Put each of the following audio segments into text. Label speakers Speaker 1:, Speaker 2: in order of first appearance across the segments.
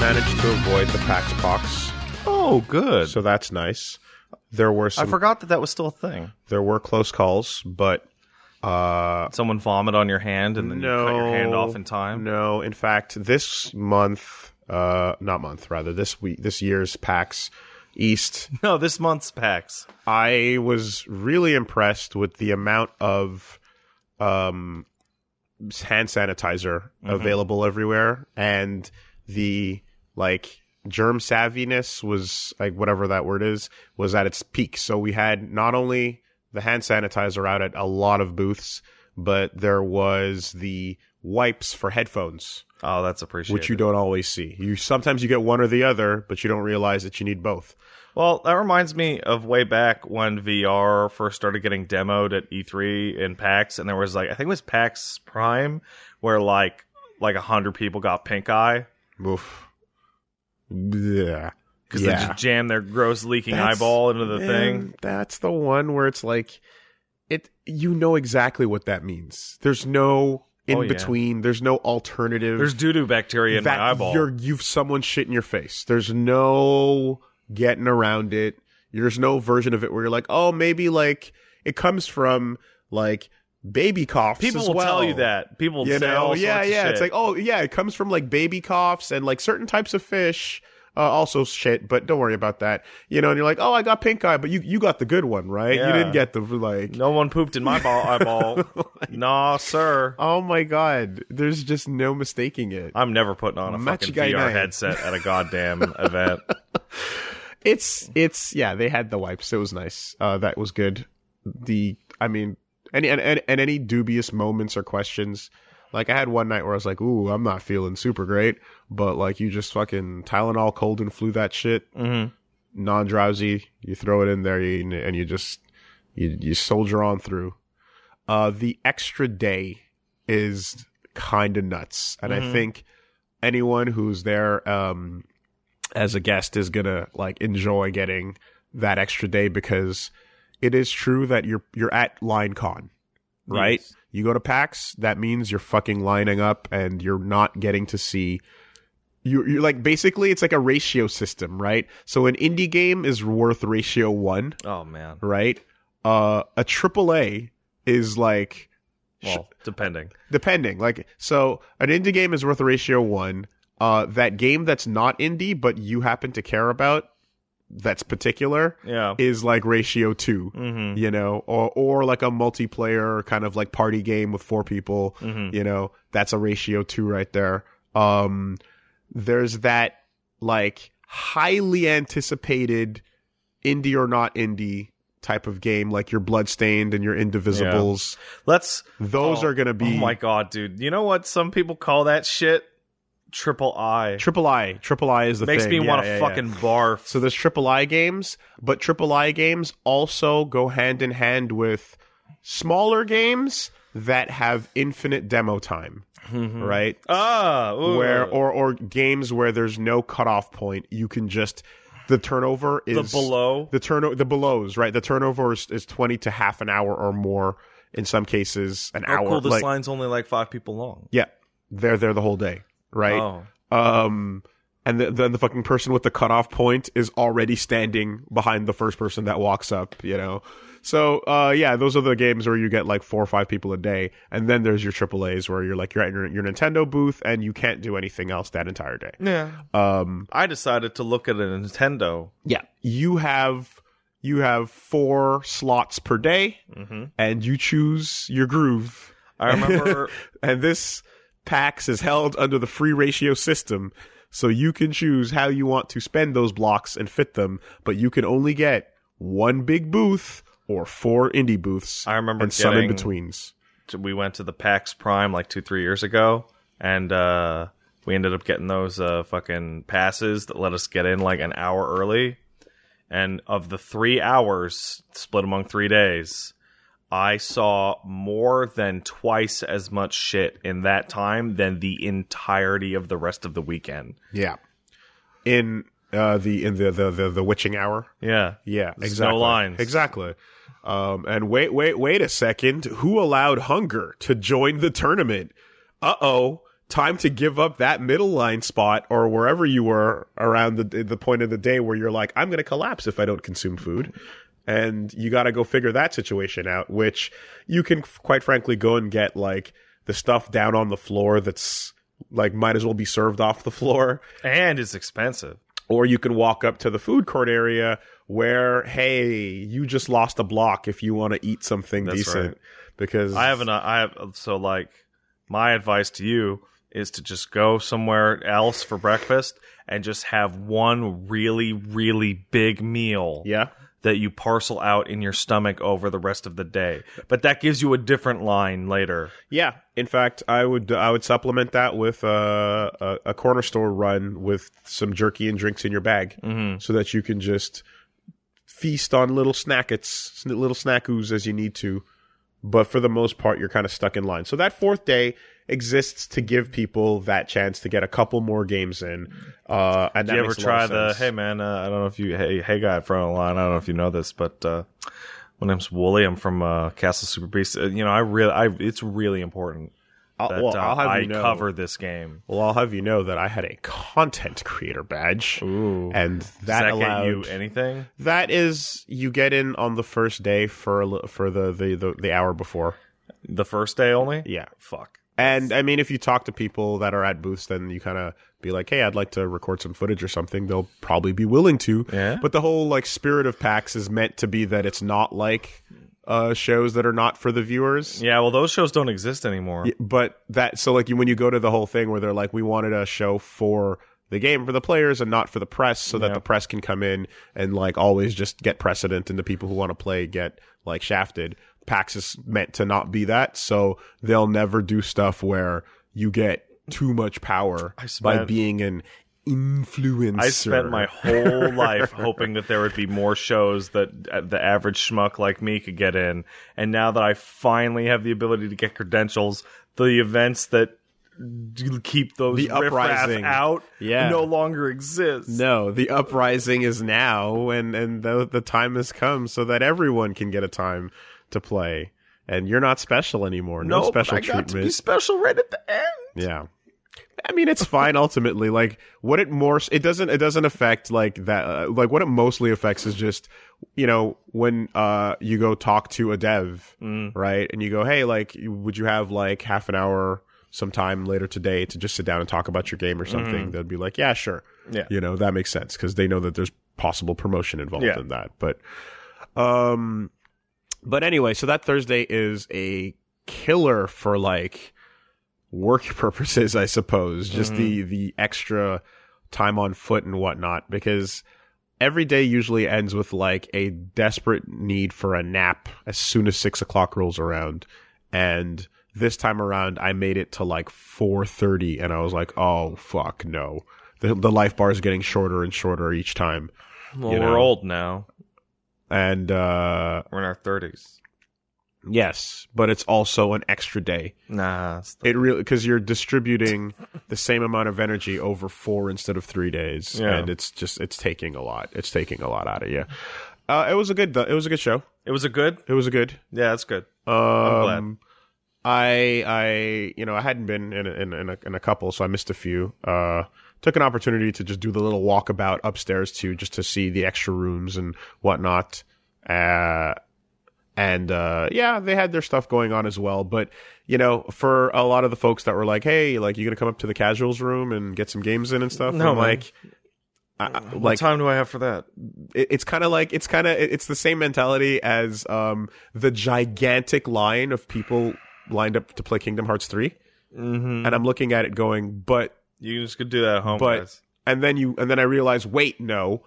Speaker 1: managed to avoid the Pax Pox,
Speaker 2: Oh, good.
Speaker 1: so that's nice. There were
Speaker 2: I
Speaker 1: some,
Speaker 2: forgot that that was still a thing.
Speaker 1: there were close calls, but uh,
Speaker 2: Someone vomit on your hand and then you cut your hand off in time.
Speaker 1: No, in fact, this month, uh, not month, rather this week, this year's PAX East,
Speaker 2: No, this month's PAX.
Speaker 1: I was really impressed with the amount of um, hand sanitizer available everywhere, and the like germ savviness was like whatever that word is was at its peak. So we had not only the hand sanitizer out at a lot of booths, but there was the wipes for headphones
Speaker 2: Oh, that's appreciated.
Speaker 1: which you don't always see. You sometimes you get one or the other, but you don't realize that you need both.
Speaker 2: Well, that reminds me of way back when VR first started getting demoed at E3 and PAX, and there was like I think it was PAX Prime, where like like a hundred people got pink eye
Speaker 1: Oof. Yeah.
Speaker 2: because they just jammed their gross leaking
Speaker 1: That's-
Speaker 2: eyeball into the
Speaker 1: And
Speaker 2: thing.
Speaker 1: That's the one where it's like it you know exactly what that means. There's no in
Speaker 2: Oh, yeah.
Speaker 1: between. There's no alternative.
Speaker 2: There's doo doo bacteria in
Speaker 1: that
Speaker 2: my eyeball.
Speaker 1: You're, you've someone shit in your face. There's no getting around it. There's no version of it where you're like, oh, maybe like it comes from like baby coughs.
Speaker 2: People
Speaker 1: as
Speaker 2: will
Speaker 1: well.
Speaker 2: tell you that. People will
Speaker 1: you
Speaker 2: say
Speaker 1: know
Speaker 2: all
Speaker 1: yeah
Speaker 2: sorts of
Speaker 1: yeah
Speaker 2: shit.
Speaker 1: it's like oh yeah it comes from like baby coughs and like certain types of fish uh, also shit but don't worry about that you know and you're like oh i got pink eye but you you got the good one right you
Speaker 2: Yeah.
Speaker 1: didn't get the like
Speaker 2: no one pooped in my ball eyeball. nah, sir.
Speaker 1: oh my god there's just no mistaking it
Speaker 2: I'm never putting on a
Speaker 1: Machi
Speaker 2: fucking
Speaker 1: guy
Speaker 2: VR
Speaker 1: nine.
Speaker 2: headset at a goddamn event.
Speaker 1: it's it's yeah they had the wipes it was nice uh that was good the i mean any and, and, and any dubious moments or questions like i had one night where i was like ooh i'm not feeling super great but like you just fucking tylenol cold and flu that shit
Speaker 2: hmm
Speaker 1: non drowsy. You throw it in there you, and you just you you soldier on through. Uh, the extra day is kind of nuts, and I
Speaker 2: Mhm.
Speaker 1: think anyone who's there um, as a guest is gonna like enjoy getting that extra day because it is true that you're you're at line con right?
Speaker 2: Yes.
Speaker 1: You go to PAX, that means you're fucking lining up and you're not getting to see. You're, you're like basically it's like a ratio system, right? So an indie game is worth ratio one,
Speaker 2: Oh man.
Speaker 1: right? Uh, a triple A is like
Speaker 2: Well, depending.
Speaker 1: depending, like so an indie game is worth ratio one. Uh, that game that's not indie but you happen to care about, that's particular,
Speaker 2: Yeah.
Speaker 1: is like ratio two
Speaker 2: Mm-hmm.
Speaker 1: you know, or or like a multiplayer kind of like party game with four people,
Speaker 2: Mm-hmm.
Speaker 1: you know, that's a ratio two right there. Um, there's that like highly anticipated indie or not indie type of game, like your Bloodstained and your Indivisibles.
Speaker 2: Let's.
Speaker 1: Those
Speaker 2: Oh,
Speaker 1: are gonna be
Speaker 2: Oh my god, dude! You know what? Some people call that shit triple I.
Speaker 1: triple I. Triple I is the
Speaker 2: Makes
Speaker 1: thing.
Speaker 2: me
Speaker 1: Yeah,
Speaker 2: want to
Speaker 1: yeah, yeah.
Speaker 2: fucking barf.
Speaker 1: So there's triple I games, but triple I games also go hand in hand with smaller games that have infinite demo time,
Speaker 2: Mhm.
Speaker 1: right?
Speaker 2: Ah, ooh.
Speaker 1: Where or or games where there's no cutoff point, you can just the turnover is
Speaker 2: the below.
Speaker 1: the turno- the belows right. The turnover is, is twenty to half an hour or more in some cases, an
Speaker 2: oh,
Speaker 1: hour.
Speaker 2: cool. This
Speaker 1: like,
Speaker 2: line's only like five people long.
Speaker 1: yeah, they're there the whole day, right?
Speaker 2: Oh,
Speaker 1: Um, and th- then the fucking person with the cutoff point is already standing behind the first person that walks up, you know? So, uh, yeah, those are the games where you get like four or five people a day. And then there's your AAAs where you're like, you're at your, your Nintendo booth and you can't do anything else that entire day.
Speaker 2: yeah.
Speaker 1: Um,
Speaker 2: I decided to look at a Nintendo.
Speaker 1: yeah. You have, you have four slots per day
Speaker 2: Mm-hmm.
Speaker 1: and you choose your groove.
Speaker 2: I remember.
Speaker 1: and this PAX is held under the free ratio system, so you can choose how you want to spend those blocks and fit them, but you can only get one big booth or four indie booths
Speaker 2: I remember
Speaker 1: and some in
Speaker 2: getting-
Speaker 1: betweens.
Speaker 2: t- we went to the PAX Prime like two, three years ago, and uh, we ended up getting those uh, fucking passes that let us get in like an hour early. And of the three hours split among three days, I saw more than twice as much shit in that time than the entirety of the rest of the weekend.
Speaker 1: Yeah, in uh, the in the the the, the witching hour.
Speaker 2: Yeah.
Speaker 1: Yeah,
Speaker 2: There's no
Speaker 1: exactly.
Speaker 2: lines.
Speaker 1: Exactly. Um, and wait, wait, wait a second. Who allowed hunger to join the tournament? Uh oh. time to give up that middle line spot or wherever you were around the the point of the day where you're like, I'm going to collapse if I don't consume food. And you got to go figure that situation out, which you can quite frankly go and get like the stuff down on the floor that's like might as well be served off the floor.
Speaker 2: And it's expensive.
Speaker 1: Or you can walk up to the food court area where, hey, you just lost a block if you want to eat something
Speaker 2: That's
Speaker 1: decent.
Speaker 2: right.
Speaker 1: Because
Speaker 2: I have an uh, I have so like my advice to you is to just go somewhere else for breakfast and just have one really really big meal
Speaker 1: yeah,
Speaker 2: that you parcel out in your stomach over the rest of the day. But that gives you a different line later.
Speaker 1: Yeah, in fact, I would I would supplement that with uh, a a corner store run with some jerky and drinks in your bag,
Speaker 2: Mhm.
Speaker 1: so that you can just feast on little snackets, sn- little snackoos as you need to. But for the most part, you're kind of stuck in line. So that fourth day exists to give people that chance to get a couple more games in. Uh, and
Speaker 2: Did
Speaker 1: that
Speaker 2: you ever
Speaker 1: makes a
Speaker 2: try
Speaker 1: lot
Speaker 2: the
Speaker 1: of
Speaker 2: hey
Speaker 1: sense.
Speaker 2: man? Uh, I don't know if you hey hey guy in front of the line. I don't know if you know this, but uh, my name's Wooly. I'm from uh, Castle Super Beast. Uh, you know, I really, I it's really important
Speaker 1: I'll,
Speaker 2: that
Speaker 1: well,
Speaker 2: uh,
Speaker 1: I'll have
Speaker 2: I
Speaker 1: you know.
Speaker 2: cover this game.
Speaker 1: Well, I'll have you know that I had a content creator badge,
Speaker 2: Ooh,
Speaker 1: and
Speaker 2: Does
Speaker 1: that,
Speaker 2: that
Speaker 1: allowed
Speaker 2: get you anything?
Speaker 1: That is, you get in on the first day for a li- for the the, the, the hour before.
Speaker 2: The first day only?
Speaker 1: Yeah,
Speaker 2: Fuck.
Speaker 1: and I mean, if you talk to people that are at booths, then you kind of be like, "Hey, I'd like to record some footage or something." They'll probably be willing to.
Speaker 2: Yeah.
Speaker 1: But the whole like spirit of PAX is meant to be that it's not like uh, shows that are not for the viewers.
Speaker 2: Yeah. Well, those shows don't exist anymore.
Speaker 1: Y- But that so like you, when you go to the whole thing where they're like, we wanted a show for the game for the players and not for the press, so that
Speaker 2: Yeah.
Speaker 1: the press can come in and like always just get precedent, and the people who want to play get like shafted. PAX is meant to not be that, so they'll never do stuff where you get too much power by
Speaker 2: spent-
Speaker 1: being an influencer.
Speaker 2: I spent my whole life hoping that there would be more shows that uh, the average schmuck like me could get in. And now that I finally have the ability to get credentials, the events that do keep those
Speaker 1: The
Speaker 2: riffraff
Speaker 1: uprising.
Speaker 2: out
Speaker 1: Yeah.
Speaker 2: no longer exist.
Speaker 1: No, the uprising is now, and and the, the time has come so that everyone can get a time to play. And you're not special anymore. No,
Speaker 2: No, but
Speaker 1: special
Speaker 2: I got
Speaker 1: treatment.
Speaker 2: to be special right at the end.
Speaker 1: yeah, I mean it's fine ultimately. Like what it more it doesn't it doesn't affect like that. Uh, like what it mostly affects is just you know when uh you go talk to a dev
Speaker 2: Mm.
Speaker 1: right and you go hey like would you have like half an hour sometime later today to just sit down and talk about your game or
Speaker 2: Mm.
Speaker 1: something? They'd be like yeah sure
Speaker 2: Yeah.
Speaker 1: you know that makes sense because they know that there's possible promotion involved
Speaker 2: Yeah.
Speaker 1: in that but um but anyway so that thursday is a killer for like work purposes i suppose just the the extra time on foot and whatnot because every day usually ends with like a desperate need for a nap as soon as six o'clock rolls around and this time around i made it to like 4.30 and i was like oh fuck no the, the life bar is getting shorter and shorter each time
Speaker 2: Well,
Speaker 1: You
Speaker 2: we're
Speaker 1: know.
Speaker 2: old now.
Speaker 1: and uh
Speaker 2: We're in our 30s.
Speaker 1: yes but it's also an extra day
Speaker 2: Nah. it's the-
Speaker 1: it really because you're distributing the same amount of energy over four instead of three days
Speaker 2: Yeah.
Speaker 1: and it's just it's taking a lot it's taking a lot out of you uh, it was a good it was a good show
Speaker 2: it was a good?
Speaker 1: it was a good
Speaker 2: Yeah, that's good.
Speaker 1: Um,
Speaker 2: glad.
Speaker 1: I, I, you know, I hadn't been in a, in, a- in, a, in a couple, so I missed a few. Uh, took an opportunity to just do the little walkabout upstairs too, just to see the extra rooms and whatnot. Uh, and uh, yeah, they had their stuff going on as well. But you know, for a lot of the folks that were like, "Hey, like, you gonna come up to the casuals room and get some games in and stuff?"
Speaker 2: No,
Speaker 1: I'm
Speaker 2: man.
Speaker 1: like, I, I-
Speaker 2: what
Speaker 1: like
Speaker 2: time do I have for that?
Speaker 1: it, it's kind of like it's kind of it's the same mentality as um the gigantic line of people lined up to play Kingdom Hearts 3
Speaker 2: Mm-hmm.
Speaker 1: and I'm looking at it going but
Speaker 2: You just could do that at home,
Speaker 1: But-
Speaker 2: guys.
Speaker 1: and then you and then I realize wait no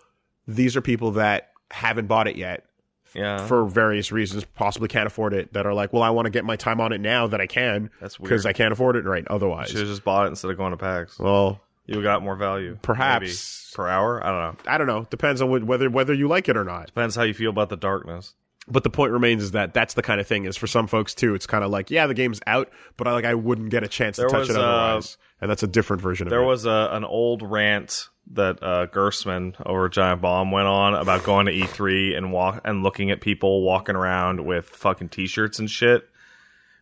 Speaker 1: these are people that haven't bought it yet
Speaker 2: Yeah,
Speaker 1: for various reasons possibly can't afford it that are like well I want to get my time on it now that I can
Speaker 2: that's weird.
Speaker 1: cuz I can't afford it right
Speaker 2: You
Speaker 1: otherwise
Speaker 2: should have just bought it instead of going to PAX.
Speaker 1: well
Speaker 2: You got more value. maybe.
Speaker 1: perhaps
Speaker 2: Per hour? I don't know.
Speaker 1: I don't know depends on wh- whether whether you like it or not
Speaker 2: Depends how you feel about the darkness.
Speaker 1: but the point remains is that that's the kind of thing is for some folks too. It's kind of like yeah, the game's out, but I like I wouldn't get a chance to
Speaker 2: There
Speaker 1: touch
Speaker 2: was,
Speaker 1: it
Speaker 2: uh,
Speaker 1: otherwise, and that's a different version of
Speaker 2: There
Speaker 1: it.
Speaker 2: was a, an old rant that uh, Gersman over at Giant Bomb went on about going to E3 and walk and looking at people walking around with fucking t-shirts and shit.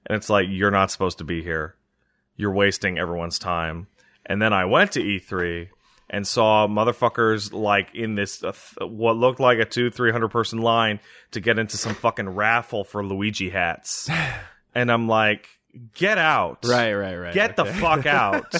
Speaker 2: And it's like you're not supposed to be here. you're wasting everyone's time. And then I went to E3 and saw motherfuckers like in this uh, th- what looked like a two three hundred person line to get into some fucking raffle for Luigi hats, and I'm like, get out,
Speaker 3: Right, right, right.
Speaker 2: Get the fuck out.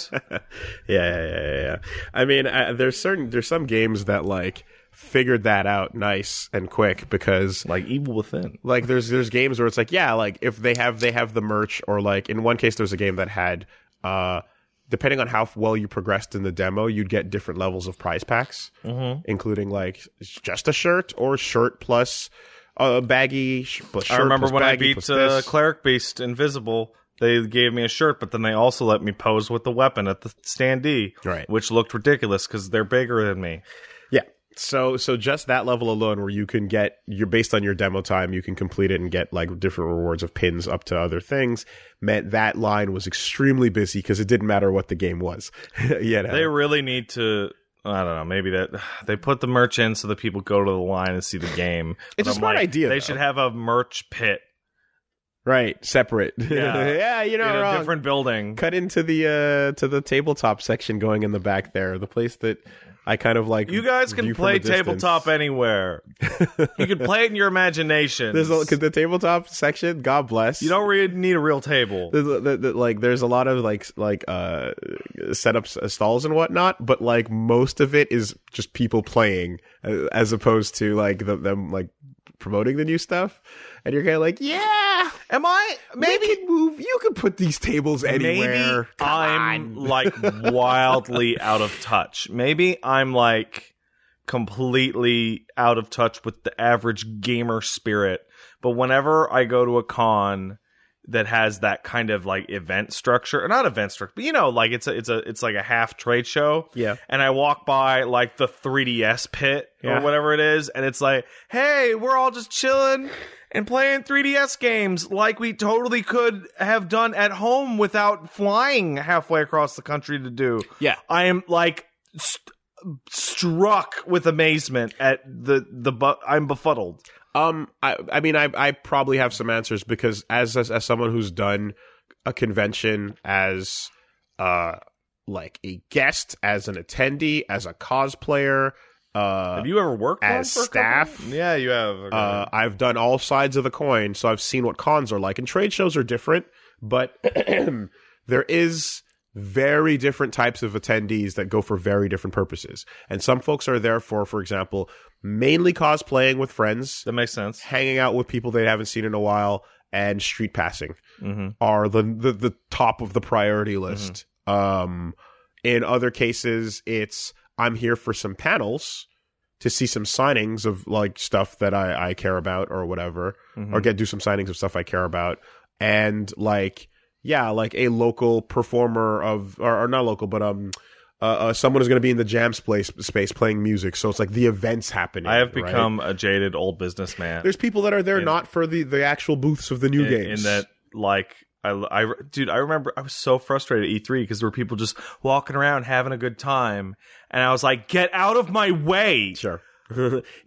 Speaker 1: yeah, yeah, yeah, yeah, yeah. I mean, I, there's certain there's some games that like figured that out nice and quick because
Speaker 2: like Evil Within.
Speaker 1: like there's there's games where it's like yeah like if they have they have the merch or like in one case there's a game that had uh depending on how well you progressed in the demo you'd get different levels of prize packs
Speaker 2: Mm-hmm.
Speaker 1: including like just a shirt or shirt plus a uh, baggy sh- plus shirt
Speaker 2: I remember
Speaker 1: plus
Speaker 2: when I
Speaker 1: baggy
Speaker 2: beat
Speaker 1: plus
Speaker 2: uh,
Speaker 1: this.
Speaker 2: Cleric Beast Invisible. They gave me a shirt, but then they also let me pose with the weapon at the standee,
Speaker 1: Right.
Speaker 2: which looked ridiculous because they're bigger than me.
Speaker 1: Yeah. So so just that level alone where you can get you're based on your demo time, you can complete it and get like different rewards of pins up to other things, meant that line was extremely busy because it didn't matter what the game was. you know?
Speaker 2: They really need to. I don't know. Maybe that they put the merch in so that people go to the line and see the game.
Speaker 1: It's
Speaker 2: But
Speaker 1: a smart idea,
Speaker 2: They
Speaker 1: though.
Speaker 2: should have a merch pit
Speaker 1: right. Separate.
Speaker 2: Yeah.
Speaker 1: you're not
Speaker 2: in a
Speaker 1: wrong.
Speaker 2: different building.
Speaker 1: um, Cut into the uh to the tabletop section going in the back there, the place that I kind of like
Speaker 2: You guys can
Speaker 1: view from
Speaker 2: play
Speaker 1: a distance.
Speaker 2: tabletop anywhere. you can play it in your imagination.
Speaker 1: There's a, cause the tabletop section, God bless.
Speaker 2: you don't really need a real table.
Speaker 1: There's a- the- the- like there's a lot of like like uh setups uh, stalls and whatnot but like most of it is just people playing uh, as opposed to like the, them like promoting the new stuff and you're kind of like yeah
Speaker 2: Am I?
Speaker 1: maybe move you could put these tables anywhere
Speaker 2: Maybe I'm like wildly out of touch. Maybe I'm like completely out of touch with the average gamer spirit. But whenever I go to a con that has that kind of like event structure, or not event structure, but you know, like it's a it's a it's like a half trade show.
Speaker 1: Yeah.
Speaker 2: And I walk by like the 3DS pit
Speaker 1: Yeah.
Speaker 2: or whatever it is, and it's like, hey, we're all just chilling and playing 3DS games like we totally could have done at home without flying halfway across the country to do.
Speaker 3: Yeah.
Speaker 2: I am like st- struck with amazement at the the bu- I'm befuddled.
Speaker 1: Um, I, I mean, I, I probably have some answers because as, as as someone who's done a convention as uh like a guest, as an attendee, as a cosplayer, uh,
Speaker 2: have you ever worked
Speaker 1: as
Speaker 2: on for a couple-
Speaker 1: staff,
Speaker 2: Yeah, you have. Okay.
Speaker 1: uh, I've done all sides of the coin, so I've seen what cons are like, and trade shows are different, but there is very different types of attendees that go for very different purposes, and some folks are there for, for example, mainly cosplaying with friends
Speaker 2: that makes sense.
Speaker 1: hanging out with people they haven't seen in a while and street passing
Speaker 2: Mm-hmm.
Speaker 1: are the the, the top of the priority list. Um, in other cases, it's I'm here for some panels to see some signings of like stuff that I, I care about or whatever,
Speaker 2: Mm-hmm.
Speaker 1: or get do some signings of stuff I care about, and like yeah, like a local performer of or, or not local, but um. Uh, uh, someone is going to be in the jam space, space playing music, so it's like the events happening.
Speaker 2: I have
Speaker 1: right?
Speaker 2: become a jaded old businessman.
Speaker 1: There's people that are there
Speaker 2: In-
Speaker 1: not for the, the actual booths of the new
Speaker 2: in,
Speaker 1: games.
Speaker 2: in that like I, I dude i remember i was so frustrated at e3 because there were people just walking around having a good time and i was like get out of my way
Speaker 1: sure.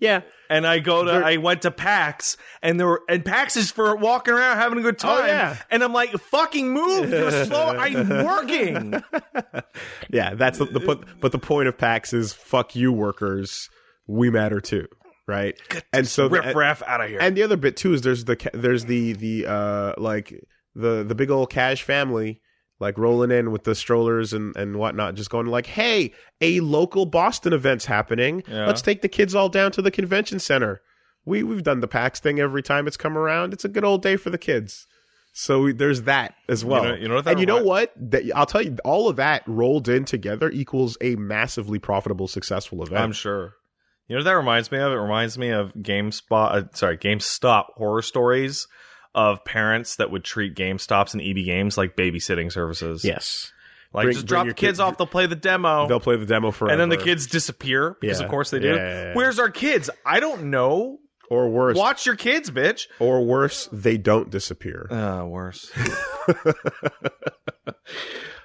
Speaker 1: yeah.
Speaker 2: and i go to
Speaker 1: There-
Speaker 2: i went to pax and there were and pax is for walking around having a good time
Speaker 1: Oh, yeah.
Speaker 2: and i'm like fucking move you're slow i'm working
Speaker 1: Yeah, that's the, the put, but the point of PAX is fuck you workers, we matter too, right? And so the-
Speaker 2: riff raff out of here
Speaker 1: and the other bit too is there's the ca- there's the the uh like the the big old cash family like rolling in with the strollers and and whatnot just going like hey a local boston event's happening
Speaker 2: Yeah.
Speaker 1: let's take the kids all down to the convention center we we've done the pax thing every time it's come around it's a good old day for the kids so we, there's that as well
Speaker 2: know- you know what that
Speaker 1: and you know
Speaker 2: remi-
Speaker 1: what that, i'll tell you all of that rolled in together equals a massively profitable successful event
Speaker 2: i'm sure you know what that reminds me of it reminds me of gamespot uh, sorry gamestop horror stories of parents that would treat GameStops and EB Games like babysitting services.
Speaker 1: yes
Speaker 2: Like
Speaker 1: Bring-
Speaker 2: just
Speaker 1: bring
Speaker 2: drop the
Speaker 1: your
Speaker 2: kids
Speaker 1: kid-
Speaker 2: off, they'll play the demo.
Speaker 1: they'll play the demo forever
Speaker 2: and then the kids disappear because
Speaker 1: Yeah.
Speaker 2: of course they do.
Speaker 1: Yeah, yeah, yeah.
Speaker 2: Where's our kids? I don't know.
Speaker 1: or worse
Speaker 2: Watch your kids, bitch.
Speaker 1: or worse, they don't disappear.
Speaker 2: Uh worse.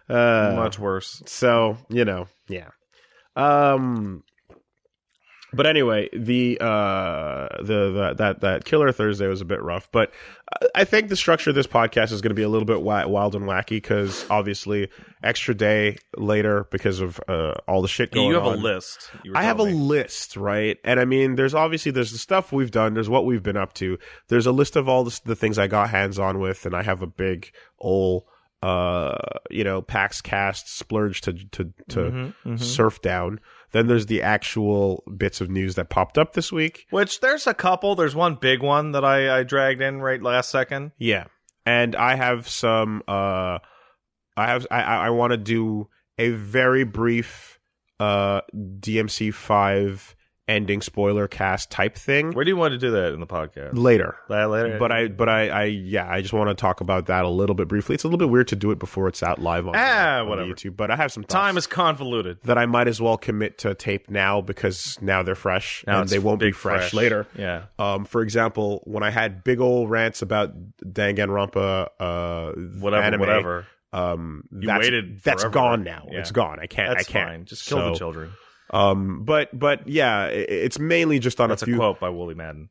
Speaker 1: Uh,
Speaker 2: Much worse.
Speaker 1: so you know, yeah. Um, But anyway, the uh, the, the that that killer Thursday was a bit rough, but I- I think the structure of this podcast is going to be a little bit wi- wild and wacky because obviously extra day later because of uh, all the shit going on.
Speaker 2: you have a list. You were
Speaker 1: I have a
Speaker 2: telling me.
Speaker 1: list, right? And I mean, there's obviously there's the stuff we've done, there's what we've been up to, there's a list of all the, the things I got hands on with, and I have a big ol' uh, you know, PAX cast splurge to to to
Speaker 2: Mhm, mhm.
Speaker 1: surf down. Then there's the actual bits of news that popped up this week.
Speaker 2: Which there's a couple. There's one big one that I, I dragged in right last second.
Speaker 1: Yeah, and I have some. Uh, I have. I I want to do a very brief uh DMC five ending spoiler cast type thing.
Speaker 2: Where do you want to do that in the podcast?
Speaker 1: later.
Speaker 2: That later.
Speaker 1: But I, but I, I, yeah, I just want to talk about that a little bit briefly. It's a little bit weird to do it before it's out live on,
Speaker 2: Ah,
Speaker 1: on
Speaker 2: whatever.
Speaker 1: YouTube, but I have some
Speaker 2: time
Speaker 1: thoughts
Speaker 2: is convoluted.
Speaker 1: that I might as well commit to tape now because now they're fresh
Speaker 2: Now
Speaker 1: and
Speaker 2: it's
Speaker 1: they won't be
Speaker 2: big
Speaker 1: fresh, later.
Speaker 2: Yeah.
Speaker 1: Um, for example, when I had big old rants about Danganronpa, uh,
Speaker 2: Whatever.
Speaker 1: anime,
Speaker 2: Whatever.
Speaker 1: um, that's,
Speaker 2: waited
Speaker 1: that's
Speaker 2: forever.
Speaker 1: gone now.
Speaker 2: Yeah.
Speaker 1: It's gone. I can't.
Speaker 2: That's
Speaker 1: I can't.
Speaker 2: fine. Just kill
Speaker 1: So,
Speaker 2: the children.
Speaker 1: Um, but but yeah, i- it's mainly just on
Speaker 2: That's
Speaker 1: a
Speaker 2: a
Speaker 1: few
Speaker 2: quote by Wooly Madden.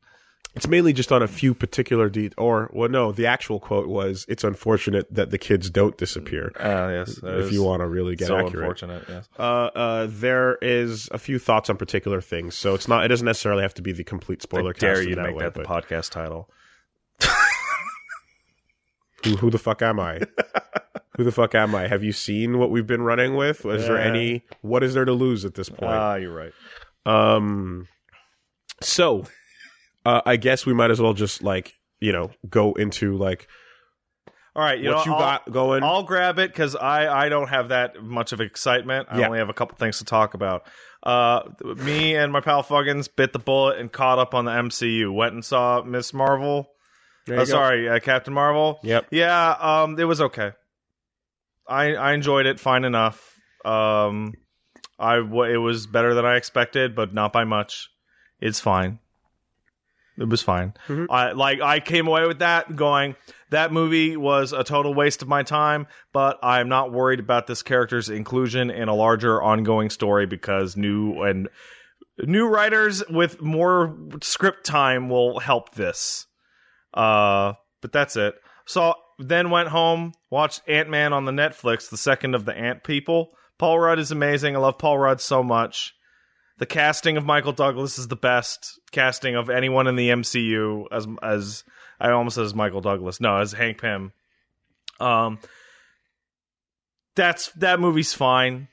Speaker 1: it's mainly just on a few particular de- or well no the actual quote was it's unfortunate that the kids don't disappear
Speaker 2: Uh, yes. that
Speaker 1: if
Speaker 2: is
Speaker 1: you want to really get
Speaker 2: so
Speaker 1: accurate
Speaker 2: unfortunate. Yes.
Speaker 1: uh, uh, there is a few thoughts on particular things so it's not it doesn't necessarily have to be the complete spoiler
Speaker 2: I dare
Speaker 1: cast in
Speaker 2: you to
Speaker 1: that
Speaker 2: make
Speaker 1: way,
Speaker 2: that the
Speaker 1: but
Speaker 2: podcast title.
Speaker 1: who, who the fuck am i who the fuck am i have you seen what we've been running with is there
Speaker 2: Yeah.
Speaker 1: any what is there to lose at this point
Speaker 2: Ah, you're right.
Speaker 1: Um, so, uh, I guess we might as well just like you know go into like
Speaker 2: All right. You
Speaker 1: what
Speaker 2: know,
Speaker 1: you
Speaker 2: I'll-
Speaker 1: got going.
Speaker 2: I'll grab it because I, I don't have that much of excitement. I
Speaker 1: Yeah.
Speaker 2: only have a couple things to talk about. Uh, me and my pal Fuggins bit the bullet and caught up on the MCU. Went and saw Miss Marvel.
Speaker 1: There you
Speaker 2: Uh,
Speaker 1: go.
Speaker 2: sorry, uh, Captain Marvel.
Speaker 1: Yep.
Speaker 2: Yeah, um, it was okay. I I enjoyed it fine enough. Um, I w- it was better than I expected, but not by much. It's fine. It was fine.
Speaker 1: Mhm.
Speaker 2: I like I came away with that going that movie was a total waste of my time, but I'm not worried about this character's inclusion in a larger ongoing story because new and new writers with more script time will help this. Uh, but that's it. So then went home, watched Ant Man on the Netflix, the second of the Ant People. Paul Rudd is amazing. I love Paul Rudd so much. The casting of Michael Douglas is the best casting of anyone in the MCU. As as I almost said as Michael Douglas, no, as Hank Pym. Um, that's that movie's fine.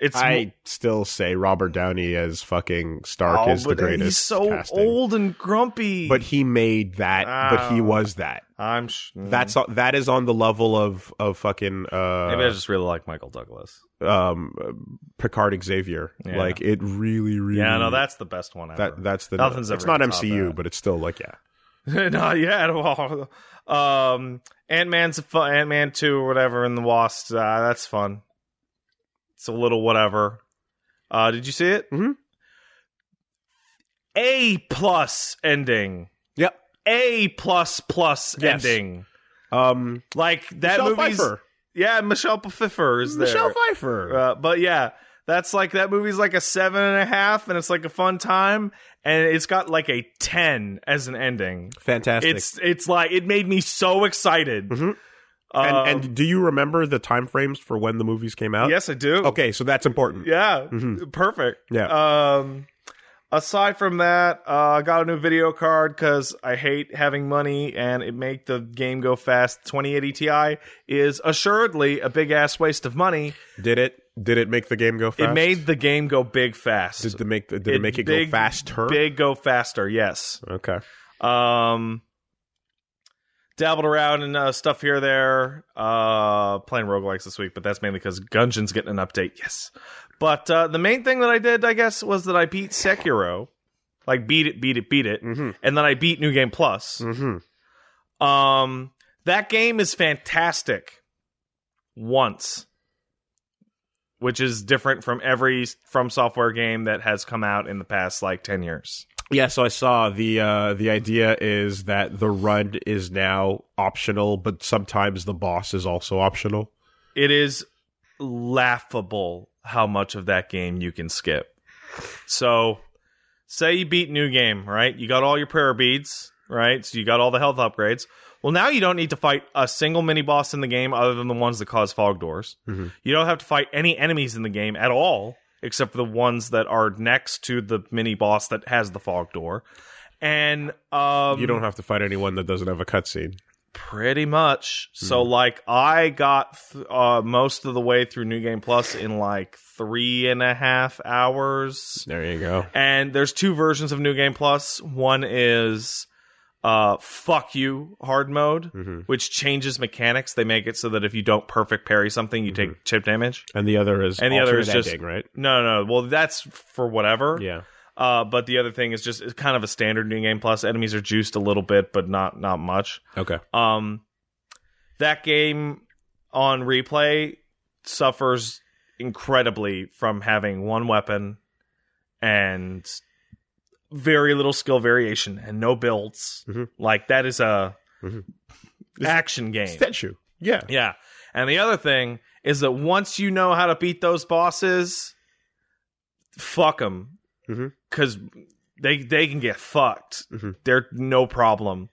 Speaker 2: It's
Speaker 1: I still say Robert Downey as fucking Stark
Speaker 2: Oh,
Speaker 1: is the
Speaker 2: but
Speaker 1: greatest.
Speaker 2: He's so
Speaker 1: casting.
Speaker 2: old and grumpy.
Speaker 1: but he made that. but he
Speaker 2: Oh.
Speaker 1: was that.
Speaker 2: I'm sh-
Speaker 1: That's on- that is on the level of of fucking
Speaker 2: maybe I
Speaker 1: uh,
Speaker 2: just really like Michael Douglas.
Speaker 1: um, Picard Xavier.
Speaker 2: Yeah.
Speaker 1: Like it really, really.
Speaker 2: Yeah, no, that's the best one ever.
Speaker 1: that that's the
Speaker 2: Nothing's
Speaker 1: it's
Speaker 2: ever
Speaker 1: not
Speaker 2: gonna top
Speaker 1: MCU,
Speaker 2: that.
Speaker 1: but it's still like yeah.
Speaker 2: Not yet. Well, um, Ant Man's fun. Ant Man two or whatever, and the Wasp. Uh, that's fun. It's a little whatever. Uh, did you see it?
Speaker 1: Mhm.
Speaker 2: A plus ending.
Speaker 1: Yep.
Speaker 2: A plus plus
Speaker 1: Yes.
Speaker 2: ending.
Speaker 1: Um,
Speaker 2: Like that
Speaker 1: Michelle
Speaker 2: movie's
Speaker 1: Pfeiffer.
Speaker 2: yeah. Michelle Pfeiffer is there.
Speaker 1: Michelle Pfeiffer.
Speaker 2: Uh, but yeah, that's like that movie's like a seven and a half, and it's like a fun time, and it's got like a ten as an ending.
Speaker 1: Fantastic.
Speaker 2: It's it's like it made me so excited.
Speaker 1: Mhm. and,
Speaker 2: Um,
Speaker 1: and do you remember the time frames for when the movies came out?
Speaker 2: yes, I do.
Speaker 1: Okay, so that's important.
Speaker 2: Yeah,
Speaker 1: Mhm.
Speaker 2: perfect.
Speaker 1: Yeah.
Speaker 2: Um, aside from that, uh, I got a new video card because I hate having money and it make the game go fast. 2080 Ti is assuredly a big ass waste of money.
Speaker 1: Did it? Did it make the game go fast?
Speaker 2: It made the game go big fast.
Speaker 1: Did, the make, did it,
Speaker 2: It
Speaker 1: make it
Speaker 2: big-
Speaker 1: go faster?
Speaker 2: big go faster. Yes.
Speaker 1: Okay.
Speaker 2: Um, dabbled around in uh, stuff here or there. Uh, playing roguelikes this week, but that's mainly because Gungeon's getting an update. Yes. But uh, the main thing that I did, I guess, was that I beat Sekiro. Like, beat it, beat it, beat it.
Speaker 1: Mm-hmm.
Speaker 2: And then I beat New Game Plus.
Speaker 1: Mm-hmm.
Speaker 2: Um, that game is fantastic. Once, which is different from every from software game that has come out in the past like ten years.
Speaker 1: Yeah, so I saw the uh, the idea is that the run is now optional, but sometimes the boss is also optional.
Speaker 2: it is laughable how much of that game you can skip. So say you beat new game, right? You got all your prayer beads, right? So you got all the health upgrades. Well, now you don't need to fight a single mini boss in the game other than the ones that cause fog doors.
Speaker 1: Mhm.
Speaker 2: You don't have to fight any enemies in the game at all, except for the ones that are next to the mini boss that has the fog door. And um,
Speaker 1: you don't have to fight anyone that doesn't have a cutscene.
Speaker 2: Pretty much. So like I got th- uh, most of the way through New Game Plus in like three and a half hours.
Speaker 1: There you go.
Speaker 2: And there's two versions of New Game Plus. One is uh fuck you hard mode,
Speaker 1: Mhm.
Speaker 2: which changes mechanics. They make it so that if you don't perfect parry something, you take chip damage.
Speaker 1: And the other is
Speaker 2: And the other is
Speaker 1: alternate
Speaker 2: just-
Speaker 1: ending, right.
Speaker 2: No, no, no. Well, that's for whatever.
Speaker 1: Yeah.
Speaker 2: Uh, but the other thing is just it's kind of a standard New Game Plus. Enemies are juiced a little bit, but not not much.
Speaker 1: Okay.
Speaker 2: Um, that game on replay suffers incredibly from having one weapon and very little skill variation and no builds.
Speaker 1: Mhm.
Speaker 2: Like that is a
Speaker 1: Mhm.
Speaker 2: action game.
Speaker 1: Statue. Yeah.
Speaker 2: yeah. And the other thing is that once you know how to beat those bosses, fuck them.
Speaker 1: Mhm.
Speaker 2: Cuz they they can get fucked.
Speaker 1: Mhm.
Speaker 2: They're no problem.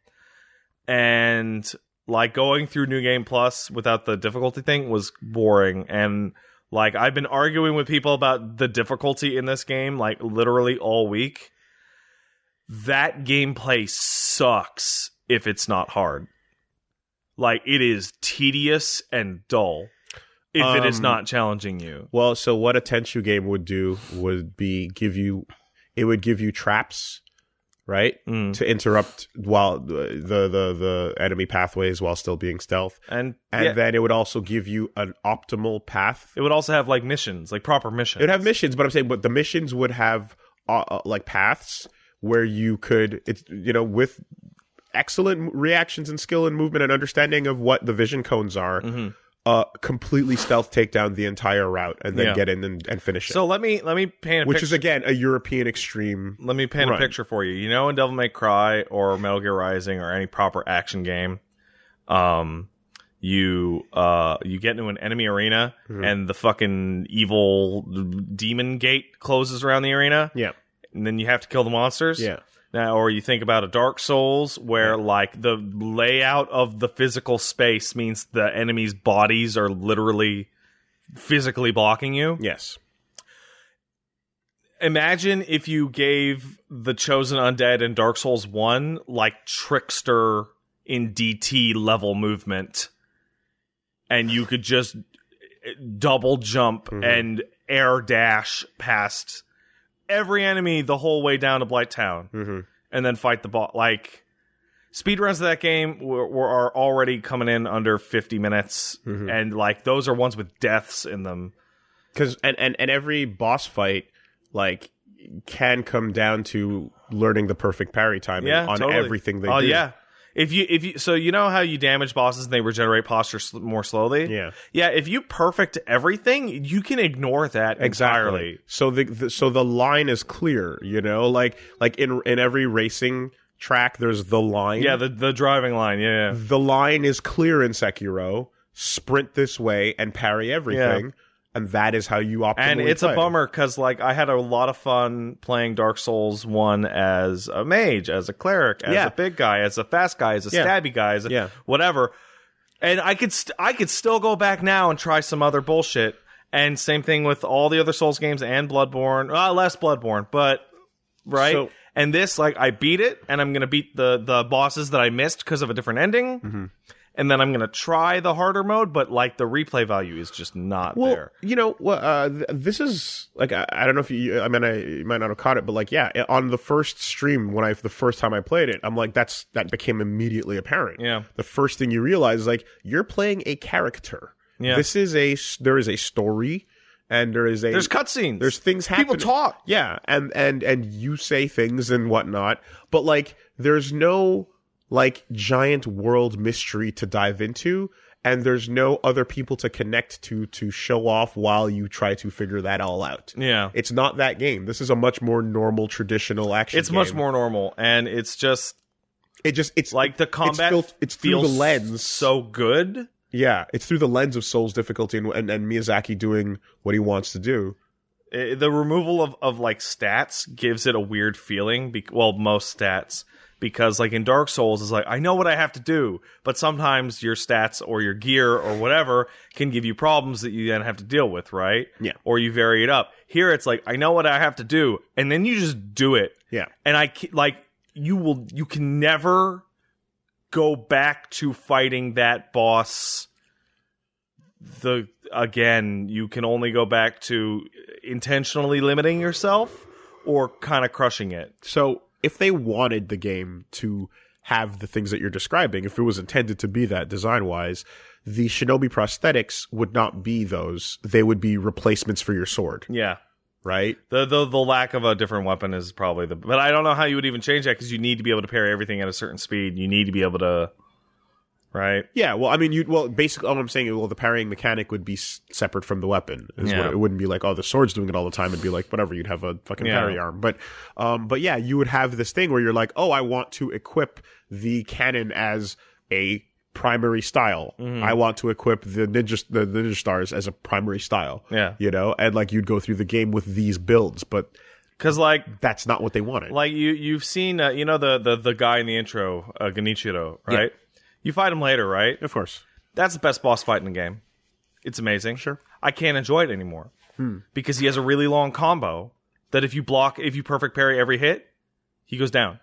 Speaker 2: And like going through new game plus without the difficulty thing was boring and like I've been arguing with people about the difficulty in this game like literally all week. That gameplay sucks if it's not hard. Like it is tedious and dull if it is
Speaker 1: Um,
Speaker 2: not challenging you.
Speaker 1: Well, so what a Tenchu game would do would be give you, it would give you traps, right,
Speaker 2: Mm.
Speaker 1: to interrupt while the the the enemy pathways while still being stealth,
Speaker 2: And,
Speaker 1: and
Speaker 2: yeah,
Speaker 1: then it would also give you an optimal path.
Speaker 2: it would also have like missions, like proper missions.
Speaker 1: It would have missions, but I'm saying, but the missions would have uh, uh, like paths where you could, it's you know, with excellent reactions and skill and movement and understanding of what the vision cones are,
Speaker 2: Mhm.
Speaker 1: uh, completely stealth take down the entire route and then
Speaker 2: Yeah.
Speaker 1: get in and, and finish it.
Speaker 2: So let me let me paint a
Speaker 1: which
Speaker 2: picture.
Speaker 1: is again a European extreme.
Speaker 2: let me paint
Speaker 1: Right.
Speaker 2: a picture for you. You know, in Devil May Cry or Metal Gear Rising or any proper action game, um, you uh, you get into an enemy arena
Speaker 1: Mhm.
Speaker 2: and the fucking evil demon gate closes around the arena.
Speaker 1: Yeah.
Speaker 2: and then you have to kill the monsters. Now, or you think about a Dark Souls where like the layout of the physical space means the enemy's bodies are literally physically blocking you
Speaker 1: Yes.
Speaker 2: imagine if you gave the chosen undead in dark souls 1 like trickster in dt level movement and you could just eh, double jump
Speaker 1: Mhm.
Speaker 2: and air dash past every enemy the whole way down to blight town
Speaker 1: Mm-hmm.
Speaker 2: and then fight the boss like speedruns of that game were, were are already coming in under 50 minutes
Speaker 1: Mhm.
Speaker 2: and like those are ones with deaths in them
Speaker 1: Because and, and and every boss fight like can come down to learning the perfect parry timing
Speaker 2: Yeah,
Speaker 1: on
Speaker 2: totally.
Speaker 1: everything they
Speaker 2: oh
Speaker 1: do.
Speaker 2: yeah. If you if you so you know how you damage bosses and they regenerate posture sl- more slowly.
Speaker 1: Yeah.
Speaker 2: Yeah, If you perfect everything, you can ignore that entirely.
Speaker 1: So the, the so the line is clear. You know, like like in in every racing track, there's the line.
Speaker 2: Yeah. The the driving line. Yeah. yeah.
Speaker 1: the line is clear in Sekiro. Sprint this way and parry everything, and that is how you optimally.
Speaker 2: And it's
Speaker 1: play.
Speaker 2: a bummer because like I had a lot of fun playing Dark Souls one as a mage, as a cleric, as
Speaker 1: Yeah.
Speaker 2: a big guy, as a fast guy, as a
Speaker 1: Yeah.
Speaker 2: stabby guy, as a
Speaker 1: Yeah.
Speaker 2: whatever. And I could st- I could still go back now and try some other bullshit. And same thing with all the other Souls games and Bloodborne. Uh, less Bloodborne, but right.
Speaker 1: So-
Speaker 2: and this, like, I beat it, and I'm gonna beat the the bosses that I missed because of a different ending.
Speaker 1: Mm-hmm.
Speaker 2: And then I'm gonna try the harder mode, but like the replay value is just not
Speaker 1: Well,
Speaker 2: there.
Speaker 1: you know, well, uh, th- this is like I, I don't know if you. I mean, I you might not have caught it, but like, yeah, on the first stream when I the first time I played it, I'm like, that's that became immediately apparent.
Speaker 2: Yeah.
Speaker 1: The first thing you realize, is like, you're playing a character.
Speaker 2: Yeah.
Speaker 1: This is a s- there is a story, and there is a
Speaker 2: There's cutscenes.
Speaker 1: there's things happening.
Speaker 2: people talk.
Speaker 1: Yeah, and and and you say things and whatnot, but like there's no like giant world mystery to dive into, and there's no other people to connect to to show off while you try to figure that all out.
Speaker 2: Yeah.
Speaker 1: It's not that game. This is a much more normal, traditional action.
Speaker 2: It's much
Speaker 1: game.
Speaker 2: more normal, and it's just
Speaker 1: It just it's like
Speaker 2: like the combat
Speaker 1: fil- it's through
Speaker 2: feels
Speaker 1: the lens.
Speaker 2: so good.
Speaker 1: yeah, it's through the lens of Soul's difficulty and and, and Miyazaki doing what he wants to do.
Speaker 2: i- the removal of, of like stats gives it a weird feeling. Be- well, most stats because like in Dark Souls is like I know what I have to do, but sometimes your stats or your gear or whatever can give you problems that you then have to deal with, right?
Speaker 1: Yeah.
Speaker 2: Or you vary it up. Here it's like I know what I have to do, and then you just do it.
Speaker 1: Yeah.
Speaker 2: And I ca- like you will you can never go back to fighting that boss the again you can only go back to intentionally limiting yourself or kind of crushing it
Speaker 1: So if they wanted the game to have the things that you're describing, if it was intended to be that design wise, the shinobi prosthetics would not be those. They would be replacements for your sword,
Speaker 2: yeah
Speaker 1: right?
Speaker 2: the the, the lack of a different weapon is probably the but i don't know how you would even change that because you need to be able to parry everything at a certain speed you need to be able to right
Speaker 1: Yeah, well, I mean, you well, basically, all I'm saying, is, well, the parrying mechanic would be s- separate from the weapon. is what-
Speaker 2: Yeah.
Speaker 1: it wouldn't be like, oh, the sword's doing it all the time. It'd be like, whatever, you'd have a fucking
Speaker 2: Yeah.
Speaker 1: parry arm. But, um, but yeah, you would have this thing where you're like, oh, I want to equip the cannon as a primary style.
Speaker 2: Mm-hmm.
Speaker 1: I want to equip the ninja the ninja stars as a primary style.
Speaker 2: Yeah.
Speaker 1: you know, and like you'd go through the game with these builds, but
Speaker 2: because like
Speaker 1: that's not what they wanted.
Speaker 2: like you you've seen uh, you know the, the the guy in the intro uh, genichiro right you fight him later right
Speaker 1: of course,
Speaker 2: That's the best boss fight in the game. It's amazing.
Speaker 1: Sure.
Speaker 2: I can't enjoy it anymore because he has a really long combo that if you block, if you perfect parry every hit, he goes down.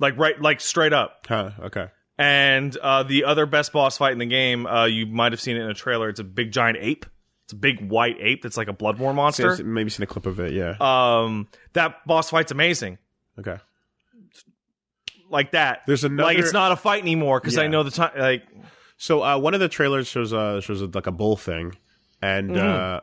Speaker 2: Like right, like straight up.
Speaker 1: huh? Okay,
Speaker 2: And uh, the other best boss fight in the game, uh, you might have seen it in a trailer. It's a big giant ape. It's a big white ape that's like a bloodborne monster.
Speaker 1: maybe seen a clip of it. Yeah.
Speaker 2: Um, that boss fight's amazing.
Speaker 1: okay.
Speaker 2: Like that.
Speaker 1: There's another-
Speaker 2: Like it's not a fight anymore because I
Speaker 1: Yeah.
Speaker 2: know the time. Like
Speaker 1: So uh, one of the trailers shows uh shows a, like a bull thing, and
Speaker 2: Mm-hmm.
Speaker 1: uh,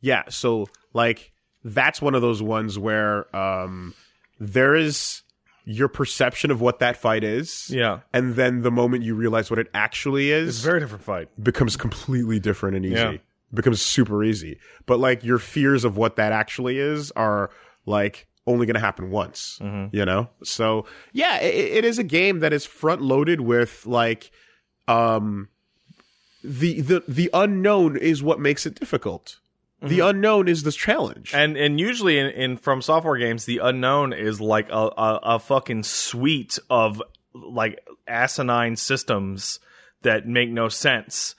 Speaker 1: yeah, so like that's one of those ones where um there is your perception of what that fight is,
Speaker 2: yeah,
Speaker 1: and then the moment you realize what it actually
Speaker 2: it's
Speaker 1: is
Speaker 2: a very different fight.
Speaker 1: becomes completely different and easy,
Speaker 2: Yeah.
Speaker 1: becomes super easy. But like your fears of what that actually is are like only going to happen once
Speaker 2: Mm-hmm.
Speaker 1: you know so yeah it, it is a game that is front loaded with like um the the the unknown is what makes it difficult the unknown is the challenge
Speaker 2: Mm-hmm. And and usually in, in from software games, the unknown is like a, a, a fucking suite of like asinine systems that make no sense,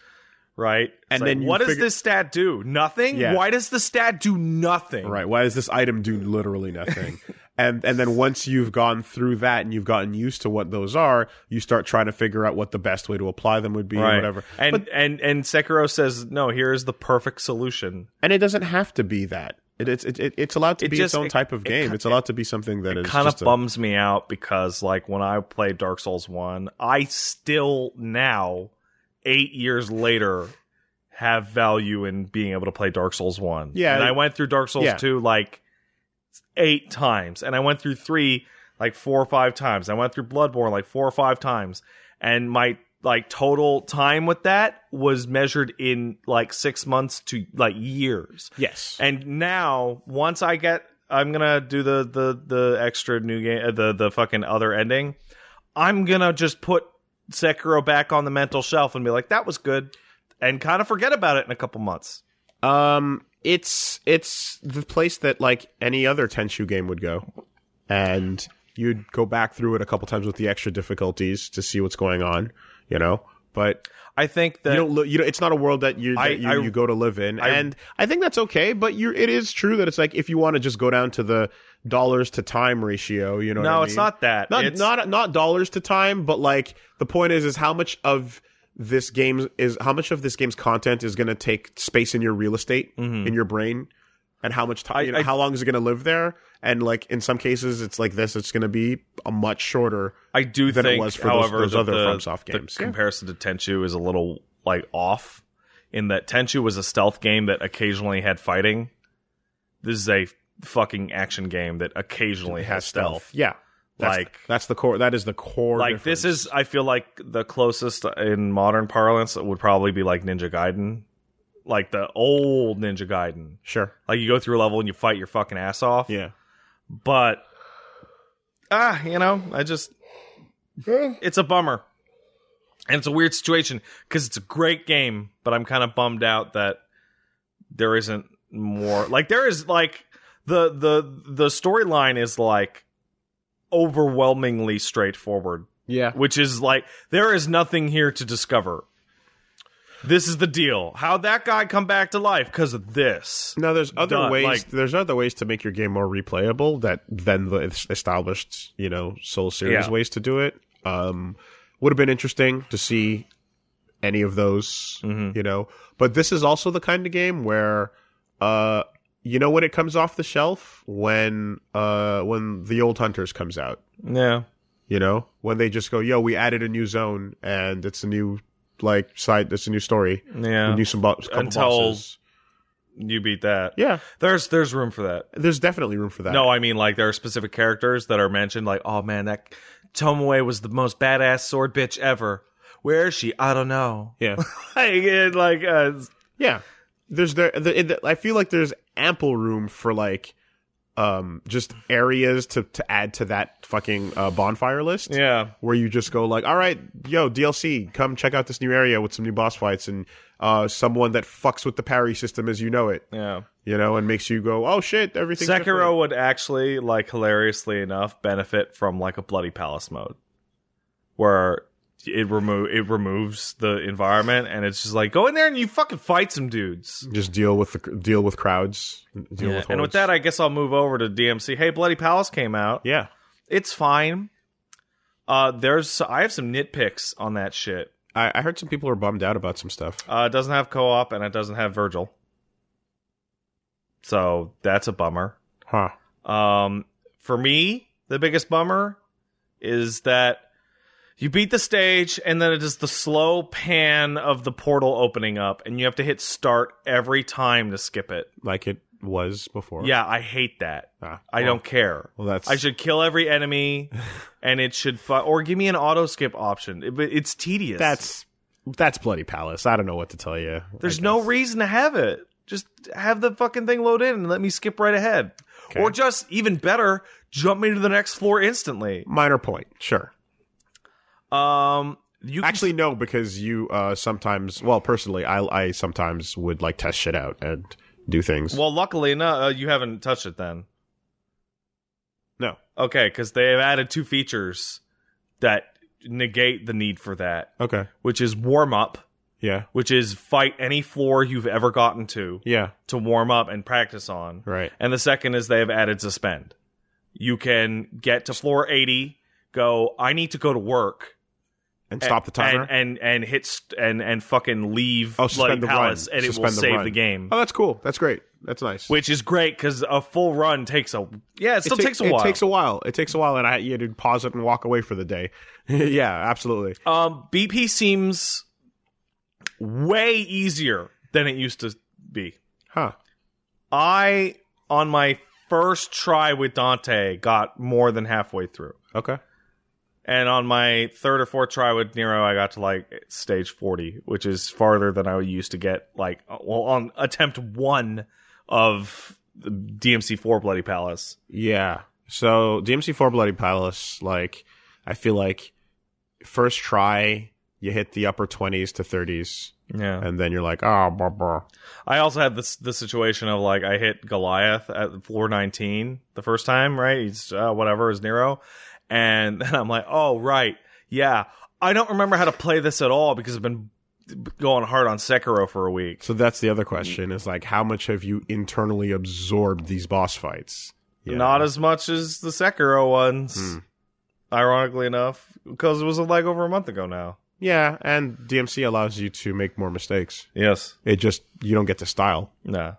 Speaker 2: right? It's
Speaker 1: And
Speaker 2: like,
Speaker 1: then you
Speaker 2: what does
Speaker 1: figure-
Speaker 2: this stat do? Nothing.
Speaker 1: Yeah.
Speaker 2: Why does the stat do nothing?
Speaker 1: right why does this item do literally nothing and and then once you've gone through that and you've gotten used to what those are you start trying to figure out what the best way to apply them would be or
Speaker 2: Right.
Speaker 1: whatever
Speaker 2: And and and Sekiro says no. Here is the perfect solution.
Speaker 1: and it doesn't have to be that it, it's it, it, it's allowed to
Speaker 2: It
Speaker 1: be its
Speaker 2: just-
Speaker 1: own
Speaker 2: it-
Speaker 1: type of
Speaker 2: it
Speaker 1: game
Speaker 2: ki-
Speaker 1: it's allowed to be something that is
Speaker 2: Kind of
Speaker 1: just a-
Speaker 2: bums me out because like when I played Dark Souls one, I still now eight years later have value in being able to play Dark Souls one.
Speaker 1: Yeah.
Speaker 2: and I went through Dark Souls
Speaker 1: Yeah.
Speaker 2: two like eight times, and I went through three like four or five times. I went through Bloodborne like four or five times, and my like total time with that was measured in like six months to like years.
Speaker 1: yes
Speaker 2: And now, once I get, I'm gonna do the the the extra new game, uh, the the fucking other ending. I'm gonna just put Sekiro back on the mental shelf and be like, that was good, and kind of forget about it in a couple months.
Speaker 1: Um, it's it's the place that like any other Tenshu game would go, and you'd go back through it a couple times with the extra difficulties to see what's going on, you know. But
Speaker 2: I think that
Speaker 1: you don't, li- you know, it's not a world that you that
Speaker 2: I-
Speaker 1: you,
Speaker 2: I-
Speaker 1: you go to live in,
Speaker 2: I-
Speaker 1: and I think that's okay. But you, it is true that it's like if you want to just go down to the dollars to time ratio, you know. what
Speaker 2: no,
Speaker 1: I
Speaker 2: it's
Speaker 1: mean?
Speaker 2: not that.
Speaker 1: not
Speaker 2: it's,
Speaker 1: not not dollars to time, but like the point is is how much of this game is how much of this game's content is going to take space in your real estate in your brain, and how much time, you know,
Speaker 2: Mm-hmm. I-
Speaker 1: how long is it going to live there? And like in some cases, it's like this; it's going to be a much shorter.
Speaker 2: I do
Speaker 1: than it
Speaker 2: think,
Speaker 1: was for those-
Speaker 2: however,
Speaker 1: those
Speaker 2: that
Speaker 1: other
Speaker 2: the,
Speaker 1: FromSoft
Speaker 2: the
Speaker 1: games. Yeah.
Speaker 2: comparison to Tenchu is a little like off in that Tenchu was a stealth game that occasionally had fighting. This is a fucking action game that occasionally has stealth.
Speaker 1: yeah. That's,
Speaker 2: Like-
Speaker 1: that's the core. That is the core.
Speaker 2: like this is i feel like the closest in modern parlance would probably be like ninja gaiden like the old ninja gaiden
Speaker 1: sure.
Speaker 2: like you go through a level and you fight your fucking ass off
Speaker 1: Yeah.
Speaker 2: but ah you know i just it's a bummer and it's a weird situation because it's a great game but i'm kind of bummed out that there isn't more like there is like the the the storyline is like overwhelmingly straightforward
Speaker 1: Yeah.
Speaker 2: which is like there is nothing here to discover this is the deal how that guy come back to life because of this
Speaker 1: No, there's other
Speaker 2: Done,
Speaker 1: ways.
Speaker 2: like-
Speaker 1: there's other ways to make your game more replayable that than the es- established, you know, Soul series
Speaker 2: Yeah.
Speaker 1: ways to do it. Um, would have been interesting to see any of those,
Speaker 2: Mhm.
Speaker 1: you know. But this is also the kind of game where, uh, you know, when it comes off the shelf, when uh, when the old hunters comes out,
Speaker 2: yeah
Speaker 1: you know, when they just go, yo, we added a new zone and it's a new like side, it's a new story,
Speaker 2: yeah
Speaker 1: new some bo- couple
Speaker 2: Until-
Speaker 1: bosses.
Speaker 2: you beat that
Speaker 1: Yeah,
Speaker 2: there's there's room for that
Speaker 1: there's definitely room for that.
Speaker 2: No, I mean like there are specific characters that are mentioned. Like, oh man, that Tomoe was the most badass sword bitch ever. Where is she? I don't know.
Speaker 1: yeah.
Speaker 2: like, it, like uh,
Speaker 1: Yeah, there's there. The, in the, I feel like there's ample room for like, um, just areas to to add to that fucking uh, bonfire list.
Speaker 2: yeah,
Speaker 1: Where you just go like, all right, yo DLC, come check out this new area with some new boss fights and uh, someone that fucks with the parry system as you know it,
Speaker 2: yeah.
Speaker 1: you know, and makes you go, oh shit, everything's
Speaker 2: Sekiro
Speaker 1: different.
Speaker 2: would actually like hilariously enough benefit from like a bloody palace mode, where it remove it removes the environment and it's just like go in there and you fucking fight some dudes.
Speaker 1: Just deal with the deal with crowds, deal with
Speaker 2: and with
Speaker 1: hordes.
Speaker 2: that, I guess I'll move over to DMC. Hey, Bloody Palace came out.
Speaker 1: yeah,
Speaker 2: it's fine. Uh, there's I have some nitpicks on that shit.
Speaker 1: I, I heard some people were bummed out about some stuff.
Speaker 2: Uh, it doesn't have co-op and it doesn't have Virgil, so that's a bummer.
Speaker 1: Huh?
Speaker 2: Um, for me, the biggest bummer is that you beat the stage and then it is the slow pan of the portal opening up, and you have to hit start every time to skip it.
Speaker 1: Like it was before.
Speaker 2: Yeah, I hate that.
Speaker 1: Ah,
Speaker 2: I
Speaker 1: well-
Speaker 2: don't care.
Speaker 1: Well, that's
Speaker 2: I should kill every enemy, and it should fu- or give me an auto skip option. It- but it's tedious.
Speaker 1: That's that's bloody palace. I don't know what to tell you.
Speaker 2: there's
Speaker 1: I
Speaker 2: no
Speaker 1: guess.
Speaker 2: reason to have it. Just have the fucking thing load in and let me skip right ahead.
Speaker 1: Okay.
Speaker 2: Or just even better, jump me to the next floor instantly.
Speaker 1: minor point. Sure.
Speaker 2: Um, you can-
Speaker 1: Actually, no, because you uh, sometimes. Well, personally, I I sometimes would like test shit out and do things.
Speaker 2: well, luckily, no, uh, you haven't touched it then.
Speaker 1: no.
Speaker 2: Okay, because they have added two features that negate the need for that,
Speaker 1: Okay.
Speaker 2: which is warm up,
Speaker 1: Yeah.
Speaker 2: which is fight any floor you've ever gotten to
Speaker 1: Yeah.
Speaker 2: to warm up and practice on.
Speaker 1: Right.
Speaker 2: And the second is they have added suspend. You can get to floor 80, go, I need to go to work.
Speaker 1: And stop the timer.
Speaker 2: And and, and hit st- and and fucking leave
Speaker 1: Oh,
Speaker 2: Bloody
Speaker 1: suspend the
Speaker 2: Palace
Speaker 1: run.
Speaker 2: and it will
Speaker 1: Suspend the
Speaker 2: save
Speaker 1: run.
Speaker 2: the game.
Speaker 1: oh, that's cool. That's great. That's nice.
Speaker 2: Which is great cuz a full run takes a Yeah, it still
Speaker 1: ta-
Speaker 2: takes a while.
Speaker 1: It takes a while. It takes a while, and I you had to pause it and walk away for the day. yeah, absolutely.
Speaker 2: um BP seems way easier than it used to be.
Speaker 1: Huh.
Speaker 2: I on my first try with Dante got more than halfway through.
Speaker 1: Okay.
Speaker 2: And on my third or fourth try with Nero, I got to like stage 40, which is farther than I used to get. Like, uh, well, on attempt one of the DMC4 Bloody Palace.
Speaker 1: Yeah. So DMC4 Bloody Palace, like I feel like first try you hit the upper 20s to 30s
Speaker 2: Yeah.
Speaker 1: and then you're like, "Ah, blah, blah."
Speaker 2: I also had this the situation of like I hit Goliath at floor 19 the first time, right? He's uh, whatever is Nero, and then I'm like, oh right, yeah. I don't remember how to play this at all because I've been going hard on Sekiro for a week.
Speaker 1: So that's the other question is like how much have you internally absorbed these boss fights? You
Speaker 2: Not
Speaker 1: know?
Speaker 2: as much as the Sekiro ones,
Speaker 1: Hmm.
Speaker 2: ironically enough, because it was like over a month ago now.
Speaker 1: Yeah, and DMC allows you to make more mistakes.
Speaker 2: Yes.
Speaker 1: It just you don't get to style.
Speaker 2: Nah.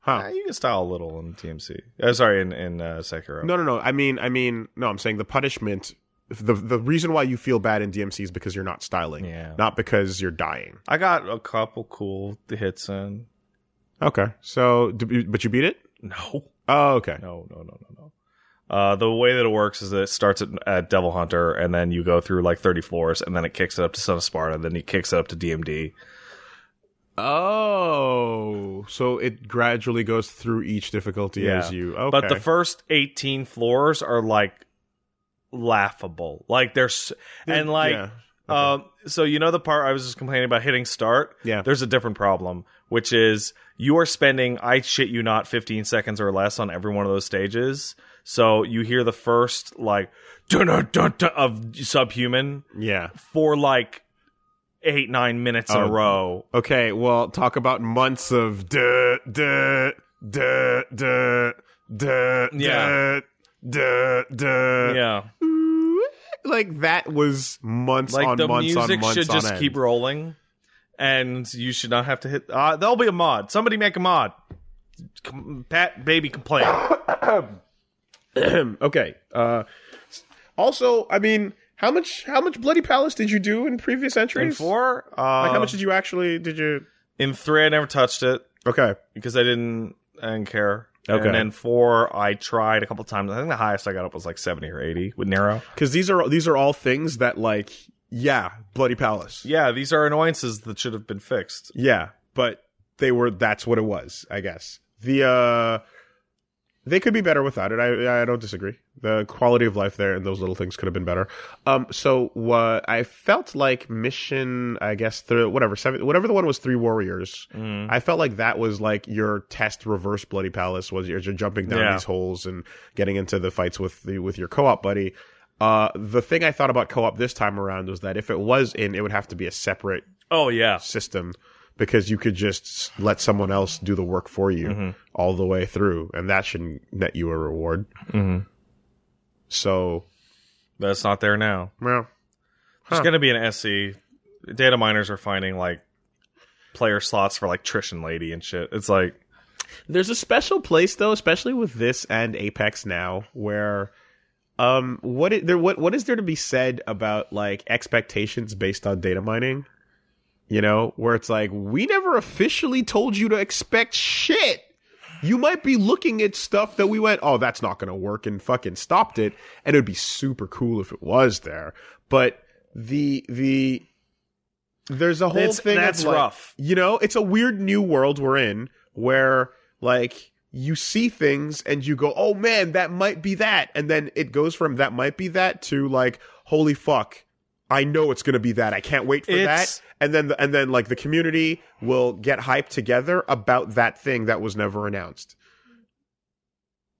Speaker 1: Huh.
Speaker 2: Nah, you can style a little in TMC. Uh, sorry, in in uh, Sekiro.
Speaker 1: No, no, no. I mean, I mean, no, I'm saying the punishment the the reason why you feel bad in DMC is because you're not styling,
Speaker 2: Yeah.
Speaker 1: not because you're dying.
Speaker 2: I got a couple cool hits in.
Speaker 1: Okay. So, d- you- but you beat it?
Speaker 2: No.
Speaker 1: Oh, okay.
Speaker 2: No. No. No. No. No. Uh, the way that it works is that it starts at, at Devil Hunter, and then you go through like 30 floors, and then it kicks it up to Son of Sparta, then it kicks it up to DMD.
Speaker 1: Oh, so it gradually goes through each difficulty
Speaker 2: Yeah.
Speaker 1: as you. Okay.
Speaker 2: But the first 18 floors are like laughable. Like there's and like
Speaker 1: Yeah.
Speaker 2: Um, so you know the part I was just complaining about hitting start.
Speaker 1: Yeah.
Speaker 2: There's a different problem, which is you are spending I shit you not 15 seconds or less on every one of those stages. So you hear the first like dun dun dun dun of subhuman
Speaker 1: Yeah.
Speaker 2: for like eight nine minutes in a
Speaker 1: Oh.
Speaker 2: row.
Speaker 1: Okay, well, talk about months of duh, duh, duh, duh, duh,
Speaker 2: Yeah.
Speaker 1: duh, duh, duh.
Speaker 2: Yeah.
Speaker 1: Like that was months
Speaker 2: Like
Speaker 1: on
Speaker 2: the
Speaker 1: months on
Speaker 2: music
Speaker 1: months
Speaker 2: should
Speaker 1: on
Speaker 2: just
Speaker 1: end.
Speaker 2: keep rolling, and you should not have to hit. Uh, there'll be a mod. Somebody make a mod. Com- Pat baby complain.
Speaker 1: okay. Uh, also, I mean, how much how much bloody palace did you do in previous
Speaker 2: in
Speaker 1: entries?
Speaker 2: four. Uh,
Speaker 1: Like, how much did you actually did you?
Speaker 2: in three, I never touched it
Speaker 1: Okay.
Speaker 2: because I didn't. I didn't care.
Speaker 1: Okay.
Speaker 2: And then four, I tried a couple times. I think the highest I got up was like seventy or eighty with Nero.
Speaker 1: Because these are these are all things that like yeah, bloody palace.
Speaker 2: Yeah, these are annoyances that should have been fixed.
Speaker 1: Yeah, but they were that's what it was, I guess. The uh they could be better without it. I I don't disagree. The quality of life there and those little things could have been better. Um so what I felt like mission I guess through whatever seven whatever the one was three warriors.
Speaker 2: Mm.
Speaker 1: I felt like that was like your test reverse bloody palace was you're, you're jumping down
Speaker 2: Yeah.
Speaker 1: these holes and getting into the fights with the with your co-op buddy. Uh, the thing I thought about co-op this time around was that if it was in, it would have to be a separate
Speaker 2: Oh yeah,
Speaker 1: system because you could just s- let someone else do the work for you
Speaker 2: Mm-hmm.
Speaker 1: all the way through and that should net you a reward
Speaker 2: Mhm.
Speaker 1: Mm-hmm. so
Speaker 2: that's not there now.
Speaker 1: well
Speaker 2: There's
Speaker 1: Huh.
Speaker 2: going to be an SE. Data miners are finding like player slots for like Trish and Lady and shit. It's like
Speaker 1: there's a special place though especially with this and apex now where um what i- there what what is there to be said about like expectations based on data mining you know where it's like we never officially told you to expect shit you might be looking at stuff that we went, oh, that's not going to work and fucking stopped it. And it would be super cool if it was there. But the, the, there's a whole
Speaker 2: That's-
Speaker 1: thing. of,
Speaker 2: that's
Speaker 1: like-
Speaker 2: rough.
Speaker 1: You know, it's a weird new world we're in where like you see things and you go, oh man, that might be that. And then it goes from that might be that to like, holy fuck. I know it's going to be that. I can't wait for
Speaker 2: It's-
Speaker 1: that and then the, and then like the community will get hyped together about that thing that was never announced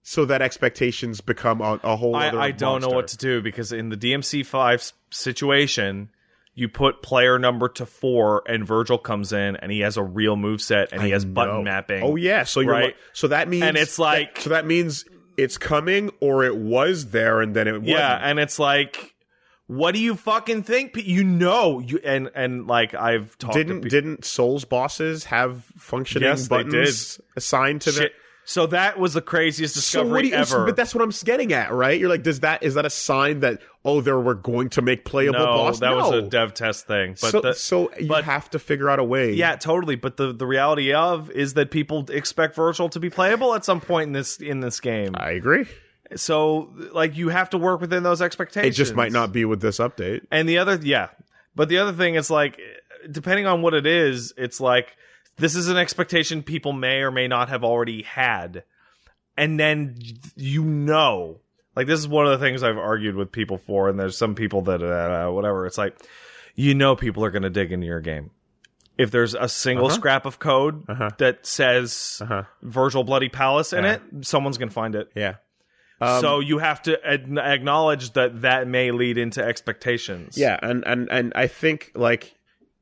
Speaker 1: so that expectations become a, a whole other
Speaker 2: I, I don't know what to
Speaker 1: monster.
Speaker 2: do because in the DMC five s- situation, you put player number to four, and Virgil comes in and he has a real move set and he has
Speaker 1: No.
Speaker 2: button mapping.
Speaker 1: oh yeah so you're
Speaker 2: right?
Speaker 1: like- so that means
Speaker 2: And it's like-
Speaker 1: so that means it's coming or it was there and then it
Speaker 2: yeah,
Speaker 1: wasn't.
Speaker 2: and it's like, what do you fucking think? pe- You know, you and and like I've talked
Speaker 1: didn't
Speaker 2: to people.
Speaker 1: didn't souls bosses have functioning
Speaker 2: Yes, they
Speaker 1: buttons assigned to them
Speaker 2: Shit. So that was the craziest
Speaker 1: So what do
Speaker 2: discovery
Speaker 1: you,
Speaker 2: ever.
Speaker 1: but that's what I'm getting at, right? You're like, does that is that a sign that oh, there we're going to make playable
Speaker 2: no,
Speaker 1: boss?
Speaker 2: that was a
Speaker 1: No.
Speaker 2: dev test thing. But
Speaker 1: so,
Speaker 2: the,
Speaker 1: so you
Speaker 2: but-
Speaker 1: have to figure out a way.
Speaker 2: Yeah, totally. But the, the reality of is that people expect Virgil to be playable at some point in this in this game.
Speaker 1: I agree.
Speaker 2: So like you have to work within those
Speaker 1: It
Speaker 2: expectations.
Speaker 1: just might not be with this update.
Speaker 2: And the other yeah. But the other thing is like depending on what it is, it's like this is an expectation people may or may not have already had. And then you know. Like this is one of the things I've argued with people for and there's some people that uh, whatever. It's like you know people are going to dig into your game. If there's a single
Speaker 1: Uh-huh.
Speaker 2: scrap of code
Speaker 1: Uh-huh.
Speaker 2: that says
Speaker 1: Uh-huh.
Speaker 2: Virgil Bloody Palace in
Speaker 1: Yeah.
Speaker 2: it, someone's going to find it.
Speaker 1: Yeah. Um,
Speaker 2: so you have to ad- acknowledge that that may lead into expectations.
Speaker 1: Yeah, and and and I think like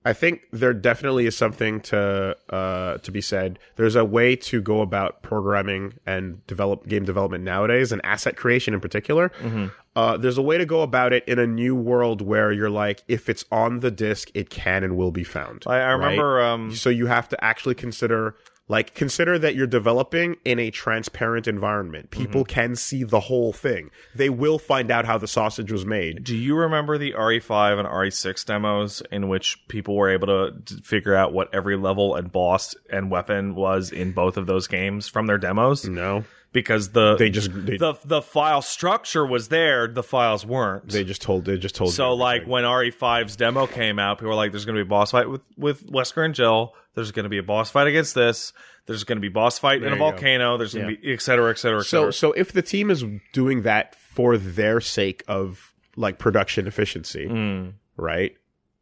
Speaker 1: I think there definitely is something to uh to be said. There's a way to go about programming and develop game development nowadays, and asset creation in particular.
Speaker 2: Mm-hmm.
Speaker 1: Uh, there's a way to go about it in a new world where you're like, if it's on the disk, it can and will be found.
Speaker 2: I,
Speaker 1: right?
Speaker 2: I remember. Um,
Speaker 1: So you have to actually consider like consider that you're developing in a transparent environment.
Speaker 2: Mm-hmm.
Speaker 1: People can see the whole thing. They will find out how the sausage was made.
Speaker 2: do you remember the RE5 and RE6 demos in which people were able to d- figure out what every level and boss and weapon was in both of those games from their demos?
Speaker 1: No.
Speaker 2: Because the
Speaker 1: Mm. They just they,
Speaker 2: the the file structure was there, the files weren't.
Speaker 1: they just told they just told
Speaker 2: So
Speaker 1: you
Speaker 2: like
Speaker 1: everything.
Speaker 2: when RE5's demo came out, people were like, "There's going to be a boss fight with with Wesker and Jill. There's going to be a boss fight against this. There's going to be boss fight in
Speaker 1: There
Speaker 2: a
Speaker 1: you go.
Speaker 2: volcano. There's going
Speaker 1: Yeah.
Speaker 2: to be et cetera, et cetera, et
Speaker 1: so
Speaker 2: cetera."
Speaker 1: so if the team is doing that for their sake of like production efficiency,
Speaker 2: Mm.
Speaker 1: right?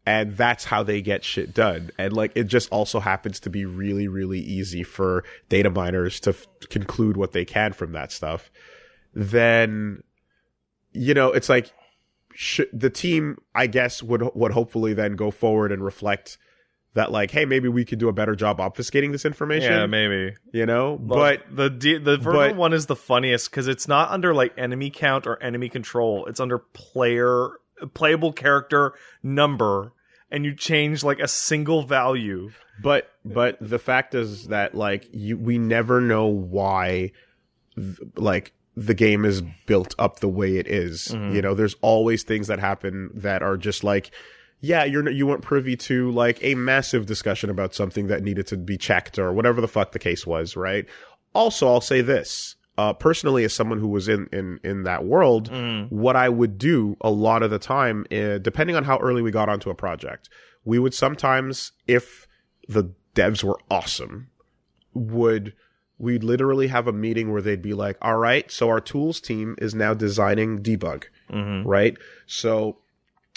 Speaker 1: and that's how they get shit done. And like it just also happens to be really really easy for data miners to f- conclude what they can from that stuff. Then you know, it's like sh- the team I guess would would hopefully then go forward and reflect that like hey, maybe we could do a better job obfuscating this information,
Speaker 2: Yeah, maybe.
Speaker 1: you know?
Speaker 2: But
Speaker 1: but
Speaker 2: the D, the vertical
Speaker 1: but-
Speaker 2: one is the funniest because it's not under like enemy count or enemy control. It's under player playable character number, and you change like a single value.
Speaker 1: but but the fact is that like you we never know why th- like the game is built up the way it is.
Speaker 2: Mhm.
Speaker 1: you know there's always things that happen that are just like yeah you're n- you weren't privy to like a massive discussion about something that needed to be checked or whatever the fuck the case was right also i'll say this uh personally as someone who was in in in that world what I would do a lot of the time, uh, depending on how early we got onto a project, we would sometimes, if the devs were awesome, would we'd literally have a meeting where they'd be like, "All right, so our tools team is now designing debug,
Speaker 2: Mm-hmm.
Speaker 1: right? So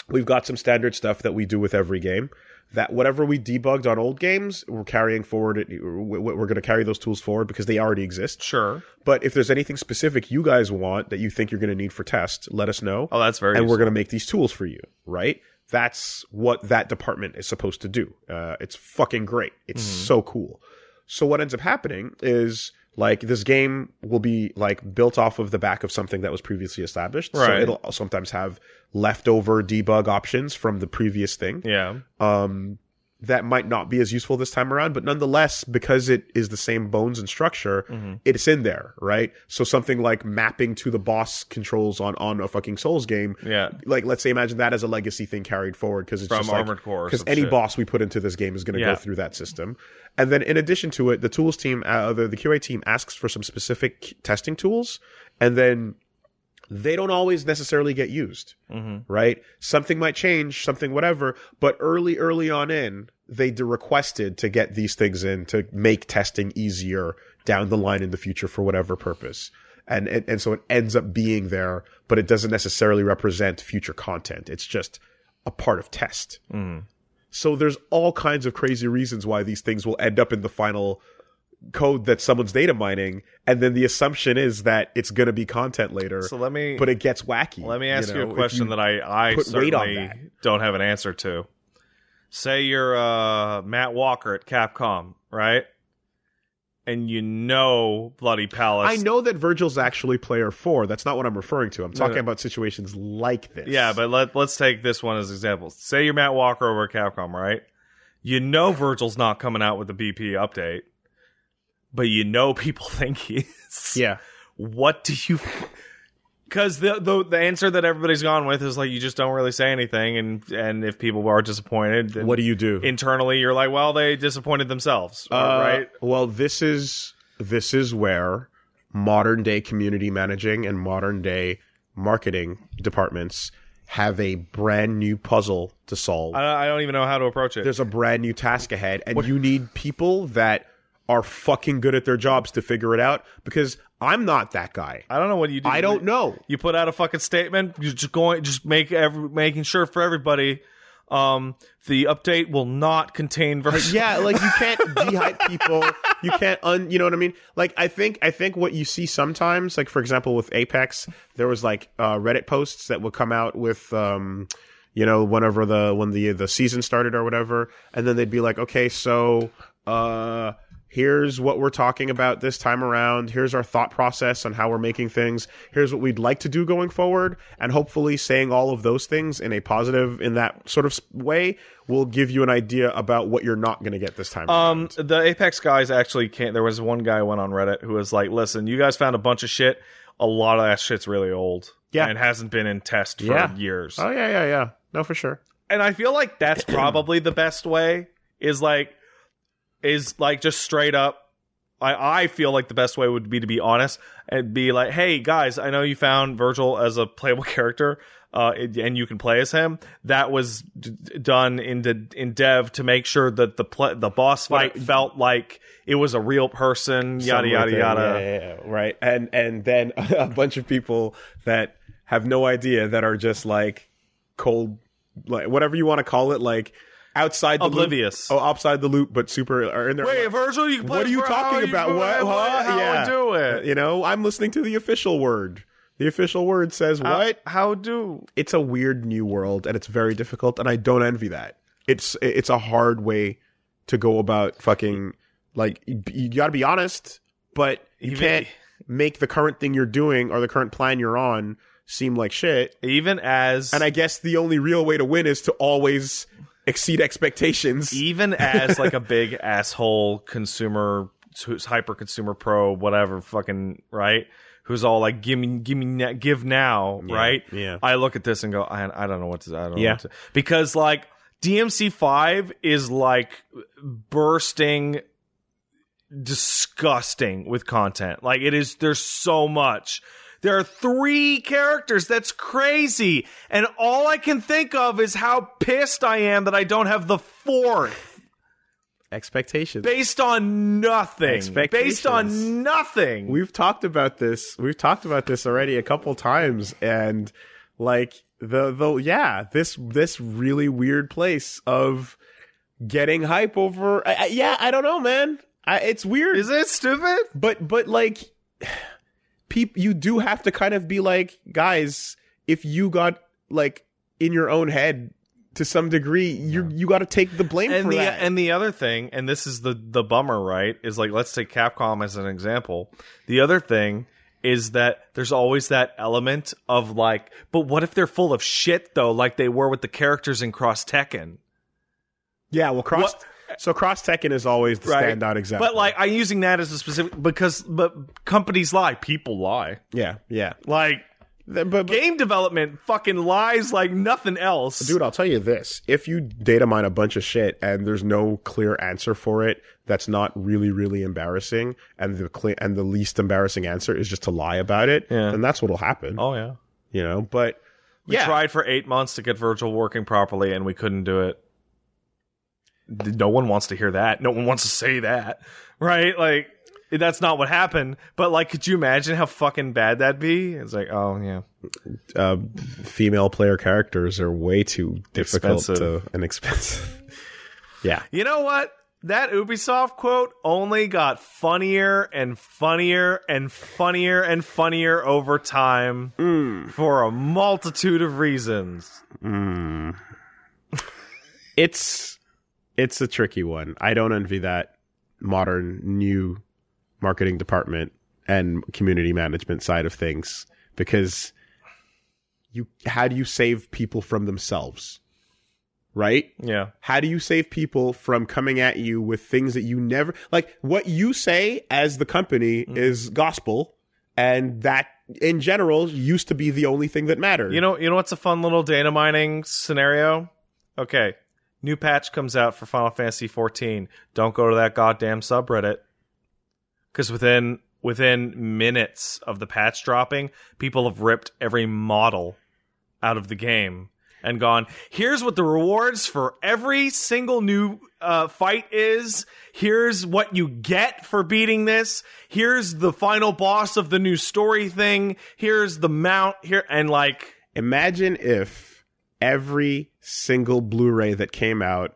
Speaker 1: we've got some standard stuff that we do with every game." That whatever we debugged on old games, we're carrying forward. it- we- We're going to carry those tools forward because they already exist.
Speaker 2: Sure.
Speaker 1: But if there's anything specific you guys want that you think you're going to need for test, let us know
Speaker 2: Oh, that's very.
Speaker 1: and we're going to make these tools for you, right? That's what that department is supposed to do. Uh, it's fucking great. It's
Speaker 2: Mhm.
Speaker 1: so cool. So what ends up happening is like this game will be like built off of the back of something that was previously established. So
Speaker 2: Right.
Speaker 1: it'll sometimes have leftover debug options from the previous thing.
Speaker 2: yeah.
Speaker 1: Um, that might not be as useful this time around, but nonetheless, because it is the same bones and structure,
Speaker 2: Mhm.
Speaker 1: it's in there, right? So something like mapping to the boss controls on on a fucking Souls game
Speaker 2: Yeah.
Speaker 1: like let's say imagine that as a legacy thing carried forward because it's
Speaker 2: From
Speaker 1: just
Speaker 2: Armored Core. or
Speaker 1: because
Speaker 2: some
Speaker 1: any
Speaker 2: shit.
Speaker 1: boss we put into this game is going to go
Speaker 2: Yeah.
Speaker 1: through that system and then in addition to it the tools team uh, the, the qa team asks for some specific testing tools and then they don't always necessarily get used
Speaker 2: Mhm.
Speaker 1: right something might change something whatever but early early on in they d- requested to get these things in to make testing easier down the line in the future for whatever purpose and and, and so it ends up being there but it doesn't necessarily represent future content it's just a part of test
Speaker 2: Mhm.
Speaker 1: so there's all kinds of crazy reasons why these things will end up in the final code that someone's data mining and then the assumption is that it's going to be content later
Speaker 2: So let me
Speaker 1: but it gets wacky
Speaker 2: let me ask you,
Speaker 1: know,
Speaker 2: a
Speaker 1: if
Speaker 2: question that I I
Speaker 1: put
Speaker 2: certainly
Speaker 1: weight on that.
Speaker 2: don't have an answer to. Say you're uh, Matt Walker at Capcom, right? And you know bloody
Speaker 1: I
Speaker 2: Palace
Speaker 1: know that Virgil's actually player four. That's not what I'm referring to. I'm
Speaker 2: No,
Speaker 1: talking
Speaker 2: no.
Speaker 1: about situations like this.
Speaker 2: Yeah, but let, let's take this one as an example. Say you're Matt Walker over at Capcom, right? You know Virgil's not coming out with the BP update, but you know people think he is.
Speaker 1: yeah,
Speaker 2: What do you. Because the, the the answer that everybody's gone with is like you just don't really say anything, and and if people are disappointed, then
Speaker 1: what do you do?
Speaker 2: internally you're like, well, they disappointed themselves,
Speaker 1: Uh,
Speaker 2: right?
Speaker 1: Well, this is this is where modern day community managing and modern day marketing departments have a brand new puzzle to solve.
Speaker 2: I, don't- I don't even know how to approach it.
Speaker 1: There's a brand new task ahead, and you need people that are fucking good at their jobs to figure it out. Because I'm not that guy.
Speaker 2: I don't know what you do.
Speaker 1: I don't know.
Speaker 2: you put out a fucking statement you're just going just make every making sure for everybody um the update will not contain version
Speaker 1: Uh, yeah like you can't dehype people you can't un you know what i mean like i think i think what you see sometimes like for example with apex there was like uh reddit posts that would come out with um you know whenever the when the the season started or whatever and then they'd be like okay so uh here's what we're talking about this time around here's our thought process on how we're making things here's what we'd like to do going forward and hopefully saying all of those things in a positive in that sort of s- way will give you an idea about what you're not going to get this time
Speaker 2: um the apex guys actually can't there was one guy went on reddit who was like listen you guys found a bunch of shit a lot of that shit's really old
Speaker 1: Yeah.
Speaker 2: and hasn't been in test for
Speaker 1: Yeah.
Speaker 2: years
Speaker 1: oh yeah yeah yeah no for sure
Speaker 2: and i feel like that's probably the best way is like is like just straight up I, I feel like the best way would be to be honest and be like, hey guys, I know you found Virgil as a playable character, uh, and and you can play as him. That was d- d- done in the, in dev to make sure that the pl- the boss fight
Speaker 1: Right.
Speaker 2: felt like it was a real person. Yada
Speaker 1: Something like
Speaker 2: yada
Speaker 1: that.
Speaker 2: yada.
Speaker 1: Yeah, yeah, yeah. right and and then a bunch of people that have no idea that are just like cold like whatever you want to call it, like outside the
Speaker 2: Oblivious.
Speaker 1: Loop, oh, outside the loop, but super or in there.
Speaker 2: Wait, Virgil, you can play
Speaker 1: What are you
Speaker 2: for
Speaker 1: talking
Speaker 2: how
Speaker 1: about?
Speaker 2: You,
Speaker 1: What?
Speaker 2: How,
Speaker 1: Huh?
Speaker 2: how
Speaker 1: Yeah.
Speaker 2: do it?
Speaker 1: you know, I'm listening to the official word. The official word says
Speaker 2: How-
Speaker 1: what?
Speaker 2: How do?
Speaker 1: It's a weird new world, and it's very difficult, and I don't envy that. It's it's a hard way to go about fucking like you, you got to be honest, but you
Speaker 2: Even-
Speaker 1: can't make the current thing you're doing or the current plan you're on seem like shit.
Speaker 2: Even as
Speaker 1: And I guess the only real way to win is to always exceed expectations.
Speaker 2: even as like a big asshole consumer who's hyper consumer pro whatever fucking right who's all like give me give me na- give now
Speaker 1: Yeah,
Speaker 2: right
Speaker 1: yeah.
Speaker 2: i look at this and go i, I don't know what to i don't know
Speaker 1: Yeah.
Speaker 2: what to, because like dmc5 is like bursting disgusting with content like it is there's so much there are three characters. That's crazy. And all I can think of is how pissed I am that I don't have the fourth
Speaker 1: Expectations.
Speaker 2: based on nothing. Based
Speaker 1: Expectations.
Speaker 2: on nothing.
Speaker 1: We've talked about this. We've talked about this already a couple times, and like the the yeah, this this really weird place of getting hype over. I, I, yeah, I don't know, man. I, it's weird,
Speaker 2: is it stupid?
Speaker 1: but but like, peop, you do have to kind of be like, guys, if you got like in your own head to some degree, you you got to take the blame
Speaker 2: and
Speaker 1: for
Speaker 2: the
Speaker 1: that.
Speaker 2: and the other thing, and this is the the bummer, right? Is like let's take Capcom as an example. The other thing is that there's always that element of like, but what if they're full of shit though, like they were with the characters in Cross Tekken,
Speaker 1: yeah, well, cross. So cross Tekken is always the
Speaker 2: Right.
Speaker 1: standout example.
Speaker 2: But like I'm using that as a specific because but companies lie, people lie.
Speaker 1: yeah, yeah.
Speaker 2: Like
Speaker 1: Th- But, but
Speaker 2: game development fucking lies like nothing else.
Speaker 1: Dude, I'll tell you this. If you data mine a bunch of shit and there's no clear answer for it, that's not really, really embarrassing. And the cle and the least embarrassing answer is just to lie about it.
Speaker 2: Yeah.
Speaker 1: And that's what'll happen.
Speaker 2: Oh yeah.
Speaker 1: You know, but
Speaker 2: We
Speaker 1: yeah,
Speaker 2: tried for 8 months to get Virgil working properly and we couldn't do it. No one wants to hear that. No one wants to say that. Right? Like that's not what happened, but like could you imagine how fucking bad that'd be? It's like, oh yeah.
Speaker 1: uh, female player characters are way too difficult
Speaker 2: Expensive.
Speaker 1: to and expensive. yeah.
Speaker 2: You know what? That Ubisoft quote only got funnier and funnier and funnier and funnier over time for a multitude of reasons.
Speaker 1: Mm. it's it's a tricky one. I don't envy that modern new marketing department and community management side of things because you how do you save people from themselves? Right?
Speaker 2: Yeah.
Speaker 1: How do you save people from coming at you with things that you never like what you say as the company
Speaker 2: Mm-hmm.
Speaker 1: is gospel and that in general used to be the only thing that mattered.
Speaker 2: You know, you know what's a fun little data mining scenario? Okay. New patch comes out for Final Fantasy 14. Don't go to that goddamn subreddit. Cuz within within minutes of the patch dropping, people have ripped every model out of the game and gone, "Here's what the rewards for every single new uh, fight is. Here's what you get for beating this. Here's the final boss of the new story thing. Here's the mount here and like
Speaker 1: Imagine if every single Blu-ray that came out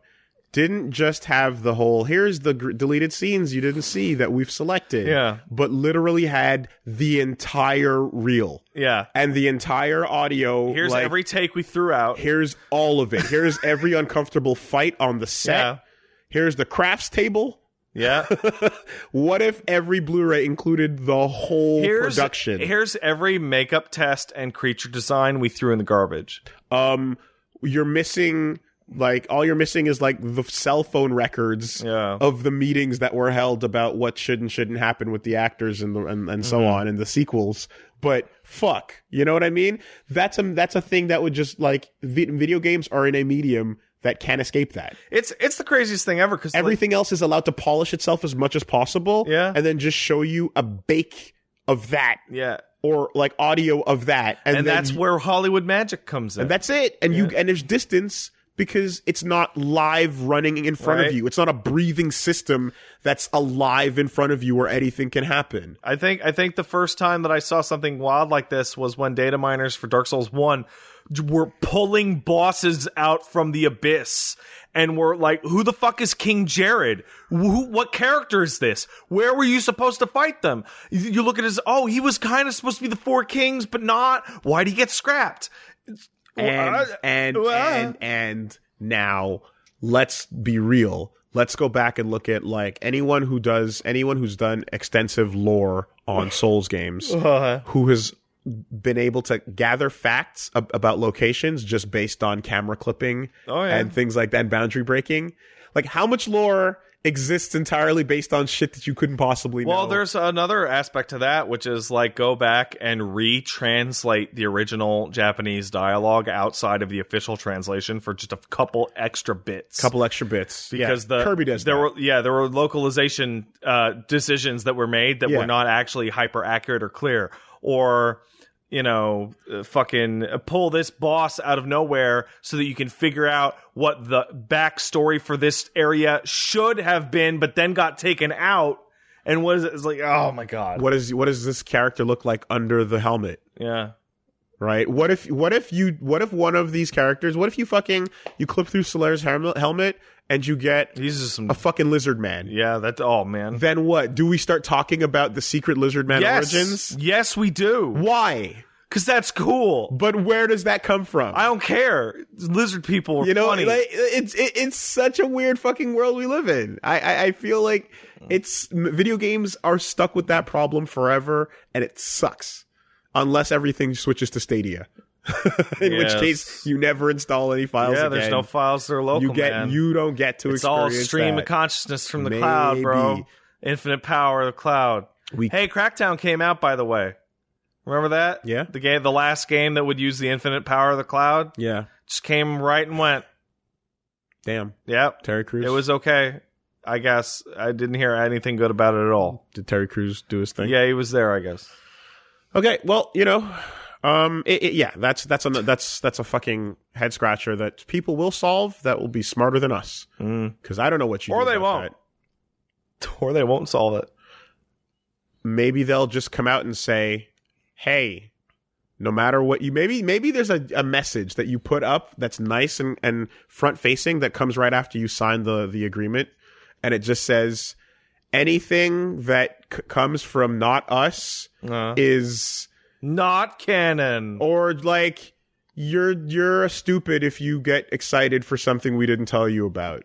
Speaker 1: didn't just have the whole here's the gr- deleted scenes you didn't see that we've selected,
Speaker 2: Yeah.
Speaker 1: but literally had the entire reel
Speaker 2: Yeah.
Speaker 1: and the entire audio.
Speaker 2: Here's
Speaker 1: like,
Speaker 2: every take we threw out.
Speaker 1: here's all of it. Here's every uncomfortable fight on the set.
Speaker 2: Yeah.
Speaker 1: Here's the crafts table.
Speaker 2: Yeah.
Speaker 1: What if every Blu-ray included the whole
Speaker 2: Here's
Speaker 1: production?
Speaker 2: Here's every makeup test and creature design we threw in the garbage.
Speaker 1: um, you're missing like all you're missing is like the cell phone records.
Speaker 2: Yeah.
Speaker 1: of the meetings that were held about what should and shouldn't happen with the actors and the, and, and so
Speaker 2: Mm-hmm.
Speaker 1: on and the sequels. But fuck, you know what I mean? That's a that's a thing that would just like vi- video games are in a medium that can't escape that.
Speaker 2: It's it's the craziest thing ever cuz
Speaker 1: Everything else is allowed to polish itself as much as possible,
Speaker 2: Yeah.
Speaker 1: and then just show you a bake of that
Speaker 2: yeah.
Speaker 1: or like audio of that, and,
Speaker 2: And
Speaker 1: then
Speaker 2: that's where Hollywood magic comes in.
Speaker 1: that's it. And you and there's distance because it's not live running in front
Speaker 2: Right.
Speaker 1: of you. It's not a breathing system that's alive in front of you where anything can happen.
Speaker 2: I think I think the first time that I saw something wild like this was when data miners for Dark Souls 1 d- were pulling bosses out from the abyss and were like who the fuck is King Jared? Who, what character is this? Where were you supposed to fight them? You, you look at his oh, he was kind of supposed to be the four kings but not. Why would he get scrapped?
Speaker 1: and
Speaker 2: Well, I-
Speaker 1: and,
Speaker 2: well, I-
Speaker 1: and and now let's be real let's go back and look at like anyone who does anyone who's done extensive lore on souls games who has been able to gather facts ab- about locations just based on camera clipping
Speaker 2: Oh, yeah.
Speaker 1: and things like that and boundary breaking like how much lore exists entirely based on shit that you couldn't possibly know
Speaker 2: Well, there's another aspect to that, which is like go back and re-translate the original Japanese dialogue outside of the official translation for just a couple extra bits.
Speaker 1: couple extra bits
Speaker 2: because
Speaker 1: yeah,
Speaker 2: the
Speaker 1: kirby does
Speaker 2: there
Speaker 1: that.
Speaker 2: were yeah there were localization uh, decisions that were made that
Speaker 1: Yeah.
Speaker 2: were not actually hyper accurate or clear or you know uh, fucking uh, pull this boss out of nowhere so that you can figure out what the backstory for this area should have been but then got taken out and was it's like oh my god
Speaker 1: what is what does this character look like under the helmet
Speaker 2: yeah
Speaker 1: right? What if what if you what if one of these characters? What if you fucking you clip through Solaire's helm- helmet and you get
Speaker 2: these are some
Speaker 1: a fucking lizard man?
Speaker 2: yeah that's all man
Speaker 1: Then what? Do we start talking about the secret lizard man
Speaker 2: yes
Speaker 1: origins?
Speaker 2: yes we do
Speaker 1: Why?
Speaker 2: because that's cool
Speaker 1: But where does that come from?
Speaker 2: I don't care lizard people are
Speaker 1: you know,
Speaker 2: funny
Speaker 1: like, it's it, it's such a weird fucking world we live in. I, I I feel like
Speaker 2: Mm.
Speaker 1: it's m- video games are stuck with that problem forever, and it sucks. Unless everything switches to Stadia, in which
Speaker 2: Yes.
Speaker 1: case you never install any files.
Speaker 2: Yeah, there's
Speaker 1: again.
Speaker 2: no files that are local.
Speaker 1: you get
Speaker 2: man.
Speaker 1: you don't get to
Speaker 2: It's all
Speaker 1: experience
Speaker 2: stream
Speaker 1: that.
Speaker 2: of consciousness from the cloud, bro.
Speaker 1: Maybe.
Speaker 2: Infinite power of the cloud.
Speaker 1: We-
Speaker 2: hey, Crackdown came out by the way. Remember that?
Speaker 1: Yeah.
Speaker 2: The game, the last game that would use the infinite power of the cloud,
Speaker 1: yeah
Speaker 2: just came right and went.
Speaker 1: damn
Speaker 2: Yep,
Speaker 1: terry Crews
Speaker 2: it was okay. I guess I didn't hear anything good about it at all.
Speaker 1: did terry Crews do his thing
Speaker 2: Yeah, he was there. I guess.
Speaker 1: okay well you know um it, it- yeah that's that's on the, that's that's a fucking head scratcher that people will solve that will be smarter than us
Speaker 2: Mm.
Speaker 1: because i don't know what you
Speaker 2: Or
Speaker 1: do
Speaker 2: they
Speaker 1: about
Speaker 2: won't. Or they won't solve it.
Speaker 1: that. maybe they'll just come out and say hey no matter what you maybe maybe there's a, a message that you put up that's nice and, and front facing that comes right after you sign the the agreement and it just says anything that c- comes from not us
Speaker 2: Uh,
Speaker 1: is
Speaker 2: not canon.
Speaker 1: or like you're you're stupid if you get excited for something we didn't tell you about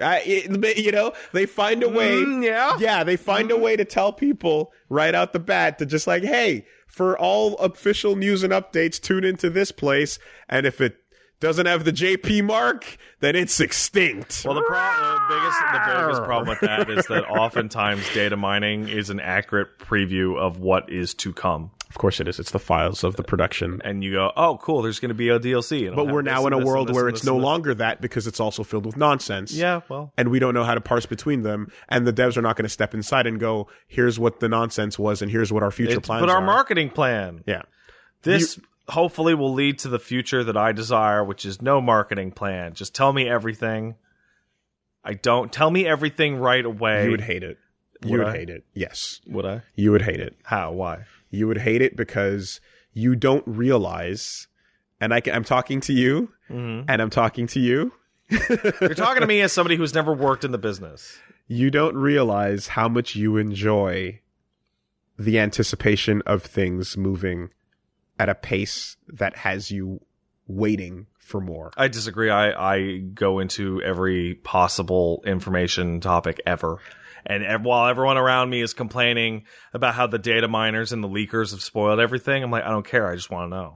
Speaker 1: I, it, you know they find a way
Speaker 2: Mm, yeah.
Speaker 1: yeah, they find a way to tell people right out the bat to just like, hey, for all official news and updates, tune into this place. And if it doesn't have the JP mark, then it's extinct.
Speaker 2: Well, the, pro- the biggest the biggest problem with that is that oftentimes data mining is an accurate preview of what is to come,
Speaker 1: of course it is. It's the files of the production.
Speaker 2: and you go, "Oh, cool, there's going to be a DLC." and
Speaker 1: But
Speaker 2: it'll
Speaker 1: we're
Speaker 2: have
Speaker 1: now
Speaker 2: this
Speaker 1: in a
Speaker 2: and this and
Speaker 1: world
Speaker 2: this
Speaker 1: where
Speaker 2: and
Speaker 1: it's
Speaker 2: this
Speaker 1: no
Speaker 2: and this.
Speaker 1: longer that because it's also filled with nonsense.
Speaker 2: Yeah, well,
Speaker 1: And we don't know how to parse between them. And the devs are not going to step inside and go, here's what the nonsense was and here's what our future
Speaker 2: it's-
Speaker 1: plans
Speaker 2: but our
Speaker 1: are.
Speaker 2: marketing plan,
Speaker 1: yeah.
Speaker 2: this hopefully will lead to the future that I desire, which is no marketing plan. Just tell me everything. I don't tell me everything right away.
Speaker 1: You would hate it. You
Speaker 2: Would
Speaker 1: would
Speaker 2: I?
Speaker 1: hate it. Yes.
Speaker 2: would I?
Speaker 1: You would hate it.
Speaker 2: How? Why?
Speaker 1: You would hate it because you don't realize. And I can, I'm talking to you,
Speaker 2: Mhm.
Speaker 1: and I'm talking to you.
Speaker 2: You're talking to me as somebody who's never worked in the business.
Speaker 1: You don't realize how much you enjoy the anticipation of things moving at a pace that has you waiting for more.
Speaker 2: I disagree. I, I go into every possible information topic ever. And ev- while everyone around me is complaining about how the data miners and the leakers have spoiled everything, I'm like, I don't care. I just want to know.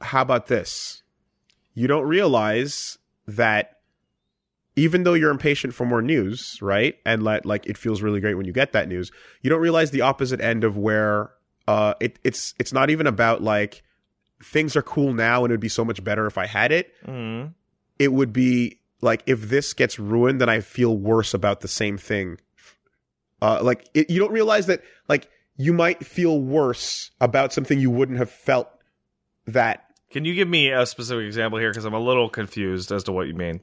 Speaker 1: How about this? You don't realize that even though you're impatient for more news, right? And like, like it feels really great when you get that news. You don't realize the opposite end of where uh, it, it's it's not even about like things are cool now and it would be so much better if I had it.
Speaker 2: Mm.
Speaker 1: It would be like if this gets ruined, then I feel worse about the same thing. Uh, like it, you don't realize that like you might feel worse about something you wouldn't have felt that
Speaker 2: Can you give me a specific example here? Because I'm a little confused as to what you mean.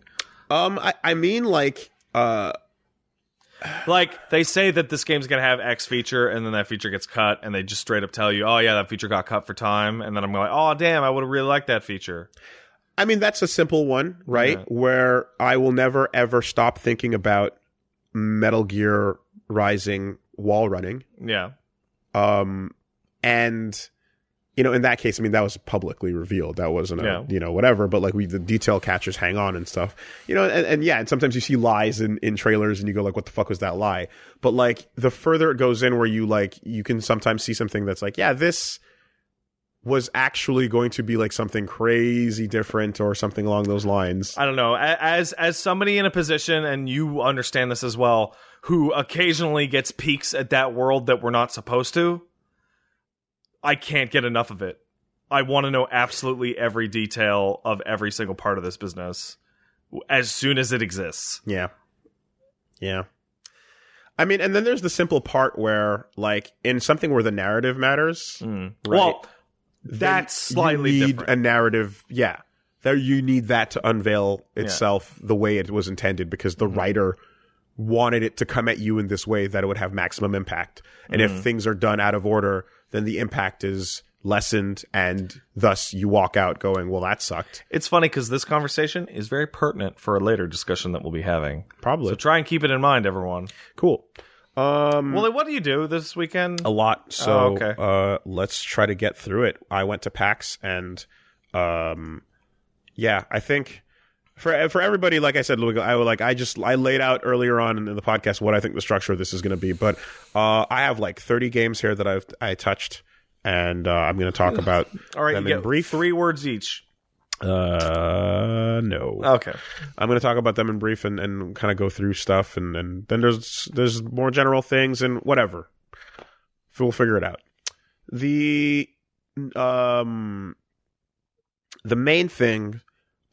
Speaker 1: Um, I, I mean like uh,
Speaker 2: Like they say that this game's gonna have X feature, and then that feature gets cut, and they just straight up tell you, "Oh yeah, that feature got cut for time," and then I'm like, "Oh damn, I would have really liked that feature."
Speaker 1: I mean that's a simple one, right?
Speaker 2: Yeah.
Speaker 1: Where I will never ever stop thinking about Metal Gear Rising wall running.
Speaker 2: Yeah,
Speaker 1: Um, and you know, in that case, I mean, that was publicly revealed. That wasn't a
Speaker 2: Yeah.
Speaker 1: you know whatever, but like we the detail catchers hang on and stuff. You know, and, and yeah, and sometimes you see lies in in trailers and you go like, what the fuck was that lie? But like the further it goes in, where you like you can sometimes see something that's like, yeah, this was actually going to be like something crazy different or something along those lines.
Speaker 2: I don't know. A- As as somebody in a position, and you understand this as well, who occasionally gets peeks at that world that we're not supposed to, I can't get enough of it. I want to know absolutely every detail of every single part of this business as soon as it exists.
Speaker 1: Yeah. Yeah. I mean, and then there's the simple part where, like, in something where the narrative matters, Hmm, Right.
Speaker 2: Well,
Speaker 1: then
Speaker 2: That's slightly
Speaker 1: you need
Speaker 2: different.
Speaker 1: a narrative. Yeah, there you need that to unveil itself the way it was intended because
Speaker 2: Mm-hmm.
Speaker 1: the writer wanted it to come at you in this way that it would have maximum impact. And
Speaker 2: Mm-hmm.
Speaker 1: if things are done out of order, then the impact is lessened, and thus you walk out going, "Well, that sucked."
Speaker 2: it's funny because this conversation is very pertinent for a later discussion that we'll be having.
Speaker 1: Probably
Speaker 2: So try and keep it in mind, everyone.
Speaker 1: cool. Um,
Speaker 2: Well, what do you do this weekend?
Speaker 1: a lot. So
Speaker 2: Oh, okay.
Speaker 1: uh, let's try to get through it. I went to PAX and um, yeah, I think for for everybody, like I said, Louis, I would like I just I laid out earlier on in the podcast what I think the structure of this is going to be, but uh, I have like 30 games here that I've I touched, and uh, I'm going to talk about
Speaker 2: All right,
Speaker 1: them
Speaker 2: you
Speaker 1: in
Speaker 2: get
Speaker 1: brief.
Speaker 2: three words each.
Speaker 1: uh, no.
Speaker 2: Okay.
Speaker 1: I'm going to talk about them in brief and, and kind of go through stuff, and, and then there's there's more general things and whatever. We'll figure it out. The um the main thing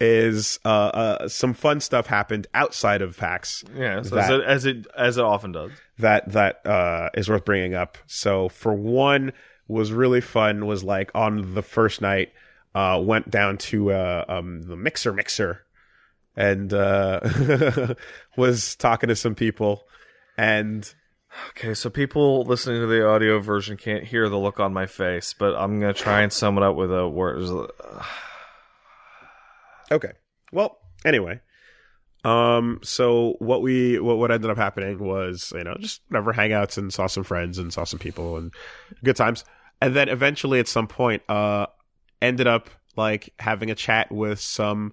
Speaker 1: is uh, uh some fun stuff happened outside of PAX
Speaker 2: Yeah, so
Speaker 1: That-
Speaker 2: as it, as it as it often does.
Speaker 1: that that uh is worth bringing up. So for one was really fun was like on the first night uh went down to uh um the mixer mixer and uh was talking to some people and
Speaker 2: Okay, so people listening to the audio version can't hear the look on my face, but I'm gonna try and sum it uh, up with a word.
Speaker 1: okay. Well, anyway, um so what we what what ended up happening was, you know, just whatever hangouts and saw some friends and saw some people and good times. And then eventually at some point, uh, ended up like having a chat with some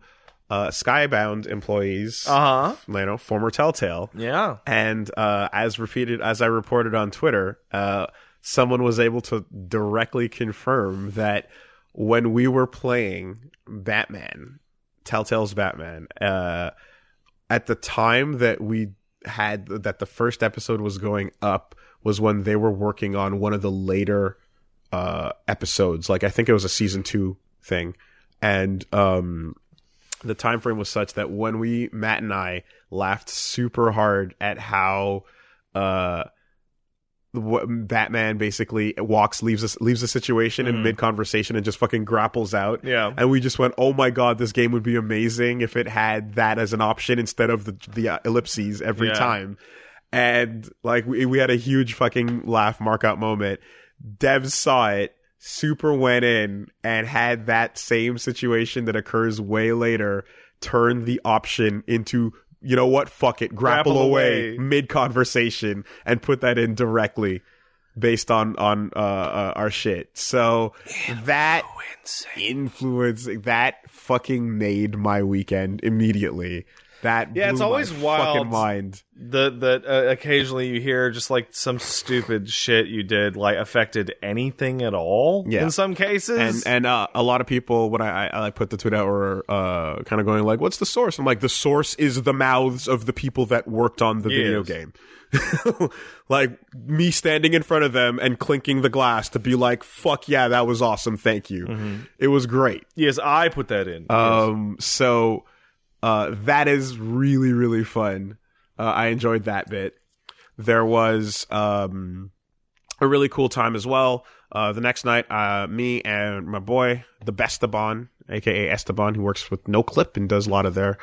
Speaker 1: uh, Skybound employees,
Speaker 2: Uh huh.
Speaker 1: you know, former Telltale.
Speaker 2: Yeah.
Speaker 1: And uh, as repeated, as I reported on Twitter, uh, someone was able to directly confirm that when we were playing Batman, Telltale's Batman, uh, at the time that we had that the first episode was going up was when they were working on one of the later uh, episodes. Like I think it was a season two thing, and um, the time frame was such that when we Matt and I laughed super hard at how uh wh- Batman basically walks leaves us leaves the situation in
Speaker 2: Mhm.
Speaker 1: mid conversation and just fucking grapples out
Speaker 2: Yeah.
Speaker 1: and we just went oh my god this game would be amazing if it had that as an option instead of the the uh, ellipses every
Speaker 2: Yeah.
Speaker 1: time and like we, we had a huge fucking laugh markout moment dev saw it super went in and had that same situation that occurs way later turn the option into you know what fuck it grapple,
Speaker 2: Grapple
Speaker 1: away,
Speaker 2: away.
Speaker 1: mid conversation and put that in directly based on on uh, uh our shit so that influence that fucking made my weekend immediately that
Speaker 2: Yeah, it's
Speaker 1: blew my
Speaker 2: always wild.
Speaker 1: fucking mind
Speaker 2: The the uh, occasionally you hear just like some stupid shit you did like affected anything at all.
Speaker 1: Yeah.
Speaker 2: In some cases.
Speaker 1: and and uh, a lot of people when I, I I put the tweet out were uh, kind of going like, "What's the source?" I'm like, "The source is the mouths of the people that worked on the video
Speaker 2: Yes.
Speaker 1: game." like me standing in front of them and clinking the glass to be like, "Fuck yeah, that was awesome, thank you,
Speaker 2: Mm-hmm.
Speaker 1: it was great."
Speaker 2: yes, I put that in.
Speaker 1: Um, so uh, that is really really fun. Uh, I enjoyed that bit. There was um, a really cool time as well. Uh, the next night, uh, me and my boy, the Bestaban, aka Esteban, who works with No Clip and does a lot of their,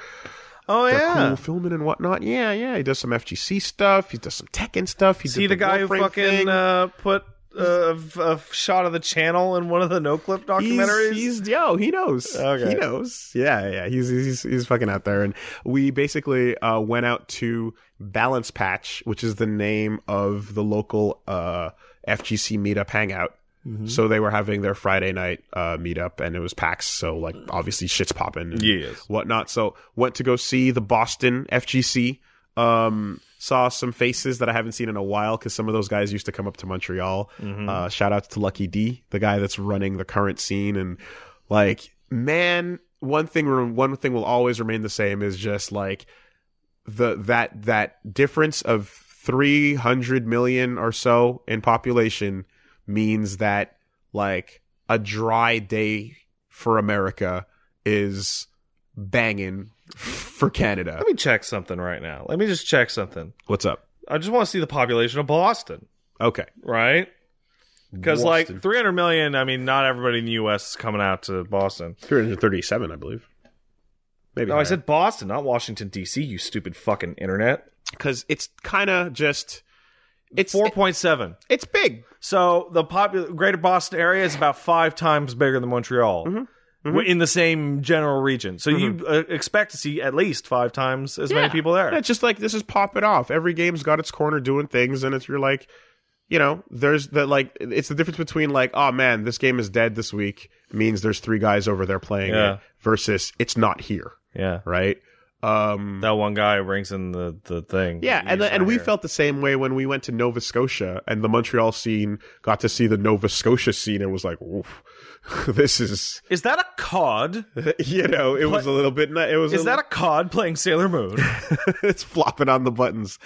Speaker 2: Oh
Speaker 1: their
Speaker 2: yeah.
Speaker 1: cool filming and whatnot. Yeah, yeah, he does some FGC stuff. He does some Tekken stuff. He
Speaker 2: See
Speaker 1: did
Speaker 2: the guy who
Speaker 1: Warframe
Speaker 2: fucking
Speaker 1: thing.
Speaker 2: uh, put uh, f- a shot of the channel in one of the no clip documentaries.
Speaker 1: He's, he's yo, he knows.
Speaker 2: Okay.
Speaker 1: He knows. Yeah, yeah. He's he's he's fucking out there. And we basically uh, went out to Balance Patch, which is the name of the local uh, FGC meetup hangout.
Speaker 2: Mm-hmm.
Speaker 1: So they were having their Friday night uh, meetup, and it was PAX. So like obviously shit's popping.
Speaker 2: Mm-hmm.
Speaker 1: and
Speaker 2: yes.
Speaker 1: whatnot. So went to go see the Boston FGC. Um, saw some faces that I haven't seen in a while because some of those guys used to come up to Montreal.
Speaker 2: Mm-hmm.
Speaker 1: Uh, shout out to Lucky D, the guy that's running the current scene, and like man, one thing one thing will always remain the same is just like the that that difference of 300 million or so in population means that like a dry day for America is banging for Canada.
Speaker 2: Let me check something right now. Let me just check something.
Speaker 1: What's up?
Speaker 2: I just want to see the population of Boston,
Speaker 1: Okay.
Speaker 2: right? Because
Speaker 1: Boston.
Speaker 2: like 300 million. I mean, not everybody in the U.S. is coming out to Boston.
Speaker 1: 337, I believe. Maybe.
Speaker 2: No, Oh, I said Boston, not Washington D.C. You stupid fucking internet.
Speaker 1: because it's kind of just it's
Speaker 2: 4.7.
Speaker 1: it's big.
Speaker 2: So the popul- greater Boston area is about five times bigger than Montreal
Speaker 1: Mm-hmm.
Speaker 2: W- in the same general region. So you uh, expect to see at least five times as many
Speaker 1: Yeah.
Speaker 2: people there.
Speaker 1: Yeah, it's just like this is popping off. Every game's got its corner doing things, and it's you're like, you know, there's the like it's the difference between like, oh man, this game is dead this week means there's three guys over there playing
Speaker 2: Yeah.
Speaker 1: it versus it's not here,
Speaker 2: Yeah.
Speaker 1: right? Um,
Speaker 2: That one guy brings in the, the thing.
Speaker 1: Yeah,
Speaker 2: He's
Speaker 1: and the,
Speaker 2: not
Speaker 1: and we
Speaker 2: here.
Speaker 1: felt the same way when we went to Nova Scotia and the Montreal scene got to see the Nova Scotia scene and was like, Oof, this is
Speaker 2: Is that a cod?
Speaker 1: you know, it was a little bit nu- it was
Speaker 2: Is that a cod playing Sailor Moon?
Speaker 1: it's flopping on the buttons.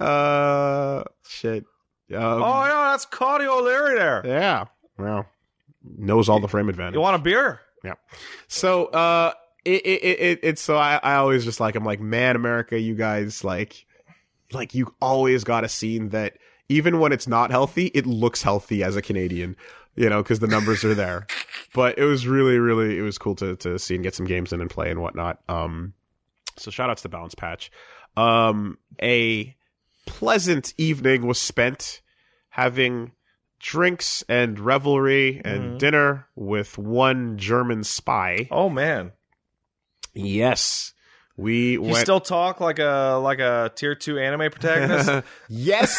Speaker 1: Uh shit. Um,
Speaker 2: oh yeah, that's Cody O'Leary there.
Speaker 1: yeah. Well, knows all the frame
Speaker 2: You
Speaker 1: advantage.
Speaker 2: want a beer?
Speaker 1: So uh it it it, it it's so I, I always just like I'm like, man, America, you guys like like you always got a scene that even when it's not healthy, it looks healthy as a Canadian, you know, because the numbers are there. But it was really, really it was cool to to see and get some games in and play and whatnot. Um so shout outs to Balance Patch. Um a pleasant evening was spent having drinks and revelry and
Speaker 2: Mhm.
Speaker 1: dinner with one German spy.
Speaker 2: Oh man,
Speaker 1: Yes. We
Speaker 2: you
Speaker 1: went
Speaker 2: still talk like a like a tier two anime protagonist.
Speaker 1: yes,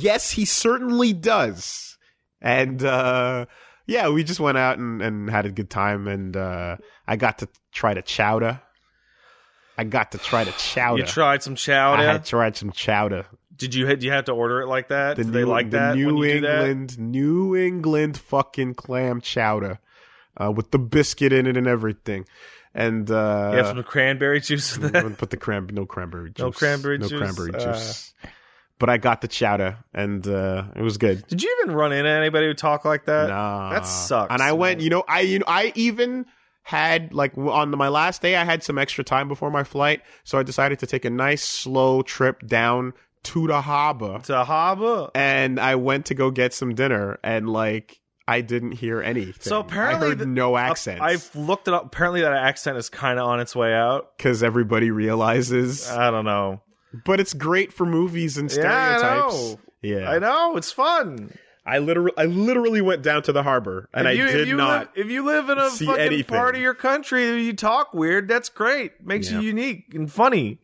Speaker 1: yes, he certainly does. And uh, yeah, we just went out and, and had a good time, and uh, I got to try to chowder. I got to try to chowder.
Speaker 2: you tried some
Speaker 1: I
Speaker 2: chowder.
Speaker 1: had tried some chowder.
Speaker 2: Did you? Did you have to order it like that?
Speaker 1: The
Speaker 2: Did
Speaker 1: new,
Speaker 2: they like
Speaker 1: the
Speaker 2: that?
Speaker 1: New
Speaker 2: when you do that?
Speaker 1: England, New England fucking clam chowder uh, with the biscuit in it and everything. And uh,
Speaker 2: You have some cranberry juice in
Speaker 1: I'm
Speaker 2: that.
Speaker 1: gonna put the cran no cranberry juice.
Speaker 2: No cranberry
Speaker 1: no
Speaker 2: juice,
Speaker 1: cranberry
Speaker 2: uh.
Speaker 1: juice. But I got the chowder, and uh, it was good.
Speaker 2: Did you even run into anybody who talked like Uh, that?
Speaker 1: nah,
Speaker 2: that sucks,
Speaker 1: And I went,
Speaker 2: man.
Speaker 1: you know, I you know, I even had like w- on my last day, I had some extra time before my flight, so I decided to take a nice slow trip down to the harbor,
Speaker 2: To Haba.
Speaker 1: and I went to go get some dinner, and like I didn't hear anything.
Speaker 2: So apparently
Speaker 1: I heard
Speaker 2: the- uh,
Speaker 1: no accents
Speaker 2: I've looked it up. Apparently, that accent is kind of on its way out.
Speaker 1: because everybody realizes.
Speaker 2: I don't know.
Speaker 1: but it's great for movies and
Speaker 2: Uh, Yeah, I
Speaker 1: stereotypes.
Speaker 2: know.
Speaker 1: Yeah,
Speaker 2: I know it's fun.
Speaker 1: I literally, I literally went down to the harbor, and
Speaker 2: If you-
Speaker 1: I
Speaker 2: if
Speaker 1: did
Speaker 2: you
Speaker 1: not.
Speaker 2: Live, if you live in a
Speaker 1: see
Speaker 2: fucking
Speaker 1: anything.
Speaker 2: part of your country that you talk weird, that's great. Makes
Speaker 1: Yeah.
Speaker 2: you unique and funny.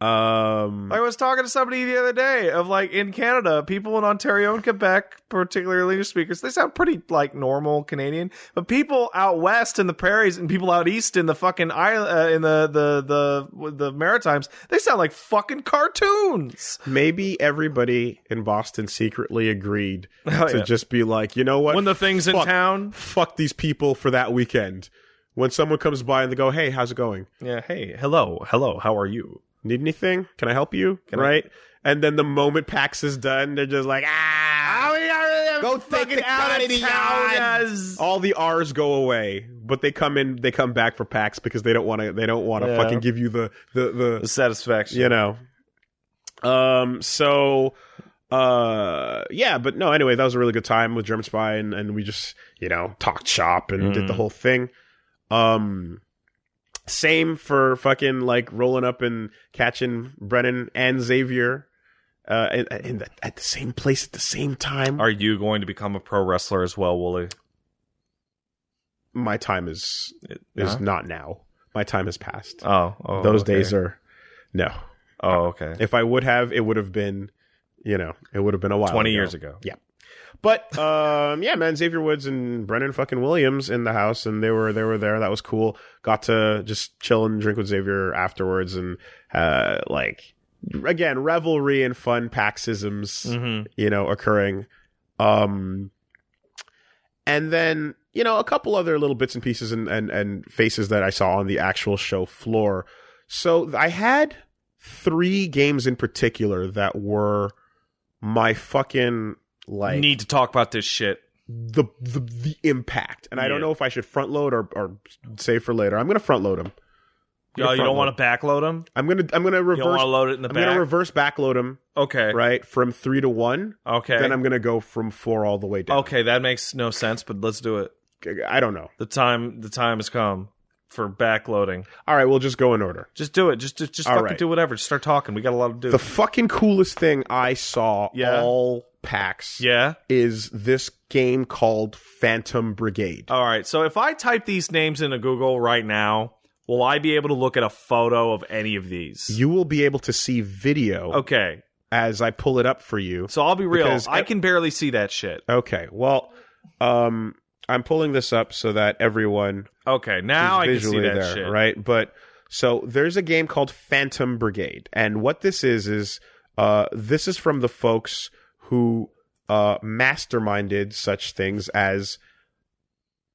Speaker 1: um,
Speaker 2: I was talking to somebody the other day of like in Canada, people in Ontario and Quebec, particularly English speakers, they sound pretty like normal Canadian. But people out west in the prairies and people out east in the fucking island, uh, in the the the the Maritimes, they sound like fucking cartoons.
Speaker 1: maybe everybody in Boston secretly agreed
Speaker 2: Oh,
Speaker 1: to
Speaker 2: yeah.
Speaker 1: just be like, you know what?
Speaker 2: When the thing's in
Speaker 1: Fuck.
Speaker 2: town,
Speaker 1: fuck these people for that weekend. When someone comes by and they go, "Hey, how's it going?
Speaker 2: yeah. Hey, hello, hello. How are you?
Speaker 1: Need anything? Can I help you?"
Speaker 2: Can I-
Speaker 1: right? and then the moment PAX is done, they're just like, "Ah, Go take
Speaker 2: fucking
Speaker 1: the
Speaker 2: out of
Speaker 1: Canadian.
Speaker 2: town, guys.
Speaker 1: all the R's go away, but they come in, they come back for PAX because they don't want to, they don't want to
Speaker 2: Yeah.
Speaker 1: fucking give you the the the
Speaker 2: The satisfaction.
Speaker 1: you know. Um. So, uh yeah but no anyway that was a really good time with german spy and, and we just you know talked shop and did the
Speaker 2: Mm.
Speaker 1: whole thing um same for fucking like rolling up and catching brennan and xavier uh in, in the, at the same place at the same time
Speaker 2: Are you going to become a pro wrestler as well, Wooly?
Speaker 1: my time is is
Speaker 2: Yeah?
Speaker 1: not now my time has passed
Speaker 2: Oh, oh,
Speaker 1: those
Speaker 2: okay.
Speaker 1: days are no
Speaker 2: Oh, okay.
Speaker 1: if i would have it would have been you know it would have been a while
Speaker 2: Twenty
Speaker 1: ago.
Speaker 2: years ago.
Speaker 1: But um, yeah, man, Xavier Woods and Brennan fucking Williams in the house, and they were they were there. That was cool. Got to just chill and drink with Xavier afterwards, and uh, like again, revelry and fun paxisms,
Speaker 2: Mm-hmm.
Speaker 1: you know, occurring. Um, and then you know a couple other little bits and pieces and and, and faces that I saw on the actual show floor. So I had three games in particular that were my fucking like
Speaker 2: Need to talk about this shit.
Speaker 1: the the, the impact. And I don't
Speaker 2: Yeah.
Speaker 1: know if I should front load or, or save for later. I'm gonna front load them.
Speaker 2: Oh, you don't want to backload them.
Speaker 1: I'm gonna I'm gonna
Speaker 2: You don't want
Speaker 1: reverse.
Speaker 2: to load it in the
Speaker 1: I'm
Speaker 2: back.
Speaker 1: gonna reverse backload them
Speaker 2: okay.
Speaker 1: right from three to one.
Speaker 2: Okay.
Speaker 1: Then I'm gonna go from four all the way down.
Speaker 2: okay, that makes no sense, but let's do it.
Speaker 1: Okay. I don't know.
Speaker 2: The time the time has come for backloading.
Speaker 1: All right, we'll just go in order.
Speaker 2: Just do it. Just just, just
Speaker 1: All
Speaker 2: fucking
Speaker 1: right.
Speaker 2: do whatever. Just start talking. We got a lot to do.
Speaker 1: The fucking coolest thing I saw
Speaker 2: Yeah.
Speaker 1: all packs
Speaker 2: yeah.
Speaker 1: is this game called Phantom Brigade.
Speaker 2: All right. So if I type these names into Google right now, will I be able to look at a photo of any of these?
Speaker 1: you will be able to see video
Speaker 2: okay.
Speaker 1: as I pull it up for you.
Speaker 2: So I'll be real.
Speaker 1: Because e-
Speaker 2: I
Speaker 1: ev-
Speaker 2: can barely see that shit.
Speaker 1: Okay. Well, um, I'm pulling this up so that everyone
Speaker 2: Okay. Now I
Speaker 1: is
Speaker 2: can see
Speaker 1: visually
Speaker 2: that
Speaker 1: there,
Speaker 2: shit.
Speaker 1: right? But so there's a game called Phantom Brigade, and what this is is uh, this is from the folks who uh, masterminded such things as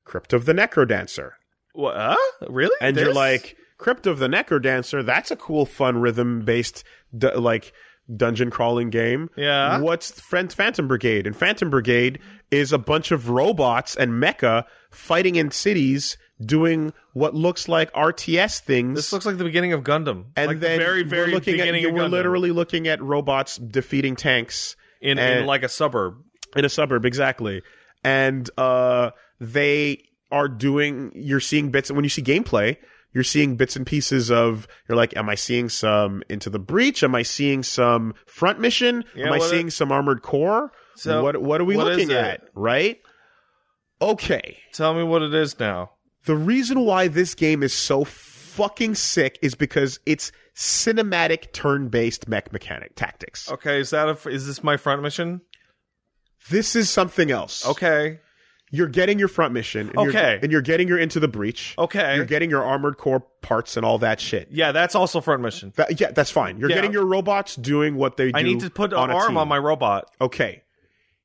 Speaker 1: Crypt of the Necrodancer,
Speaker 2: What? Huh? Really?
Speaker 1: and you're
Speaker 2: This?
Speaker 1: like Crypt of the Necrodancer. That's a cool, fun rhythm based du- like dungeon crawling game.
Speaker 2: yeah.
Speaker 1: What's Phan- Phantom Brigade? And Phantom Brigade is a bunch of robots and mecha fighting in cities, doing what looks like RTS things.
Speaker 2: This looks like the beginning of Gundam.
Speaker 1: and
Speaker 2: like
Speaker 1: then
Speaker 2: the very, very
Speaker 1: we're looking
Speaker 2: beginning
Speaker 1: at
Speaker 2: of
Speaker 1: we're
Speaker 2: Gundam.
Speaker 1: literally looking at robots defeating tanks
Speaker 2: in, in
Speaker 1: and-
Speaker 2: like a suburb.
Speaker 1: in a suburb, exactly. And uh, they are doing. You're seeing bits when you see gameplay. You're seeing bits and pieces of. You're like, am I seeing some into the breach? Am I seeing some front mission?
Speaker 2: Yeah,
Speaker 1: am I
Speaker 2: what-
Speaker 1: seeing some armored core?
Speaker 2: So
Speaker 1: what what are we
Speaker 2: what is
Speaker 1: looking
Speaker 2: it?
Speaker 1: at? Right? Okay.
Speaker 2: Tell me what it is now.
Speaker 1: The reason why this game is so fucking sick is because it's cinematic turn-based mech mechanic tactics.
Speaker 2: Okay, is that a f is this my front mission?
Speaker 1: This is something else.
Speaker 2: Okay,
Speaker 1: You're getting your front mission. And
Speaker 2: Okay.
Speaker 1: You're, and you're getting your into the breach.
Speaker 2: okay,
Speaker 1: You're getting your armored core parts and all that shit.
Speaker 2: yeah, that's also front mission.
Speaker 1: That- yeah, that's fine. You're
Speaker 2: Yeah.
Speaker 1: getting your robots doing what they do.
Speaker 2: I need to put an
Speaker 1: on a
Speaker 2: arm
Speaker 1: team.
Speaker 2: on my robot.
Speaker 1: Okay.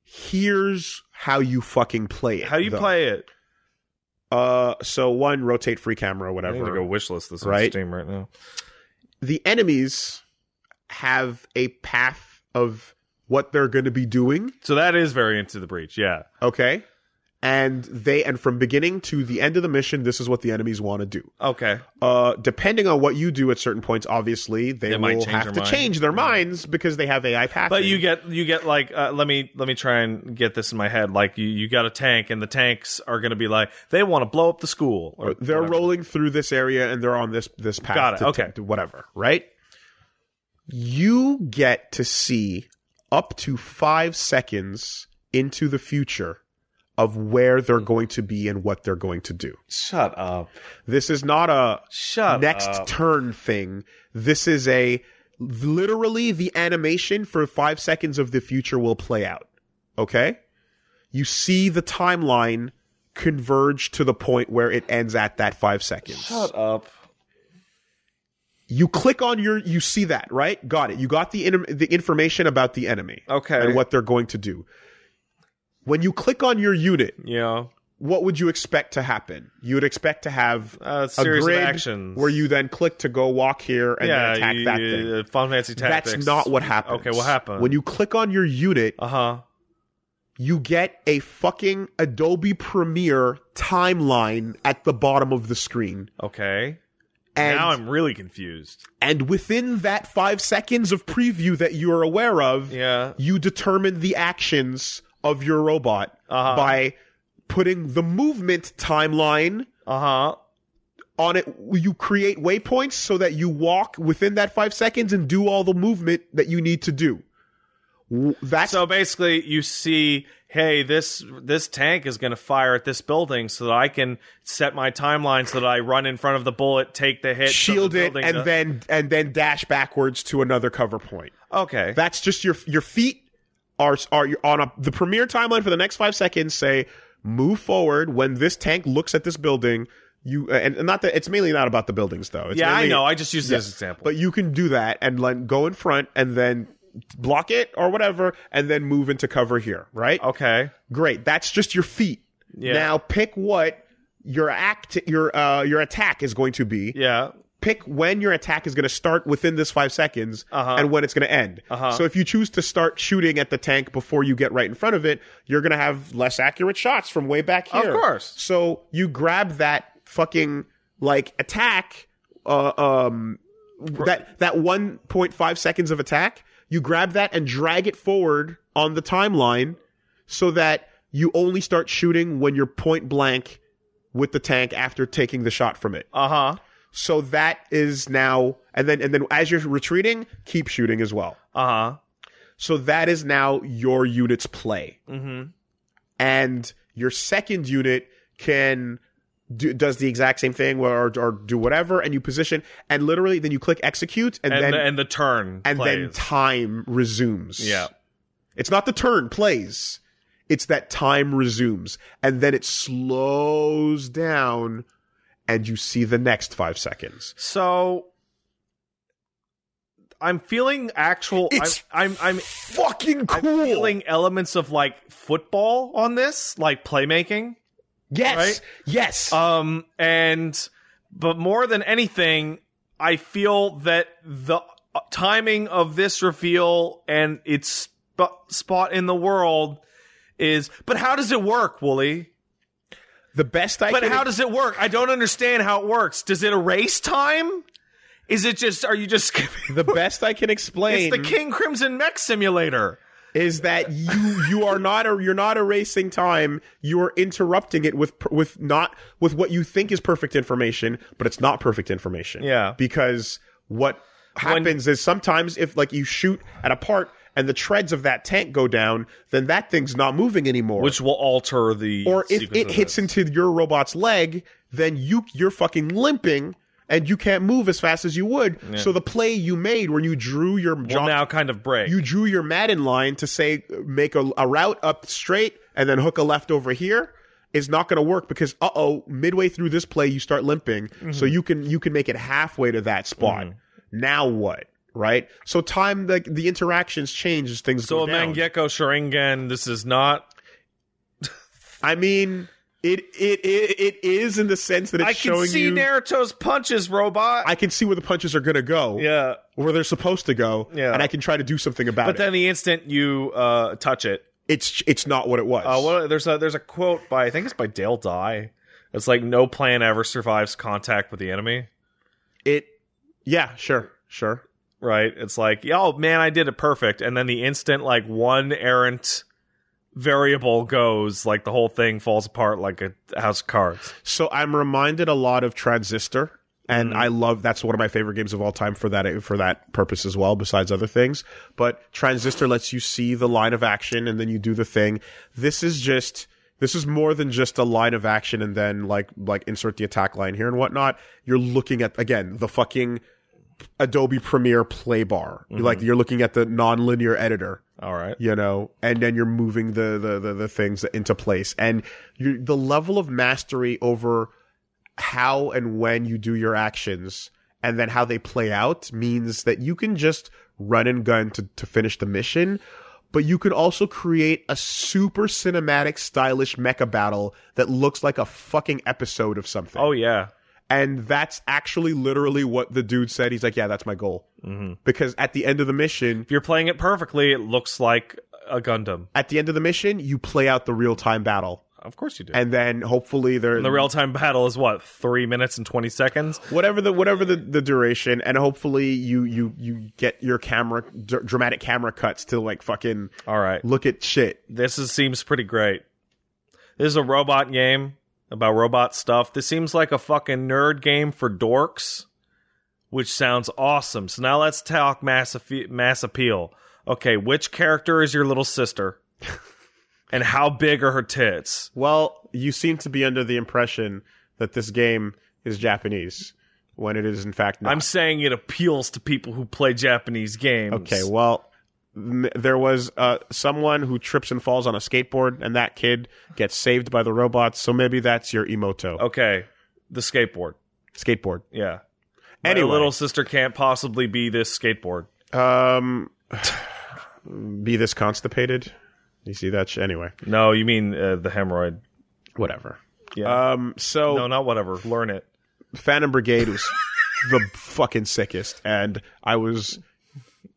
Speaker 1: Here's how you fucking play it.
Speaker 2: How you
Speaker 1: though.
Speaker 2: play it?
Speaker 1: Uh, so one rotate free camera, whatever.
Speaker 2: wish list this
Speaker 1: on Right.
Speaker 2: Steam right now.
Speaker 1: the enemies have a path of what they're going to be doing
Speaker 2: So that is very into the breach. Yeah.
Speaker 1: okay and they and from beginning to the end of the mission this is what the enemies want to do
Speaker 2: Okay.
Speaker 1: uh depending on what you do at certain points obviously they,
Speaker 2: They might
Speaker 1: will
Speaker 2: change
Speaker 1: have
Speaker 2: their
Speaker 1: to
Speaker 2: mind.
Speaker 1: change their
Speaker 2: Yeah.
Speaker 1: minds because they have ai pathing.
Speaker 2: But you get you get like uh, let me let me try and get this in my head. Like you you got a tank and the tanks are going to be like they want to blow up the school. Or
Speaker 1: they're
Speaker 2: whatever.
Speaker 1: rolling through this area and they're on this this path
Speaker 2: Got it,
Speaker 1: to,
Speaker 2: okay.
Speaker 1: to whatever right you get to see up to five seconds into the future of where they're
Speaker 2: Mm-hmm.
Speaker 1: going to be and what they're going to do
Speaker 2: Shut up.
Speaker 1: this is not a
Speaker 2: Shut
Speaker 1: next
Speaker 2: up.
Speaker 1: turn thing this is a literally the animation for five seconds of the future will play out okay you see the timeline converge to the point where it ends at that five seconds
Speaker 2: Shut up.
Speaker 1: you click on your you see that right got it you got the in, the information about the enemy
Speaker 2: Okay.
Speaker 1: and what they're going to do when you click on your unit
Speaker 2: Yeah.
Speaker 1: what would you expect to happen you would expect to have
Speaker 2: Uh,
Speaker 1: a
Speaker 2: series
Speaker 1: grid
Speaker 2: of actions.
Speaker 1: where you then click to go walk here and then attack
Speaker 2: you-
Speaker 1: that
Speaker 2: you-
Speaker 1: thing
Speaker 2: uh, Final Fantasy Tactics.
Speaker 1: that's not what happens
Speaker 2: Okay, what happened?
Speaker 1: when you click on your unit
Speaker 2: Uh huh.
Speaker 1: you get a fucking adobe premiere timeline at the bottom of the screen
Speaker 2: Okay.
Speaker 1: And
Speaker 2: now I'm really confused.
Speaker 1: and within that five seconds of preview that you are aware of,
Speaker 2: Yeah.
Speaker 1: you determine the actions of your robot
Speaker 2: Uh-huh.
Speaker 1: by putting the movement timeline
Speaker 2: Uh huh.
Speaker 1: on it. You create waypoints so that you walk within that five seconds and do all the movement that you need to do. W- That's
Speaker 2: So basically, you see, hey, this this tank is going to fire at this building, so that I can set my timeline, so that I run in front of the bullet, take the hit, so
Speaker 1: shield
Speaker 2: the
Speaker 1: it,
Speaker 2: building
Speaker 1: and
Speaker 2: does-
Speaker 1: then and then dash backwards to another cover point.
Speaker 2: okay,
Speaker 1: That's just your your feet are are on a, the premiere timeline for the next five seconds. Say move forward when this tank looks at this building. You uh, and, and not that it's mainly not about the buildings though. It's
Speaker 2: yeah, I
Speaker 1: mainly-
Speaker 2: know. I just used this example.
Speaker 1: But you can do that and like go in front and then block it or whatever, and then move into cover here. Right?
Speaker 2: okay,
Speaker 1: Great. That's just your feet.
Speaker 2: Oh. Yeah.
Speaker 1: Now pick what your act your uh your attack is going to be
Speaker 2: yeah,
Speaker 1: pick when your attack is going to start within this five seconds
Speaker 2: Uh-huh.
Speaker 1: and when it's going to end.
Speaker 2: Uh-huh.
Speaker 1: So if you choose to start shooting at the tank before you get right in front of it, you're going to have less accurate shots from way back
Speaker 2: Of
Speaker 1: here.
Speaker 2: course.
Speaker 1: So you grab that fucking like attack, uh, um, that that 1.5 seconds of attack. You grab that and drag it forward on the timeline so that you only start shooting when you're point blank with the tank after taking the shot from it.
Speaker 2: uh huh,
Speaker 1: So that is now, and then and then as you're retreating, keep shooting as well.
Speaker 2: uh huh,
Speaker 1: So that is now your unit's play,
Speaker 2: mm-hmm,
Speaker 1: and your second unit can do, does the exact same thing, or or do whatever, and you position, and literally then you click execute, and,
Speaker 2: and
Speaker 1: then
Speaker 2: the, and the turn
Speaker 1: and then
Speaker 2: plays.
Speaker 1: time resumes.
Speaker 2: yeah,
Speaker 1: It's not the turn plays. It's that time resumes and then it slows down and you see the next 5 seconds.
Speaker 2: so. I'm feeling actual.
Speaker 1: It's
Speaker 2: I'm I'm, I'm
Speaker 1: Fucking cool.
Speaker 2: feeling elements of like football on this, like playmaking.
Speaker 1: Yes.
Speaker 2: Right?
Speaker 1: Yes.
Speaker 2: Um, and but more than anything, I feel that the uh, timing of this reveal and its sp- spot in the world is. But how does it work, Wooly?
Speaker 1: the best I
Speaker 2: But
Speaker 1: can
Speaker 2: how does it work? I don't understand how it works. Does it erase time? Is it just? Are you just? skipping-
Speaker 1: the best I can explain
Speaker 2: It's the King Crimson Mech Simulator.
Speaker 1: is that you you are not you're not erasing time. You are interrupting it with per- with not with what you think is perfect information, but it's not perfect information.
Speaker 2: Yeah.
Speaker 1: because what happens is sometimes if like you shoot at a part and the treads of that tank go down, then that thing's not moving anymore.
Speaker 2: Which will alter the
Speaker 1: or if
Speaker 2: sequence
Speaker 1: it
Speaker 2: of
Speaker 1: hits
Speaker 2: this.
Speaker 1: into your robot's leg, then you you're fucking limping and you can't move as fast as you would. So the play you made when you drew your
Speaker 2: will
Speaker 1: John,
Speaker 2: now kind of break.
Speaker 1: you drew your Madden line to say make a, a route up straight and then hook a left over here is not going to work because uh oh midway through this play you start limping
Speaker 2: Mm-hmm.
Speaker 1: so you can you can make it halfway to that spot. Now what? Right? So time like the interactions change as things go
Speaker 2: So a
Speaker 1: down.
Speaker 2: Mangekyo Sharingan, this is not.
Speaker 1: I mean, it it it, it is in the sense that it's
Speaker 2: I can
Speaker 1: showing
Speaker 2: see
Speaker 1: you.
Speaker 2: Naruto's punches, robot.
Speaker 1: I can see where the punches are gonna go,
Speaker 2: yeah,
Speaker 1: where they're supposed to go,
Speaker 2: Yeah.
Speaker 1: and I can try to do something about
Speaker 2: but
Speaker 1: it.
Speaker 2: then the instant you uh, touch it,
Speaker 1: It's it's not what it was.
Speaker 2: uh, what, there's a there's a quote by I think it's by Dale Dye. It's like no plan ever survives contact with the enemy,
Speaker 1: it, yeah, sure, sure.
Speaker 2: right? It's like, oh man, I did it perfect, and then the instant like one errant variable goes, like the whole thing falls apart like a house of cards.
Speaker 1: So I'm reminded a lot of Transistor, and I love that's one of my favorite games of all time for that for that purpose as well. Besides other things, but Transistor lets you see the line of action, and then you do the thing. This is just this is more than just a line of action, and then like like insert the attack line here and whatnot. You're looking at again the fucking Adobe Premiere play bar. Like you're looking at the nonlinear editor
Speaker 2: All right,
Speaker 1: you know, and then you're moving the the the, the things into place, and you the level of mastery over how and when you do your actions, and then how they play out means that you can just run and gun to to finish the mission. But you can also create a super cinematic, stylish mecha battle that looks like a fucking episode of something.
Speaker 2: oh yeah,
Speaker 1: And that's actually literally what the dude said. He's like, "Yeah, that's my goal."
Speaker 2: Mhm.
Speaker 1: Because at the end of the mission,
Speaker 2: if you're playing it perfectly, it looks like a Gundam.
Speaker 1: at the end of the mission, you play out the real time battle.
Speaker 2: Of course you do.
Speaker 1: and then hopefully they're
Speaker 2: And the real time battle is what three minutes and twenty seconds.
Speaker 1: whatever the whatever the, the duration and hopefully you you you get your camera dr- dramatic camera cuts to like fucking
Speaker 2: All right,
Speaker 1: look at shit
Speaker 2: this is, seems pretty great. This is a robot game about robot stuff. This seems like a fucking nerd game for dorks, which sounds awesome. So now let's talk mass afe- mass appeal. Okay, which character is your little sister, and how big are her tits?
Speaker 1: well you seem to be under the impression that this game is japanese when it is in fact not
Speaker 2: I'm saying it appeals to people who play Japanese games.
Speaker 1: okay well m- there was uh, someone who trips and falls on a skateboard, and that kid gets saved by the robots. So maybe that's your emoto
Speaker 2: okay, the skateboard.
Speaker 1: skateboard.
Speaker 2: Yeah.
Speaker 1: Anyway.
Speaker 2: My little sister can't possibly be this skateboard.
Speaker 1: Um, be this constipated. You see that? Sh- anyway,
Speaker 2: No, you mean uh, the hemorrhoid.
Speaker 1: whatever.
Speaker 2: Yeah.
Speaker 1: Um, so
Speaker 2: no, not whatever. Learn it.
Speaker 1: Phantom Brigade was the fucking sickest, and I was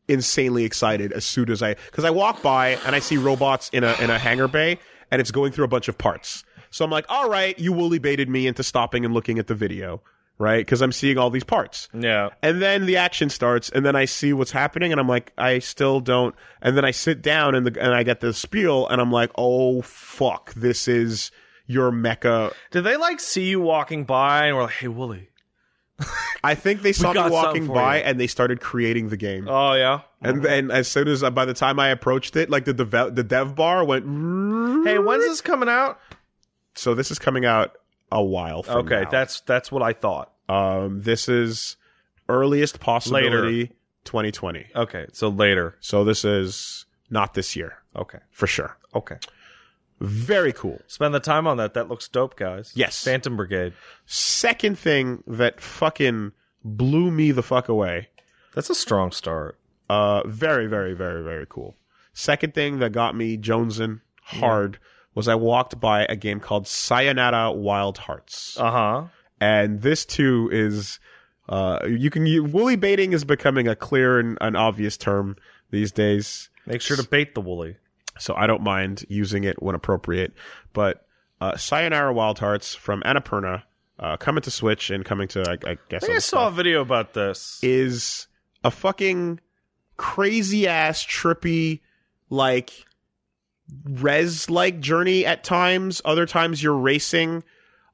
Speaker 1: insanely excited as soon as I because I walk by and I see robots in a in a hangar bay, and it's going through a bunch of parts. So I'm like, all right, you woolly baited me into stopping and looking at the video, right? Because I'm seeing all these parts.
Speaker 2: Yeah.
Speaker 1: And then the action starts, and then I see what's happening, and I'm like, I still don't. And then I sit down, and the, and I get the spiel, and I'm like, oh fuck, this is your mecha.
Speaker 2: Did they like see you walking by and were like, "Hey, Wooly"?
Speaker 1: I think they saw me
Speaker 2: got something
Speaker 1: walking
Speaker 2: for
Speaker 1: by,
Speaker 2: you.
Speaker 1: and they started creating the game.
Speaker 2: Oh yeah.
Speaker 1: and then as soon as uh, by the time I approached it, like the dev, the dev bar went.
Speaker 2: Hey, when's this coming out?
Speaker 1: So this is coming out a while. From
Speaker 2: Okay,
Speaker 1: now.
Speaker 2: that's that's what I thought.
Speaker 1: um, this is earliest possibility 2020.
Speaker 2: Okay, so later.
Speaker 1: So this is not this year
Speaker 2: Okay,
Speaker 1: for sure.
Speaker 2: okay.
Speaker 1: Very cool.
Speaker 2: Spend the time on that. That looks dope, guys.
Speaker 1: Yes.
Speaker 2: Phantom Brigade.
Speaker 1: Second thing that fucking blew me the fuck away.
Speaker 2: That's a strong start.
Speaker 1: Uh, very, very, very, very cool. Second thing that got me jonesing hard was I walked by a game called Sayonara Wild Hearts,
Speaker 2: Uh huh.
Speaker 1: and this too is. Uh, you can you, woolly baiting is becoming a clear and an obvious term these days,
Speaker 2: Make sure to bait the Wooly.
Speaker 1: so I don't mind using it when appropriate. But uh, Sayonara Wild Hearts from Annapurna, uh, coming to Switch and coming to I, I guess
Speaker 2: I think I
Speaker 1: other
Speaker 2: saw a video about this.
Speaker 1: is a fucking crazy ass trippy like res like journey at times other times you're racing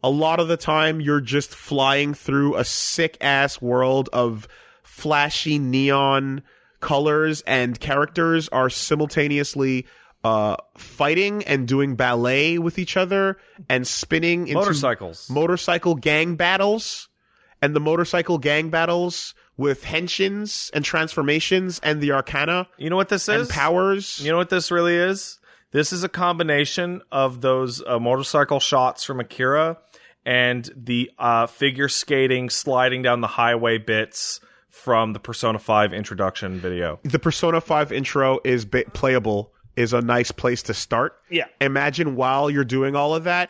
Speaker 1: a lot of the time you're just flying through a sick ass world of flashy neon colors and characters are simultaneously uh, fighting and doing ballet with each other and spinning into
Speaker 2: Motorcycles.
Speaker 1: motorcycle gang battles and the motorcycle gang battles with henshins and transformations and the arcana
Speaker 2: you know what this is?
Speaker 1: and powers.
Speaker 2: You know what this really is? This is a combination of those uh, motorcycle shots from Akira and the uh, figure skating, sliding down the highway bits from the Persona 5 introduction video.
Speaker 1: the Persona 5 intro is ba- playable is a nice place to start.
Speaker 2: Yeah.
Speaker 1: Imagine while you're doing all of that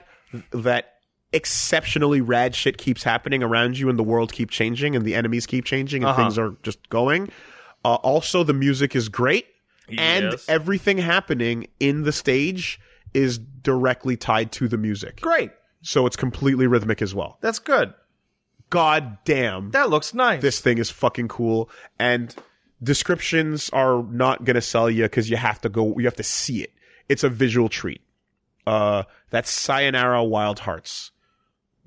Speaker 1: that exceptionally rad shit keeps happening around you and the world keep changing and the enemies keep changing and
Speaker 2: Uh-huh.
Speaker 1: things are just going. Uh, also the music is great and
Speaker 2: Yes.
Speaker 1: everything happening in the stage is directly tied to the music.
Speaker 2: Great.
Speaker 1: so it's completely rhythmic as well.
Speaker 2: That's good.
Speaker 1: God damn,
Speaker 2: That looks nice.
Speaker 1: this thing is fucking cool. And descriptions are not gonna sell you because you have to go, you have to see it. It's a visual treat. Uh, that's Sayonara Wild Hearts,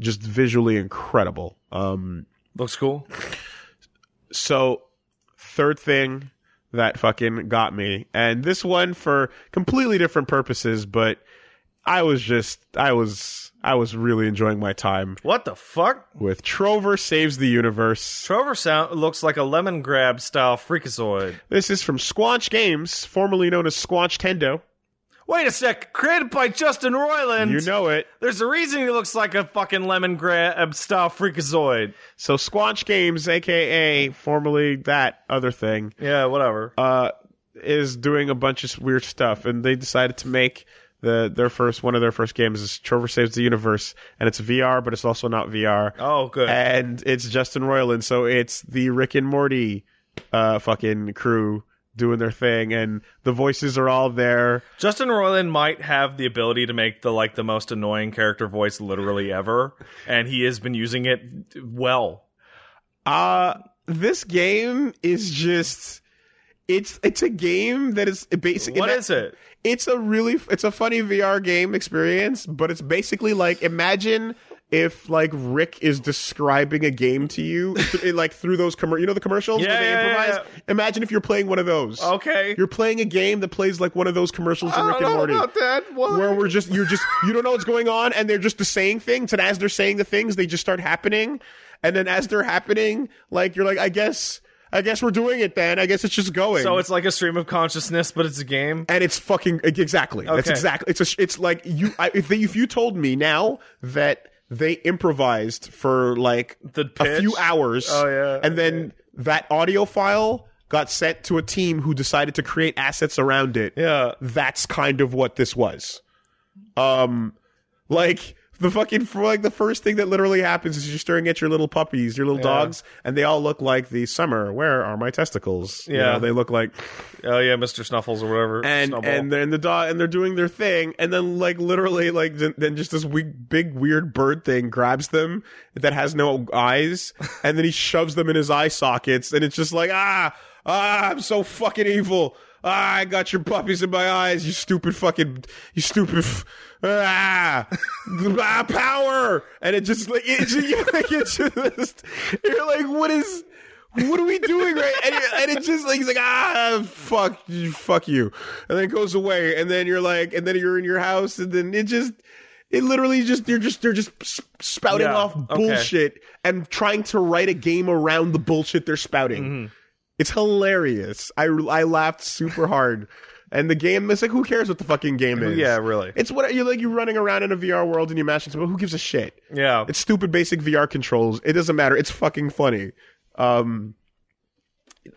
Speaker 1: just visually incredible. Um,
Speaker 2: looks cool.
Speaker 1: so third thing that fucking got me and this one for completely different purposes but i was just i was i was really enjoying my time
Speaker 2: What the fuck?
Speaker 1: with Trover Saves the Universe.
Speaker 2: Trover sound looks like a lemon grab style freakazoid.
Speaker 1: This is from Squanch Games, formerly known as Squanch Tendo.
Speaker 2: Wait a sec. Created by Justin Roiland.
Speaker 1: You know it.
Speaker 2: There's a reason he looks like a fucking lemon grab style freakazoid.
Speaker 1: So Squanch Games, aka formerly that other thing,
Speaker 2: Yeah, whatever.
Speaker 1: uh, is doing a bunch of weird stuff, and they decided to make the their first one of their first games is Trover Saves the Universe, and it's VR, but it's also not VR,
Speaker 2: oh, good.
Speaker 1: and it's Justin Roiland, so it's the Rick and Morty, uh, fucking crew doing their thing, and the voices are all there.
Speaker 2: Justin Roiland might have the ability to make the like the most annoying character voice literally ever, and he has been using it well.
Speaker 1: Uh this game is just it's it's a game that is basically
Speaker 2: What is it?
Speaker 1: it's a really it's a funny VR game experience, but it's basically like imagine if like Rick is describing a game to you th- like through those commer you know the commercials
Speaker 2: Yeah,
Speaker 1: where they
Speaker 2: yeah, yeah,
Speaker 1: improvise. Imagine if you're playing one of those.
Speaker 2: Okay.
Speaker 1: You're playing a game that plays like one of those commercials in Rick and Morty.
Speaker 2: that.
Speaker 1: Where we're just you're just you don't know what's going on and they're just the saying things and as they're saying the things they just start happening and then as they're happening like you're like I guess I guess we're doing it then I guess it's just going
Speaker 2: so it's like a stream of consciousness, but it's a game.
Speaker 1: and it's fucking e, exactly that's
Speaker 2: Okay.
Speaker 1: exactly it's a it's like you I, if they, if you told me now that they improvised for like
Speaker 2: The
Speaker 1: a
Speaker 2: pitch.
Speaker 1: few hours
Speaker 2: Oh, yeah.
Speaker 1: and then that audio file got sent to a team who decided to create assets around it
Speaker 2: Yeah.
Speaker 1: that's kind of what this was. Um, like the fucking for like the first thing that literally happens is you're staring at your little puppies, your little
Speaker 2: Yeah.
Speaker 1: dogs, and they all look like the summer. Where are my testicles? You
Speaker 2: Yeah.
Speaker 1: know, they look like
Speaker 2: Oh yeah, Mr. Snuffles or whatever.
Speaker 1: and
Speaker 2: Snubble.
Speaker 1: and then the dog and they're doing their thing, and then like literally like th- then just this we- big weird bird thing grabs them that has no eyes, and then he shoves them in his eye sockets, and it's just like ah ah I'm so fucking evil. Ah, I got your puppies in my eyes, you stupid fucking, you stupid, f- ah, ah, power, and it just like it's you're like it's just you're like what is what are we doing right? And, it- and it just like he's like ah fuck you fuck you, and then it goes away, and then you're like, and then you're in your house, and then it just it literally just you're just they're just s- spouting
Speaker 2: Yeah,
Speaker 1: off
Speaker 2: okay.
Speaker 1: bullshit and trying to write a game around the bullshit they're spouting.
Speaker 2: Mm-hmm.
Speaker 1: It's hilarious. I I laughed super hard, and the game it's like who cares what the fucking game is?
Speaker 2: yeah, really.
Speaker 1: It's what you're like. You're running around in a VR world and you're mashing something. Who gives a shit?
Speaker 2: yeah.
Speaker 1: It's stupid basic VR controls. It doesn't matter. It's fucking funny. Um,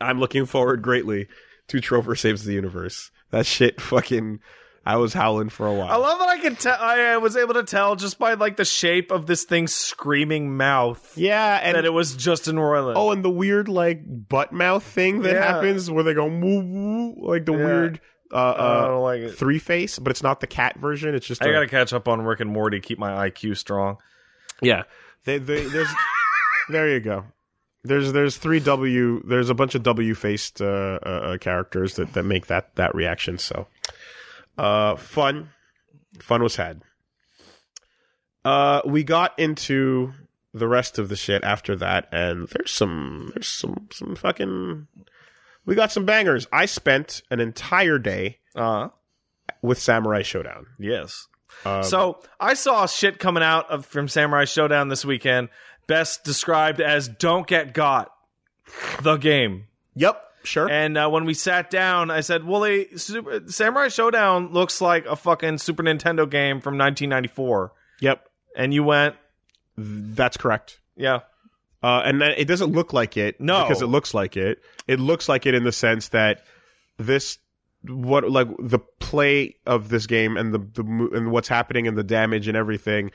Speaker 1: I'm looking forward greatly to Trover Saves the Universe. That shit fucking. I was howling for a while.
Speaker 2: I love that I could tell. I I was able to tell just by like the shape of this thing's screaming mouth
Speaker 1: yeah, and
Speaker 2: that it was Justin Roiland.
Speaker 1: oh, and the weird like butt mouth thing that
Speaker 2: Yeah.
Speaker 1: happens where they go woo woo like the
Speaker 2: Yeah.
Speaker 1: weird uh,
Speaker 2: I
Speaker 1: uh
Speaker 2: don't like it.
Speaker 1: three face, but it's not the cat version. It's just
Speaker 2: I
Speaker 1: a-
Speaker 2: gotta catch up on Rick and Morty. Keep my IQ strong.
Speaker 1: Yeah. They, they, there's, there you go. There's there's three W. There's a bunch of W faced uh, uh, uh, characters that, that make that that reaction. So, uh, fun, fun was had. Uh, we got into the rest of the shit after that, and there's some there's some some fucking. We got some bangers. I spent an entire day
Speaker 2: Uh
Speaker 1: with Samurai Showdown.
Speaker 2: yes.
Speaker 1: Uh-huh. Um,
Speaker 2: so I saw shit coming out of from Samurai Showdown this weekend, best described as "Don't Get Got," the game.
Speaker 1: yep, sure.
Speaker 2: And uh, when we sat down, I said, "Wooly, Super- Samurai Showdown looks like a fucking Super Nintendo game from 1994."
Speaker 1: yep,
Speaker 2: And you went,
Speaker 1: that's correct.
Speaker 2: "Yeah,
Speaker 1: Uh, and that, it doesn't look like it.
Speaker 2: No.
Speaker 1: because it looks like it. It looks like it in the sense that this what like the play of this game and the the mo- and what's happening and the damage and everything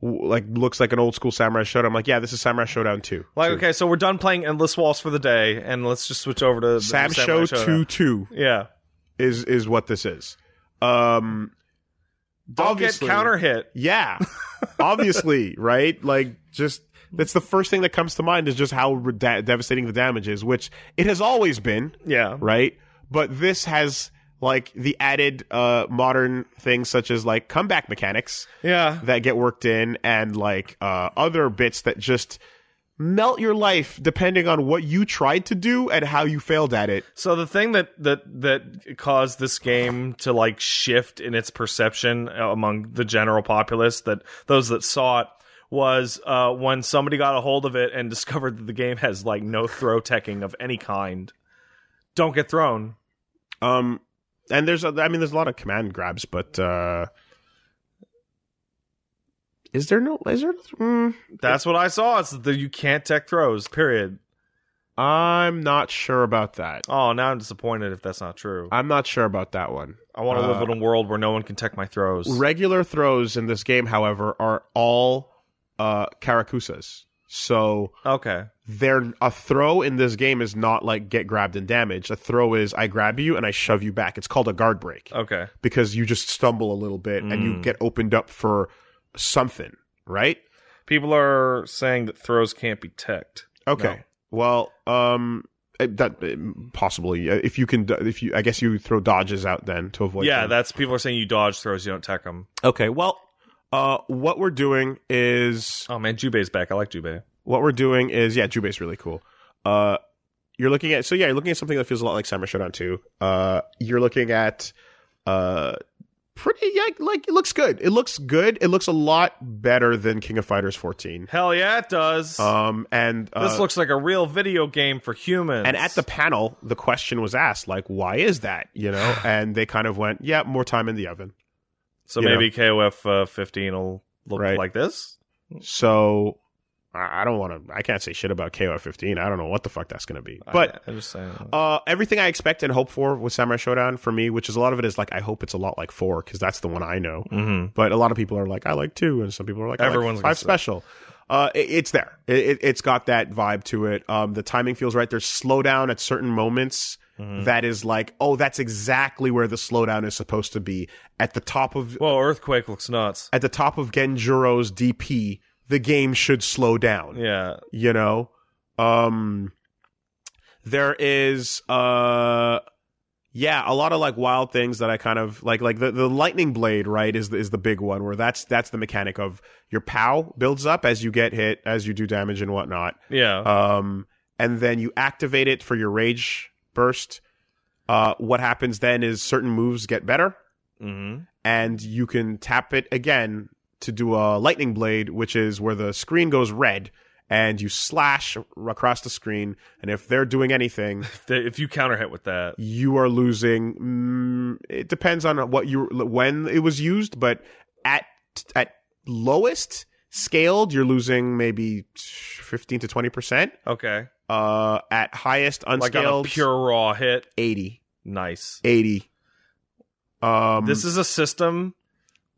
Speaker 1: w- like looks like an old school samurai showdown. I'm like, yeah, this is Samurai Showdown two.
Speaker 2: like,
Speaker 1: Two.
Speaker 2: okay, so we're done playing Endless Waltz for the day, and let's just switch over to the
Speaker 1: Sam
Speaker 2: Samurai
Speaker 1: Show
Speaker 2: Showdown."
Speaker 1: two two
Speaker 2: Yeah,
Speaker 1: is is what this is. Um,
Speaker 2: don't
Speaker 1: obviously-
Speaker 2: get counter hit.
Speaker 1: Yeah. Obviously, right? Like just that's the first thing that comes to mind is just how re- da- devastating the damage is, which it has always been,
Speaker 2: Yeah,
Speaker 1: right? But this has like the added uh modern things such as like comeback mechanics
Speaker 2: yeah.
Speaker 1: that get worked in and like uh other bits that just melt your life depending on what you tried to do and how you failed at it.
Speaker 2: So the thing that that that caused this game to like shift in its perception uh, among the general populace that those that saw it was uh, when somebody got a hold of it and discovered that the game has like no throw teching of any kind. Don't get thrown.
Speaker 1: Um and there's a, I mean there's a lot of command grabs, but uh is there no is there mm,
Speaker 2: That's what I saw. It's that you can't tech throws. Period.
Speaker 1: I'm not sure about that.
Speaker 2: Oh, now I'm disappointed if that's not true. I,
Speaker 1: I'm not sure about that one.
Speaker 2: want to
Speaker 1: uh,
Speaker 2: live in a world where no one can tech my throws.
Speaker 1: Regular throws in this game, however, are all uh, Karakusas. So
Speaker 2: Okay.
Speaker 1: they're a throw in this game is not like get grabbed and damaged. A throw is I grab you and I shove you back. It's called a guard break
Speaker 2: Okay.
Speaker 1: because you just stumble a little bit and you
Speaker 2: Oh. Mm.
Speaker 1: get opened up for something, right?
Speaker 2: People are saying that throws can't be teched.
Speaker 1: Okay. Well, um eh, that eh, possibly Eh, if you can do- if you I guess you throw dodges out then to avoid
Speaker 2: yeah,
Speaker 1: them.
Speaker 2: that's people are saying you dodge throws, you don't tech them.
Speaker 1: Okay. Well, uh what we're doing is
Speaker 2: Oh man, Jubei's back. I like Jubei.
Speaker 1: what we're doing is yeah, Jubei's really cool. Uh, you're looking at so yeah, you're looking at something that feels a lot like Samurai Showdown 2. Uh, you're looking at uh, pretty yeah, like it looks good. It looks good. It looks a lot better than King of Fighters 14.
Speaker 2: Hell yeah, it does.
Speaker 1: Um, and uh,
Speaker 2: this looks like a real video game for humans.
Speaker 1: and at the panel, the question was asked like, why is that? You know, and they kind of went, yeah, more time in the oven.
Speaker 2: so
Speaker 1: you
Speaker 2: maybe KOF uh, 15 will look
Speaker 1: Right.
Speaker 2: like this.
Speaker 1: So. I I don't want to. I can't say shit about KOF 15. I don't know what the fuck that's going to be. But
Speaker 2: I, am just saying.
Speaker 1: Uh, everything I expect and hope for with Samurai Showdown for me, which is a lot of it is like I hope it's a lot like four because that's the one I know.
Speaker 2: Mhm.
Speaker 1: But a lot of people are like I like two, and some people are like I
Speaker 2: Everyone's
Speaker 1: like
Speaker 2: gonna
Speaker 1: five
Speaker 2: say that.
Speaker 1: special. Uh, it, it's there. It, it, it's got that vibe to it. Um, the timing feels right. There's slowdown at certain moments
Speaker 2: Mhm.
Speaker 1: that is like, oh, that's exactly where the slowdown is supposed to be at the top of
Speaker 2: Well, earthquake looks nuts.
Speaker 1: at the top of Genjuro's DP. The game should slow down
Speaker 2: Yeah,
Speaker 1: you know um there is uh yeah a lot of like wild things that i kind of like like the, the lightning blade right is the, is the big one where that's that's the mechanic of your pow builds up as you get hit as you do damage and whatnot
Speaker 2: yeah.
Speaker 1: um and then you activate it for your rage burst uh what happens then is certain moves get better
Speaker 2: hmm
Speaker 1: and you can tap it again to do a lightning blade, which is where the screen goes red and you slash r- across the screen. And if they're doing anything,
Speaker 2: If, they, if you counter hit with that,
Speaker 1: you are losing. Mm, it depends on what you when it was used, but at at lowest scaled, you're losing maybe fifteen to twenty percent.
Speaker 2: okay,
Speaker 1: Uh, at highest
Speaker 2: like on a
Speaker 1: unscaled,
Speaker 2: pure raw hit,
Speaker 1: 80,
Speaker 2: nice.
Speaker 1: 80. Um,
Speaker 2: this is a system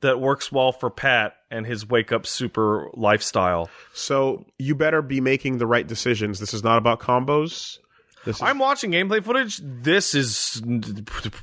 Speaker 2: that works well for Pat and his wake up super lifestyle.
Speaker 1: So you better be making the right decisions. This is not about combos. This is,
Speaker 2: I'm watching gameplay footage. This is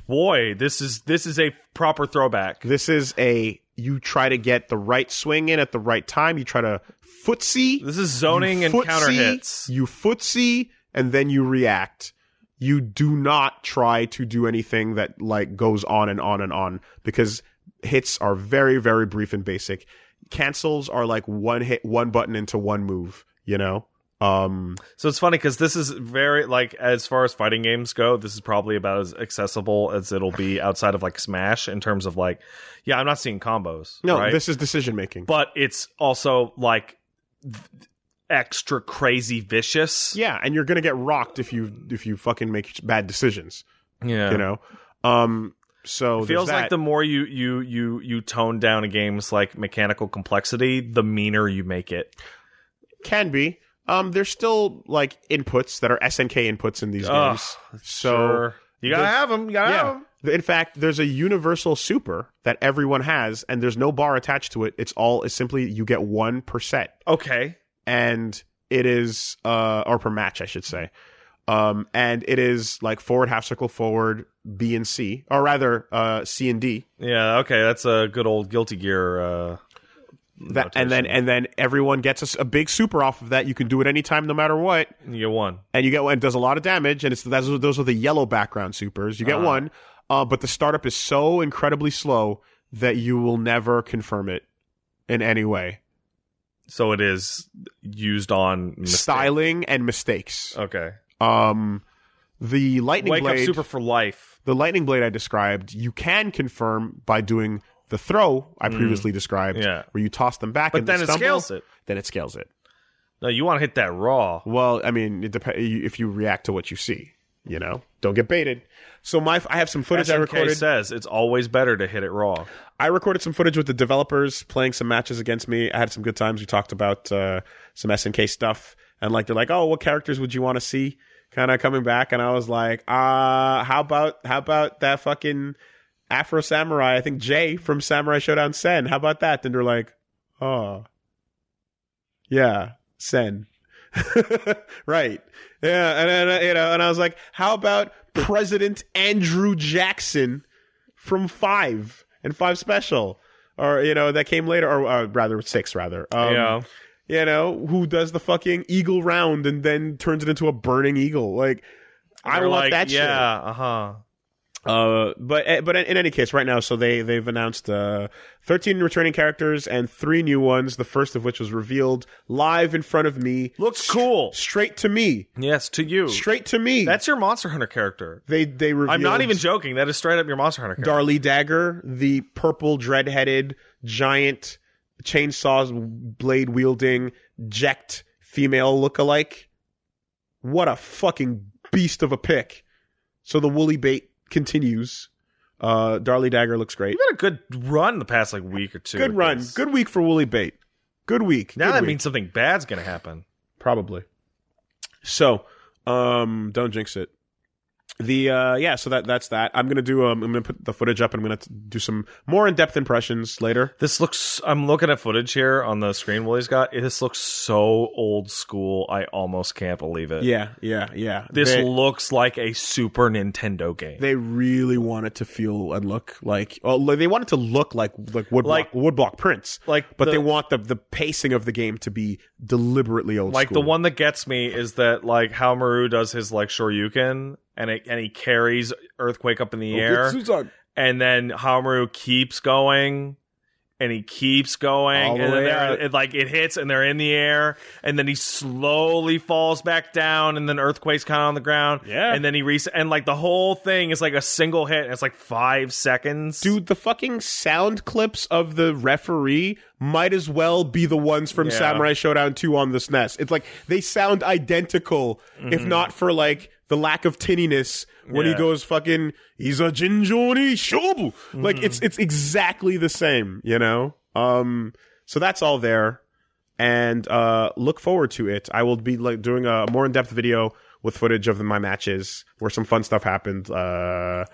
Speaker 2: boy, this is this is a proper throwback.
Speaker 1: this is a you try to get the right swing in at the right time. You try to footsie,
Speaker 2: This is zoning
Speaker 1: you
Speaker 2: and counter
Speaker 1: footsie,
Speaker 2: hits.
Speaker 1: You footsie and then you react. You do not try to do anything that like goes on and on and on because hits are very very brief and basic. Cancels are like one hit, one button into one move. You know. Um.
Speaker 2: So it's funny because this is very like as far as fighting games go, this is probably about as accessible as it'll be outside of like Smash in terms of like, yeah, I'm not seeing combos.
Speaker 1: No,
Speaker 2: right?
Speaker 1: this is decision making.
Speaker 2: but it's also like th- extra crazy vicious.
Speaker 1: Yeah, and you're gonna get rocked if you if you fucking make bad decisions.
Speaker 2: yeah.
Speaker 1: You know, um. So
Speaker 2: It feels
Speaker 1: there's
Speaker 2: like
Speaker 1: that.
Speaker 2: the more you you you you tone down a game's like mechanical complexity, the meaner you make it.
Speaker 1: can be. Um, there's still like inputs that are SNK inputs in these
Speaker 2: Ugh,
Speaker 1: games. So
Speaker 2: Sure. you gotta
Speaker 1: there's-
Speaker 2: have them. You gotta have 'em.
Speaker 1: yeah, in fact, there's a universal super that everyone has, and there's no bar attached to it. It's all it's simply you get one per set.
Speaker 2: Okay.
Speaker 1: and it is uh or per match I should say. Um and it is like forward half circle forward B and C or rather uh C and D
Speaker 2: Yeah. Okay. That's a good old Guilty Gear. Uh,
Speaker 1: that and then
Speaker 2: notation.
Speaker 1: and then everyone gets a s- a, big super off of that. You can do it anytime no matter what
Speaker 2: you get one.
Speaker 1: and you get one it does a lot of damage and it's that's, those are the yellow background supers. You get
Speaker 2: Ah.
Speaker 1: one uh but the startup is so incredibly slow that you will never confirm it in any way.
Speaker 2: So it is used on mistake.
Speaker 1: Styling and mistakes.
Speaker 2: Okay.
Speaker 1: Um the lightning
Speaker 2: Wake
Speaker 1: blade
Speaker 2: up super for life.
Speaker 1: the lightning blade I described, you can confirm by doing the throw I previously described,
Speaker 2: Mm. Yeah.
Speaker 1: where you toss them back
Speaker 2: But
Speaker 1: and
Speaker 2: then
Speaker 1: they
Speaker 2: it
Speaker 1: stumble,
Speaker 2: scales it.
Speaker 1: Then it scales it.
Speaker 2: No, you want to hit that raw.
Speaker 1: Well, I mean, it depends if you react to what you see. You know, don't get baited. So my, I have some footage I
Speaker 2: SNK
Speaker 1: recorded.
Speaker 2: says it's always better to hit it raw.
Speaker 1: I recorded some footage with the developers playing some matches against me. I had some good times. We talked about uh, some SNK stuff, and like they're like, "Oh, what characters would you want to see?" Kind of coming back, and I was like, "Ah, how about how about that fucking Afro Samurai? I think Jay from Samurai Showdown Sen. How about that?" Then they're like, "Oh, yeah." sen. right. Yeah, and, and uh, you know, and I was like, how about President Andrew Jackson from Five and Five Special, or you know, that came later, or uh, rather six, rather. Um,
Speaker 2: yeah.
Speaker 1: You know, who does the fucking eagle round and then turns it into a burning eagle? Like, I
Speaker 2: They're
Speaker 1: want
Speaker 2: like,
Speaker 1: that shit.
Speaker 2: Yeah, uh huh.
Speaker 1: Uh, but eh, but in, in any case, right now, so they they've announced uh, 13 returning characters and three new ones. The first of which was revealed live in front of me,
Speaker 2: Looks cool.
Speaker 1: straight to me,
Speaker 2: Yes, to you.
Speaker 1: straight to me.
Speaker 2: That's your Monster Hunter character.
Speaker 1: they they revealed.
Speaker 2: I'm not even joking. That is straight up your Monster Hunter character.
Speaker 1: Darley Dagger, the purple dread headed giant chainsaws blade wielding jacked female lookalike. What a fucking beast of a pick! So the woolly bait continues. Uh, Darley Dagger looks great.
Speaker 2: You've had a good run the past like week or two.
Speaker 1: Good
Speaker 2: with
Speaker 1: run.
Speaker 2: this.
Speaker 1: Good week for Wooly Bait. Good week.
Speaker 2: Now
Speaker 1: Good
Speaker 2: that
Speaker 1: week.
Speaker 2: means something bad's gonna happen.
Speaker 1: probably. So, um, don't jinx it. The uh, yeah, so that that's that. I'm gonna do. Um, I'm gonna put the footage up. I'm gonna t- do some more in depth impressions later.
Speaker 2: This looks. I'm looking at footage here on the screen. Willie's got. This looks so old school. I almost can't believe it.
Speaker 1: Yeah, yeah, yeah.
Speaker 2: This
Speaker 1: they,
Speaker 2: looks like a Super Nintendo game.
Speaker 1: they really want it to feel and look like. Oh, like, they want it to look like like woodblock
Speaker 2: Like-
Speaker 1: woodblock prints.
Speaker 2: like,
Speaker 1: But
Speaker 2: the-
Speaker 1: they want the the pacing of the game to be deliberately old
Speaker 2: like
Speaker 1: school.
Speaker 2: the one that gets me is that like how Maru does his like Shoryuken and it, and he carries earthquake up in the air and then Hamaru keeps going and he keeps going
Speaker 1: All the
Speaker 2: and
Speaker 1: way
Speaker 2: then they're-
Speaker 1: out.
Speaker 2: it, like it hits and they're in the air and then he slowly falls back down and then earthquake's kind of on the ground
Speaker 1: Yeah.
Speaker 2: and then he res and like the whole thing is like a single hit and it's like five seconds
Speaker 1: Dude, the fucking sound clips of the referee might as well be the ones from
Speaker 2: Yeah.
Speaker 1: Samurai Showdown 2 on the SNES. It's like they sound identical, if not for like the lack of tinniness when he
Speaker 2: Mm-hmm. Yeah.
Speaker 1: goes fucking he's a Jinjoni Shobu.
Speaker 2: Mm-hmm.
Speaker 1: Like it's it's exactly the same, you know? Um so that's all there. And uh look forward to it. I will be like doing a more in-depth video with footage of my matches where some fun stuff happened. Uh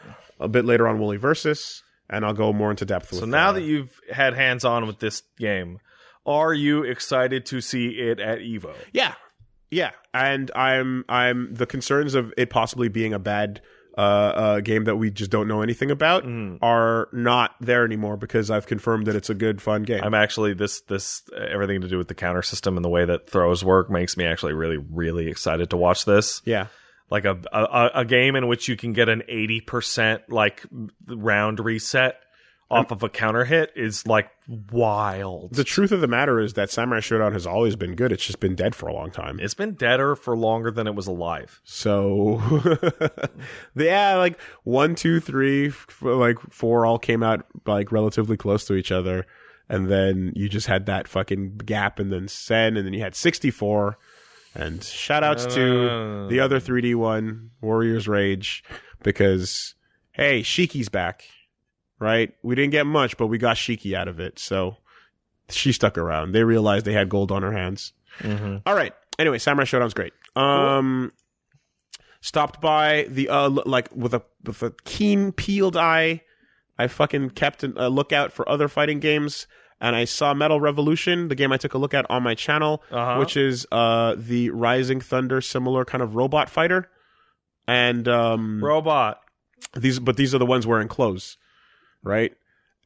Speaker 1: a bit later on Wooly Versus, and I'll go more into depth with
Speaker 2: so now
Speaker 1: uh,
Speaker 2: that you've had hands on with this game are you excited to see it at Evo
Speaker 1: Yeah. Yeah. And I'm I'm the concerns of it possibly being a bad uh, uh game that we just don't know anything about
Speaker 2: Mm.
Speaker 1: are not there anymore because I've confirmed that it's a good fun game.
Speaker 2: I'm actually this this uh, everything to do with the counter system and the way that throws work makes me actually really really excited to watch this.
Speaker 1: yeah.
Speaker 2: Like a a, a- a game in which you can get an 80% like round reset off of a counter hit is like wild.
Speaker 1: The truth of the matter is that Samurai Showdown has always been good. It's just been dead for a long time.
Speaker 2: it's been deader for longer than it was alive.
Speaker 1: So yeah, like one, two, three, f- like four all came out like relatively close to each other, and then you just had that fucking gap, and then Sen, and then you had sixty four, and shout outs to the other three D one Warriors Rage because hey, Shiki's back, right? We didn't get much, but we got Shiki out of it, so she stuck around. They realized they had gold on her hands.
Speaker 2: Mm-hmm.
Speaker 1: All right. Anyway, Samurai Showdown's great. Um, stopped by the uh, l- like with a with a keen peeled eye. I fucking kept an- a lookout for other fighting games, and I saw Metal Revolution, the game I took a look at on my channel,
Speaker 2: Uh-huh.
Speaker 1: which is uh the Rising Thunder similar kind of robot fighter, and um
Speaker 2: Robot.
Speaker 1: these but these are the ones wearing clothes, right?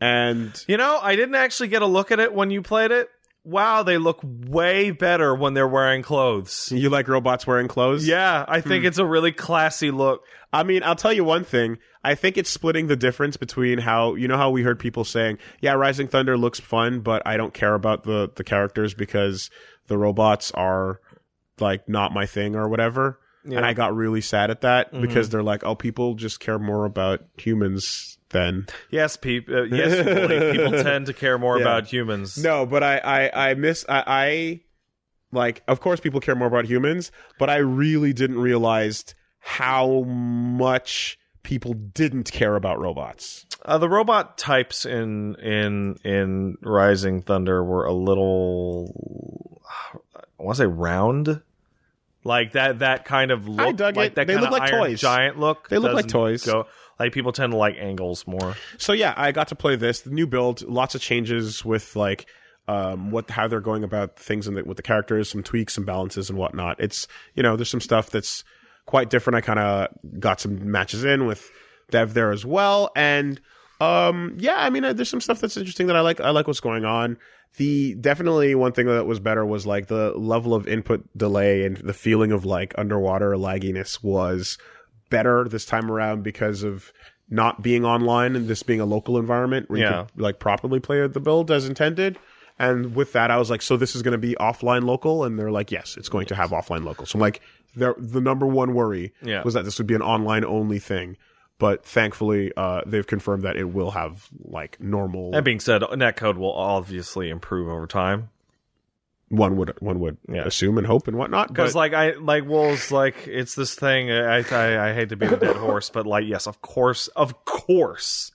Speaker 1: And
Speaker 2: You know, I didn't actually get a look at it when you played it. Wow, they look way better when they're wearing clothes.
Speaker 1: you like robots wearing clothes?
Speaker 2: Yeah, I think it's a really classy look.
Speaker 1: I mean, I'll tell you one thing. I think it's splitting the difference between how you know how we heard people saying, "Yeah, Rising Thunder looks fun, but I don't care about the the characters because the robots are like not my thing or whatever."
Speaker 2: Yeah.
Speaker 1: And I got really sad at that because they're like, "Oh, people just care more about humans than
Speaker 2: Yes, peop- uh, yes, Wooly, people tend to care more
Speaker 1: Yeah.
Speaker 2: about humans.
Speaker 1: No, but I I I miss I, I like of course people care more about humans, but I really didn't realize how much people didn't care about robots.
Speaker 2: Uh, the robot types in in in Rising Thunder were a little, I want to say round, like that that kind of look.
Speaker 1: dug
Speaker 2: like
Speaker 1: it.
Speaker 2: That
Speaker 1: They
Speaker 2: kind
Speaker 1: look
Speaker 2: of
Speaker 1: like
Speaker 2: Iron
Speaker 1: toys.
Speaker 2: Giant look.
Speaker 1: They look like
Speaker 2: doesn't
Speaker 1: toys.
Speaker 2: Go, like people tend to like angles more.
Speaker 1: So yeah, I got to play this the new build. Lots of changes with like um, what how they're going about things and with the characters, some tweaks, some balances, and whatnot. It's you know there's some stuff that's quite different. I kind of got some matches in with Dev there as well, and um, yeah, I mean uh, there's some stuff that's interesting that I like. I like what's going on. The definitely one thing that was better was like the level of input delay and the feeling of like underwater lagginess was better this time around because of not being online and this being a local environment where
Speaker 2: Yeah.
Speaker 1: you could like properly play the build as intended. And with that, I was like, so this is going to be offline local, and they're like, yes, it's going to have offline local. So I'm like, the the number one worry
Speaker 2: Yeah.
Speaker 1: was that this would be an online only thing, but thankfully, uh, they've confirmed that it will have like normal.
Speaker 2: That being said, netcode will obviously improve over time.
Speaker 1: one would one would
Speaker 2: Yeah.
Speaker 1: assume and hope and whatnot.
Speaker 2: Because
Speaker 1: But
Speaker 2: like I like Wolves like it's this thing. uh, I, I I hate to be the dead horse, but like yes, of course, of course,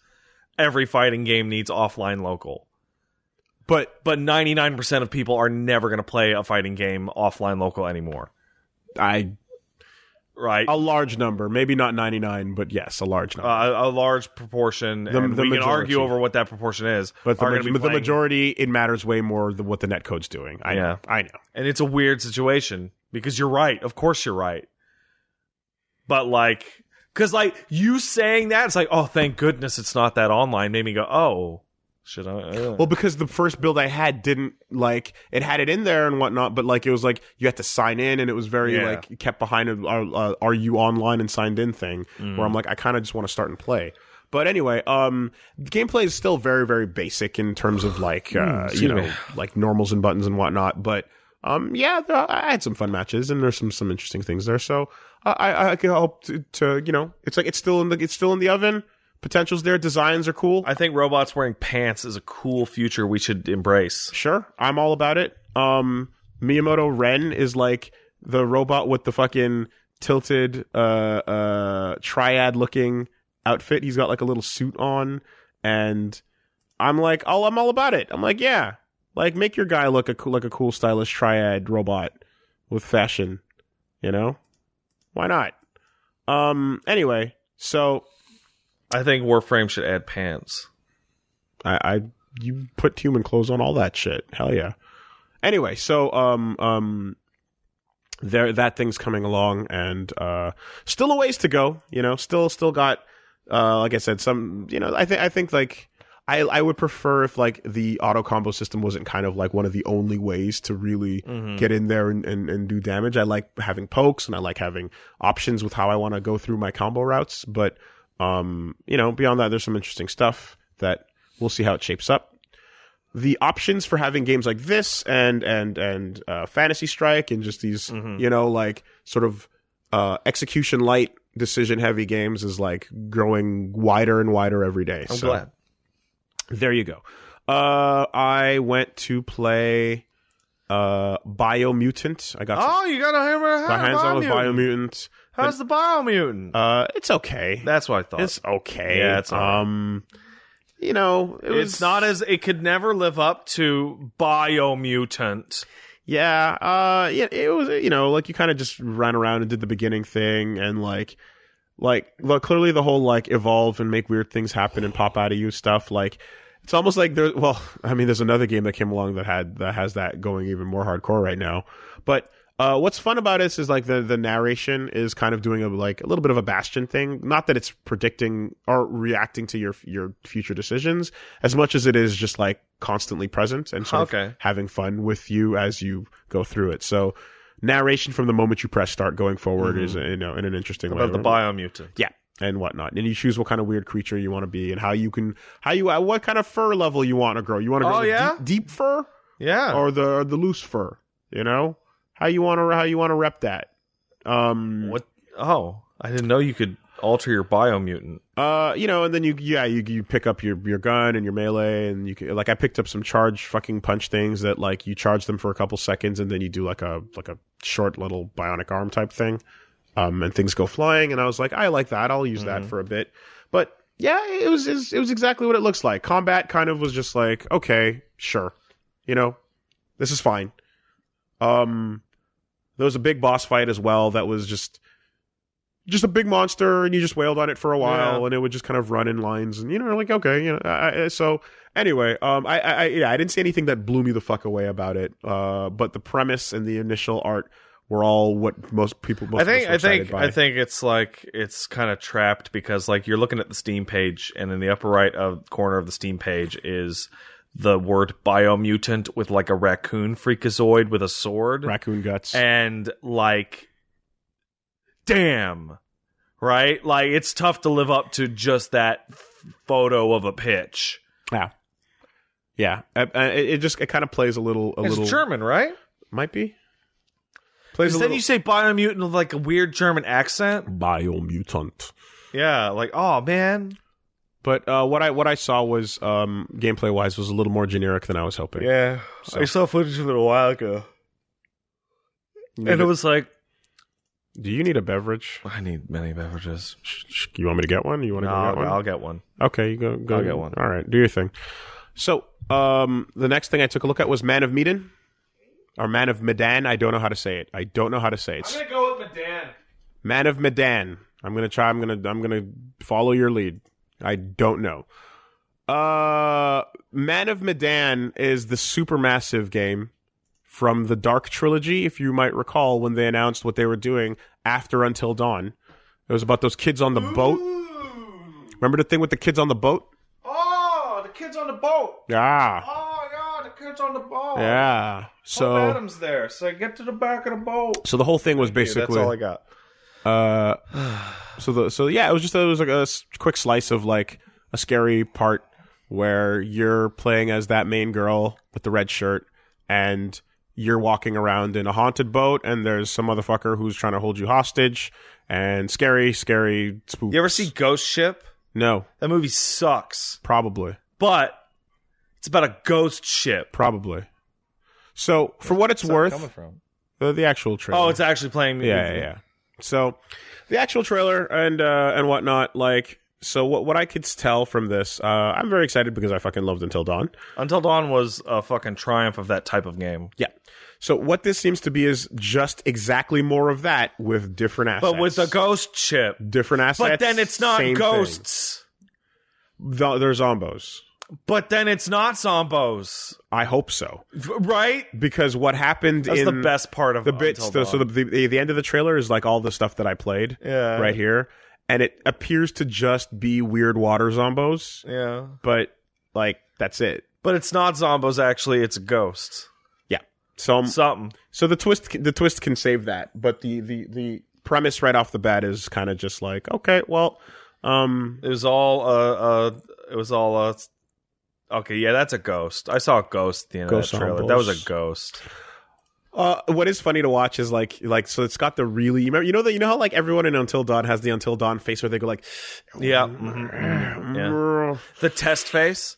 Speaker 2: every fighting game needs offline local.
Speaker 1: but
Speaker 2: But ninety nine percent of people are never going to play a fighting game offline local anymore,
Speaker 1: I
Speaker 2: right?
Speaker 1: a large number, maybe not ninety nine, but yes, a large number.
Speaker 2: Uh, a large proportion,
Speaker 1: The-
Speaker 2: and
Speaker 1: the
Speaker 2: we can
Speaker 1: majority.
Speaker 2: argue over what that proportion is.
Speaker 1: But the,
Speaker 2: are
Speaker 1: ma-
Speaker 2: gonna be
Speaker 1: the
Speaker 2: playing-
Speaker 1: majority, it matters way more than what the netcode's doing. I
Speaker 2: Yeah.
Speaker 1: know. I know.
Speaker 2: and it's a weird situation because you're right. Of course, you're right. But like, because like you saying that, it's like, oh, thank goodness it's not that online. Made me go, oh, should I? uh."
Speaker 1: Well, because the first build I had didn't like it had it in there and whatnot, but like it was like you had to sign in, and it was very
Speaker 2: Yeah.
Speaker 1: like kept behind a, uh, "Are you online and signed in?" thing.
Speaker 2: hmm.
Speaker 1: Where
Speaker 2: Mm.
Speaker 1: I'm like, I kind of just want to start and play. But anyway, um, the gameplay is still very very basic in terms of like uh,
Speaker 2: Mm, excuse
Speaker 1: you know
Speaker 2: me.
Speaker 1: like normals and buttons and whatnot, but. Um, yeah, th- I had some fun matches, and there's some some interesting things there. So I I, I could hope to, to you know it's like it's still in the it's still in the oven. Potentials there, designs are cool.
Speaker 2: I think robots wearing pants is a cool future we should embrace.
Speaker 1: Sure, I'm all about it. Um, Miyamoto Ren is like the robot with the fucking tilted uh uh triad looking outfit. He's got like a little suit on, and I'm like, oh, I'm all about it. I'm like, yeah, like make your guy look a cool, like a cool, stylish triad robot with fashion. You know, why not? Um, anyway, so
Speaker 2: I think Warframe should add pants.
Speaker 1: I, I you put human clothes on all that shit. Hell yeah. Anyway, so um um there that thing's coming along and uh still a ways to go, you know, still still got uh like I said some you know, I think I think like I I would prefer if like the auto combo system wasn't kind of like one of the only ways to really
Speaker 2: Mhm.
Speaker 1: get in there and, and, and do damage. I like having pokes and I like having options with how I want to go through my combo routes. But um, you know, beyond that, there's some interesting stuff that we'll see how it shapes up. The options for having games like this and and and uh, Fantasy Strike and just these
Speaker 2: Mhm.
Speaker 1: you know like sort of uh, execution light decision heavy games is like growing wider and wider every day.
Speaker 2: I'm
Speaker 1: So-
Speaker 2: glad.
Speaker 1: there you go. Uh, I went to play uh, Biomutant. I got to-
Speaker 2: Oh, you got a hammer.
Speaker 1: my hands on with Biomutant.
Speaker 2: How's the biomutant?
Speaker 1: Uh, it's okay.
Speaker 2: That's what I thought.
Speaker 1: It's okay.
Speaker 2: Yeah, it's all right.
Speaker 1: um, you know, it
Speaker 2: it's
Speaker 1: was
Speaker 2: not as it could never live up to biomutant.
Speaker 1: Yeah, uh, yeah, it was you know like you kind of just ran around and did the beginning thing and like like look, clearly the whole like evolve and make weird things happen and pop out of you stuff like it's almost like there well I mean there's another game that came along that had that has that going even more hardcore right now but uh, what's fun about this is like the the narration is kind of doing a like a little bit of a bastion thing not that it's predicting or reacting to your your future decisions as much as it is just like constantly present and sort of
Speaker 2: Okay.
Speaker 1: having fun with you as you go through it. So narration from the moment you press start going forward is you know in an interesting way
Speaker 2: Mm-hmm. About the biomutant.
Speaker 1: yeah and whatnot and you choose what kind of weird creature you want to be and how you can how you what kind of fur level you want to grow. You want to grow
Speaker 2: Oh,
Speaker 1: the
Speaker 2: yeah?
Speaker 1: deep, deep fur
Speaker 2: Yeah.
Speaker 1: or the or the loose fur. You know how you want to how you want to rep that. Um,
Speaker 2: What? Oh, I didn't know you could alter your biomutant.
Speaker 1: Uh, you know, and then you yeah you you pick up your your gun and your melee and you can, like I picked up some charge fucking punch things that like you charge them for a couple seconds and then you do like a like a short little bionic arm type thing, um, and things go flying and I was like I like that I'll use that for a bit, but yeah it was it was- it was exactly what it looks like. Combat kind of was just like okay sure, you know, this is fine. Um, there was a big boss fight as well that was just just a big monster, and you just wailed on it for a while,
Speaker 2: Yeah.
Speaker 1: and it would just kind of run in lines, and you know, like okay, you know. I, I, so anyway, um, I, I, I- yeah, I didn't see anything that blew me the fuck away about it, uh, but the premise and the initial art were all what most people. Most
Speaker 2: I think
Speaker 1: of us were
Speaker 2: I think
Speaker 1: excited by.
Speaker 2: I think it's like it's kind of trapped because like you're looking at the Steam page and in the upper right of corner of the Steam page is the word biomutant with like a raccoon freakazoid with a sword
Speaker 1: raccoon guts.
Speaker 2: and like damn right like it's tough to live up to just that photo of a pitch.
Speaker 1: yeah, yeah. I, I, it just it kind of plays a little a
Speaker 2: it's
Speaker 1: little
Speaker 2: German, right?
Speaker 1: might be
Speaker 2: Because
Speaker 1: plays a
Speaker 2: then
Speaker 1: little
Speaker 2: you say biomutant with like a weird German accent.
Speaker 1: biomutant.
Speaker 2: Yeah, like oh man.
Speaker 1: But uh, what I what I saw was um, gameplay wise was a little more generic than I was hoping.
Speaker 2: Yeah,
Speaker 1: So-
Speaker 2: I saw footage of it a while ago,
Speaker 1: You need
Speaker 2: and it
Speaker 1: a-
Speaker 2: was like,
Speaker 1: do you need a beverage?
Speaker 2: I need many beverages.
Speaker 1: Sh- sh- You want me to get one? You want
Speaker 2: No,
Speaker 1: to
Speaker 2: I'll,
Speaker 1: go get
Speaker 2: I'll
Speaker 1: one?
Speaker 2: get one.
Speaker 1: okay, you go go
Speaker 2: I'll get one.
Speaker 1: All right, do your thing. So um, the next thing I took a look at was Man of Medan or Man of Medan. I don't know how to say it. I don't know how to say it.
Speaker 2: go with Medan.
Speaker 1: Man of Medan. I'm gonna try. I'm gonna. I'm gonna follow your lead. I don't know. Uh, Man of Medan is the supermassive game from the Dark trilogy, if you might recall, when they announced what they were doing after Until Dawn. It was about those kids on the boat. Remember the thing with the kids on the boat?
Speaker 2: Oh, the kids on the boat.
Speaker 1: Yeah.
Speaker 2: Oh yeah, the kids on the boat.
Speaker 1: Yeah. So,
Speaker 2: Adam's there, so get to the back of the boat.
Speaker 1: so the whole thing was basically.
Speaker 2: that's all I got.
Speaker 1: Uh, so the so yeah, it was just it was like a s- quick slice of like a scary part where you're playing as that main girl with the red shirt and you're walking around in a haunted boat and there's some motherfucker who's trying to hold you hostage and scary, scary spooks.
Speaker 2: You ever see Ghost Ship?
Speaker 1: No,
Speaker 2: That movie sucks,
Speaker 1: probably,
Speaker 2: but it's about a ghost ship.
Speaker 1: probably. So for what it's worth,
Speaker 2: from?
Speaker 1: the, the actual trailer.
Speaker 2: Oh, it's actually playing. the-
Speaker 1: yeah, yeah, yeah. So the actual trailer and uh, and whatnot, like so what what I could tell from this, uh, I'm very excited because I fucking loved Until Dawn.
Speaker 2: Until Dawn was a fucking triumph of that type of game,
Speaker 1: Yeah. So what this seems to be is just exactly more of that with different assets.
Speaker 2: but with a ghost ship.
Speaker 1: different assets.
Speaker 2: But then it's not
Speaker 1: same
Speaker 2: ghosts.
Speaker 1: thing. Th- they're zombos.
Speaker 2: But then it's not zombos,
Speaker 1: I hope so
Speaker 2: right?
Speaker 1: because what happened
Speaker 2: That's
Speaker 1: in
Speaker 2: the best part of
Speaker 1: the bits.
Speaker 2: Until
Speaker 1: The, so the,
Speaker 2: Dawn.
Speaker 1: the the end of the trailer is like all the stuff that I played
Speaker 2: yeah,
Speaker 1: right here, and it appears to just be weird water zombos.
Speaker 2: yeah.
Speaker 1: but like that's it.
Speaker 2: But it's not zombos. Actually, it's ghosts.
Speaker 1: So um, so,
Speaker 2: Something.
Speaker 1: the twist c- the twist can save that, but the the the premise right off the bat is kind of just like okay, well, um,
Speaker 2: It was all. Uh, uh, it was all. Uh, okay, yeah, that's a ghost. I saw a ghost at the end
Speaker 1: Ghost
Speaker 2: of that trailer.
Speaker 1: zombos.
Speaker 2: That was a ghost.
Speaker 1: uh, what is funny to watch is like like so it's got the really you remember you know that you know how like everyone in Until Dawn has the Until Dawn face where they go like Mm-hmm.
Speaker 2: Yeah. mhm, mhm, yeah. The test face.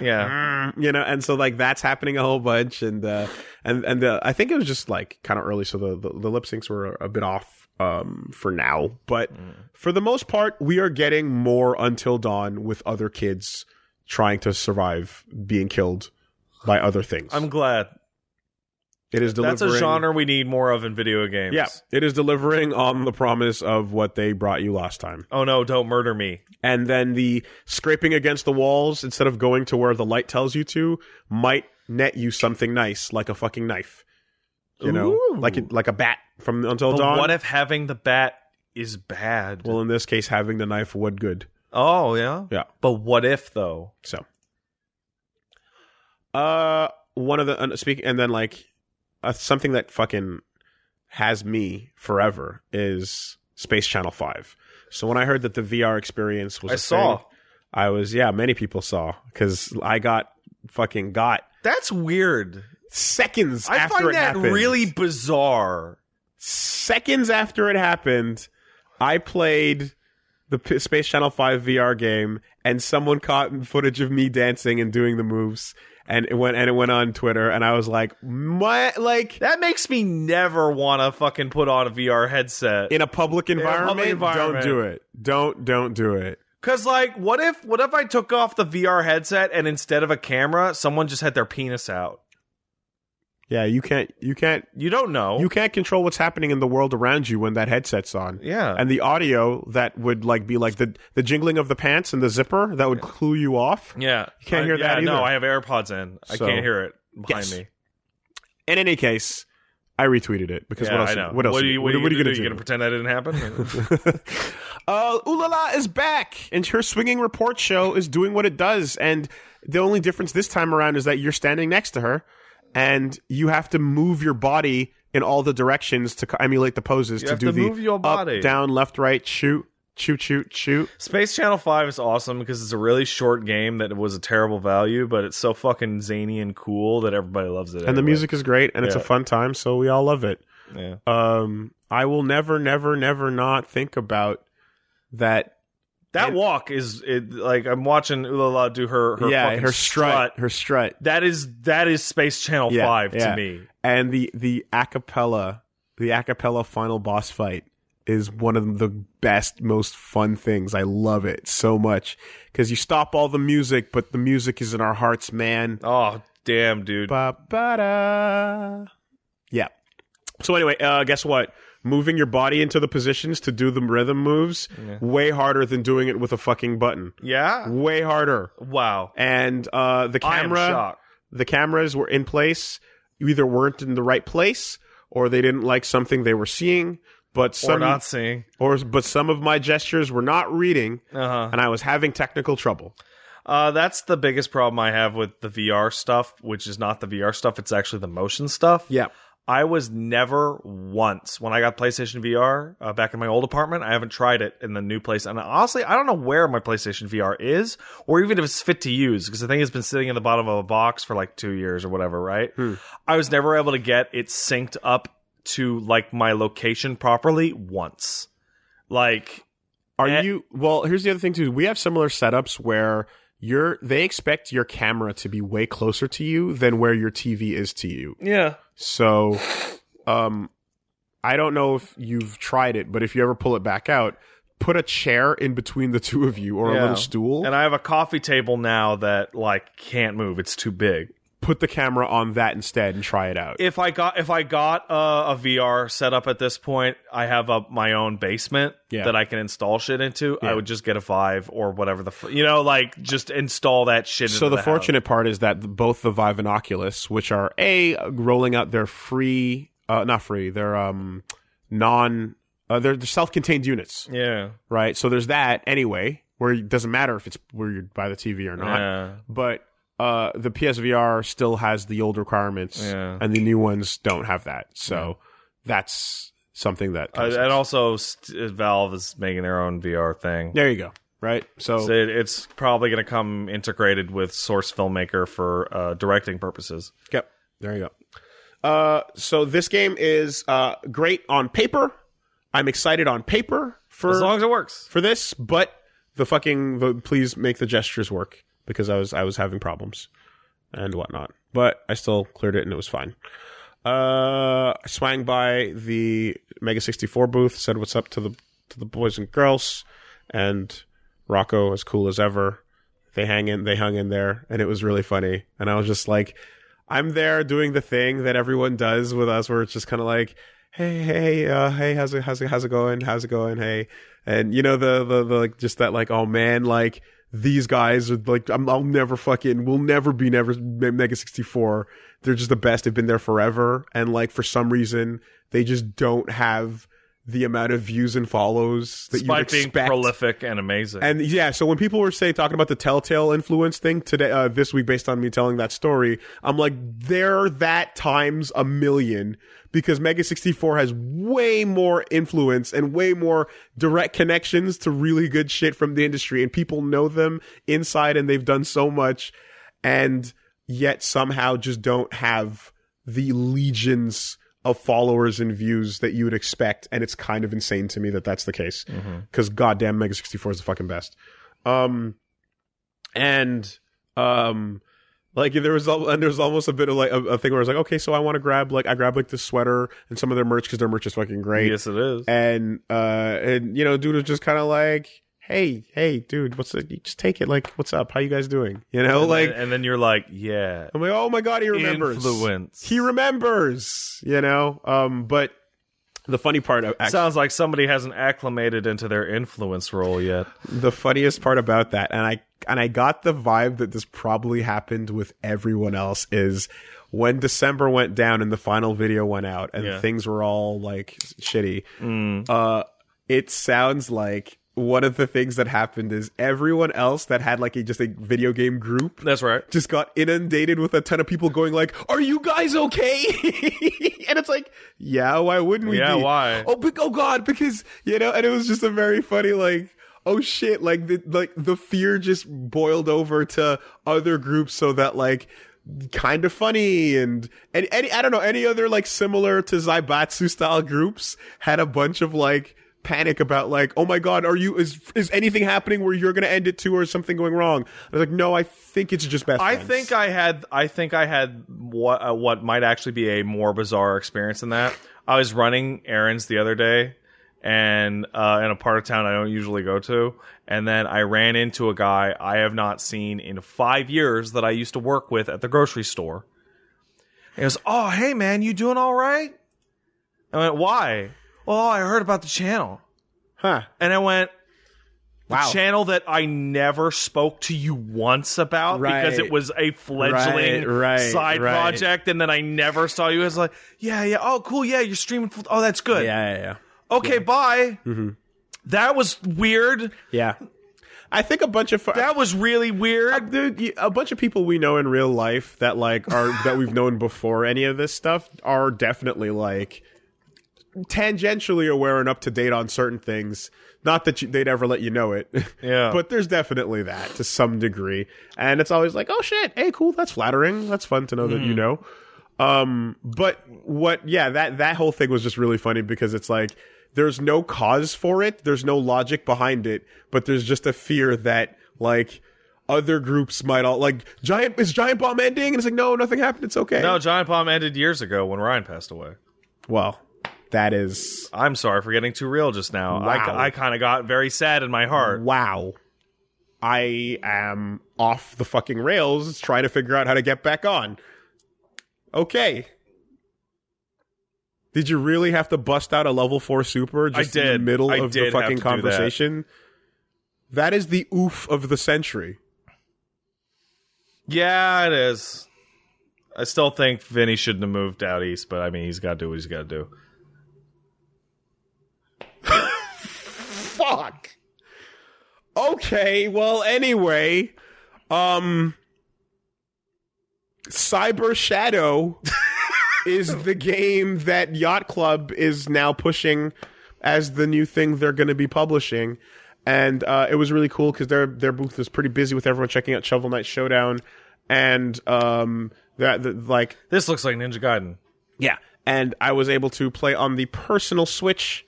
Speaker 2: Yeah.
Speaker 1: Mm, you know and so like that's happening a whole bunch and uh and and the, i think it was just like kind of early so the the, the lip syncs were a, bit off um for now but
Speaker 2: Mm.
Speaker 1: for the most part we are getting more until dawn with other kids trying to survive being killed by other things
Speaker 2: I'm glad.
Speaker 1: it is delivering
Speaker 2: That's a genre we need more of in video games.
Speaker 1: yeah it is delivering on the promise of what they brought you last time
Speaker 2: Oh no, don't murder me.
Speaker 1: and then the scraping against the walls instead of going to where the light tells you to might net you something nice like a fucking knife you know
Speaker 2: Ooh.
Speaker 1: like it, like a bat from until
Speaker 2: But
Speaker 1: dawn
Speaker 2: what if having the bat is bad?
Speaker 1: well in this case having the knife would good
Speaker 2: oh yeah.
Speaker 1: Yeah.
Speaker 2: But what if though?
Speaker 1: so uh one of the uh, speak and then like uh, something that fucking has me forever is space channel 5 so when i heard that the vr experience was
Speaker 2: I
Speaker 1: a
Speaker 2: saw.
Speaker 1: thing, i was yeah many people saw because i got fucking got
Speaker 2: That's weird.
Speaker 1: seconds
Speaker 2: I
Speaker 1: after
Speaker 2: find
Speaker 1: it
Speaker 2: that
Speaker 1: happened.
Speaker 2: really bizarre.
Speaker 1: seconds after it happened, I played the P- Space Channel 5 VR game and someone caught footage of me dancing and doing the moves and it went and it went on Twitter and I was like, "What like
Speaker 2: That makes me never want to fucking put on a VR headset.
Speaker 1: in a public environment,
Speaker 2: environment.
Speaker 1: don't do it. Don't don't do it."
Speaker 2: Cause like, what if what if I took off the VR headset and instead of a camera, someone just had their penis out?
Speaker 1: Yeah, you can't you can't
Speaker 2: You don't know.
Speaker 1: you can't control what's happening in the world around you when that headset's on.
Speaker 2: yeah.
Speaker 1: And the audio that would like be like the the jingling of the pants and the zipper that would clue you off.
Speaker 2: yeah. You
Speaker 1: can't hear that
Speaker 2: No,
Speaker 1: either.
Speaker 2: I have AirPods in. I
Speaker 1: So-
Speaker 2: can't hear it behind
Speaker 1: Yes.
Speaker 2: me.
Speaker 1: In any case, I retweeted it because
Speaker 2: Yeah,
Speaker 1: what else?
Speaker 2: I know.
Speaker 1: What else?
Speaker 2: What are you, what
Speaker 1: what
Speaker 2: are you
Speaker 1: gonna
Speaker 2: going to do? You going to pretend that didn't happen?
Speaker 1: uh, Ooh La La is back, and her swinging report show is doing what it does. And the only difference this time around is that you're standing next to her, and you have to move your body in all the directions to co- emulate the poses
Speaker 2: You
Speaker 1: to
Speaker 2: have
Speaker 1: do
Speaker 2: to
Speaker 1: the
Speaker 2: move your body.
Speaker 1: up, down, left, right, shoot, shoot, shoot, shoot.
Speaker 2: Space Channel 5 is awesome because it's a really short game that was a terrible value, but it's so fucking zany and cool that everybody loves it.
Speaker 1: And the
Speaker 2: anyway.
Speaker 1: music is great, and it's a
Speaker 2: Yeah.
Speaker 1: fun time, so we all love it.
Speaker 2: Yeah.
Speaker 1: Um, I will never, never, never not think about that.
Speaker 2: That
Speaker 1: And-
Speaker 2: walk is it, like I'm watching Ulala do her her
Speaker 1: yeah,
Speaker 2: fucking
Speaker 1: her strut, her strut.
Speaker 2: That is that is Space Channel
Speaker 1: Yeah,
Speaker 2: 5
Speaker 1: yeah.
Speaker 2: to me.
Speaker 1: and the the acapella the acapella final boss fight is one of the best most fun things i love it so much because you stop all the music but the music is in our hearts man
Speaker 2: Oh, damn, dude.
Speaker 1: ba, ba, da. yeah so anyway uh, guess what moving your body into the positions to do the rhythm moves
Speaker 2: Yeah.
Speaker 1: way harder than doing it with a fucking button
Speaker 2: Yeah?
Speaker 1: way harder
Speaker 2: Wow.
Speaker 1: and uh, the
Speaker 2: I am
Speaker 1: camera
Speaker 2: shocked.
Speaker 1: the cameras were in place you either weren't in the right place or they didn't like something they were seeing but
Speaker 2: Or
Speaker 1: some
Speaker 2: not seeing.
Speaker 1: or- but some of my gestures were not reading
Speaker 2: Uh-huh.
Speaker 1: and i was having technical trouble
Speaker 2: Uh that's the biggest problem I have with the VR stuff, which is not the VR stuff, it's actually the motion stuff.
Speaker 1: yeah
Speaker 2: I was never once when I got PlayStation VR uh, back in my old apartment. I haven't tried it in the new place, and honestly, I don't know where my PlayStation VR is, or even if it's fit to use, because the thing has been sitting in the bottom of a box for like two years or whatever. Right?
Speaker 1: Hmm.
Speaker 2: I was never able to get it synced up to like my location properly once. Like,
Speaker 1: are
Speaker 2: Eh.
Speaker 1: you well here's the other thing too we have similar setups where you're they expect your camera to be way closer to you than where your tv is to you
Speaker 2: yeah,
Speaker 1: so um i don't know if you've tried it but if you ever pull it back out put a chair in between the two of you or a
Speaker 2: Yeah.
Speaker 1: little stool
Speaker 2: and I have a coffee table now that like can't move; it's too big.
Speaker 1: put the camera on that instead and try it out.
Speaker 2: if I got if I got uh, a VR setup at this point, I have a, my own basement
Speaker 1: Yeah.
Speaker 2: that I can install shit into.
Speaker 1: Yeah.
Speaker 2: I would just get a Vive or whatever the f- you know like just install that shit.
Speaker 1: so
Speaker 2: into
Speaker 1: the,
Speaker 2: the house.
Speaker 1: fortunate part is that both the Vive and Oculus, which are a rolling out their free, uh, not free, they're um non, uh, they're, they're self-contained units,
Speaker 2: yeah,
Speaker 1: right? So there's that anyway, where it doesn't matter if it's where you're by the TV or not.
Speaker 2: yeah,
Speaker 1: But uh, the PSVR still has the old requirements,
Speaker 2: yeah.
Speaker 1: and the new ones don't have that. So that's something that.
Speaker 2: Uh,
Speaker 1: kinda
Speaker 2: and
Speaker 1: sucks.
Speaker 2: also st- Valve is making their own VR thing.
Speaker 1: there you go. Right. So,
Speaker 2: So it, it's probably going to come integrated with Source Filmmaker for uh, directing purposes.
Speaker 1: Yep. There you go. Uh, so this game is uh, great on paper. I'm excited on paper for
Speaker 2: As long as it works.
Speaker 1: for this, but the fucking the, please make the gestures work because I was I was having problems and whatnot. But I still cleared it and it was fine. Uh, I swang by the Mega 64 booth, said what's up to the to the boys and girls, and Rocco as cool as ever. They hang in, they hung in there, and it was really funny. And I was just like, I'm there doing the thing that everyone does with us, where it's just kind of like, hey, hey, uh, hey, how's it, how's it, how's it going, how's it going, hey, and you know the the, the like just that like oh man like these guys are like I'm, I'll never fucking we'll never be never Me- Mega 64. They're just the best. They've been there forever, and like for some reason they just don't have the amount of views and follows that you
Speaker 2: Despite being
Speaker 1: expect.
Speaker 2: prolific and amazing.
Speaker 1: And yeah, so when people were saying talking about the Telltale influence thing today, uh, this week, based on me telling that story, I'm like, they're that times a million because Mega 64 has way more influence and way more direct connections to really good shit from the industry, and people know them inside, and they've done so much, and yet somehow just don't have the legions of followers and views that you would expect, and it's kind of insane to me that that's the case
Speaker 2: Mhm.
Speaker 1: because goddamn Mega 64 is the fucking best. Um, and um, like there was al- and there was almost a bit of like a, a thing where I was like, okay, so I want to grab like I grab like this sweater and some of their merch because their merch is fucking great.
Speaker 2: Yes, it is.
Speaker 1: And uh, and you know, dude was just kind of like. hey, hey, dude, what's it? You just take it. Like, what's up? How you guys doing? You know,
Speaker 2: and uh,
Speaker 1: like,
Speaker 2: then, and then you're like, yeah,
Speaker 1: I'm like, oh my god, he remembers.
Speaker 2: influence.
Speaker 1: He remembers. You know, um, but the funny part uh, of actually,
Speaker 2: Sounds like somebody hasn't acclimated into their influence role yet.
Speaker 1: the funniest part about that, and I and I got the vibe that this probably happened with everyone else is when December went down and the final video went out and
Speaker 2: Yeah.
Speaker 1: things were all like shitty.
Speaker 2: Mm.
Speaker 1: uh, it sounds like one of the things that happened is everyone else that had like a just a video game group
Speaker 2: That's right.
Speaker 1: just got inundated with a ton of people going like, "Are you guys okay?" and it's like, "Yeah, why wouldn't we?"
Speaker 2: Yeah,
Speaker 1: be?
Speaker 2: why?
Speaker 1: Oh, be- oh God, because you know. And it was just a very funny like. Oh shit! Like the like the fear just boiled over to other groups, so that like kind of funny and and any I don't know any other like similar to Zaibatsu style groups had a bunch of like panic about like oh my god are you is is anything happening where you're gonna end it too or is something going wrong? I was like no I think it's just best.
Speaker 2: I
Speaker 1: friends."
Speaker 2: think I had I think I had what uh, what might actually be a more bizarre experience than that. I was running errands the other day, and uh, in a part of town I don't usually go to, and then I ran into a guy I have not seen in five years that I used to work with at the grocery store. He goes, "Oh, hey man, you doing all right?" I went, "Why?" Well, I heard about the channel,
Speaker 1: huh
Speaker 2: and I went, the
Speaker 1: wow
Speaker 2: channel that I never spoke to you once about because
Speaker 1: Right.
Speaker 2: it was a fledgling
Speaker 1: Right, right,
Speaker 2: side
Speaker 1: right.
Speaker 2: project, and then I never saw you. I was like, yeah, yeah, oh, cool, yeah, you're streaming. Full- oh, that's good.
Speaker 1: yeah yeah yeah.
Speaker 2: Okay, bye. That was weird.
Speaker 1: Yeah. I think a bunch of fu-
Speaker 2: That was really weird.
Speaker 1: dude, you- a bunch of people we know in real life that like are that we've known before any of this stuff are definitely like tangentially aware and up to date on certain things. Not that you, they'd ever let you know it.
Speaker 2: Yeah.
Speaker 1: but there's definitely that to some degree. And it's always like, "Oh shit, hey cool, that's flattering. That's fun to know that you know." Um, but what? Yeah, that that whole thing was just really funny because it's like there's no cause for it, there's no logic behind it, but there's just a fear that like other groups might all like giant is giant bomb ending, and it's like no, nothing happened, it's okay.
Speaker 2: no, Giant Bomb ended years ago when Ryan passed away.
Speaker 1: Well, that is
Speaker 2: I'm sorry for getting too real just now.
Speaker 1: Wow.
Speaker 2: I, I kind of got very sad in my heart.
Speaker 1: wow. I am off the fucking rails trying to figure out how to get back on. Okay. Did you really have to bust out a level four super just in the
Speaker 2: did.
Speaker 1: middle
Speaker 2: I
Speaker 1: of the
Speaker 2: did have
Speaker 1: fucking
Speaker 2: to do that.
Speaker 1: conversation? that is the oof of the century.
Speaker 2: Yeah, it is. I still think Vinny shouldn't have moved out east, but I mean, he's got to do what he's got to do.
Speaker 1: Fuck. Okay, well anyway, um Cyber Shadow is the game that Yacht Club is now pushing as the new thing they're going to be publishing. And uh, it was really cool because their their booth was pretty busy with everyone checking out Shovel Knight Showdown, and um, that that- like
Speaker 2: This looks like Ninja Gaiden.
Speaker 1: yeah, and I was able to play on the personal Switch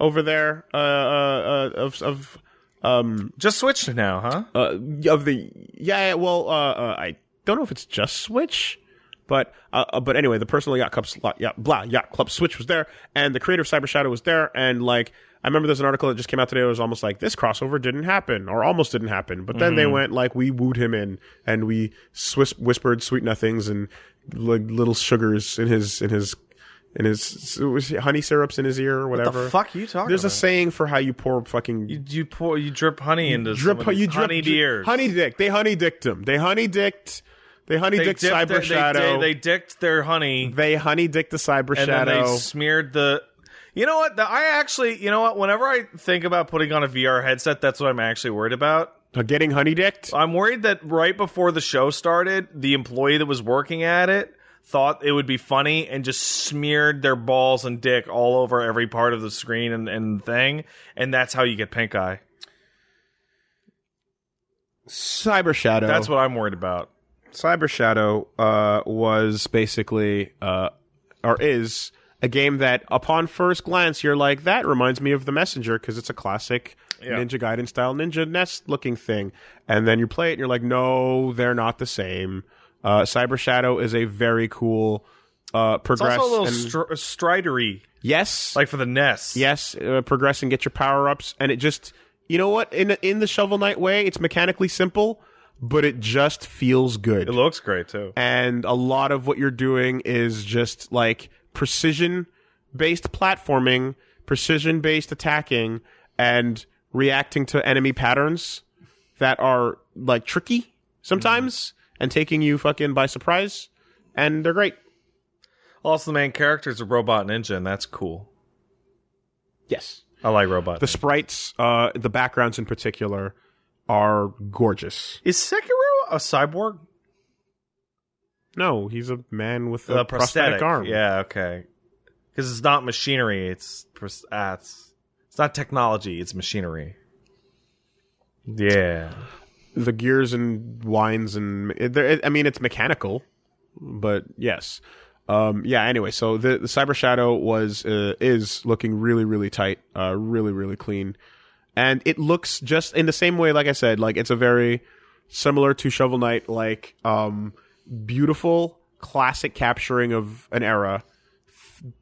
Speaker 1: over there uh, uh, uh, of of um
Speaker 2: Just switched now, huh?
Speaker 1: uh, of the yeah. yeah, Well, uh, uh, I don't know if it's just Switch, but uh, uh, but anyway, the personal yacht club slot, yacht, blah yacht club Switch was there, and the creator of Cyber Shadow was there, and like. I remember there's an article that just came out today. It was almost like this crossover didn't happen or almost didn't happen, but then they
Speaker 2: Mm-hmm.
Speaker 1: went like we wooed him in and we swiss- whispered sweet nothings and like little sugars in his in his in his it was honey syrups in his ear or whatever.
Speaker 2: fuck are you talking
Speaker 1: There's a saying for how you pour fucking
Speaker 2: you, you pour you drip honey into
Speaker 1: drip,
Speaker 2: somebody's
Speaker 1: you drip,
Speaker 2: honey
Speaker 1: drip-
Speaker 2: ears.
Speaker 1: honey dick. They honey dicked him. They honey dicked. They honey
Speaker 2: They
Speaker 1: dicked
Speaker 2: dipped
Speaker 1: cyber
Speaker 2: their- they,
Speaker 1: shadow.
Speaker 2: They, they dicked their honey
Speaker 1: they honey dicked the cyber
Speaker 2: and then
Speaker 1: shadow.
Speaker 2: they smeared the. You know what? The, I actually, you know what? Whenever I think about putting on a VR headset, that's what I'm actually worried about.
Speaker 1: Uh, Getting honey dicked.
Speaker 2: I'm worried that right before the show started, the employee that was working at it thought it would be funny and just smeared their balls and dick all over every part of the screen and, and thing, and that's how you get pink eye.
Speaker 1: Cyber shadow.
Speaker 2: That's what I'm worried about.
Speaker 1: Cyber Shadow uh, was basically, uh, or is, a game that upon first glance you're like, that reminds me of The Messenger because it's a classic
Speaker 2: Yeah.
Speaker 1: Ninja Gaiden style Ninja Nest looking thing. And then you play it and you're like, no, they're not the same. Uh, Cyber Shadow is a very cool uh,
Speaker 2: It's
Speaker 1: progress.
Speaker 2: also a little
Speaker 1: and-
Speaker 2: str- stridery,
Speaker 1: yes,
Speaker 2: like for the NES.
Speaker 1: yes, uh, progress and get your power ups. And it just you know what? In in the Shovel Knight way, it's mechanically simple, but it just feels good.
Speaker 2: It looks great too.
Speaker 1: and a lot of what you're doing is just like precision based platforming, precision based attacking, and reacting to enemy patterns that are like tricky sometimes and taking you fucking by surprise. And they're great.
Speaker 2: Also, the main character is a robot ninja, and that's cool.
Speaker 1: Yes.
Speaker 2: I like robot.
Speaker 1: The
Speaker 2: ninja.
Speaker 1: sprites, uh, the backgrounds in particular, are gorgeous.
Speaker 2: Is Sekiro a cyborg?
Speaker 1: No, he's a man with
Speaker 2: The
Speaker 1: a prosthetic arm.
Speaker 2: Yeah, okay. Because it's not machinery. It's pros- ah, it's it's not technology. It's machinery. Yeah.
Speaker 1: the gears and winds and there- I mean it's mechanical, but yes, um, yeah. Anyway, so the, the Cyber Shadow was uh, is looking really really tight, uh, really really clean, and it looks just in the same way. Like I said, like it's a very similar to Shovel Knight, like um, beautiful classic capturing of an era,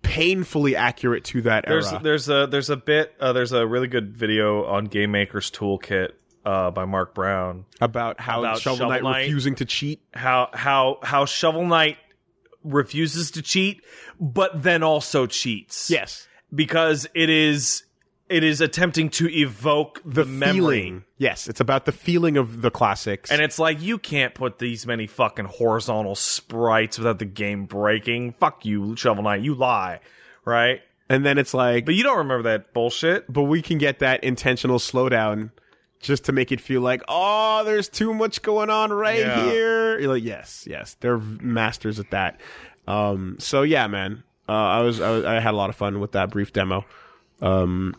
Speaker 1: painfully accurate to that
Speaker 2: There's
Speaker 1: era.
Speaker 2: there's a there's a bit uh, there's a really good video on Game Maker's Toolkit uh, by Mark Brown
Speaker 1: about how
Speaker 2: about
Speaker 1: Shovel,
Speaker 2: Shovel
Speaker 1: Knight,
Speaker 2: Knight.
Speaker 1: refusing to cheat.
Speaker 2: how how how Shovel Knight refuses to cheat, but then also cheats.
Speaker 1: Yes,
Speaker 2: because it is it is attempting to evoke the, memory.
Speaker 1: feeling. Yes, it's about the feeling of the classics.
Speaker 2: And it's like you can't put these many fucking horizontal sprites without the game breaking. Fuck you, Shovel Knight. You lie, right?
Speaker 1: And then it's like,
Speaker 2: But
Speaker 1: but,
Speaker 2: you don't remember that bullshit.
Speaker 1: we can get that intentional slowdown just to make it feel like, oh, there's too much going on right
Speaker 2: Yeah.
Speaker 1: here. You're like, yes, yes, they're masters at that. Um, so yeah, man, uh, I was, I was, I had a lot of fun with that brief demo. Um,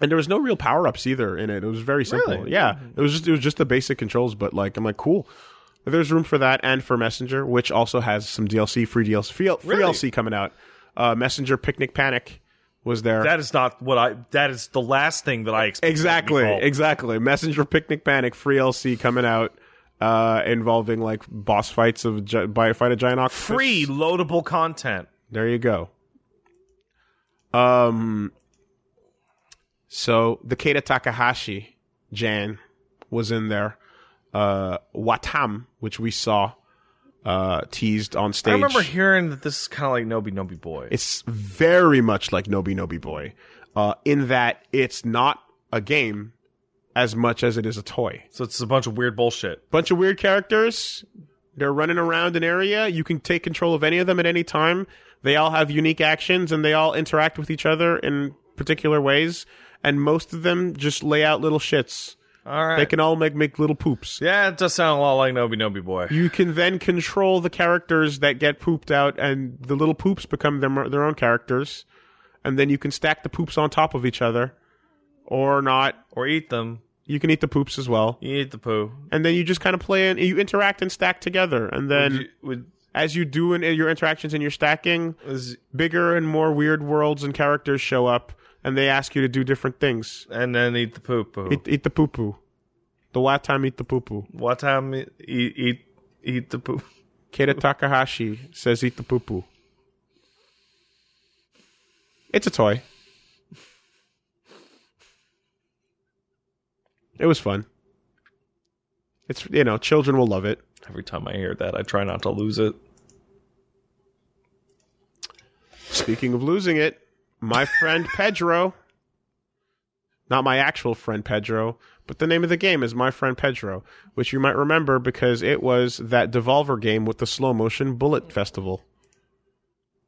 Speaker 1: and there was no real power ups either in it. It was very simple.
Speaker 2: Really?
Speaker 1: Yeah, it was just, it was just the basic controls. But like, I'm like, cool. There's room for that and for Messenger, which also has some DLC, free DLC, free, free
Speaker 2: Really?
Speaker 1: DLC coming out. Uh, Messenger Picnic Panic was there.
Speaker 2: That is not what I. That is the last thing that I expected.
Speaker 1: Exactly,
Speaker 2: Meatball.
Speaker 1: exactly. Messenger Picnic Panic free LC coming out uh involving like boss fights of gi- by fight a giant octopus.
Speaker 2: Free loadable content.
Speaker 1: There you go. Um so the Keita Takahashi Jan was in there. Uh Watam, which we saw uh teased on stage.
Speaker 2: I remember hearing that this is kind of like Nobi Nobi Boy.
Speaker 1: It's very much like Nobi Nobi Boy, uh, in that it's not a game as much as it is a toy.
Speaker 2: so it's a bunch of weird bullshit.
Speaker 1: Bunch of weird characters. They're running around an area. You can take control of any of them at any time. They all have unique actions and they all interact with each other in particular ways. And most of them just lay out little shits.
Speaker 2: All right.
Speaker 1: They can all make, make little poops.
Speaker 2: yeah, it does sound a lot like Nobi Nobi Boy.
Speaker 1: You can then control the characters that get pooped out, and the little poops become their their own characters, and then you can stack the poops on top of each other, or not.
Speaker 2: or eat them.
Speaker 1: You can eat the poops as well,
Speaker 2: You eat the poo.
Speaker 1: and then you just kind of play and you interact and stack together, and then
Speaker 2: Would you- would-
Speaker 1: as you do in in your interactions and your stacking,
Speaker 2: is-
Speaker 1: bigger and more weird worlds and characters show up, and they ask you to do different things.
Speaker 2: and then eat the poo poo.
Speaker 1: Eat, eat the poo poo, the what time eat the poo poo.
Speaker 2: What time eat eat eat the poo?
Speaker 1: Keita Takahashi says eat the poo poo. It's a toy. It was fun. It's you know, children will love it.
Speaker 2: Every time I hear that, I try not to lose it.
Speaker 1: Speaking of losing it, my friend Pedro not my actual friend Pedro, but the name of the game is My Friend Pedro, which you might remember because it was that Devolver game with the slow motion bullet festival.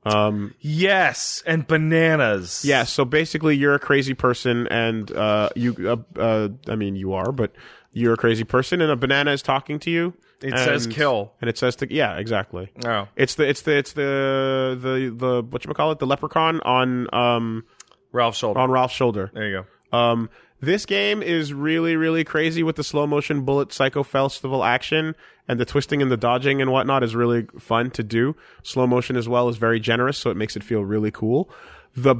Speaker 1: Um
Speaker 2: Yes, and bananas.
Speaker 1: Yeah, so basically you're a crazy person and uh you uh, uh I mean you are, but you're a crazy person and a banana is talking to you.
Speaker 2: it
Speaker 1: and-
Speaker 2: says kill.
Speaker 1: And it says to yeah, exactly.
Speaker 2: Oh,
Speaker 1: It's the it's the it's the the the what you call it, the leprechaun on um
Speaker 2: Ralph Shoulder.
Speaker 1: on Ralph's shoulder.
Speaker 2: there you go.
Speaker 1: Um, this game is really, really crazy with the slow motion bullet psycho festival action and the twisting and the dodging and whatnot is really fun to do. Slow motion as well is very generous, so it makes it feel really cool. The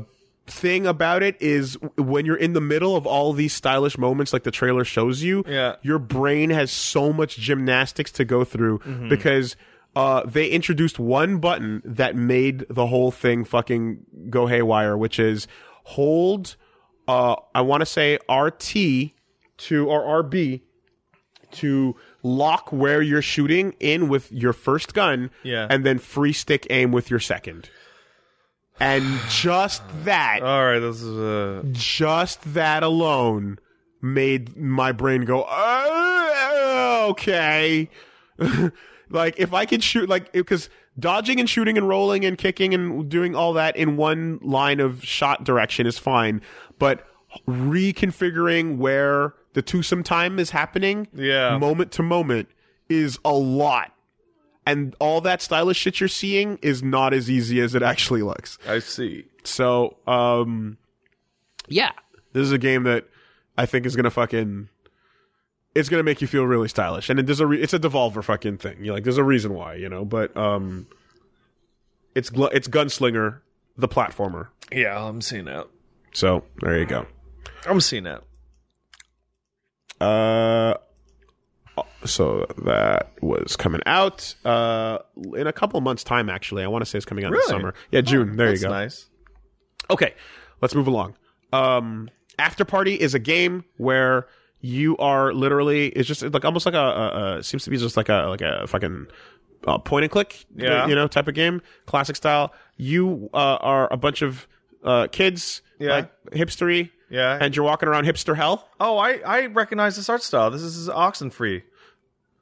Speaker 1: thing about it is w- when you're in the middle of all these stylish moments like the trailer shows you,
Speaker 2: Yeah.
Speaker 1: your brain has so much gymnastics to go through because uh, they introduced one button that made the whole thing fucking go haywire, which is hold uh, I want to say RT to or RB to lock where you're shooting in with your first gun,
Speaker 2: Yeah.
Speaker 1: and then free stick aim with your second. And just that,
Speaker 2: All right, this is uh,
Speaker 1: just that alone made my brain go, "Oh, okay. like if I could shoot, like because dodging and shooting and rolling and kicking and doing all that in one line of shot direction is fine, but reconfiguring where the twosome time is happening,
Speaker 2: Yeah.
Speaker 1: moment to moment, is a lot. And all that stylish shit you're seeing is not as easy as it actually looks.
Speaker 2: I see.
Speaker 1: So, um, yeah, this is a game that I think is gonna fucking, it's gonna make you feel really stylish, and it, there's a re- it's a devolver fucking thing. You're like, there's a reason why, you know. But um, it's gl- it's gunslinger, the platformer.
Speaker 2: Yeah, I'm seeing that.
Speaker 1: So there you go.
Speaker 2: I'm seeing that.
Speaker 1: Uh, so that was coming out uh in a couple months time. Actually, I want to say it's coming out
Speaker 2: Really? Oh,
Speaker 1: in summer. Yeah, June. there you
Speaker 2: That's
Speaker 1: go.
Speaker 2: nice.
Speaker 1: Okay, let's move along. Um, After Party is a game where you are literally it's just like almost like a, a, a seems to be just like a like a fucking uh, point and click
Speaker 2: Yeah.
Speaker 1: you know type of game classic style. You uh, are a bunch of uh, kids
Speaker 2: Yeah.
Speaker 1: like hipstery
Speaker 2: Yeah.
Speaker 1: and you're walking around hipster hell.
Speaker 2: oh, I I recognize this art style. This is Oxenfree.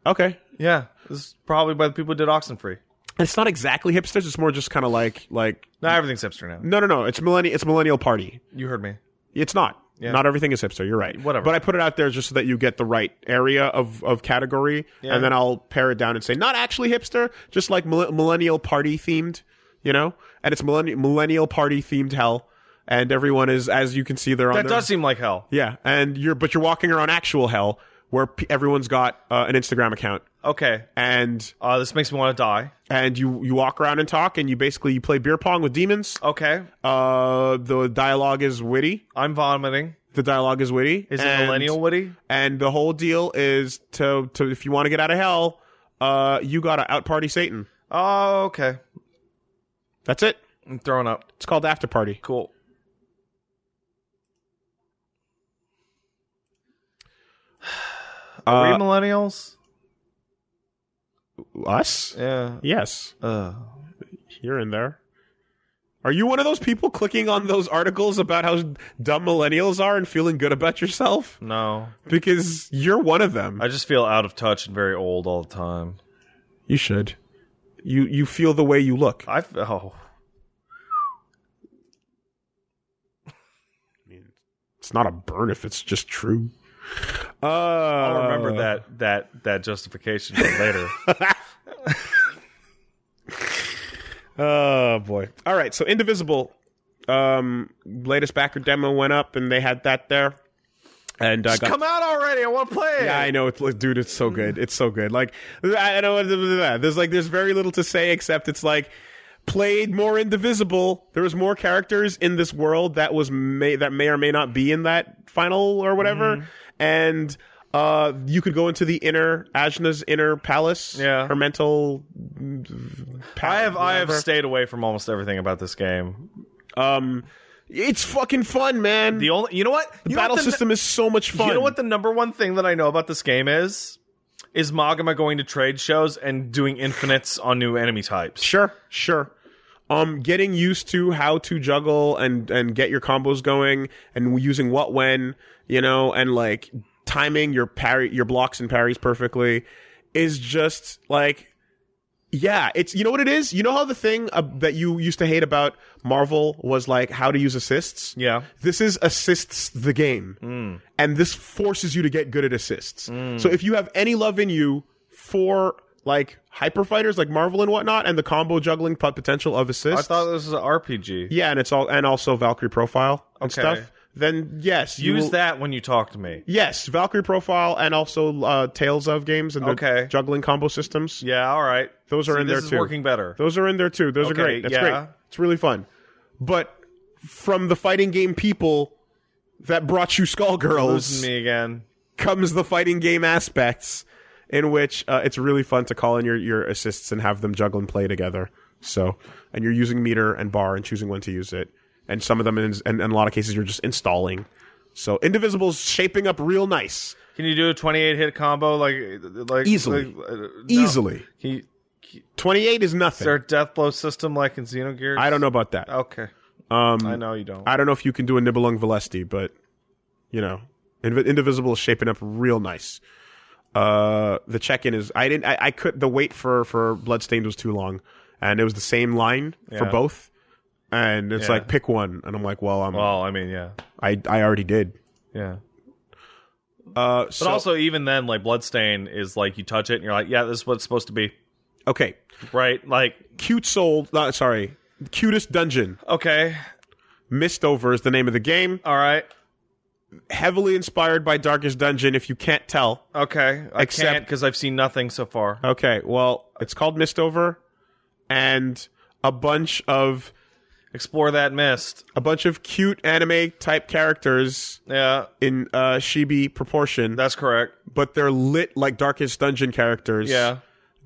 Speaker 1: Okay,
Speaker 2: Yeah, this is probably by the people who did Oxenfree.
Speaker 1: and it's not exactly hipsters. It's more just kind of like like
Speaker 2: Now everything's hipster now.
Speaker 1: no no no. It's millennial. It's millennial party.
Speaker 2: You heard me.
Speaker 1: It's not.
Speaker 2: Yeah.
Speaker 1: Not everything is hipster. You're right.
Speaker 2: Whatever.
Speaker 1: But I put it out there just so that you get the right area of, of category,
Speaker 2: Yeah.
Speaker 1: and then I'll pare it down and say not actually hipster, just like mil- millennial party themed, you know. And it's millennial millennial party themed hell, and everyone is as you can see they're on.
Speaker 2: That
Speaker 1: their-
Speaker 2: does seem like hell.
Speaker 1: yeah, and you're but you're walking around actual hell where p- everyone's got uh, an Instagram account
Speaker 2: Okay.
Speaker 1: and
Speaker 2: Uh, this makes me want to die.
Speaker 1: and you you walk around and talk and you basically you play beer pong with demons.
Speaker 2: Okay.
Speaker 1: Uh, the dialogue is witty.
Speaker 2: I'm vomiting.
Speaker 1: The dialogue is witty.
Speaker 2: Is it
Speaker 1: and-
Speaker 2: millennial Woody?
Speaker 1: and the whole deal is to to if you want to get out of hell, uh, you gotta out party Satan.
Speaker 2: Oh, okay.
Speaker 1: That's it.
Speaker 2: I'm throwing up.
Speaker 1: It's called after party.
Speaker 2: Cool. Are we
Speaker 1: Uh,
Speaker 2: millennials?
Speaker 1: Us?
Speaker 2: Yeah.
Speaker 1: Yes,
Speaker 2: Uh,
Speaker 1: here and there. Are you one of those people clicking on those articles about how dumb millennials are and feeling good about yourself?
Speaker 2: no.
Speaker 1: Because you're one of them.
Speaker 2: I just feel out of touch and very old all the time.
Speaker 1: you should. You you feel the way you look.
Speaker 2: I f- oh
Speaker 1: It's not a burn if it's just true. Uh,
Speaker 2: I'll
Speaker 1: I'll
Speaker 2: remember that that that justification for later.
Speaker 1: Oh boy! All right, so Indivisible, um, latest backer demo went up, and they had that there, and I
Speaker 2: Just
Speaker 1: got.
Speaker 2: come out already. I want to play it.
Speaker 1: Yeah, I know, it's, like, dude. It's so good.
Speaker 2: Mm-hmm.
Speaker 1: It's so good. Like, I I know there's like there's very little to say except it's like played more indivisible. There was more characters in this world that was may that may or may not be in that final or whatever,
Speaker 2: Mm-hmm.
Speaker 1: and uh, you could go into the inner Ajna's inner palace,
Speaker 2: Yeah.
Speaker 1: her mental.
Speaker 2: I have I have stayed away from almost everything about this game.
Speaker 1: Um, it's fucking fun, man.
Speaker 2: The only you know what the
Speaker 1: battle system is so much fun.
Speaker 2: You know what the number one thing that I know about this game is? Is Magama going to trade shows and doing infinites on new enemy types?
Speaker 1: sure, sure. Um, getting used to how to juggle and and get your combos going and using what when you know and like timing your parry your blocks and parries perfectly is just like yeah it's you know what it is you know how the thing uh, that you used to hate about marvel was like how to use assists
Speaker 2: Yeah.
Speaker 1: this is assists the game
Speaker 2: Mm.
Speaker 1: and this forces you to get good at assists so if you have any love in you for like hyper fighters like marvel and whatnot and the combo juggling pot- potential of
Speaker 2: I
Speaker 1: assists
Speaker 2: thought this was an RPG.
Speaker 1: yeah and it's all and also valkyrie profile and
Speaker 2: Okay.
Speaker 1: stuff then yes you
Speaker 2: Use
Speaker 1: will-
Speaker 2: that when you talk to me.
Speaker 1: yes valkyrie profile and also uh, tales of games and the
Speaker 2: Okay.
Speaker 1: juggling combo systems
Speaker 2: Yeah, all right.
Speaker 1: Those are
Speaker 2: See,
Speaker 1: in
Speaker 2: this
Speaker 1: there
Speaker 2: is
Speaker 1: too.
Speaker 2: working better.
Speaker 1: Those are in there too. Those
Speaker 2: Okay,
Speaker 1: are great. That's
Speaker 2: yeah.
Speaker 1: great. It's really fun. But from the fighting game people that brought you
Speaker 2: Losing
Speaker 1: Skullgirls
Speaker 2: me again.
Speaker 1: comes the fighting game aspects, in which uh, it's really fun to call in your, your assists and have them juggle and play together. So, and you're using meter and bar and choosing when to use it. and some of them, in, and, and a lot of cases, you're just installing. So Indivisible's shaping up real nice,
Speaker 2: Can you do a 28 hit combo like like
Speaker 1: Easily.
Speaker 2: like, uh, no.
Speaker 1: easily.
Speaker 2: Can you-
Speaker 1: Twenty eight is
Speaker 2: is
Speaker 1: nothing.
Speaker 2: there a death blow system like in Xenogears?
Speaker 1: I don't know about that.
Speaker 2: Okay,
Speaker 1: Um,
Speaker 2: I know you don't.
Speaker 1: I don't know if you can do a Nibelung Valesti, but you know, Invi- Indivisible is shaping up real nice. Uh, the check-in is I didn't I, I could the wait for for Bloodstained was too long, and it was the same line for
Speaker 2: Yeah.
Speaker 1: both, and it's
Speaker 2: Yeah.
Speaker 1: like pick one, and I'm like, well, I'm
Speaker 2: well, I mean, yeah,
Speaker 1: I I already did.
Speaker 2: yeah.
Speaker 1: Uh,
Speaker 2: But
Speaker 1: so
Speaker 2: also, even then, like bloodstain is like you touch it and you're like, yeah, this is what it's supposed to be,
Speaker 1: okay,
Speaker 2: right? Like,
Speaker 1: cute soul. Uh, sorry, cutest dungeon.
Speaker 2: okay,
Speaker 1: Mist over is the name of the game.
Speaker 2: all right,
Speaker 1: Heavily inspired by Darkest Dungeon. If you can't tell,
Speaker 2: okay. I
Speaker 1: Except-
Speaker 2: can't because I've seen nothing so far.
Speaker 1: Okay, well, it's called Mistover, and a bunch of
Speaker 2: Explore that mist.
Speaker 1: a bunch of cute anime type characters
Speaker 2: Yeah,
Speaker 1: in uh, chibi proportion,
Speaker 2: that's correct.
Speaker 1: but they're lit like Darkest Dungeon characters.
Speaker 2: Yeah,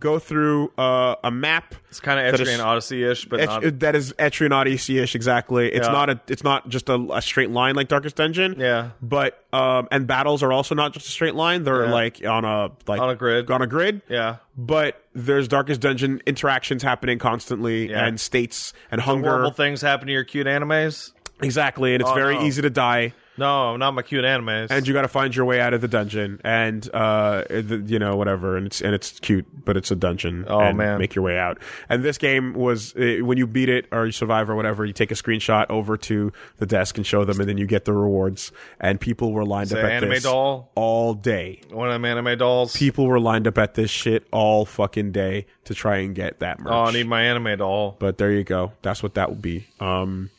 Speaker 1: go through uh, a map
Speaker 2: it's kind of
Speaker 1: is-
Speaker 2: Etrian Odyssey ish, but
Speaker 1: Et-
Speaker 2: not.
Speaker 1: that is Etrian Odyssey-ish. Exactly, it's
Speaker 2: Yeah.
Speaker 1: not a it's not just a, a straight line like Darkest Dungeon.
Speaker 2: yeah,
Speaker 1: But um, and battles are also not just a straight line; they're
Speaker 2: Yeah.
Speaker 1: like on a like
Speaker 2: on a grid.
Speaker 1: on a grid.
Speaker 2: Yeah,
Speaker 1: but there's darkest dungeon interactions happening constantly
Speaker 2: Yeah.
Speaker 1: and states and hunger
Speaker 2: horrible things happen to your cute animes.
Speaker 1: exactly and it's
Speaker 2: Oh,
Speaker 1: very
Speaker 2: no.
Speaker 1: easy to die
Speaker 2: No, not my cute animes.
Speaker 1: and you got to find your way out of the dungeon and uh the, you know whatever and it's and it's cute but it's a dungeon
Speaker 2: Oh,
Speaker 1: and
Speaker 2: man.
Speaker 1: make your way out and this game was uh, when you beat it or you survive or whatever you take a screenshot over to the desk and show them and then you get the rewards and people were lined
Speaker 2: the
Speaker 1: up at
Speaker 2: anime
Speaker 1: this
Speaker 2: doll,
Speaker 1: all day
Speaker 2: one of them anime dolls.
Speaker 1: people were lined up at this shit all fucking day to try and get that merch
Speaker 2: oh, I need my anime doll.
Speaker 1: but there you go. That's what that will be. Um,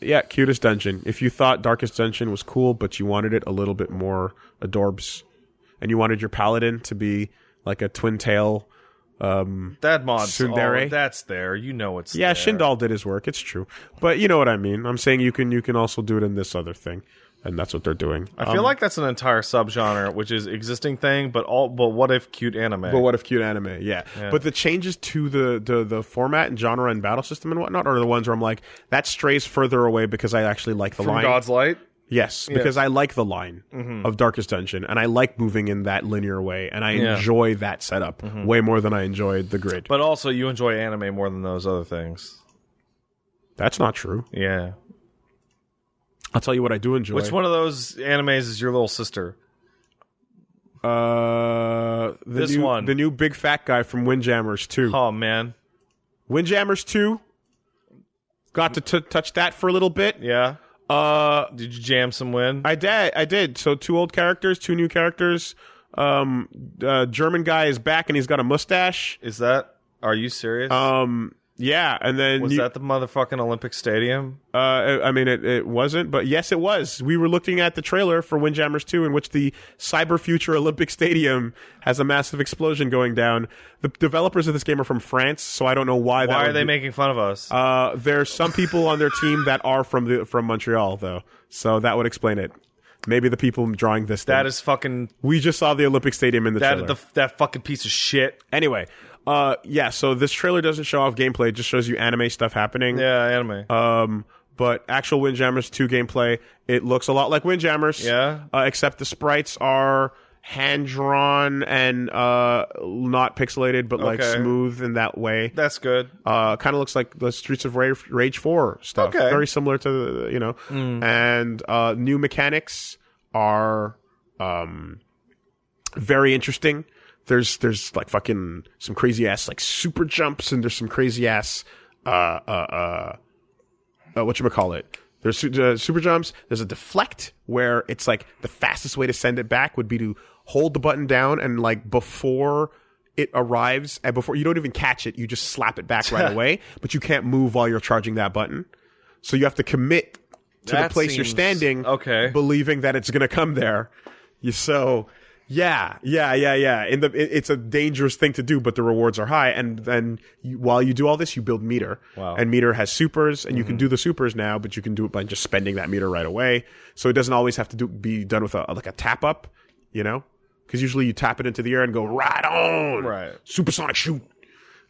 Speaker 1: yeah, cutest dungeon. If you thought Darkest Dungeon was cool, but you wanted it a little bit more adorbs, and you wanted your paladin to be like a twin tail. Um,
Speaker 2: That mod,
Speaker 1: Tsundere?
Speaker 2: oh, that's there. You know it's
Speaker 1: yeah,
Speaker 2: there.
Speaker 1: Shindal did his work. It's true, but you know what I mean. I'm saying you can you can also do it in this other thing, and that's what they're doing.
Speaker 2: I feel like that's an entire subgenre, which is existing thing, but all but what if cute anime?
Speaker 1: But what if cute anime? Yeah. But the changes to the, the the format and genre and battle system and whatnot are the ones where I'm like, that strays further away because I actually like the
Speaker 2: From
Speaker 1: line.
Speaker 2: God's Light?
Speaker 1: Yes, because I like the line
Speaker 2: Mm-hmm.
Speaker 1: of Darkest Dungeon, and I like moving in that linear way, and I enjoy that setup way more than I enjoyed the grid.
Speaker 2: Mm-hmm. But also you enjoy anime more than those other things.
Speaker 1: That's not true.
Speaker 2: Yeah.
Speaker 1: I'll tell you what I do enjoy.
Speaker 2: Which one of those animes is your little sister?
Speaker 1: Uh, the
Speaker 2: This
Speaker 1: new,
Speaker 2: one.
Speaker 1: the new big fat guy from Windjammers Two.
Speaker 2: Oh man.
Speaker 1: Windjammers Two. Got to t- touch that for a little bit.
Speaker 2: Yeah.
Speaker 1: Uh,
Speaker 2: Did you jam some win?
Speaker 1: I did. I did. So two old characters, two new characters. Um, uh, German guy is back, and he's got a mustache.
Speaker 2: is that are you serious?
Speaker 1: Um, yeah, and then
Speaker 2: Was
Speaker 1: you-
Speaker 2: that the motherfucking Olympic Stadium?
Speaker 1: Uh, I I mean, it, it wasn't, but yes, it was. We were looking at the trailer for Windjammers 2, in which the cyber future Olympic Stadium has a massive explosion going down. The developers of this game are from France, so I don't know why. that
Speaker 2: Why are
Speaker 1: would
Speaker 2: they
Speaker 1: be-
Speaker 2: making fun of us?
Speaker 1: Uh, there's some people on their team that are from the from Montreal, though, so that would explain it. Maybe the people drawing this.
Speaker 2: that
Speaker 1: thing.
Speaker 2: is fucking
Speaker 1: we just saw the Olympic Stadium in the
Speaker 2: that
Speaker 1: trailer.
Speaker 2: the, that fucking piece of shit.
Speaker 1: anyway, uh, yeah. So this trailer doesn't show off gameplay; it just shows you anime stuff happening.
Speaker 2: Yeah, anime.
Speaker 1: Um, but actual Windjammers 2 gameplay, it looks a lot like Windjammers.
Speaker 2: Yeah.
Speaker 1: Uh, except the sprites are hand drawn and uh, not pixelated, but like
Speaker 2: Okay.
Speaker 1: smooth in that way.
Speaker 2: That's good.
Speaker 1: Uh, kind of looks like the Streets of Rage, Rage 4 stuff.
Speaker 2: Okay. Mm.
Speaker 1: Very similar to the, you know. And uh, new mechanics are um, very interesting. There's there's like fucking some crazy ass like super jumps and there's some crazy ass uh uh uh, uh what you call it. There's su- uh, super jumps. There's a deflect where it's like the fastest way to send it back would be to hold the button down and like before it arrives and before you don't even catch it, you just slap it back right away. But you can't move while you're charging that button, so you have to commit to
Speaker 2: That
Speaker 1: the place you're
Speaker 2: seems-
Speaker 1: standing
Speaker 2: Okay.
Speaker 1: believing that it's going to come there. You, so, yeah, yeah, yeah, yeah. In the, it, it's a dangerous thing to do, but the rewards are high. And then you, while you do all this, you build meter.
Speaker 2: Wow. Mm-hmm.
Speaker 1: And meter has supers, and you can do the supers now, but you can do it by just spending that meter right away. So it doesn't always have to do, be done with a like a tap up, you know, because usually you tap it into the air and go right on,
Speaker 2: Right.
Speaker 1: supersonic shoot,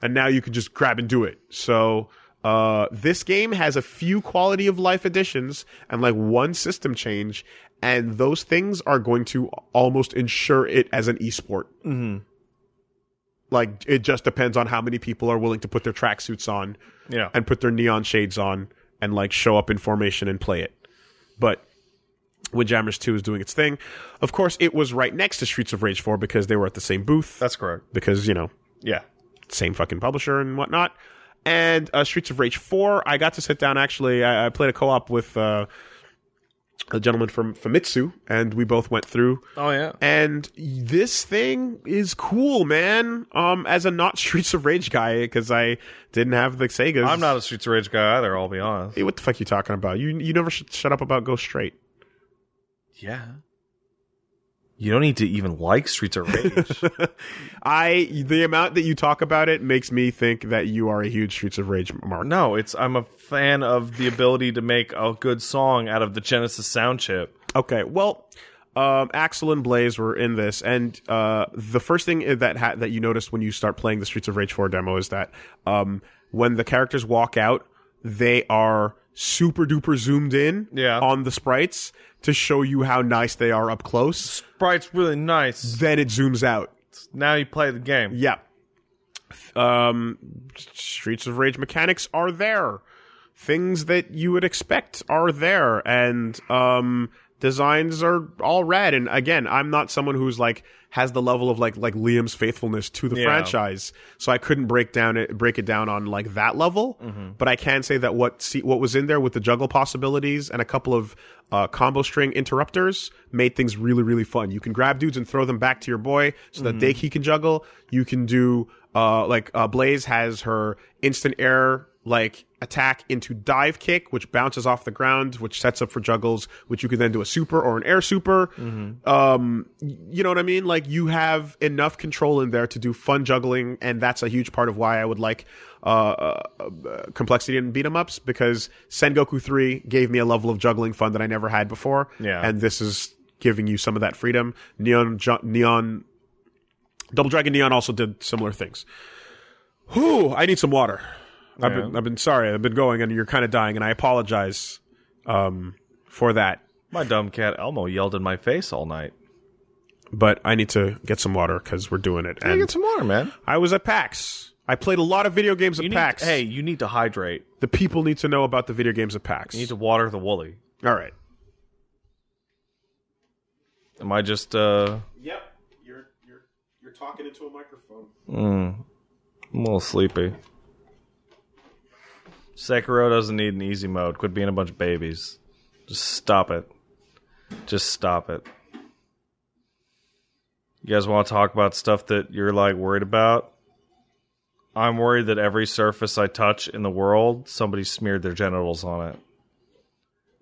Speaker 1: and now you can just grab and do it. So. uh, this game has a few quality of life additions and like one system change, and those things are going to almost ensure it as an esport.
Speaker 2: Mm-hmm.
Speaker 1: Like it just depends on how many people are willing to put their tracksuits on
Speaker 2: Yeah.
Speaker 1: and put their neon shades on and like show up in formation and play it. But Windjammers 2 is doing its thing. Of course, it was right next to Streets of Rage 4 because they were at the same booth,
Speaker 2: That's correct.
Speaker 1: because, you know,
Speaker 2: Yeah.
Speaker 1: same fucking publisher and whatnot. And uh, Streets of Rage 4, I got to sit down actually. I, I played a co op with uh, a gentleman from Famitsu, and we both went through.
Speaker 2: Oh yeah.
Speaker 1: And this thing is cool, man. Um, as a not Streets of Rage guy, because I didn't have the Segas.
Speaker 2: I'm not a Streets of Rage guy either. I'll be honest.
Speaker 1: Hey, what the fuck you talking about? You you never sh- shut up about Go Straight.
Speaker 2: Yeah. You don't need to even like Streets of Rage.
Speaker 1: I the amount that you talk about it makes me think that you are a huge Streets of Rage mark.
Speaker 2: no, it's I'm a fan of the ability to make a good song out of the Genesis sound chip.
Speaker 1: Okay, well, um, Axel and Blaze were in this, and uh, the first thing that ha- that you notice when you start playing the Streets of Rage four demo is that um, when the characters walk out, they are super duper zoomed in
Speaker 2: Yeah.
Speaker 1: on the sprites to show you how nice they are up close.
Speaker 2: Sprite's really nice.
Speaker 1: Then it zooms out.
Speaker 2: Now you play the game.
Speaker 1: Yeah. Um, Streets of Rage mechanics are there. Things that you would expect are there, and um, designs are all rad. And again, I'm not someone who's like has the level of like like Liam's faithfulness to the
Speaker 2: Yeah.
Speaker 1: franchise, so I couldn't break down it break it down on like that level. But I can say that what see, what was in there with the juggle possibilities and a couple of uh, combo string interrupters made things really really fun. You can grab dudes and throw them back to your boy so that they he can juggle. You can do uh, like uh, Blaze has her instant air like attack into dive kick, which bounces off the ground, which sets up for juggles, which you can then do a super or an air super. Um, y- you know what I mean? Like you have enough control in there to do fun juggling, and that's a huge part of why I would like uh, uh, uh, complexity and beat 'em ups because Sengoku three gave me a level of juggling fun that I never had before,
Speaker 2: Yeah.
Speaker 1: and this is giving you some of that freedom. Neon, ju- neon. Double Dragon Neon also did similar things. Whew, I need some water. I've been I've been sorry. I've been going and you're kind of dying and I apologize um for that.
Speaker 2: My dumb cat Elmo yelled in my face all night.
Speaker 1: But I need to get some water cuz we're doing it.
Speaker 2: Hey,
Speaker 1: And
Speaker 2: get some water, man.
Speaker 1: I was at PAX. I played a lot of video games
Speaker 2: You
Speaker 1: at
Speaker 2: need-
Speaker 1: PAX.
Speaker 2: hey, you need to hydrate.
Speaker 1: the people need to know about the video games at PAX.
Speaker 2: You need to water the woolly.
Speaker 1: All right.
Speaker 2: Am I just uh
Speaker 1: Yep. You're you're you're talking into a microphone.
Speaker 2: mm, I'm a little sleepy? Sekiro doesn't need an easy mode. Quit being a bunch of babies. Just stop it. Just stop it. You guys want to talk about stuff that you're like worried about? I'm worried that every surface I touch in the world, somebody smeared their genitals on it.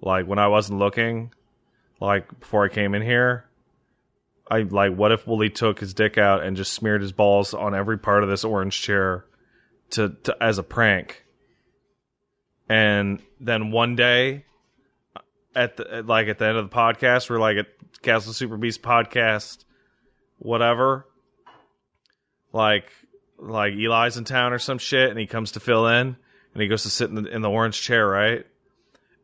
Speaker 2: Like when I wasn't looking, like before I came in here, I like what if Wooly took his dick out and just smeared his balls on every part of this orange chair to, to as a prank. And then one day at the at, like at the end of the podcast, we're like at Castle Super Beast podcast, whatever. Like like Eli's in town or some shit, and he comes to fill in, and he goes to sit in the, in the orange chair, right?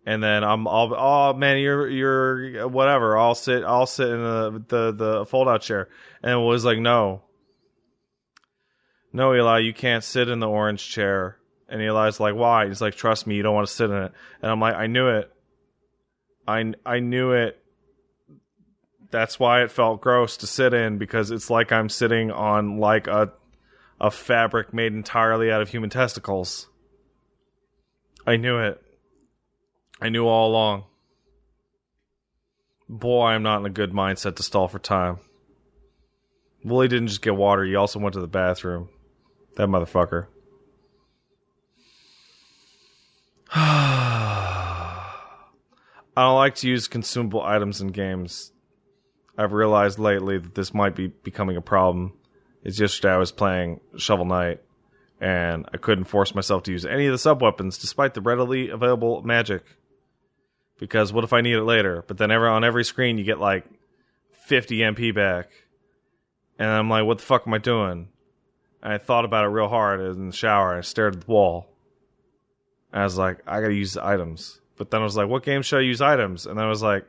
Speaker 2: And then I'm all, oh man, you're you're whatever. I'll sit, I'll sit in the the the fold out chair, and it was like, no, no, Eli, you can't sit in the orange chair. And Eli's like, why? He's like, trust me, you don't want to sit in it. And I'm like, I knew it. I I knew it. That's why it felt gross to sit in because it's like I'm sitting on like a a fabric made entirely out of human testicles. I knew it. I knew all along. Boy, I'm not in a good mindset to stall for time. Wooly didn't just get water, he also went to the bathroom. That motherfucker. I don't like to use consumable items in games. I've realized lately that this might be becoming a problem. It's yesterday I was playing Shovel Knight, and I couldn't force myself to use any of the sub weapons despite the readily available magic. Because what if I need it later? But then every, on every screen you get like 50 MP back. And I'm like, what the fuck am I doing? And I thought about it real hard in the shower. I stared at the wall. And I was like, I gotta use the items. But then I was like, what game should I use items? And then I was like,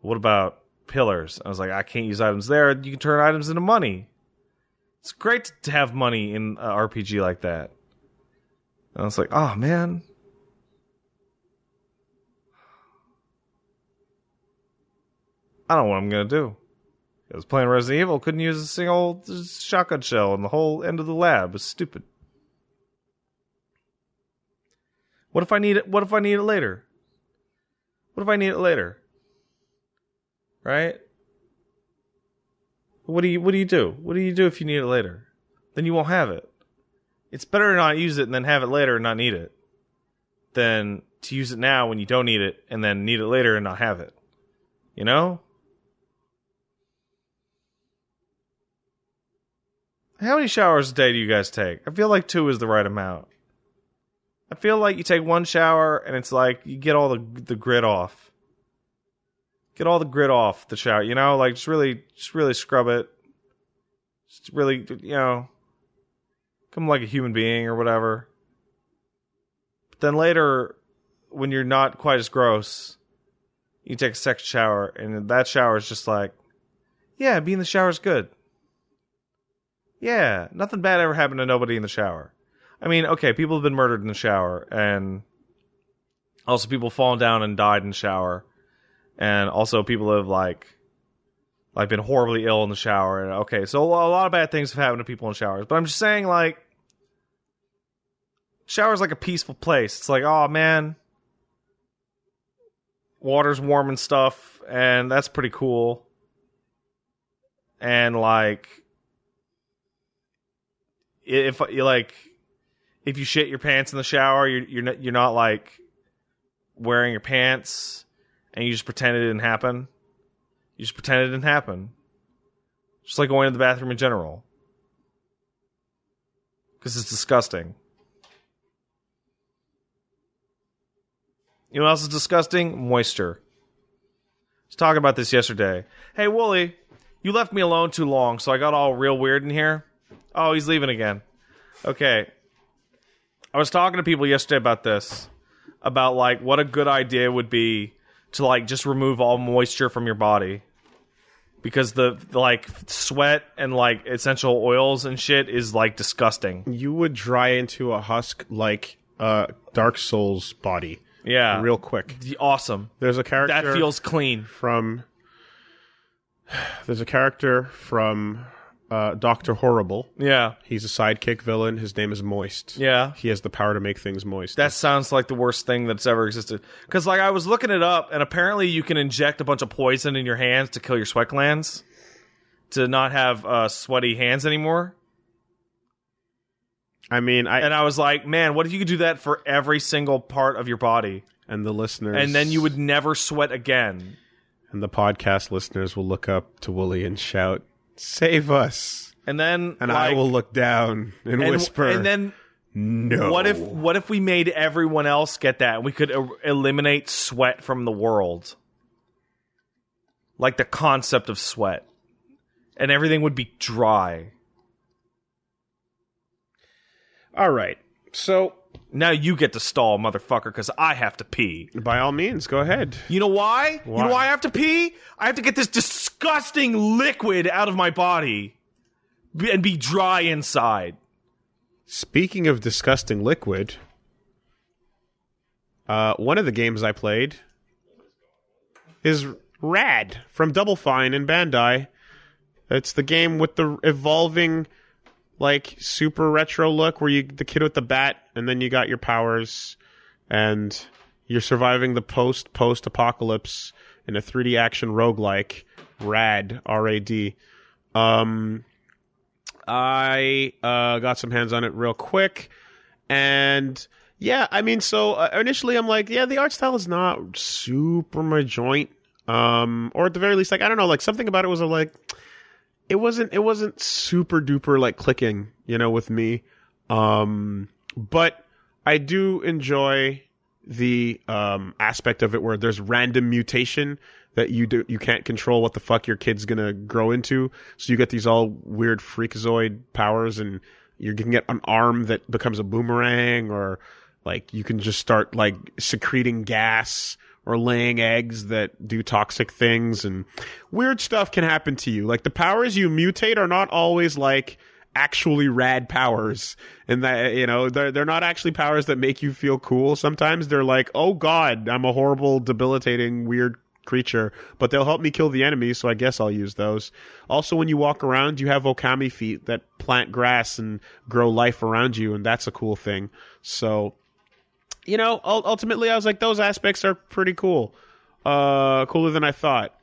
Speaker 2: what about pillars? I was like, I can't use items there. You can turn items into money. It's great to have money in a RPG like that. And I was like, oh man. I don't know what I'm gonna do. I was playing Resident Evil, couldn't use a single shotgun shell, and the whole end of the lab It was stupid. What if I need it? What if I need it later? What if I need it later? Right? What do you What do you do? What do you do if you need it later? Then you won't have it. It's better to not use it and then have it later and not need it, than to use it now when you don't need it and then need it later and not have it. You know? How many showers a day do you guys take? I feel like two is the right amount. I feel like you take one shower and it's like you get all the the grit off. Get all the grit off the shower, you know, like just really just really scrub it. Just really, you know, come like a human being or whatever. But then later when you're not quite as gross, you take a second shower and that shower is just like yeah, being in the shower is good. Yeah, nothing bad ever happened to nobody in the shower. I mean, okay, people have been murdered in the shower, and also people fallen down and died in the shower, and also people have like like been horribly ill in the shower. And okay, so a lot of bad things have happened to people in showers. But I'm just saying, like, showers like a peaceful place. It's like, oh man, water's warm and stuff, and that's pretty cool. And like, if you like if you shit your pants in the shower, you're you're not, you're not like wearing your pants, and you just pretend it didn't happen. You just pretend it didn't happen. Just like going to the bathroom in general, because it's disgusting. You know what else is disgusting? Moisture. I was talking about this yesterday. Hey, Wooly, you left me alone too long, so I got all real weird in here. Oh, he's leaving again. Okay, I was talking to people yesterday about this, about like what a good idea would be to like just remove all moisture from your body because the like sweat and like essential oils and shit is like disgusting.
Speaker 1: You would dry into a husk like uh, Dark Souls body
Speaker 2: Yeah,
Speaker 1: real quick.
Speaker 2: awesome.
Speaker 1: There's a character
Speaker 2: That feels clean.
Speaker 1: from. There's a character from uh, Doctor Horrible.
Speaker 2: Yeah,
Speaker 1: He's a sidekick villain. His name is Moist.
Speaker 2: yeah.
Speaker 1: He has the power to make things moist.
Speaker 2: That sounds like the worst thing that's ever existed. Because like I was looking it up, and apparently you can inject a bunch of poison in your hands to kill your sweat glands, to not have uh, sweaty hands anymore.
Speaker 1: I mean, I
Speaker 2: and I was like, man, what if you could do that for every single part of your body,
Speaker 1: and the listeners
Speaker 2: and then you would never sweat again?
Speaker 1: and the podcast listeners will look up to Wooly and shout, "Save us!"
Speaker 2: And then
Speaker 1: And I
Speaker 2: like-
Speaker 1: will look down and,
Speaker 2: and,
Speaker 1: whisper,
Speaker 2: And then
Speaker 1: "No."
Speaker 2: what if what if we made everyone else get that? and We could er- eliminate sweat from the world, like the concept of sweat, and everything would be dry.
Speaker 1: All right. So,
Speaker 2: Now you get to stall, motherfucker, because I have to pee.
Speaker 1: by all means, go ahead.
Speaker 2: You know why? You
Speaker 1: Why?
Speaker 2: know why I have to pee? I have to get this disgusting liquid out of my body b- and be dry inside.
Speaker 1: Speaking of disgusting liquid, uh, one of the games I played is Rad from Double Fine and Bandai. It's the game with the evolving, like super retro look, where you the kid with the bat, and then you got your powers, and you're surviving the post post apocalypse in a 3D action roguelike. Rad, R A D. Um, I uh, got some hands on it real quick, and yeah, I mean, so uh, initially I'm like, yeah, the art style is not super my joint, um, or at the very least, like I don't know, like something about it was uh, like, it wasn't, it wasn't super duper like clicking, you know, with me, um, but I do enjoy the um, aspect of it where there's random mutation that you do you can't control what the fuck your kid's gonna grow into. So you get these all weird freakazoid powers, and you can get an arm that becomes a boomerang, or Like you can just start like secreting gas or laying eggs that do toxic things and weird stuff can happen to you. Like the powers you mutate are not always like actually rad powers and that you know they're they're not actually powers that make you feel cool sometimes they're like oh god i'm a horrible debilitating weird creature but they'll help me kill the enemy so i guess i'll use those also when you walk around you have okami feet that plant grass and grow life around you and that's a cool thing so you know ul- ultimately i was like those aspects are pretty cool uh cooler than i thought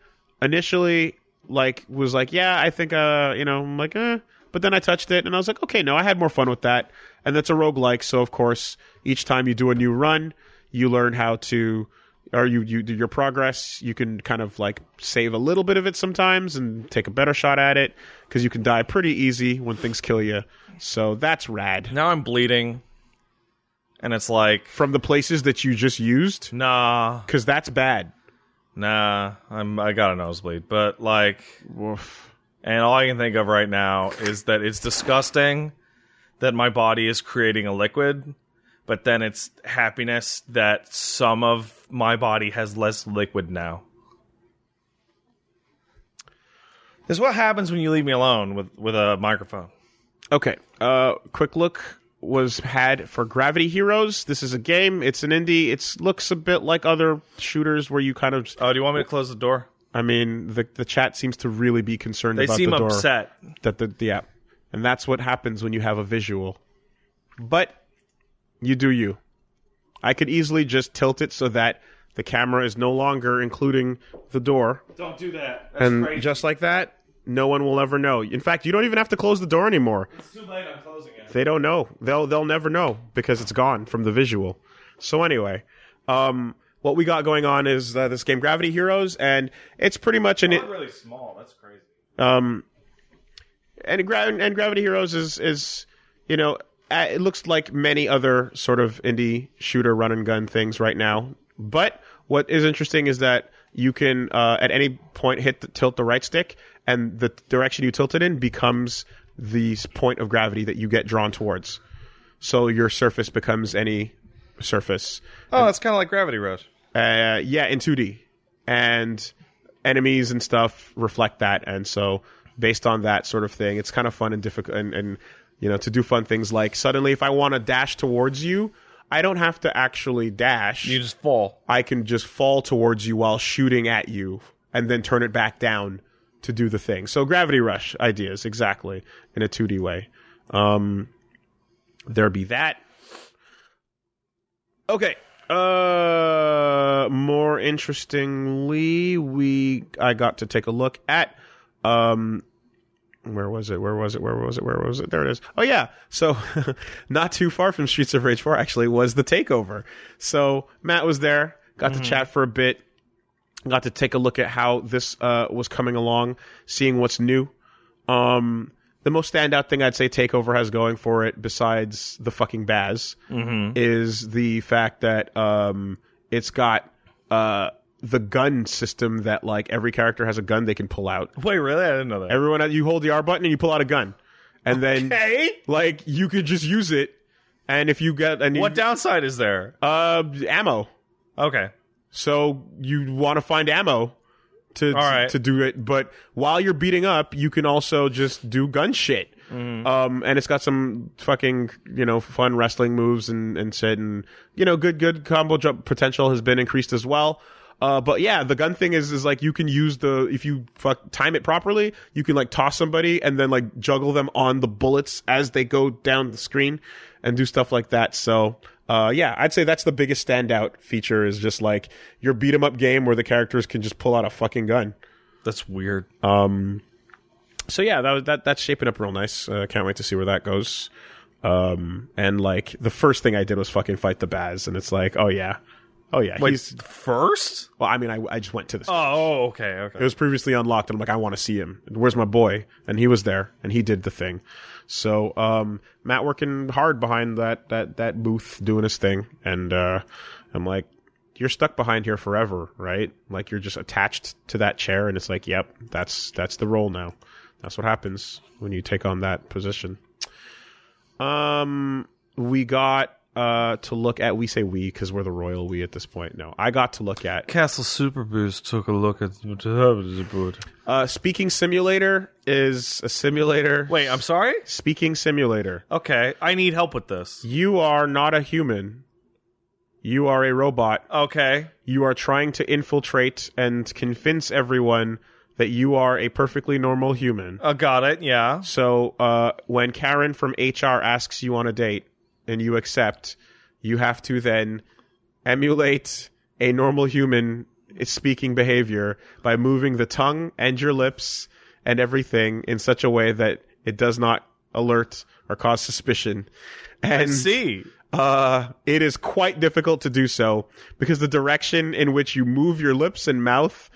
Speaker 1: initially like was like yeah i think uh you know i'm like eh but then I touched it and I was like, okay, no, I had more fun with that. And that's a roguelike, so of course, each time you do a new run, you learn how to or you, you do your progress. You can kind of like save a little bit of it sometimes and take a better shot at it because you can die pretty easy when things kill you. So that's rad.
Speaker 2: Now I'm bleeding, and it's like,
Speaker 1: From the places that you just used,
Speaker 2: nah,
Speaker 1: because that's bad.
Speaker 2: nah. I'm I got a nosebleed, but like,
Speaker 1: Woof.
Speaker 2: and all I can think of right now is that it's disgusting that my body is creating a liquid, but then it's happiness that some of my body has less liquid now. This is what happens when you leave me alone with with a microphone.
Speaker 1: Okay. Uh, quick look was had for Gravity Heroes. This is a game. It's an indie. It looks a bit like other shooters where you kind of
Speaker 2: Oh, do you want me to close the door?
Speaker 1: I mean, the the chat seems to really be concerned
Speaker 2: They
Speaker 1: about
Speaker 2: seem
Speaker 1: the door
Speaker 2: upset.
Speaker 1: that the the app, and that's what happens when you have a visual. But you do you. I could easily just tilt it so that the camera is no longer including the door,
Speaker 2: Don't do that. That's
Speaker 1: and just like that, no one will ever know. In fact, you don't even have to close the door anymore.
Speaker 2: it's too late. I'm closing it.
Speaker 1: They don't know. They'll they'll never know because it's gone from the visual. So anyway, um, what we got going on is uh, this game Gravity Heroes, and it's pretty much an.
Speaker 2: really small. That's crazy.
Speaker 1: Um, and Gra- and Gravity Heroes is is you know uh, it looks like many other sort of indie shooter run and gun things right now. But what is interesting is that you can uh, at any point hit the, tilt the right stick, and the direction you tilt it in becomes the s- point of gravity that you get drawn towards. So your surface becomes any surface.
Speaker 2: Oh, it's kind of like Gravity Rush.
Speaker 1: Uh, yeah, in 2D, and enemies and stuff reflect that, and so based on that sort of thing, it's kind of fun and difficult, and, and you know, to do fun things like suddenly if I want to dash towards you, I don't have to actually dash.
Speaker 2: You just fall.
Speaker 1: I can just fall towards you while shooting at you, and then turn it back down to do the thing. So gravity rush ideas exactly in a 2D way. Um, there be that. Okay. Uh, more interestingly, we I got to take a look at um, where was it? Where was it? Where was it? Where was it? There it is. Oh yeah. So, not too far from Streets of Rage Four actually was the takeover. So Matt was there, got to chat for a bit, got to take a look at how this uh, was coming along, seeing what's new. Um, the most standout thing I'd say Takeover has going for it, besides the fucking Baz, is the fact that um, it's got uh, the gun system that like every character has a gun they can pull out.
Speaker 2: Wait, really? I didn't know that.
Speaker 1: Everyone, you hold the R button and you pull out a gun, and then
Speaker 2: Hey,
Speaker 1: like you could just use it. And if you get and you-
Speaker 2: what downside is there?
Speaker 1: uh, ammo,
Speaker 2: Okay.
Speaker 1: so you want to find ammo to
Speaker 2: All right.
Speaker 1: to do it. But while you're beating up, you can also just do gun shit. Um, and it's got some fucking you know fun wrestling moves and and shit, and you know good good combo jump potential has been increased as well. Uh, but yeah, the gun thing is is like you can use the if you fuck time it properly, you can like toss somebody and then like juggle them on the bullets as they go down the screen and do stuff like that. So uh, yeah, I'd say that's the biggest standout feature is just like your beat 'em up game where the characters can just pull out a fucking gun.
Speaker 2: That's weird.
Speaker 1: So yeah, that was- that that's shaping up real nice. Uh, can't wait to see where that goes. Um, and like the first thing I did was fucking fight the Baz, and it's like, oh yeah, oh yeah.
Speaker 2: Wait,
Speaker 1: he's,
Speaker 2: first?
Speaker 1: well, I mean, I I just went to this.
Speaker 2: Oh, okay,
Speaker 1: It
Speaker 2: okay.
Speaker 1: was previously unlocked, and I'm like, I want to see him. Where's my boy? And he was there, and he did the thing. So um, Matt working hard behind that that that booth doing his thing, and uh, I'm like, you're stuck behind here forever, right? Like you're just attached to that chair, and it's like, yep, that's that's the role now. That's what happens when you take on that position. Um, we got uh, to look at. We say we because we're the royal we at this point. No, I got to look at
Speaker 2: Castle Super Boost took a look at the
Speaker 1: uh, Speaking Simulator is a simulator.
Speaker 2: Wait, I'm sorry?
Speaker 1: Speaking Simulator.
Speaker 2: Okay, I need help with this.
Speaker 1: You are not a human. You are a robot.
Speaker 2: Okay.
Speaker 1: You are trying to infiltrate and convince everyone that you are a perfectly normal human.
Speaker 2: Uh, got it, yeah.
Speaker 1: So uh, when Karen from HR asks you on a date and you accept, you have to then emulate a normal human speaking behavior by moving the tongue and your lips and everything in such a way that it does not alert or cause suspicion. And
Speaker 2: I see.
Speaker 1: uh, it is quite difficult to do so because the direction in which you move your lips and mouth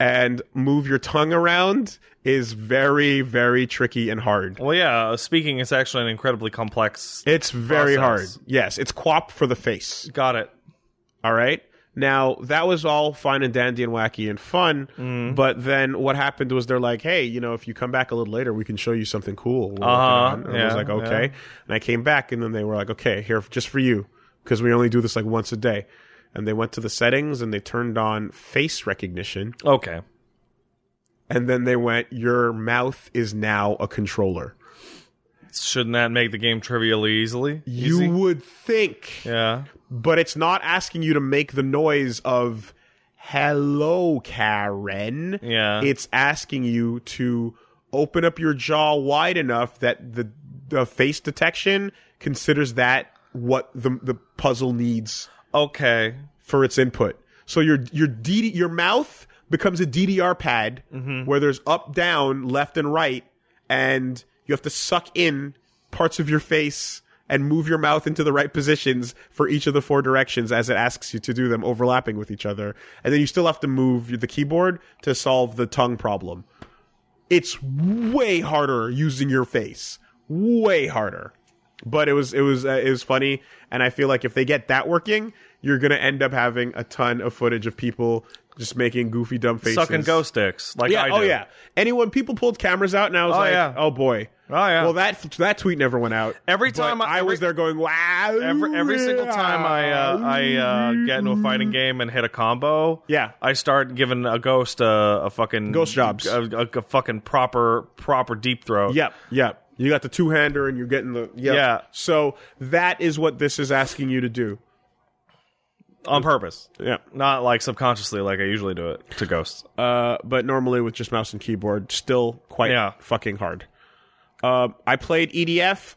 Speaker 1: and move your tongue around is very, very tricky and hard.
Speaker 2: Well, yeah, uh, speaking is actually an incredibly complex.
Speaker 1: It's very
Speaker 2: Process.
Speaker 1: hard. Yes, it's quap for the face.
Speaker 2: Got it.
Speaker 1: All right. Now that was all fine and dandy and wacky and fun,
Speaker 2: Mm-hmm.
Speaker 1: but then what happened was they're like, "Hey, you know, if you come back a little later, we can show you something cool." we're working
Speaker 2: Uh-huh.
Speaker 1: on." And I was
Speaker 2: Yeah,
Speaker 1: like,
Speaker 2: yeah.
Speaker 1: "Okay," and I came back, and then they were like, "Okay, here just for you, because we only do this like once a day." And they went to the settings and they turned on face recognition,
Speaker 2: Okay.
Speaker 1: and then they went, "Your mouth is now a controller."
Speaker 2: Shouldn't that make the game trivially easily?
Speaker 1: You
Speaker 2: Easy?
Speaker 1: would think,
Speaker 2: Yeah.
Speaker 1: but it's not asking you to make the noise of "Hello, Karen."
Speaker 2: Yeah.
Speaker 1: it's asking you to open up your jaw wide enough that the the face detection considers that what the the puzzle needs
Speaker 2: okay.
Speaker 1: for its input. So your your DD, your mouth becomes a DDR pad where there's up, down, left, and right, and you have to suck in parts of your face and move your mouth into the right positions for each of the four directions as it asks you to do them overlapping with each other. And then you still have to move the keyboard to solve the tongue problem. It's way harder using your face. Way harder but it was it was uh, it was funny and i feel like if they get that working you're gonna end up having a ton of footage of people just making goofy dumb faces
Speaker 2: Sucking ghost sticks. Like
Speaker 1: yeah
Speaker 2: I do.
Speaker 1: oh yeah anyone people pulled cameras out and i was
Speaker 2: Oh,
Speaker 1: like
Speaker 2: yeah.
Speaker 1: oh boy
Speaker 2: Oh, yeah.
Speaker 1: well that that tweet never went out
Speaker 2: Every
Speaker 1: But
Speaker 2: time I-
Speaker 1: I, was there going wow
Speaker 2: Every, every single time I uh, I uh, get into a fighting game and hit a combo,
Speaker 1: Yeah.
Speaker 2: I start giving a ghost uh, a fucking
Speaker 1: Ghost jobs.
Speaker 2: a, a, a fucking proper proper deep throat.
Speaker 1: Yep, yep. You got the two hander and you're getting the yep.
Speaker 2: Yeah.
Speaker 1: So that is what this is asking you to do.
Speaker 2: on purpose,
Speaker 1: Yeah.
Speaker 2: not like subconsciously like I usually do it to ghosts.
Speaker 1: uh, but normally with just mouse and keyboard, still quite
Speaker 2: Yeah.
Speaker 1: fucking hard. Uh, I played EDF,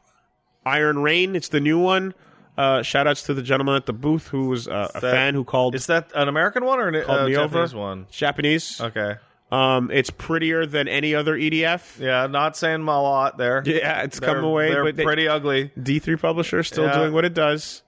Speaker 1: Iron Rain. It's the new one. Uh, shout outs to the gentleman at the booth who was uh, a
Speaker 2: that-
Speaker 1: fan who called
Speaker 2: Is that an American one or an uh,
Speaker 1: me over?
Speaker 2: Japanese one?
Speaker 1: Japanese.
Speaker 2: Okay,
Speaker 1: Um, it's prettier than any other E EDF.
Speaker 2: yeah, not saying a lot there.
Speaker 1: Yeah, it's
Speaker 2: they're,
Speaker 1: come away,
Speaker 2: they're
Speaker 1: but they-
Speaker 2: pretty ugly.
Speaker 1: D3 publisher is still
Speaker 2: Yeah.
Speaker 1: doing what it does.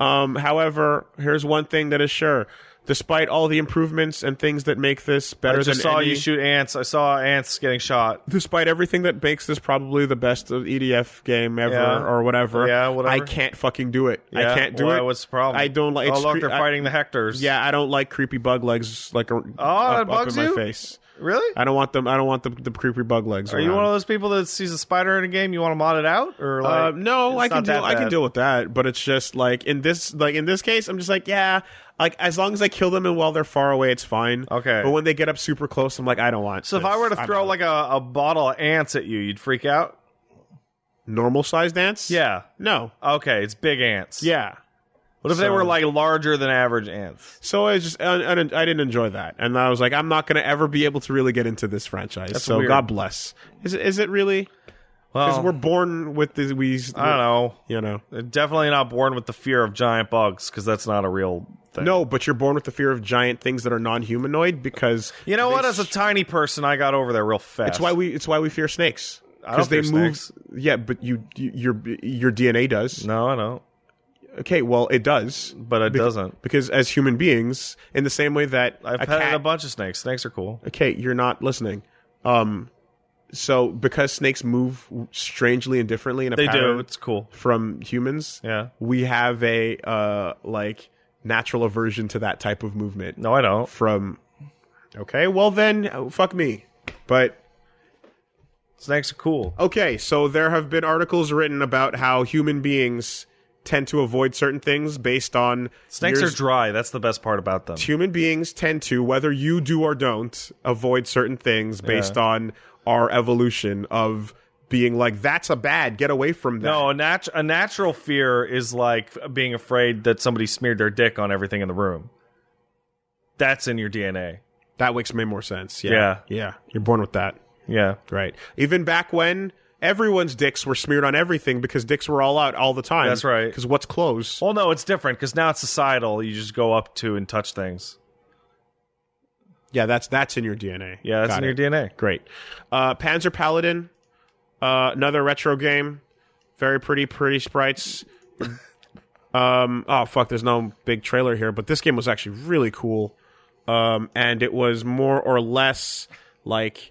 Speaker 1: Um, however, here's one thing that is sure. Despite all the improvements and things that make this better
Speaker 2: I just
Speaker 1: than
Speaker 2: saw
Speaker 1: any,
Speaker 2: you shoot ants. I saw ants getting shot.
Speaker 1: despite everything that makes this probably the best of EDF game ever
Speaker 2: Yeah.
Speaker 1: or whatever,
Speaker 2: Yeah, whatever.
Speaker 1: I can't fucking do it. I
Speaker 2: Yeah,
Speaker 1: can't do
Speaker 2: why,
Speaker 1: it.
Speaker 2: What's the problem?
Speaker 1: I don't like-
Speaker 2: Oh
Speaker 1: it's
Speaker 2: look,
Speaker 1: cre-
Speaker 2: they're
Speaker 1: I-
Speaker 2: fighting the hectors.
Speaker 1: yeah, I don't like creepy bug legs like oh, up,
Speaker 2: that
Speaker 1: up
Speaker 2: bugs
Speaker 1: in my
Speaker 2: you?
Speaker 1: face.
Speaker 2: really?
Speaker 1: I don't want them. I don't want the, the creepy bug legs.
Speaker 2: Are you
Speaker 1: around.
Speaker 2: one of those people that sees a spider in a game? You want to mod it out, or
Speaker 1: Uh,
Speaker 2: like,
Speaker 1: no,
Speaker 2: it's
Speaker 1: I can
Speaker 2: not
Speaker 1: deal.
Speaker 2: that
Speaker 1: I can
Speaker 2: bad?
Speaker 1: deal with that, but it's just like in this, like in this case, I'm just like, yeah, like as long as I kill them and while they're far away, it's fine.
Speaker 2: Okay.
Speaker 1: but when they get up super close, I'm like, I don't want.
Speaker 2: So if I were to throw like a, a bottle of ants at you, you'd freak out.
Speaker 1: normal sized ants,
Speaker 2: Yeah.
Speaker 1: no,
Speaker 2: Okay, it's big ants.
Speaker 1: yeah.
Speaker 2: What if they
Speaker 1: so-
Speaker 2: were like larger than average ants?
Speaker 1: So I just I, I, didn't- I didn't enjoy that, and I was like, I'm not going to ever be able to really get into this franchise. so
Speaker 2: weird.
Speaker 1: God bless. Is it, is it really? Because
Speaker 2: Well,
Speaker 1: we're born with the we.
Speaker 2: I don't know.
Speaker 1: You know.
Speaker 2: They're definitely not born with the fear of giant bugs because that's not a real thing.
Speaker 1: No, but you're born with the fear of giant things that are non-humanoid because
Speaker 2: You know
Speaker 1: they
Speaker 2: what? As a
Speaker 1: sh-
Speaker 2: tiny person, I got over there real fast.
Speaker 1: it's why we it's why we fear snakes
Speaker 2: I don't
Speaker 1: they
Speaker 2: fear
Speaker 1: move.
Speaker 2: snakes.
Speaker 1: Yeah, but you, you your your DNA does.
Speaker 2: No, I know,
Speaker 1: Okay, well it does
Speaker 2: but it doesn't.
Speaker 1: because as human beings, in the same way that
Speaker 2: I've
Speaker 1: a
Speaker 2: petted
Speaker 1: cat
Speaker 2: a bunch of snakes. Snakes are cool.
Speaker 1: okay you're not listening um so because snakes move strangely and differently in a
Speaker 2: They do.
Speaker 1: pattern
Speaker 2: It's cool.
Speaker 1: from humans
Speaker 2: Yeah.
Speaker 1: we have a uh like natural aversion to that type of movement
Speaker 2: No, I don't.
Speaker 1: from okay well then oh, fuck me but
Speaker 2: Snakes are cool.
Speaker 1: okay so there have been articles written about how human beings tend to avoid certain things based on
Speaker 2: Snakes
Speaker 1: years-
Speaker 2: are dry. That's the best part about them.
Speaker 1: human beings tend to, whether you do or don't, avoid certain things based on our evolution of being like, that's a bad, get away from that.
Speaker 2: No, a, nat- a natural fear is like being afraid that somebody smeared their dick on everything in the room. That's in your DNA.
Speaker 1: That makes way more sense.
Speaker 2: Yeah.
Speaker 1: Yeah. Yeah. You're born with that.
Speaker 2: Yeah.
Speaker 1: Right. Even back when everyone's dicks were smeared on everything because dicks were all out all the time.
Speaker 2: That's right.
Speaker 1: Because what's close?
Speaker 2: Well, no, it's different because now it's societal. You just go up to and touch things.
Speaker 1: Yeah, that's that's in your DNA.
Speaker 2: Yeah, that's
Speaker 1: Got
Speaker 2: in
Speaker 1: it.
Speaker 2: your DNA.
Speaker 1: Great. Uh, Panzer Paladin, uh, another retro game. Very pretty, pretty sprites. um, oh fuck, there's no big trailer here, but this game was actually really cool. Um, and it was more or less like,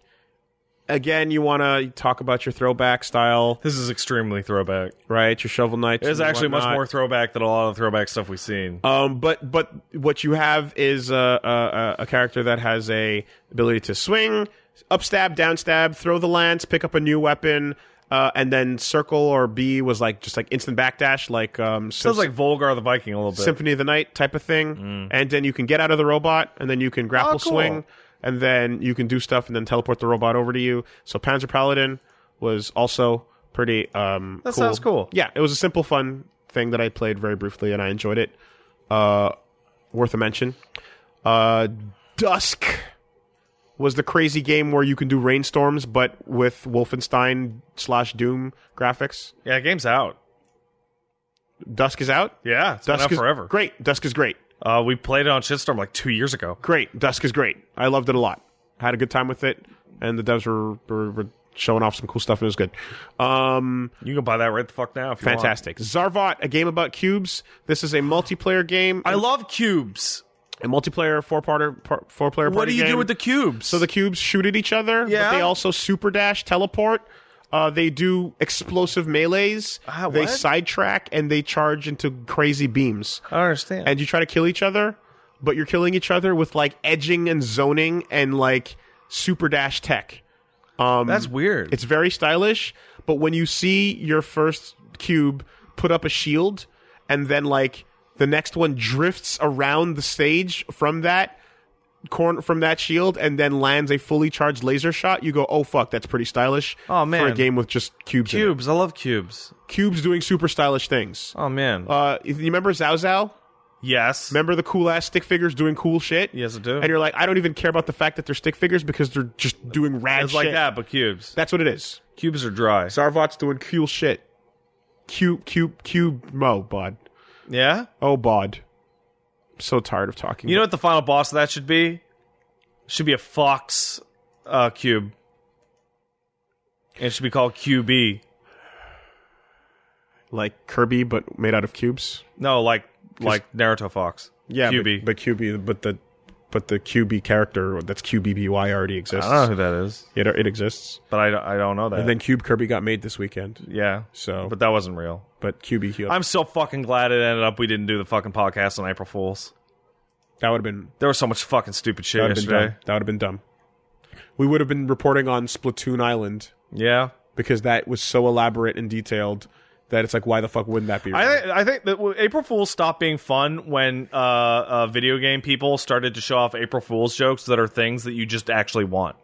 Speaker 1: again, you want to talk about your throwback style,
Speaker 2: This is extremely throwback.
Speaker 1: right? Your shovel knights.
Speaker 2: It's
Speaker 1: and
Speaker 2: actually much
Speaker 1: whatnot.
Speaker 2: more throwback than a lot of the throwback stuff we've seen.
Speaker 1: Um, but but what you have is a, a- a a character that has a ability to swing, up stab, down stab, throw the lance, pick up a new weapon, uh, and then circle or B was like just like instant backdash, like um,
Speaker 2: Sounds like Volgar the Viking a little bit.
Speaker 1: Symphony of the Night type of thing.
Speaker 2: Mm.
Speaker 1: And then you can get out of the robot, and then you can grapple
Speaker 2: Oh, cool.
Speaker 1: swing, and then you can do stuff, and then teleport the robot over to you. So Panzer Paladin was also pretty. Um,
Speaker 2: That sounds cool.
Speaker 1: Yeah, it was a simple, fun thing that I played very briefly, and I enjoyed it. Uh, worth a mention. Uh, Dusk was the crazy game where you can do rainstorms, but with Wolfenstein slash Doom graphics.
Speaker 2: yeah, game's out.
Speaker 1: Dusk is out.
Speaker 2: Yeah, it's
Speaker 1: Dusk
Speaker 2: been out
Speaker 1: is
Speaker 2: forever.
Speaker 1: Great. Dusk is great.
Speaker 2: Uh, we played it on Shitstorm like two years ago.
Speaker 1: great. Dusk is great. I loved it a lot. Had a good time with it, and the devs were were, were showing off some cool stuff, and it was good. Um,
Speaker 2: You can buy that right the fuck now if you want.
Speaker 1: fantastic. Zarvot, a game about cubes. This is a multiplayer game.
Speaker 2: I love cubes.
Speaker 1: a multiplayer four parter par, four player.
Speaker 2: What do you do with the cubes?
Speaker 1: so the cubes shoot at each other?
Speaker 2: Yeah.
Speaker 1: But they also super dash teleport. Uh, they do explosive melees.
Speaker 2: Ah,
Speaker 1: they
Speaker 2: what?
Speaker 1: sidetrack and they charge into crazy beams.
Speaker 2: I don't understand.
Speaker 1: and you try to kill each other, but you're killing each other with like edging and zoning and like super dash tech.
Speaker 2: That's weird.
Speaker 1: It's very stylish, but when you see your first cube put up a shield and then like the next one drifts around the stage from that corn from that shield and then lands a fully charged laser shot, you go, "Oh fuck, that's pretty stylish."
Speaker 2: Aw,
Speaker 1: for
Speaker 2: man.
Speaker 1: a game with just cubes. in it.
Speaker 2: cubes. I love cubes.
Speaker 1: Cubes doing super stylish things.
Speaker 2: Oh man.
Speaker 1: Uh, you remember Zao Zao?
Speaker 2: yes.
Speaker 1: Remember the cool ass stick figures doing cool shit?
Speaker 2: Yes, I do.
Speaker 1: And you're like, I don't even care about the fact that they're stick figures because they're just doing rad
Speaker 2: It's
Speaker 1: shit.
Speaker 2: like that, but cubes.
Speaker 1: That's what it is.
Speaker 2: Cubes are dry.
Speaker 1: Zarvot's doing cool shit. Cube, cube, cube, mo, bod.
Speaker 2: Yeah.
Speaker 1: Oh, bod. I'm so tired of talking.
Speaker 2: You know what the final boss of that should be? Should be a fox uh, cube. It should be called QB.
Speaker 1: like Kirby, but made out of cubes.
Speaker 2: No, like like Naruto Fox.
Speaker 1: Yeah,
Speaker 2: QB.
Speaker 1: But, but QB, but the but the QB character that's QBBY already exists.
Speaker 2: I don't know who that is,
Speaker 1: It, it exists.
Speaker 2: but I, don't- I don't know that.
Speaker 1: And then Cube Kirby got made this weekend.
Speaker 2: yeah,
Speaker 1: So, but,
Speaker 2: but that wasn't real.
Speaker 1: QB, he-
Speaker 2: I'm so fucking glad it ended up we didn't do the fucking podcast on April Fools.
Speaker 1: that would have been
Speaker 2: There was so much fucking stupid shit
Speaker 1: That would have been
Speaker 2: yesterday.
Speaker 1: dumb. That would have been dumb. We would have been reporting on Splatoon Island
Speaker 2: Yeah,
Speaker 1: because that was so elaborate and detailed that it's like, why the fuck wouldn't that be?
Speaker 2: I
Speaker 1: real?
Speaker 2: think I think that well, April Fools stopped being fun when uh, uh, video game people started to show off April Fools jokes that are things that you just actually want.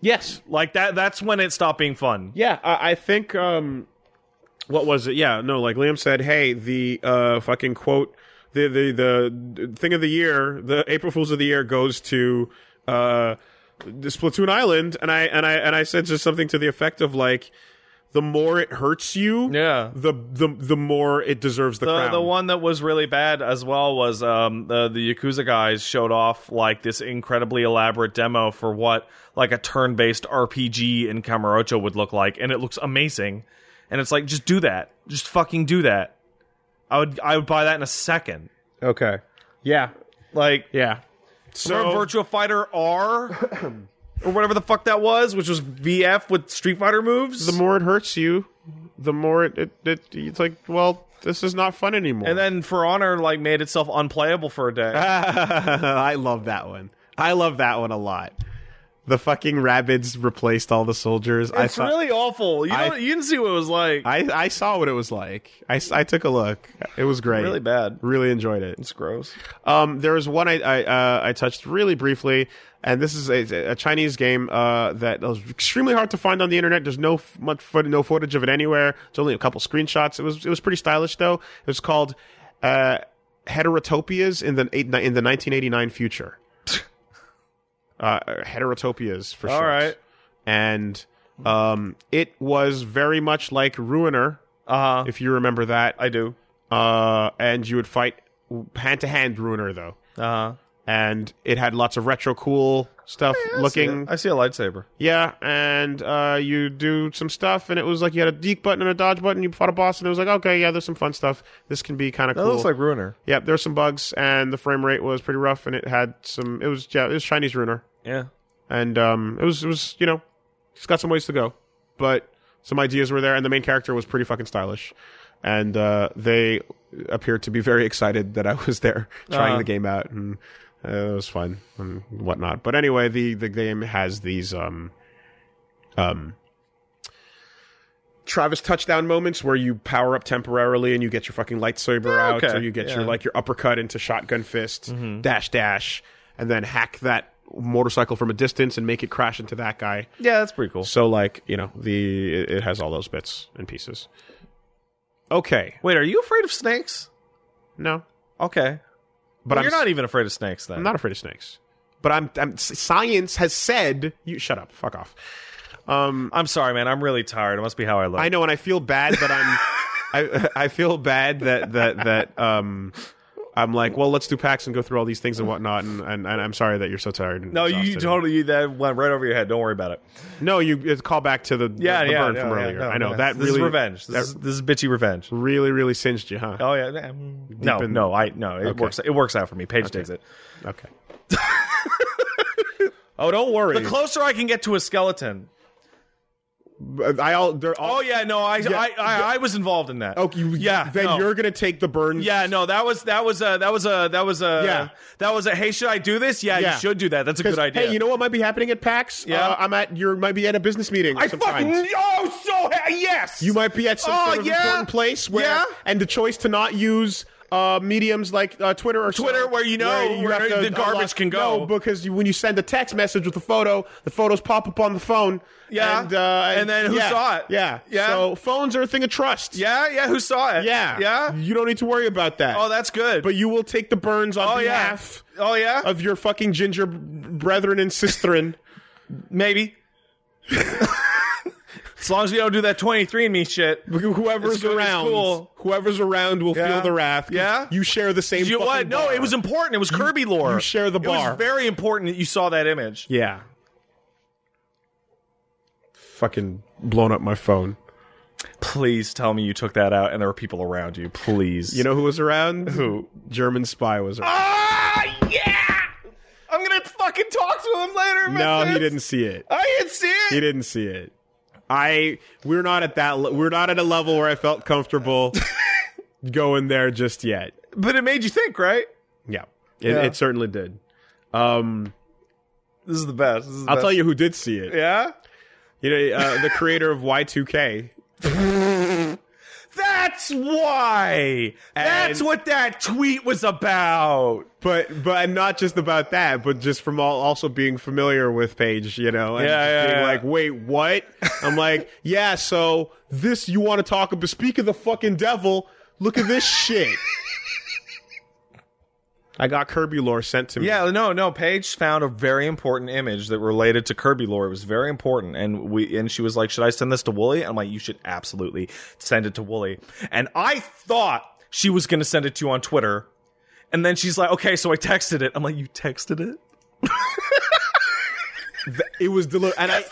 Speaker 1: yes,
Speaker 2: Like that. That's when it stopped being fun.
Speaker 1: yeah. I, I think um, what was it? Yeah, no. Like Liam said, hey, the uh, fucking quote, the the the thing of the year, the April Fools of the year goes to. Uh, the Splatoon Island, and I and I and I said just something to the effect of like, the more it hurts you,
Speaker 2: Yeah.
Speaker 1: the the the more it deserves the,
Speaker 2: The,
Speaker 1: crown.
Speaker 2: the one that was really bad as well was um, the the Yakuza guys showed off like this incredibly elaborate demo for what like a turn based RPG in Kamurocho would look like, and it looks amazing. And it's like just do that, just fucking do that. I would I would buy that in a second.
Speaker 1: Okay. Yeah.
Speaker 2: Like
Speaker 1: Yeah. So
Speaker 2: Remember Virtua Fighter R or whatever the fuck that was, which was VF with Street Fighter moves.
Speaker 1: the more it hurts you, the more it, it, it it's like, well, this is not fun anymore.
Speaker 2: and then For Honor like made itself unplayable for a day.
Speaker 1: I love that one. I love that one a lot. The fucking rabbits replaced all the soldiers. I
Speaker 2: It's
Speaker 1: saw.
Speaker 2: really awful. You,
Speaker 1: I-
Speaker 2: don't, you didn't see what it was like.
Speaker 1: I, I saw what it was like. I, s- I took a look. It was great.
Speaker 2: really
Speaker 1: Really,
Speaker 2: bad.
Speaker 1: enjoyed it.
Speaker 2: It's gross.
Speaker 1: Um, there was one I I, uh, I touched really briefly, and this is a, a Chinese game uh, that was extremely hard to find on the internet. There's no f- much foot, no footage of it anywhere. It's only a couple screenshots. It was it was pretty stylish though. It was called uh, Heterotopias in the eight, in the 1989 future. uh, heterotopias for
Speaker 2: All
Speaker 1: sure.
Speaker 2: right.
Speaker 1: and um, it was very much like Ruiner
Speaker 2: Uh huh.
Speaker 1: if you remember that.
Speaker 2: I do.
Speaker 1: Uh, and you would fight hand to hand Ruiner though,
Speaker 2: Uh huh.
Speaker 1: and it had lots of retro cool stuff looking.
Speaker 2: I see a lightsaber.
Speaker 1: Yeah, and uh, you do some stuff, and it was like you had a deke button and a dodge button. You fought a boss, and it was like, okay, yeah, there's some fun stuff. This can be kind of
Speaker 2: That
Speaker 1: cool.
Speaker 2: looks like Ruiner.
Speaker 1: yeah, there's some bugs, and the frame rate was pretty rough, and it had some. It was yeah, it was Chinese Ruiner,
Speaker 2: Yeah.
Speaker 1: and um, it was it was you know, it's got some ways to go, but some ideas were there, and the main character was pretty fucking stylish, and uh, they appeared to be very excited that I was there trying
Speaker 2: Uh-huh.
Speaker 1: the game out, and uh, it was fun and whatnot. But anyway, the the game has these um um. Travis touchdown moments where you power up temporarily and you get your fucking lightsaber
Speaker 2: Yeah,
Speaker 1: out,
Speaker 2: okay.
Speaker 1: or you get your
Speaker 2: Yeah. Mm-hmm.
Speaker 1: like your uppercut into shotgun fist, dash dash, and then hack that motorcycle from a distance and make it crash into that guy.
Speaker 2: Yeah, that's pretty cool.
Speaker 1: So like you know the it it has all those bits and pieces. Okay,
Speaker 2: Wait, are you afraid of snakes?
Speaker 1: no,
Speaker 2: Okay.
Speaker 1: but
Speaker 2: Well,
Speaker 1: I'm
Speaker 2: you're not even afraid of snakes then.
Speaker 1: e-, I'm not afraid of snakes. But I'm, I'm science has said you shut up, fuck off. Um,
Speaker 2: I'm sorry, man. I'm really tired. It must be how I look.
Speaker 1: I know, and I feel bad that I'm. I I feel bad that that that um. I'm like, well, let's do packs and go through all these things and whatnot, and, and, and I'm sorry that you're so tired. And
Speaker 2: no, you, you
Speaker 1: exhausted.
Speaker 2: totally you, that went right over your head. Don't worry about it.
Speaker 1: No, you it's call back to the the-
Speaker 2: Yeah,
Speaker 1: the,
Speaker 2: yeah,
Speaker 1: burn
Speaker 2: yeah,
Speaker 1: from
Speaker 2: yeah,
Speaker 1: earlier.
Speaker 2: no,
Speaker 1: I know
Speaker 2: no.
Speaker 1: that
Speaker 2: this
Speaker 1: really
Speaker 2: is revenge. This, is, this is bitchy revenge.
Speaker 1: really really singed you, huh?
Speaker 2: Oh yeah, yeah, mm, no,
Speaker 1: in-
Speaker 2: no, I no, it works. It works out for me. Paige takes it.
Speaker 1: Okay. oh, don't worry.
Speaker 2: The closer I can get to a skeleton.
Speaker 1: I all they're all.
Speaker 2: Oh yeah, no, I I, I, I was involved in that.
Speaker 1: Oh, you,
Speaker 2: yeah,
Speaker 1: Then
Speaker 2: no.
Speaker 1: you're gonna take the burn.
Speaker 2: Yeah, no, that was that was a that was a that was a
Speaker 1: Yeah.
Speaker 2: that was a hey, should I do this? Yeah,
Speaker 1: Yeah.
Speaker 2: you should do that. That's a
Speaker 1: 'Cause,
Speaker 2: good idea.
Speaker 1: Hey, you know what might be happening at PAX?
Speaker 2: Yeah.
Speaker 1: Uh, I'm at. You might be at a business meeting.
Speaker 2: I
Speaker 1: sometimes.
Speaker 2: fucking oh so ha- yes.
Speaker 1: You might be at some
Speaker 2: Oh,
Speaker 1: sort of
Speaker 2: yeah?
Speaker 1: important place where,
Speaker 2: Yeah?
Speaker 1: and the choice to not use uh, mediums like uh, Twitter or
Speaker 2: Twitter, where you know where the garbage can go.
Speaker 1: No, because you, when you send a text message with a photo, the photos pop up on the phone.
Speaker 2: Yeah.
Speaker 1: and, uh,
Speaker 2: And then who
Speaker 1: yeah,
Speaker 2: saw it?
Speaker 1: Yeah,
Speaker 2: Yeah.
Speaker 1: So phones are a thing of trust.
Speaker 2: yeah, yeah. Who saw it?
Speaker 1: yeah,
Speaker 2: yeah.
Speaker 1: You don't need to worry about that.
Speaker 2: Oh, that's good.
Speaker 1: but Uh, you will take the burns on
Speaker 2: oh yeah,
Speaker 1: behalf
Speaker 2: oh yeah.
Speaker 1: of your fucking ginger brethren and sisterin.
Speaker 2: Maybe. as long as we don't do that 23 and me shit.
Speaker 1: Whoever's
Speaker 2: It's good, it's
Speaker 1: around,
Speaker 2: cool.
Speaker 1: whoever's around will
Speaker 2: Yeah.
Speaker 1: feel the wrath. 'cause
Speaker 2: Yeah.
Speaker 1: you share the same.
Speaker 2: You
Speaker 1: fucking
Speaker 2: what? No,
Speaker 1: bar.
Speaker 2: it was important. It was Kirby lore.
Speaker 1: you share the
Speaker 2: It
Speaker 1: bar.
Speaker 2: was very important that you saw that image.
Speaker 1: Yeah. Fucking blown up my phone.
Speaker 2: Please tell me you took that out and there were people around you. Please.
Speaker 1: You know who was around? Who? German spy was around.
Speaker 2: Ah, yeah! I'm gonna fucking talk to him later.
Speaker 1: no,
Speaker 2: about
Speaker 1: he
Speaker 2: this.
Speaker 1: didn't see it.
Speaker 2: I didn't see it.
Speaker 1: He didn't see it. I we're not at that le- we're not at a level where I felt comfortable going there just yet.
Speaker 2: But it made you think, right?
Speaker 1: Yeah. It,
Speaker 2: Yeah.
Speaker 1: it certainly did. Um,
Speaker 2: This is the best. This is the
Speaker 1: I'll
Speaker 2: best.
Speaker 1: tell you who did see it.
Speaker 2: Yeah?
Speaker 1: You know, uh, the creator of Y2K.
Speaker 2: That's why. That's
Speaker 1: And-
Speaker 2: what that tweet was about.
Speaker 1: but but and not just about that, but just from all also being familiar with Paige, you know, and
Speaker 2: Yeah,
Speaker 1: just
Speaker 2: yeah,
Speaker 1: being
Speaker 2: yeah.
Speaker 1: like, wait, what? I'm like, yeah, so this you want to talk about? Speak of the fucking devil, look at this shit. I got Kirby lore sent to me.
Speaker 2: Yeah, no, no. Paige found a very important image that related to Kirby lore. It was very important, and we and she was like, "Should I send this to Wooly?" I'm like, "You should absolutely send it to Wooly." And I thought she was going to send it to you on Twitter, and then she's like, "Okay," so I texted it. I'm like, "You texted it?"
Speaker 1: it was deli- and I
Speaker 2: what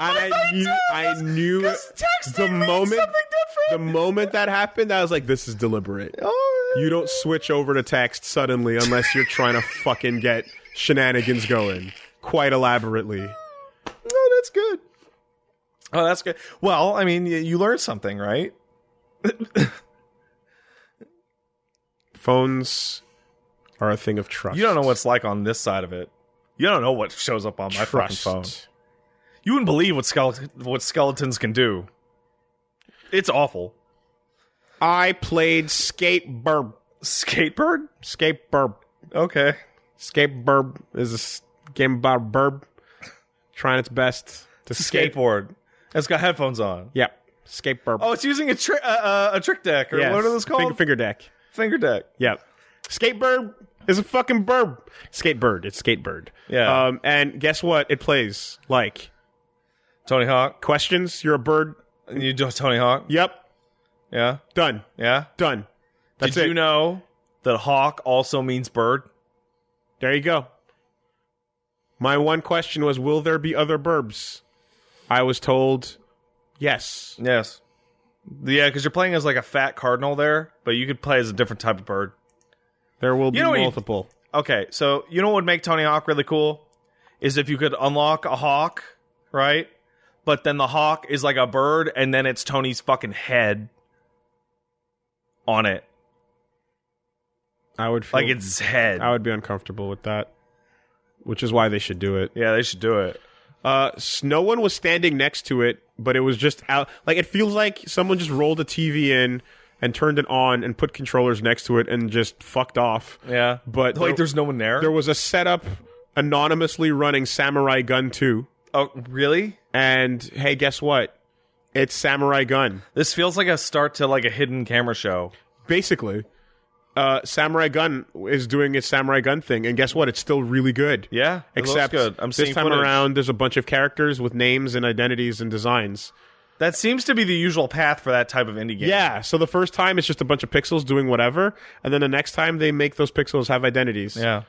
Speaker 1: and I knew I knew the moment the moment that happened, I was like, this is deliberate.
Speaker 2: Oh,
Speaker 1: You don't switch over to text suddenly unless you're trying to fucking get shenanigans going quite elaborately.
Speaker 2: Oh, that's good. Oh, that's good. Well, I mean, you, you learned something, right?
Speaker 1: Phones are a thing of trust.
Speaker 2: You don't know what it's like on this side of it. You don't know what shows up on my
Speaker 1: Trust.
Speaker 2: fucking phone. You wouldn't believe what skeleton what skeletons can do. It's awful.
Speaker 1: I played Skate Burb.
Speaker 2: Skatebird?
Speaker 1: Skate Burb.
Speaker 2: Okay.
Speaker 1: Skate Burb is a s- game about burb trying its best to skate.
Speaker 2: Skateboard. It's got headphones on.
Speaker 1: Yep. Skate Burb.
Speaker 2: Oh, it's using a tri- uh, uh, a trick deck or
Speaker 1: Yes.
Speaker 2: what are those called?
Speaker 1: Finger, finger deck.
Speaker 2: Finger deck.
Speaker 1: Yep. Skate Burb is a fucking burb. Skate Bird. It's Skate Bird.
Speaker 2: Yeah.
Speaker 1: Um, and guess what? It plays like
Speaker 2: Tony Hawk.
Speaker 1: questions. You're a bird.
Speaker 2: You do Tony Hawk?
Speaker 1: Yep.
Speaker 2: Yeah.
Speaker 1: Done.
Speaker 2: Yeah.
Speaker 1: Done. That's
Speaker 2: Did
Speaker 1: it.
Speaker 2: you know that hawk also means bird?
Speaker 1: There you go. My one question was, will there be other burbs? I was told, yes.
Speaker 2: Yes. Yeah, because you're playing as like a fat cardinal there, but you could play as a different type of bird.
Speaker 1: There will be
Speaker 2: know what you-
Speaker 1: multiple.
Speaker 2: Okay, so you know what would make Tony Hawk really cool? Is if you could unlock a hawk, right? But then the hawk is like a bird, and then it's Tony's fucking head on it.
Speaker 1: I would feel,
Speaker 2: Like it's his head.
Speaker 1: I would be uncomfortable with that, which is why they should do it.
Speaker 2: Yeah, they should do it.
Speaker 1: Uh, s- no one was standing next to it, but it was just out. Like it feels like someone just rolled a TV in and turned it on and put controllers next to it and just fucked off.
Speaker 2: Yeah.
Speaker 1: But
Speaker 2: Like,
Speaker 1: there-
Speaker 2: there's no one there?
Speaker 1: There was a setup anonymously running Samurai Gun 2.
Speaker 2: oh, really?
Speaker 1: And hey, guess what? It's Samurai Gun.
Speaker 2: This feels like a start to like a hidden camera show.
Speaker 1: Basically, uh, Samurai Gun is doing its Samurai Gun thing, and guess what? It's still really good.
Speaker 2: Yeah, it looks
Speaker 1: Except
Speaker 2: good. I'm
Speaker 1: this
Speaker 2: seeing
Speaker 1: time
Speaker 2: footage.
Speaker 1: around, there's a bunch of characters with names and identities and designs.
Speaker 2: That seems to be the usual path for that type of indie game.
Speaker 1: Yeah, so the first time it's just a bunch of pixels doing whatever, and then the next time they make those pixels have identities.
Speaker 2: Yeah.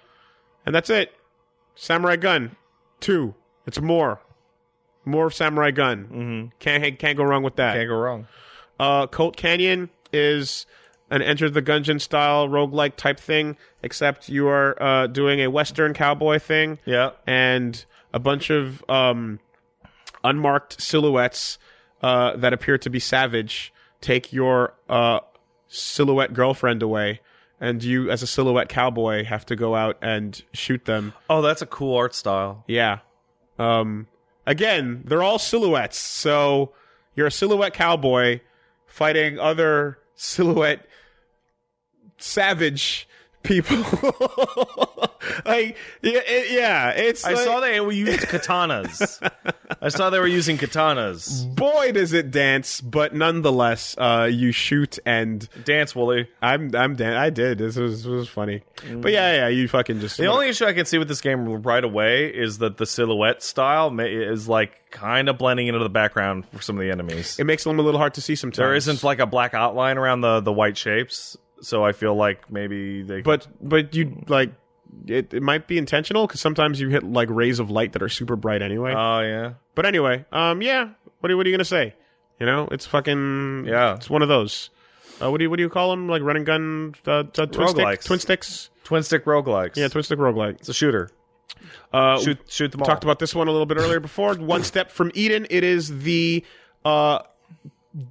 Speaker 1: And that's it. Samurai Gun 2. It's more. More of Samurai Gun. Mm-hmm. Can't, can't go wrong with that.
Speaker 2: Can't go wrong.
Speaker 1: Uh, Colt Canyon is an Enter the Gungeon style roguelike type thing, except you are uh, doing a Western cowboy thing
Speaker 2: Yeah.
Speaker 1: and a bunch of um, unmarked silhouettes uh, that appear to be savage take your uh, silhouette girlfriend away. And you, as a silhouette cowboy, have to go out and shoot them.
Speaker 2: Oh, that's a cool art style.
Speaker 1: Yeah. Um, again, they're all silhouettes. So you're a silhouette cowboy fighting other silhouette savage people. like, yeah, it- yeah, it's.
Speaker 2: I
Speaker 1: like,
Speaker 2: saw they were using katanas. I saw they were using katanas.
Speaker 1: Boy, does it dance! But nonetheless, uh, you shoot, and
Speaker 2: Dance, Wooly.
Speaker 1: I'm I'm dan- I did. This was, this was funny. But yeah, yeah, you fucking just
Speaker 2: Mm. The only issue I can see with this game right away is that the silhouette style ma- is like kind of blending into the background for some of the enemies.
Speaker 1: it makes them a little hard to see sometimes.
Speaker 2: there isn't like a black outline around the the white shapes, so I feel like maybe they.
Speaker 1: but but you like it, it might be intentional because sometimes you hit like rays of light that are super bright anyway
Speaker 2: oh yeah,
Speaker 1: but anyway um yeah what are, what are you gonna say you know it's fucking
Speaker 2: Yeah.
Speaker 1: it's one of those uh, what do you what do you call them like run and gun uh, t- twin, stick,
Speaker 2: Roguelikes.
Speaker 1: twin sticks
Speaker 2: twin stick roguelikes.
Speaker 1: yeah twin stick roguelike
Speaker 2: it's a shooter.
Speaker 1: uh
Speaker 2: Shoot, shoot them all.
Speaker 1: talked about this one a little bit earlier before one step from eden it is the uh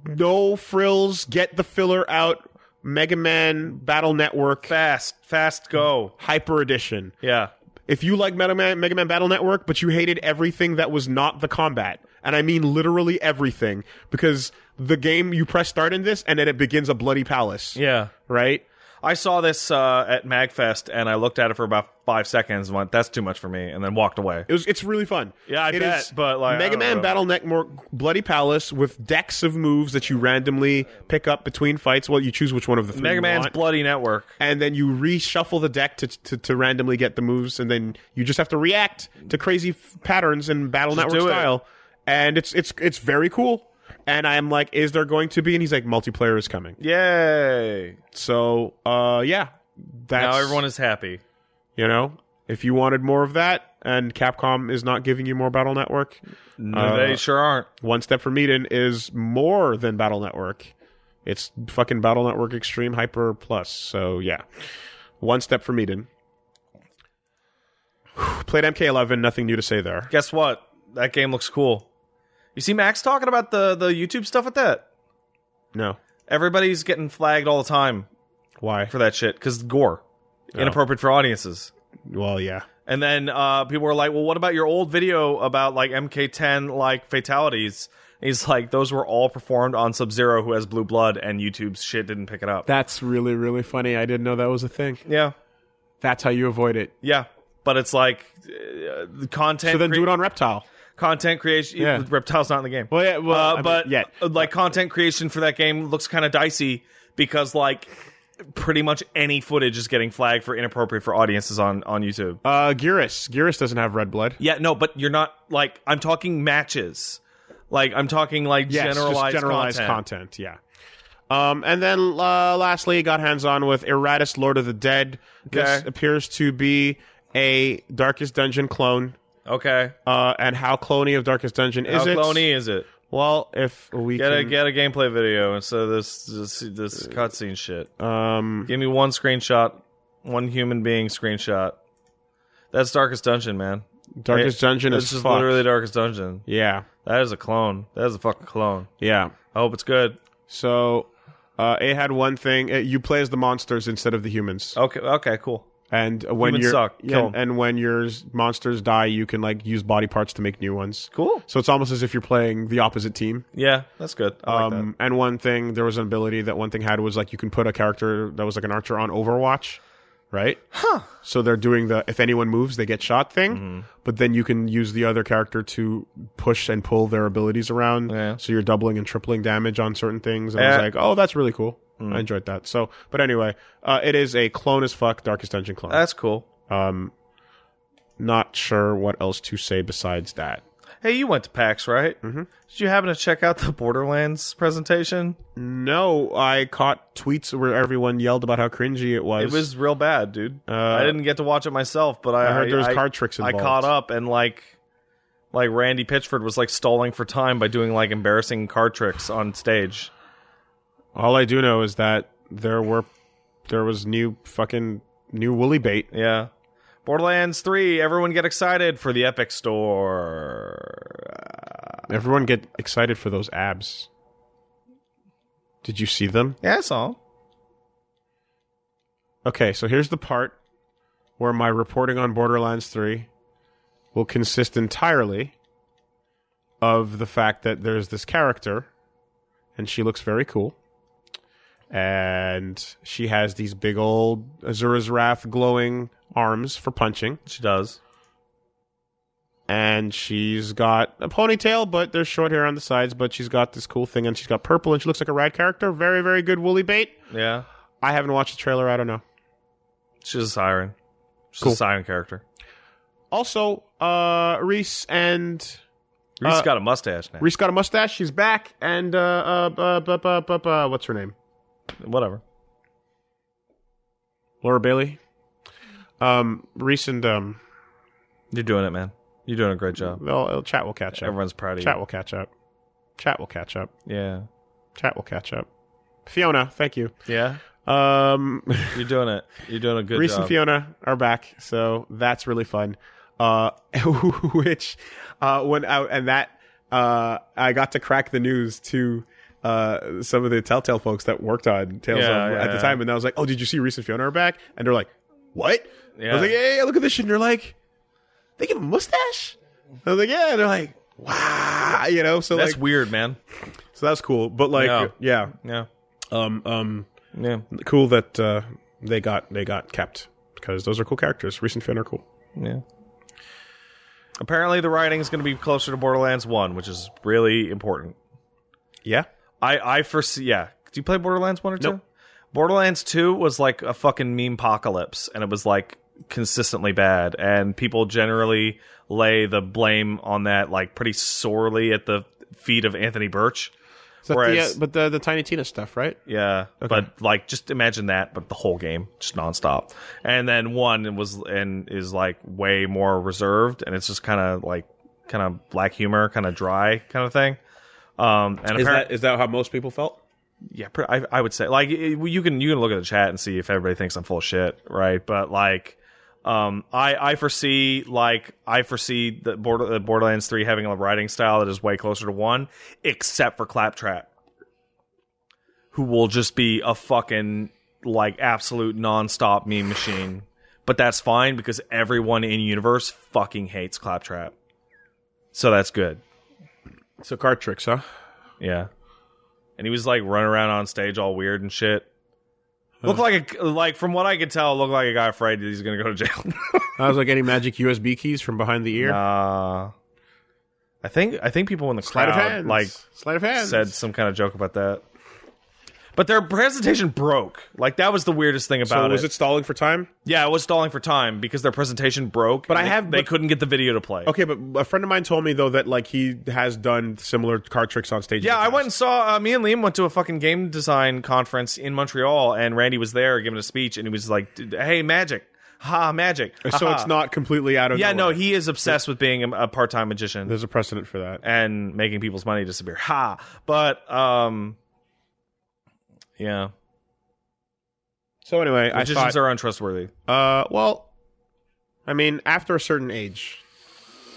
Speaker 1: no frills get the filler out mega man battle network
Speaker 2: fast, fast, go.
Speaker 1: hyper edition
Speaker 2: Yeah,
Speaker 1: if you like Mega Man, Mega Man Battle Network, but you hated everything that was not the combat, and I mean literally everything, because the game you press start in this, and then it begins a bloody palace,
Speaker 2: yeah.
Speaker 1: right?
Speaker 2: I saw this uh, at Magfest, and I looked at it for about five seconds and went, "That's too much for me," and then walked away.
Speaker 1: It was it's really fun.
Speaker 2: Yeah, I
Speaker 1: It
Speaker 2: bet,
Speaker 1: is
Speaker 2: but, like, I
Speaker 1: Mega
Speaker 2: don't
Speaker 1: Man
Speaker 2: know.
Speaker 1: Battle Network Bloody Palace with decks of moves that you randomly pick up between fights. Well, you choose which one of the three
Speaker 2: Mega
Speaker 1: you
Speaker 2: Man's
Speaker 1: want.
Speaker 2: Bloody Network.
Speaker 1: and then you reshuffle the deck to, to, to randomly get the moves, and then you just have to react to crazy f- patterns in Battle Network
Speaker 2: do it.
Speaker 1: style. And it's it's it's very cool. And I'm like, is there going to be? And he's like, multiplayer is coming.
Speaker 2: Yay!
Speaker 1: So, uh, yeah, that's
Speaker 2: Now everyone is happy.
Speaker 1: you know, if you wanted more of that, and Capcom is not giving you more Battle Network,
Speaker 2: No,
Speaker 1: Uh,
Speaker 2: they sure aren't.
Speaker 1: One Step from Eden is more than Battle Network. It's fucking Battle Network Extreme Hyper Plus. So yeah, One Step from Eden. Whew, Played MK11. Nothing new to say there.
Speaker 2: Guess what? That game looks cool. You see Max talking about the the YouTube stuff with that.
Speaker 1: No.
Speaker 2: Everybody's getting flagged all the time
Speaker 1: Why?
Speaker 2: for that shit because gore,
Speaker 1: Oh.
Speaker 2: inappropriate for audiences.
Speaker 1: Well, yeah.
Speaker 2: And then uh, people were like, "Well, what about your old video about like MK10 like fatalities?" He's like, "Those were all performed on Sub Zero, who has blue blood, and YouTube's shit didn't pick it up."
Speaker 3: That's really, really funny. I didn't know that was a thing.
Speaker 2: yeah,
Speaker 3: That's how you avoid it.
Speaker 2: yeah, but it's like uh, the content.
Speaker 3: So then
Speaker 2: crea-
Speaker 3: do it on Reptile.
Speaker 2: content creation.
Speaker 3: Yeah.
Speaker 2: Reptile's not in the game.
Speaker 3: Well, yeah, well, I
Speaker 2: uh,
Speaker 3: mean,
Speaker 2: but
Speaker 3: yet.
Speaker 2: uh, like content creation for that game looks kind of dicey because like pretty much any footage is getting flagged for inappropriate for audiences on on YouTube.
Speaker 1: Uh, Gearus. Gearus doesn't have red blood.
Speaker 2: Yeah, no, but you're not like I'm talking matches. Like I'm talking like
Speaker 1: Yes, just
Speaker 2: generalized,
Speaker 1: generalized
Speaker 2: content.
Speaker 1: content. Yeah. Um, and then uh, lastly, got hands on with Erratus Lord of the Dead. This
Speaker 2: Okay.
Speaker 1: appears to be a Darkest Dungeon clone.
Speaker 2: Okay.
Speaker 1: Uh, and how clony of Darkest Dungeon is
Speaker 2: How
Speaker 1: it?
Speaker 2: clony is it?
Speaker 1: Well, if we
Speaker 2: Get a
Speaker 1: can,
Speaker 2: get a gameplay video instead of this this, this cutscene shit.
Speaker 1: um,
Speaker 2: Give me one screenshot, one human being screenshot. That's Darkest Dungeon, man.
Speaker 1: Darkest Dungeon
Speaker 2: This
Speaker 1: is
Speaker 2: is
Speaker 1: fuck.
Speaker 2: literally Darkest Dungeon.
Speaker 1: yeah,
Speaker 2: That is a clone. That is a fucking clone.
Speaker 1: yeah.
Speaker 2: I hope it's good.
Speaker 1: So uh, it had one thing. uh you play as the monsters instead of the humans,
Speaker 2: Okay. Okay. Cool.
Speaker 1: and when
Speaker 2: Oh, Humans
Speaker 1: you're
Speaker 2: suck. Kill
Speaker 1: and,
Speaker 2: 'em.
Speaker 1: and when your s- monsters die, you can like use body parts to make new ones.
Speaker 2: Cool.
Speaker 1: So it's almost as if you're playing the opposite team.
Speaker 2: Yeah, that's good. I like
Speaker 1: Um, and one thing there was an ability that one thing had was like you can put a character that was like an archer on Overwatch, right? Huh. So they're doing the if anyone moves they get shot thing,
Speaker 2: Mm-hmm.
Speaker 1: but then you can use the other character to push and pull their abilities around.
Speaker 2: Yeah.
Speaker 1: So you're doubling and tripling damage on certain things. And I was
Speaker 2: Yeah. Mm.
Speaker 1: like, oh, that's really cool. I enjoyed that. So, but anyway, uh, it is a clone as fuck, Darkest Dungeon clone.
Speaker 2: that. That's cool.
Speaker 1: um, not sure what else to say besides that.
Speaker 2: Hey, you went to PAX, right?
Speaker 1: Mhm.
Speaker 2: Did you happen to check out the Borderlands presentation?
Speaker 1: No, I caught tweets where everyone yelled about how cringy it was.
Speaker 2: It was real bad, dude.
Speaker 1: Uh,
Speaker 2: I didn't get to watch it myself, but I,
Speaker 1: I heard there was
Speaker 2: I,
Speaker 1: card tricks
Speaker 2: I
Speaker 1: involved.
Speaker 2: caught up and like, like Randy Pitchford was like stalling for time by doing like embarrassing card tricks on stage.
Speaker 1: All I do know is that there were there was new fucking new woolly bait.
Speaker 2: Yeah. Borderlands 3, everyone get excited for the Epic Store.
Speaker 1: Everyone get excited for those abs. Did you see them?
Speaker 2: Yeah, I saw.
Speaker 1: Okay, so here's the part where my reporting on Borderlands 3 will consist entirely of the fact that there's this character and she looks very cool. And she has these big old Azura's Wrath glowing arms for punching.
Speaker 2: She does.
Speaker 1: and she's got a ponytail, but there's short hair on the sides. But she's got this cool thing, and she's got purple, and she looks like a rad character. Very, very good woolly bait.
Speaker 2: Yeah.
Speaker 1: I haven't watched the trailer. I don't know.
Speaker 2: She's a siren. She's
Speaker 1: Cool.
Speaker 2: a siren character.
Speaker 1: Also, uh, Reese and
Speaker 2: Reese's
Speaker 1: Uh,
Speaker 2: got a mustache now.
Speaker 1: Reese got a mustache. She's back, and uh, uh, bu- bu- bu- bu- bu- what's her name?
Speaker 2: Whatever.
Speaker 1: Laura Bailey. Um, Reese and um,
Speaker 2: You're doing it, man. You're doing a great job.
Speaker 1: well, uh, chat will catch up.
Speaker 2: Everyone's proud of
Speaker 1: Chat will catch up. Chat will catch up.
Speaker 2: you. Yeah.
Speaker 1: Chat will catch up. Fiona, thank you.
Speaker 2: Yeah.
Speaker 1: Um,
Speaker 2: You're doing it. You're doing a good
Speaker 1: Reese
Speaker 2: job.
Speaker 1: and Fiona are back, so that's really fun. Uh, which uh, went out, and that uh, I got to crack the news to uh, some of the Telltale folks that worked on Tales
Speaker 2: Yeah,
Speaker 1: of,
Speaker 2: yeah,
Speaker 1: at the
Speaker 2: yeah.
Speaker 1: time, and I was like, "Oh, did you see Reese and Fiona are back?" And they're like, "What?" I
Speaker 2: Yeah.
Speaker 1: was like, "Yeah, yeah, yeah, look at this," shit." and they're like, "They give a mustache." I was like, "Yeah," and they're like, "Wow," you know. So
Speaker 2: That's
Speaker 1: like,
Speaker 2: weird, man.
Speaker 1: so that's cool, but like,
Speaker 2: Yeah.
Speaker 1: yeah,
Speaker 2: Yeah.
Speaker 1: um, um,
Speaker 2: Yeah.
Speaker 1: cool that uh, they got they got kept because those are cool characters. Reese and Fiona are cool.
Speaker 2: Yeah. Apparently, the writing is going to be closer to Borderlands 1, which is really important.
Speaker 1: Yeah.
Speaker 2: I I foresee. Yeah. Do you play Borderlands one or two?
Speaker 1: Nope.
Speaker 2: Borderlands two was like a fucking meme apocalypse, and it was like consistently bad, and people generally lay the blame on that like pretty sorely at the feet of Anthony Birch. Whereas-
Speaker 1: but the the Tiny Tina stuff, right?
Speaker 2: Yeah, but like just imagine that, but the whole game just nonstop, and then one was and is like way more reserved, and it's just kind of like kind of black humor, kind of dry, kind of thing. Um, and
Speaker 1: Is
Speaker 2: apparently.
Speaker 1: that is that how most people felt?
Speaker 2: yeah, pr- I, I would say like it, well, you can you can look at the chat and see if everybody thinks I'm full of shit, right? But like, um, I I foresee like I foresee the Border, the Borderlands three having a writing style that is way closer to one, except for Claptrap, who will just be a fucking like absolute nonstop meme machine. but that's fine because everyone in universe fucking hates Claptrap. So that's good.
Speaker 3: So card tricks, huh?
Speaker 2: Yeah. And he was like running around on stage all weird and shit. Looked like a like from what I could tell, looked like a guy afraid that he's gonna go to jail.
Speaker 3: I was like any magic USB keys from behind the ear.
Speaker 2: Nah. Uh, I think I think people in the
Speaker 1: Sleight of
Speaker 2: crowd
Speaker 1: hands.
Speaker 2: like
Speaker 1: sleight of hands.
Speaker 2: said some kind of joke about that. But their presentation broke. Like that was the weirdest thing
Speaker 1: so
Speaker 2: about
Speaker 1: was it stalling for time?
Speaker 2: Yeah, it was stalling for time because their presentation broke. But
Speaker 1: I have-
Speaker 2: they
Speaker 1: but-
Speaker 2: couldn't get the video to play.
Speaker 1: Okay, but a friend of mine told me though that like he has done similar card tricks on stage. in
Speaker 2: Yeah,
Speaker 1: the
Speaker 2: I
Speaker 1: past.
Speaker 2: went and saw. Uh, me and Liam went to a fucking game design conference in Montreal, and Randy was there giving a speech, and he was like, "D- "Hey, magic, ha, magic."
Speaker 1: So
Speaker 2: ha, ha."
Speaker 1: it's not completely out of.
Speaker 2: Yeah, no,
Speaker 1: nowhere.
Speaker 2: he is obsessed with being a, a part-time magician
Speaker 1: There's a precedent for that.
Speaker 2: and making people's money disappear. Ha! But um, yeah,
Speaker 1: So anyway, I
Speaker 2: magicians
Speaker 1: thought.
Speaker 2: are untrustworthy.
Speaker 1: uh, well, I mean, after a certain age,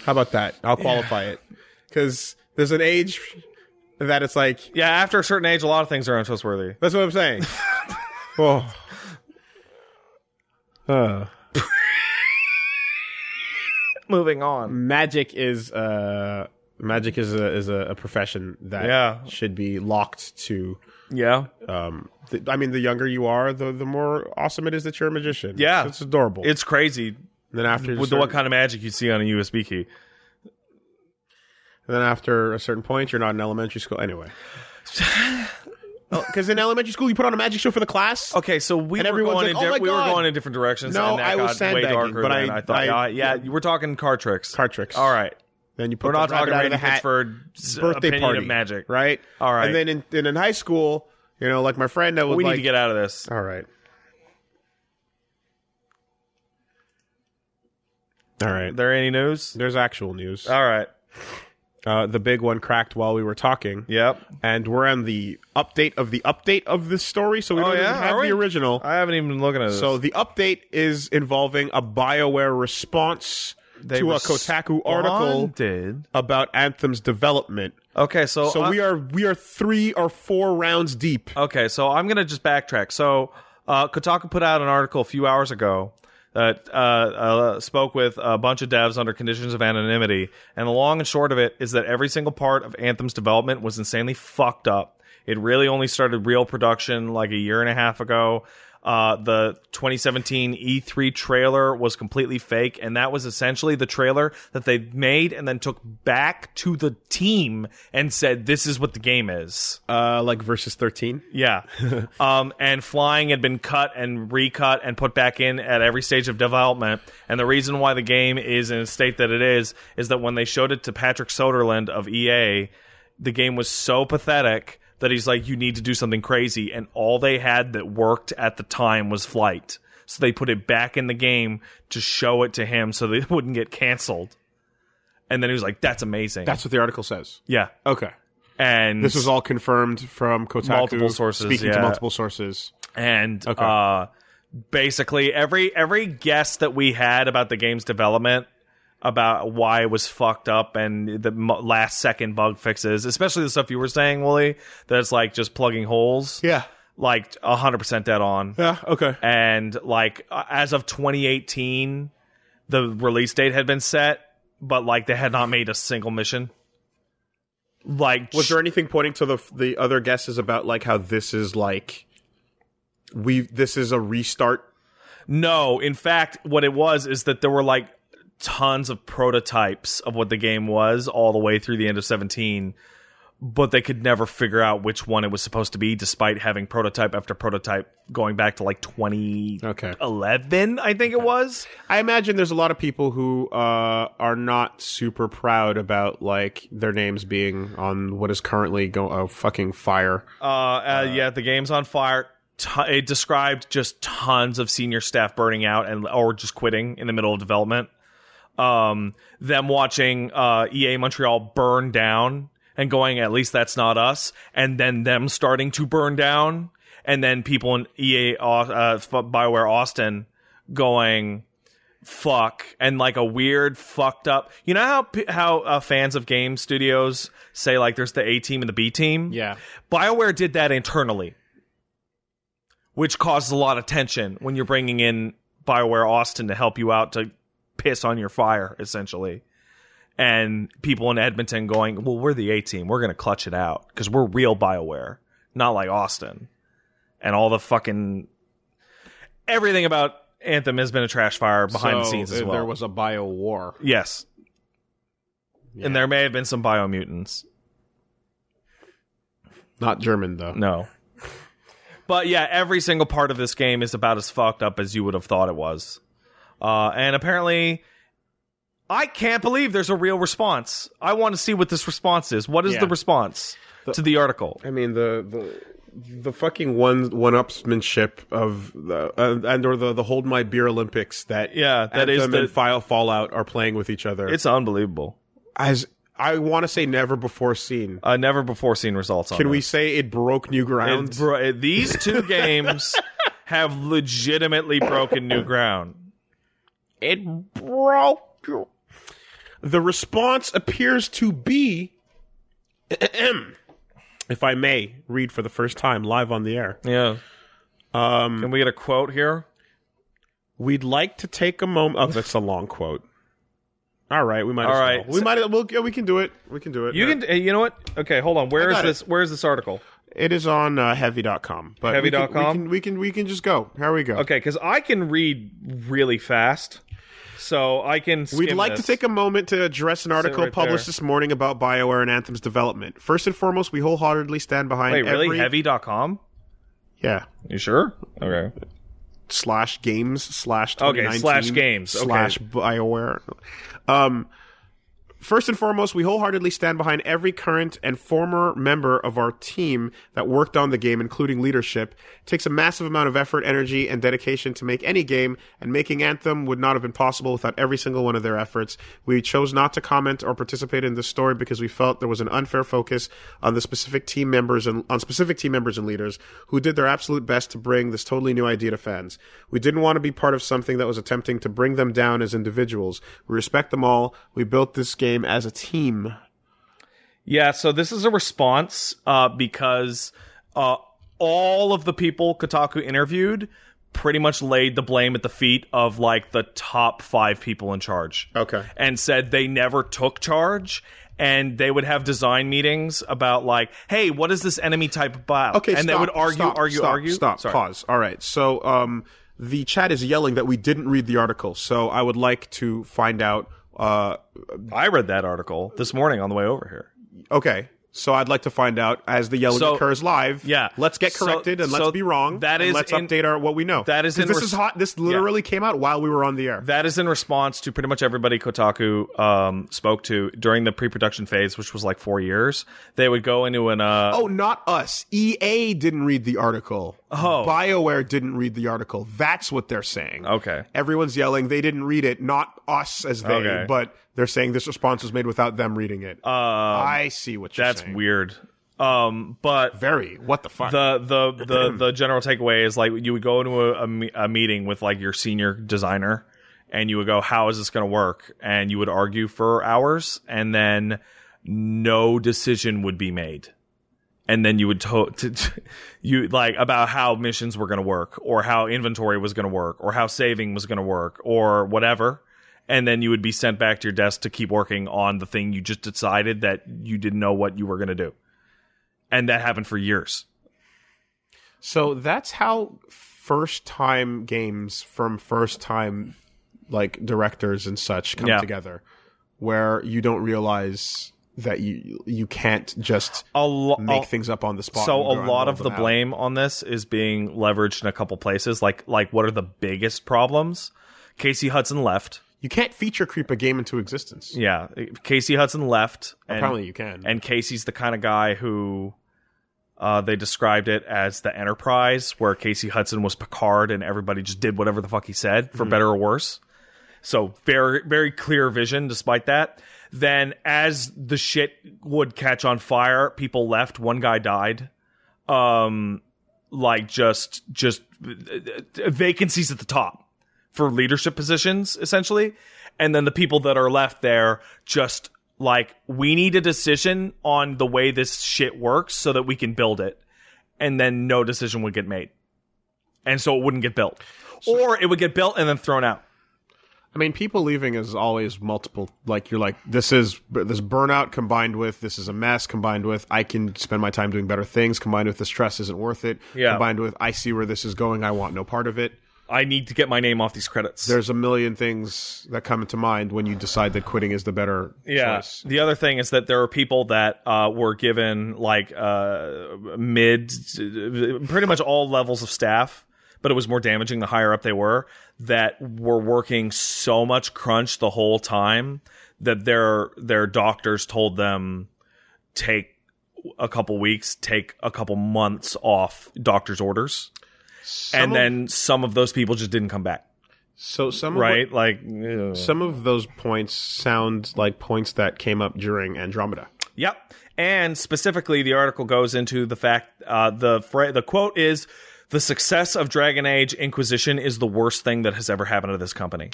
Speaker 1: how about that? I'll qualify it because there's an age that it's like
Speaker 2: Yeah, after a certain age, a lot of things are untrustworthy.
Speaker 1: That's what I'm saying. oh. Uh,
Speaker 2: Moving on.
Speaker 1: magic is uh magic is a is a, a profession that
Speaker 2: Yeah.
Speaker 1: should be locked to
Speaker 2: Yeah,
Speaker 1: um th- I mean the younger you are the the more awesome it is that you're a magician.
Speaker 2: Yeah.
Speaker 1: It's adorable.
Speaker 2: it's crazy
Speaker 1: And then after
Speaker 2: with
Speaker 1: certain,
Speaker 2: what kind of magic you see on a USB key.
Speaker 1: and then after a certain point you're not in elementary school anyway. Because in elementary school you put on a magic show for the class.
Speaker 2: Okay, so we
Speaker 1: And
Speaker 2: were
Speaker 1: everyone's
Speaker 2: going,
Speaker 1: like,
Speaker 2: in
Speaker 1: "Oh my
Speaker 2: we were
Speaker 1: God."
Speaker 2: going in different directions.
Speaker 1: No,
Speaker 2: and that
Speaker 1: I was
Speaker 2: got way
Speaker 1: sandbagging,
Speaker 2: darker
Speaker 1: but
Speaker 2: than
Speaker 1: I-
Speaker 2: I, thought.
Speaker 1: I-
Speaker 2: yeah, yeah, we're talking card tricks.
Speaker 1: Card tricks.
Speaker 2: All right,
Speaker 1: Then you put
Speaker 2: we're
Speaker 1: the
Speaker 2: not
Speaker 1: rabbit
Speaker 2: talking
Speaker 1: out
Speaker 2: about
Speaker 1: of the hat.
Speaker 2: Pitchford's
Speaker 1: birthday
Speaker 2: opinion
Speaker 1: party
Speaker 2: of magic.
Speaker 1: right?
Speaker 2: All right.
Speaker 1: And then in, and in high school, you know, like my friend that was
Speaker 2: We
Speaker 1: like,
Speaker 2: need to get out of this.
Speaker 1: all right, all right.
Speaker 2: There any news?
Speaker 1: There's actual news.
Speaker 2: All right.
Speaker 1: Uh, the big one cracked while we were talking,
Speaker 2: Yep.
Speaker 1: and we're on the update of the update of this story, so we
Speaker 2: Oh,
Speaker 1: don't even
Speaker 2: yeah?
Speaker 1: have
Speaker 2: Are we?
Speaker 1: the original.
Speaker 2: I haven't even been looking at this.
Speaker 1: so the update is involving a Bioware response
Speaker 2: They
Speaker 1: to a Kotaku article
Speaker 2: responded.
Speaker 1: about Anthem's development.
Speaker 2: Okay, so
Speaker 1: So
Speaker 2: I-
Speaker 1: we are we are three or four rounds deep.
Speaker 2: Okay, so I'm gonna just backtrack. So uh, Kotaku put out an article a few hours ago that uh, uh, spoke with a bunch of devs under conditions of anonymity, and the long and short of it is that every single part of Anthem's development was insanely fucked up. It really only started real production like a year and a half ago. Uh, the 2017 E3 trailer was completely fake, and that was essentially the trailer that they made and then took back to the team and said, "This is what the game is."
Speaker 1: Uh, like versus thirteen.
Speaker 2: Yeah. um, and flying had been cut and recut and put back in at every stage of development. And the reason why the game is in a state that it is is that when they showed it to Patrick Soderland of EA, the game was so pathetic that he's like, you need to do something crazy. And all they had that worked at the time was flight. So they put it back in the game to show it to him so that it wouldn't get canceled. And then he was like, that's amazing.
Speaker 1: That's what the article says.
Speaker 2: yeah.
Speaker 1: Okay.
Speaker 2: And
Speaker 1: This was all confirmed from Kotaku.
Speaker 2: Multiple sources,
Speaker 1: Speaking
Speaker 2: yeah.
Speaker 1: to multiple sources.
Speaker 2: and uh, basically every every guess that we had about the game's development about why it was fucked up and the m- last second bug fixes especially the stuff you were saying wooly that's like just plugging holes
Speaker 1: Yeah.
Speaker 2: like 100% dead on
Speaker 1: Yeah. Okay.
Speaker 2: and like uh, as of 2018 the release date had been set but like they had not made a single mission like
Speaker 1: Was there anything pointing to the the other guesses about like how this is like we this is a restart?
Speaker 2: No, in fact, what it was is that there were like tons of prototypes of what the game was all the way through the end of 17, but they could never figure out which one it was supposed to be despite having prototype after prototype going back to like 2011,
Speaker 1: Okay.
Speaker 2: I think it was.
Speaker 1: I imagine there's a lot of people who uh, are not super proud about like their names being on what is currently go a fucking fire.
Speaker 2: Uh, uh, yeah, the game's on fire. T- it described just tons of senior staff burning out and or just quitting in the middle of development. Um, them watching uh, EA Montreal burn down and going, at least that's not us, and then them starting to burn down, and then people in EA Au- uh, F- Bioware Austin going, fuck and like a weird fucked up you know how p- how uh, fans of game studios say like there's the a team and the b team
Speaker 1: Yeah.
Speaker 2: bioware did that internally which caused a lot of tension when you're bringing in Bioware Austin to help you out to piss on your fire, essentially. And people in Edmonton going, well, we're the A team. We're going to clutch it out because we're real Bioware, not like Austin. And all the fucking everything about Anthem has been a trash fire behind the
Speaker 3: So,
Speaker 2: scenes as
Speaker 3: if
Speaker 2: well.
Speaker 3: There was a bio war.
Speaker 2: yes. And there may have been some biomutants.
Speaker 3: Not German though.
Speaker 2: No. But yeah, every single part of this game is about as fucked up as you would have thought it was. Uh, and apparently, I can't believe there's a real response. I want to see what this response is. What is
Speaker 3: Yeah.
Speaker 2: the response to the article?
Speaker 1: I mean the the the fucking one one upsmanship of the uh, and or the the hold my beer Olympics that
Speaker 2: Yeah, that is
Speaker 1: Anthem
Speaker 2: the-
Speaker 1: and File Fallout are playing with each other.
Speaker 2: It's unbelievable.
Speaker 1: as I want to say never before seen.
Speaker 2: Uh, never before seen results on
Speaker 1: Can we
Speaker 2: this.
Speaker 1: say it broke new ground?
Speaker 2: It's bro- these two games have legitimately broken new ground.
Speaker 1: It broke. you. The response appears to be, if I may read for the first time live on the air.
Speaker 2: Yeah.
Speaker 1: Um,
Speaker 2: Can we get a quote here?
Speaker 1: We'd like to take a moment. Oh, that's a long quote. All right, we might.
Speaker 2: All
Speaker 1: as
Speaker 2: right.
Speaker 1: well. we might. We'll, yeah, we can do it. We can do it.
Speaker 2: You can. uh, You know what? Okay, hold on. Where
Speaker 1: I
Speaker 2: is
Speaker 1: got it.
Speaker 2: this? Where is this article?
Speaker 1: It is on uh, heavy.com. But we can-
Speaker 2: Heavy.com?
Speaker 1: We can, we can. We can just go. Here we go.
Speaker 2: Okay, because I can read really fast, so I can. Skim
Speaker 1: We'd like to take a moment to address an article
Speaker 2: right
Speaker 1: published
Speaker 2: there.
Speaker 1: this morning about BioWare and Anthem's development. First and foremost, we wholeheartedly stand behind
Speaker 2: Wait, really?
Speaker 1: every
Speaker 2: Heavy.com?
Speaker 1: yeah
Speaker 2: You sure? Okay.
Speaker 1: slash games slash
Speaker 2: Okay,
Speaker 1: 2019
Speaker 2: slash games, okay.
Speaker 1: slash BioWare. Um, first and foremost, we wholeheartedly stand behind every current and former member of our team that worked on the game, including leadership. It takes a massive amount of effort, energy, and dedication to make any game, and making Anthem would not have been possible without every single one of their efforts. We chose not to comment or participate in this story because we felt there was an unfair focus on the specific team members and on specific team members and leaders who did their absolute best to bring this totally new idea to fans. We didn't want to be part of something that was attempting to bring them down as individuals. We respect them all. We built this game as a team.
Speaker 2: Yeah. So this is a response uh, because uh, all of the people Kotaku interviewed pretty much laid the blame at the feet of like the top five people in charge.
Speaker 1: Okay.
Speaker 2: and said they never took charge and they would have design meetings about like hey what is this enemy type about
Speaker 1: Okay,
Speaker 2: and
Speaker 1: stop,
Speaker 2: they would argue
Speaker 1: stop,
Speaker 2: argue
Speaker 1: stop,
Speaker 2: argue
Speaker 1: Stop.
Speaker 2: Sorry.
Speaker 1: Pause. All right. So, um, the chat is yelling that we didn't read the article. So, I would like to find out. Uh,
Speaker 2: i read that article this morning on the way over here
Speaker 1: okay. So, I'd like to find out as the yelling
Speaker 2: So-
Speaker 1: occurs live.
Speaker 2: yeah.
Speaker 1: Let's get
Speaker 2: So-
Speaker 1: corrected and
Speaker 2: so
Speaker 1: let's be wrong.
Speaker 2: that
Speaker 1: and
Speaker 2: is
Speaker 1: Let's
Speaker 2: in-
Speaker 1: update our what we know.
Speaker 2: that is
Speaker 1: 'Cause
Speaker 2: in
Speaker 1: This is
Speaker 2: res-
Speaker 1: hot. This literally came out while we were on the air.
Speaker 2: that is in response to pretty much everybody kotaku um, spoke to during the pre-production phase which was like four years they would go into an uh,
Speaker 1: Oh, not us. EA didn't read the article.
Speaker 2: Oh.
Speaker 1: BioWare didn't read the article. That's what they're saying.
Speaker 2: okay
Speaker 1: Everyone's yelling they didn't read it, not us as they,
Speaker 2: Okay.
Speaker 1: but they're saying this response was made without them reading it.
Speaker 2: uh,
Speaker 1: I see what you're
Speaker 2: that's
Speaker 1: saying.
Speaker 2: weird um, but
Speaker 1: Very. What the fuck?
Speaker 2: the the the the general takeaway is like you would go into a, a, me- a meeting with like your senior designer and you would go how is this going to work and you would argue for hours and then no decision would be made and then you would to, to, you like about how missions were going to work or how inventory was going to work or how saving was going to work or whatever and then you would be sent back to your desk to keep working on the thing you just decided that you didn't know what you were going to do and that happened for years
Speaker 1: so that's how first time games from first time like directors and such come
Speaker 2: Yeah.
Speaker 1: together where you don't realize that you you can't just
Speaker 2: a lot
Speaker 1: make things up on the spot.
Speaker 2: Oh, so
Speaker 1: and go
Speaker 2: a
Speaker 1: and
Speaker 2: lot
Speaker 1: roll
Speaker 2: of the
Speaker 1: them out.
Speaker 2: blame on this is being leveraged in a couple places like like what are the biggest problems casey hudson left
Speaker 1: You can't feature creep a game into existence.
Speaker 2: yeah casey hudson left and,
Speaker 1: Apparently, you can.
Speaker 2: and casey's the kind of guy who uh, they described it as the enterprise where casey hudson was picard and everybody just did whatever the fuck he said for better or worse so very very clear vision despite that then as the shit would catch on fire people left one guy died um like just just uh, vacancies at the top for leadership positions essentially and then the people that are left there just like we need a decision on the way this shit works so that we can build it and then no decision would get made and so it wouldn't get built or it would get built and then thrown out.
Speaker 1: I mean, people leaving is always multiple. Like you're like this is this burnout combined with this is a mess combined with I can spend my time doing better things combined with the stress isn't worth it
Speaker 2: Yeah.
Speaker 1: combined with I see where this is going I want no part of it.
Speaker 2: I need to get my name off these credits.
Speaker 1: There's a million things that come into mind when you decide that quitting is the better
Speaker 2: yeah.
Speaker 1: choice.
Speaker 2: The other thing is that there are people that uh, were given like uh, mid, pretty much all levels of staff, but it was more damaging the higher up they were. That were working so much crunch the whole time that their their doctors told them take a couple weeks, take a couple months off doctor's orders,
Speaker 1: Some
Speaker 2: and
Speaker 1: of-
Speaker 2: then some of those people just didn't come back.
Speaker 1: so some of what-
Speaker 2: Right? Like ugh.
Speaker 1: some of those points sound like points that came up during Andromeda.
Speaker 2: Yep. And specifically, the article goes into the fact uh, the fra- the quote is the success of Dragon Age Inquisition is the worst thing that has ever happened to this company.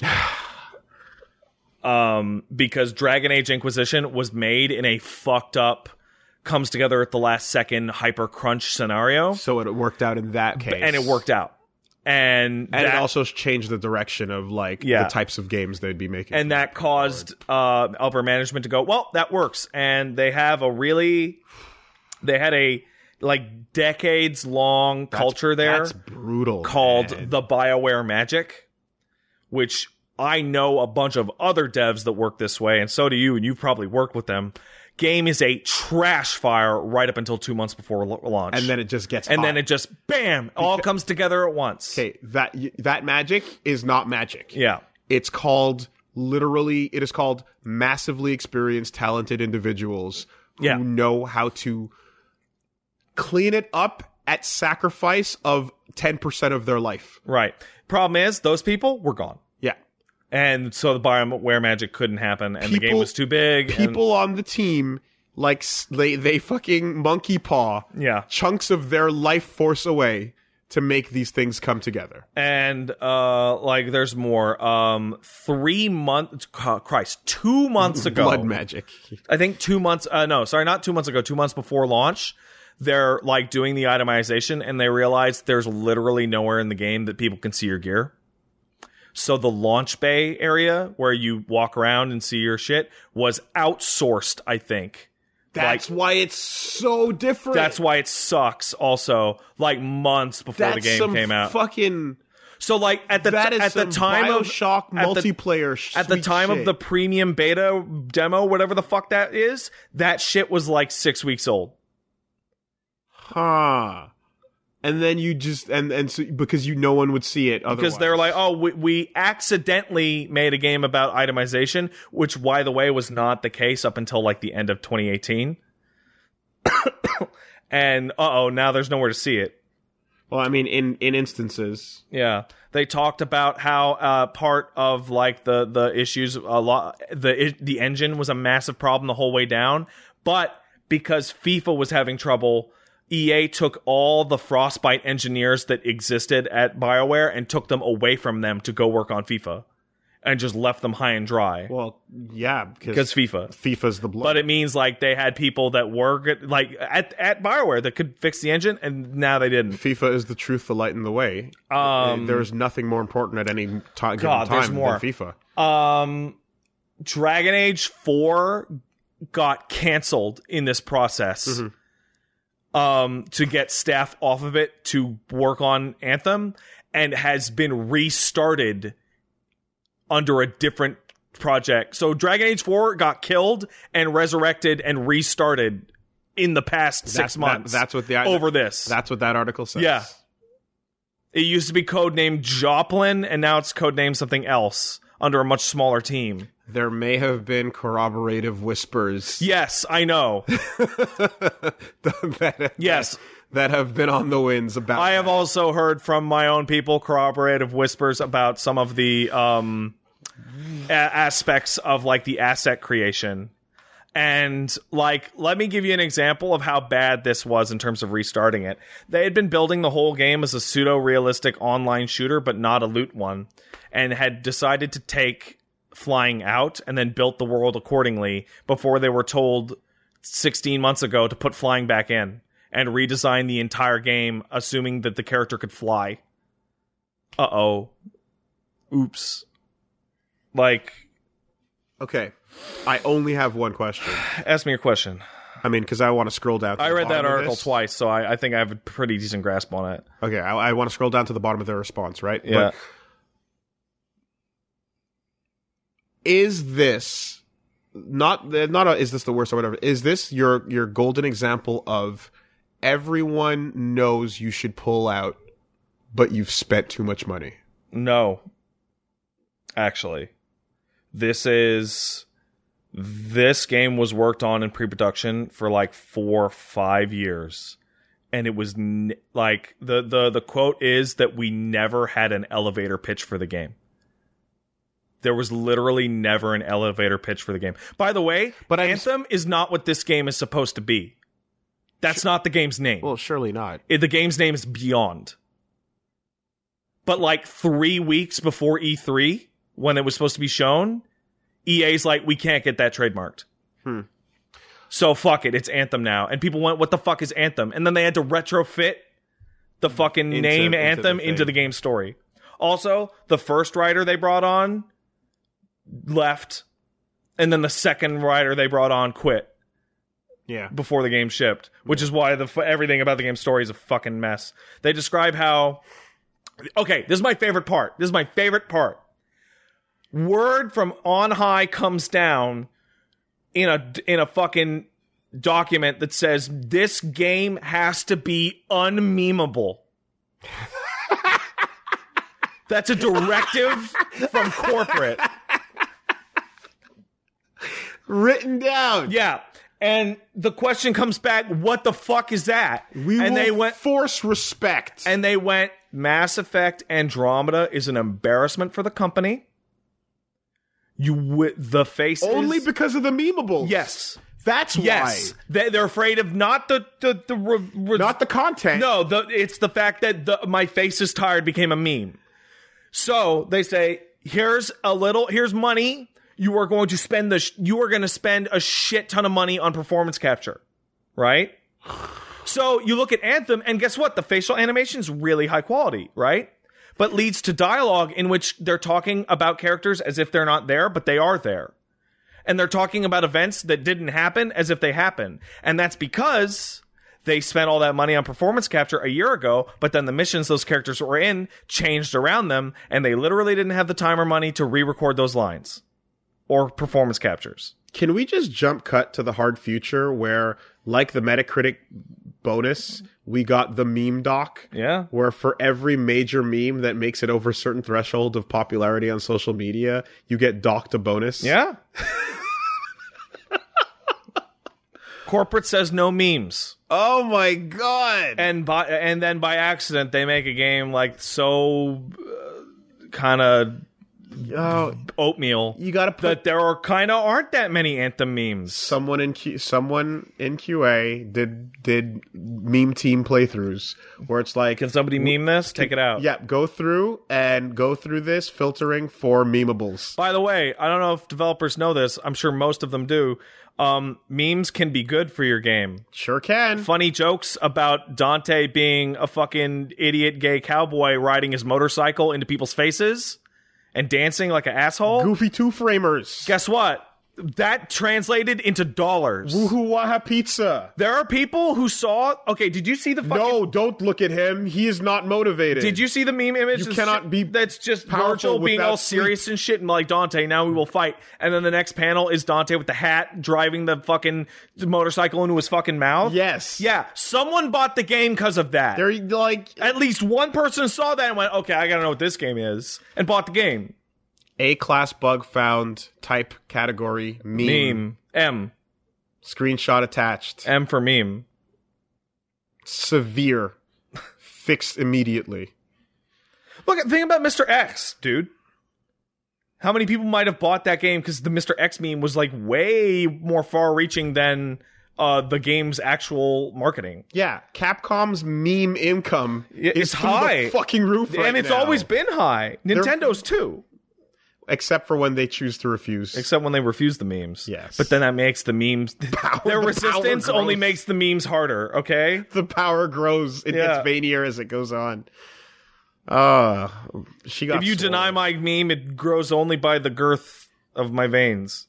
Speaker 2: um, because Dragon Age Inquisition was made in a fucked up, comes together at the last second hyper crunch scenario,
Speaker 1: So it worked out in that case,
Speaker 2: and it worked out. And
Speaker 1: And
Speaker 2: that-
Speaker 1: it also changed the direction of like
Speaker 2: Yeah.
Speaker 1: the types of games they'd be making.
Speaker 2: and that caused uh, upper management to go, well, that works, and they have a really, they had a like decades long culture there
Speaker 1: That's brutal.
Speaker 2: called
Speaker 1: man.
Speaker 2: the Bioware Magic, which I know a bunch of other devs that work this way, and so do you, and you probably worked with them. Game is a trash fire right up until two months before la- launch,
Speaker 1: and then it just gets
Speaker 2: and then it just bam, all comes together at once.
Speaker 1: okay that that magic is not magic.
Speaker 2: Yeah.
Speaker 1: It's called literally. It is called massively experienced, talented individuals who
Speaker 2: Yeah.
Speaker 1: know how to clean it up at sacrifice of ten percent of their life.
Speaker 2: Right. Problem is, those people were gone.
Speaker 1: Yeah.
Speaker 2: And so the Bioware magic couldn't happen, and the game
Speaker 1: People-
Speaker 2: was too big. and-
Speaker 1: people on the team like s- they they fucking monkey paw
Speaker 2: yeah.
Speaker 1: chunks of their life force away to make these things come together.
Speaker 2: And uh, like, there's more. Um, three months, Christ, two months ago,
Speaker 1: Blood magic.
Speaker 2: I think two months. Uh, no, sorry, not two months ago. Two months before launch, they're like doing the itemization, and they realize there's literally nowhere in the game that people can see your gear. So the launch bay area where you walk around and see your shit was outsourced. I think.
Speaker 1: That's why it's so different.
Speaker 2: That's why it sucks. Also, like months before
Speaker 1: That's
Speaker 2: the game
Speaker 1: some
Speaker 2: came out.
Speaker 1: Fucking
Speaker 2: so like at the
Speaker 1: that is
Speaker 2: at the
Speaker 1: some
Speaker 2: time of
Speaker 1: Bioshock
Speaker 2: at the-
Speaker 1: multiplayer. sh-
Speaker 2: at the
Speaker 1: sweet
Speaker 2: time of
Speaker 1: shit.
Speaker 2: the premium beta demo, whatever the fuck that is, that shit was like six weeks old.
Speaker 1: huh. And then you just and and so because you no one would see it otherwise.
Speaker 2: Because they're like, oh, we, we accidentally made a game about itemization, which, by the way, was not the case up until like the end of 2018. and uh oh, now there's nowhere to see it. oh.
Speaker 1: well, I mean, in in instances,
Speaker 2: Yeah, they talked about how uh, part of like the the issues a lot the the engine was a massive problem the whole way down, but because FIFA was having trouble, EA took all the Frostbite engineers that existed at BioWare and took them away from them to go work on FIFA, and just left them high and dry
Speaker 1: well, yeah,
Speaker 2: because FIFA.
Speaker 1: FIFA's the blood.
Speaker 2: But it means like they had people that were good, like at at BioWare that could fix the engine, and now they didn't.
Speaker 1: FIFA is the truth, the light, and the way.
Speaker 2: Um,
Speaker 1: there is nothing more important at any ti- given
Speaker 2: God, there's
Speaker 1: time
Speaker 2: more.
Speaker 1: than FIFA.
Speaker 2: Um, Dragon Age Four got canceled in this process.
Speaker 1: Mm-hmm.
Speaker 2: Um, to get staff off of it to work on Anthem, and has been restarted under a different project. So Dragon Age Four got killed and resurrected and restarted in the past six
Speaker 1: That's- that-
Speaker 2: months.
Speaker 1: that's what the
Speaker 2: over this.
Speaker 1: That's what that article says.
Speaker 2: Yeah. it used to be codenamed Joplin, and now it's codenamed something else under a much smaller team.
Speaker 1: There may have been corroborative whispers
Speaker 2: Yes, I know.
Speaker 1: that,
Speaker 2: Yes.
Speaker 1: that have been on the winds about.
Speaker 2: I have also heard from my own people corroborative whispers about some of the um, a- aspects of like the asset creation. And like, let me give you an example of how bad this was in terms of restarting it. They had been building the whole game as a pseudo realistic online shooter, but not a loot one, and had decided to take flying out and then built the world accordingly before they were told 16 months ago to put flying back in and redesign the entire game, assuming that the character could fly. uh oh, oops. Like,
Speaker 1: Okay. I only have one question.
Speaker 2: ask me a question.
Speaker 1: I mean, because I want to scroll down. To
Speaker 2: I
Speaker 1: the
Speaker 2: read that
Speaker 1: bottom of
Speaker 2: article
Speaker 1: this.
Speaker 2: twice, so I, I think I have a pretty decent grasp on it.
Speaker 1: Okay, I, I want to scroll down to the bottom of their response, right?
Speaker 2: Yeah.
Speaker 1: But is this not not a, is this the worst or whatever? Is this your your golden example of everyone knows you should pull out, but you've spent too much money?
Speaker 2: No. Actually, this is this game was worked on in pre-production for like 4 or 5 years and it was n- like the the the quote is that we never had an elevator pitch for the game. There was literally never an elevator pitch for the game. By the way,
Speaker 1: But I just-
Speaker 2: Anthem is not what this game is supposed to be. That's not the game's name.
Speaker 1: Well, surely not.
Speaker 2: It- the game's name is Beyond. But like three weeks before E3, when it was supposed to be shown, EA's like, we can't get that trademarked.
Speaker 1: Hmm.
Speaker 2: So fuck it, it's Anthem now. And people went, what the fuck is Anthem? And then they had to retrofit the fucking
Speaker 1: Into-
Speaker 2: name
Speaker 1: into the
Speaker 2: Anthem
Speaker 1: thing.
Speaker 2: into the game's story. Also, the first writer they brought on left, and then the second writer they brought on quit
Speaker 1: Yeah.
Speaker 2: before the game shipped, which is why the f- everything about the game story is a fucking mess. They describe how okay, this is my favorite part. This is my favorite part. Word from on high comes down in a in a fucking document that says this game has to be unmemeable. That's a directive from corporate.
Speaker 1: Written down.
Speaker 2: Yeah. And the question comes back, what the fuck is that?
Speaker 1: We
Speaker 2: and
Speaker 1: will
Speaker 2: they went
Speaker 1: force respect.
Speaker 2: and they went Mass Effect Andromeda is an embarrassment for the company. You wi- the faces
Speaker 1: only because of the memeables.
Speaker 2: yes
Speaker 1: That's
Speaker 2: yes
Speaker 1: why.
Speaker 2: they, they're afraid of not the the, the re, re-
Speaker 1: Not the content.
Speaker 2: no the it's the fact that the my face is tired became a meme. So they say here's a little here's money you are going to spend the sh- you are going to spend a shit ton of money on performance capture, right? So you look at Anthem, and guess what? The facial animation's really high quality, right? But leads to dialogue in which they're talking about characters as if they're not there, but they are there. And they're talking about events that didn't happen as if they happen. And that's because they spent all that money on performance capture a year ago, but then the missions those characters were in changed around them, and they literally didn't have the time or money to re record those lines or performance captures.
Speaker 1: Can we just jump cut to the hard future where, like the Metacritic bonus, we got the meme doc,
Speaker 2: Yeah.
Speaker 1: where for every major meme that makes it over a certain threshold of popularity on social media, you get docked a bonus?
Speaker 2: Yeah. Corporate says no memes,
Speaker 1: Oh my god.
Speaker 2: and by, and then by accident they make a game like so uh, kind of
Speaker 1: oh,
Speaker 2: oatmeal
Speaker 1: you gotta put
Speaker 2: that there are kind of aren't that many anthem memes.
Speaker 1: someone in Q- someone in QA did did meme team playthroughs where it's like
Speaker 2: Can somebody meme this? Take it out.
Speaker 1: yeah, go through and go through this filtering for memeables.
Speaker 2: By the way, I don't know if developers know this. I'm sure most of them do. Um, memes can be good for your game.
Speaker 1: Sure can.
Speaker 2: funny jokes about Dante being a fucking idiot gay cowboy riding his motorcycle into people's faces and dancing like an asshole.
Speaker 1: Goofy two framers.
Speaker 2: Guess what? That translated into dollars.
Speaker 1: Woohoo Waha Pizza.
Speaker 2: There are people who saw. Okay, did you see the fucking?
Speaker 1: No, don't look at him. He is not motivated.
Speaker 2: Did you see the meme image?
Speaker 1: You
Speaker 2: that's-
Speaker 1: cannot be
Speaker 2: That's just
Speaker 1: powerful
Speaker 2: Virgil being
Speaker 1: without
Speaker 2: all serious and shit, and like Dante. Now we will fight. And then the next panel is Dante with the hat driving the fucking motorcycle into his fucking mouth.
Speaker 1: Yes.
Speaker 2: Yeah. Someone bought the game because of that.
Speaker 1: They're like
Speaker 2: at least one person saw that and went, okay, I gotta know what this game is, and bought the game.
Speaker 1: A class bug found type category meme.
Speaker 2: Meme. Eh. M.
Speaker 1: Screenshot attached.
Speaker 2: M for meme.
Speaker 1: Severe. Fixed immediately.
Speaker 2: Look, think about Mr. X, dude. How many people might have bought that game because the Mr. X meme was like way more far reaching than uh, the game's actual marketing.
Speaker 1: Yeah, Capcom's meme income
Speaker 2: Yeah,
Speaker 1: is
Speaker 2: it's
Speaker 1: through
Speaker 2: high.
Speaker 1: the fucking roof right
Speaker 2: and it's
Speaker 1: now.
Speaker 2: always been high. Nintendo's too.
Speaker 1: except for when they choose to refuse.
Speaker 2: Except when they refuse the memes.
Speaker 1: Yes.
Speaker 2: But then that makes the memes.
Speaker 1: the
Speaker 2: their
Speaker 1: power
Speaker 2: resistance only
Speaker 1: growth.
Speaker 2: makes the memes harder, okay?
Speaker 1: the power grows. It
Speaker 2: Yeah.
Speaker 1: gets veinier as it goes on. Uh, she got.
Speaker 2: if you deny
Speaker 1: swollen.
Speaker 2: my meme, it grows only by the girth of my veins.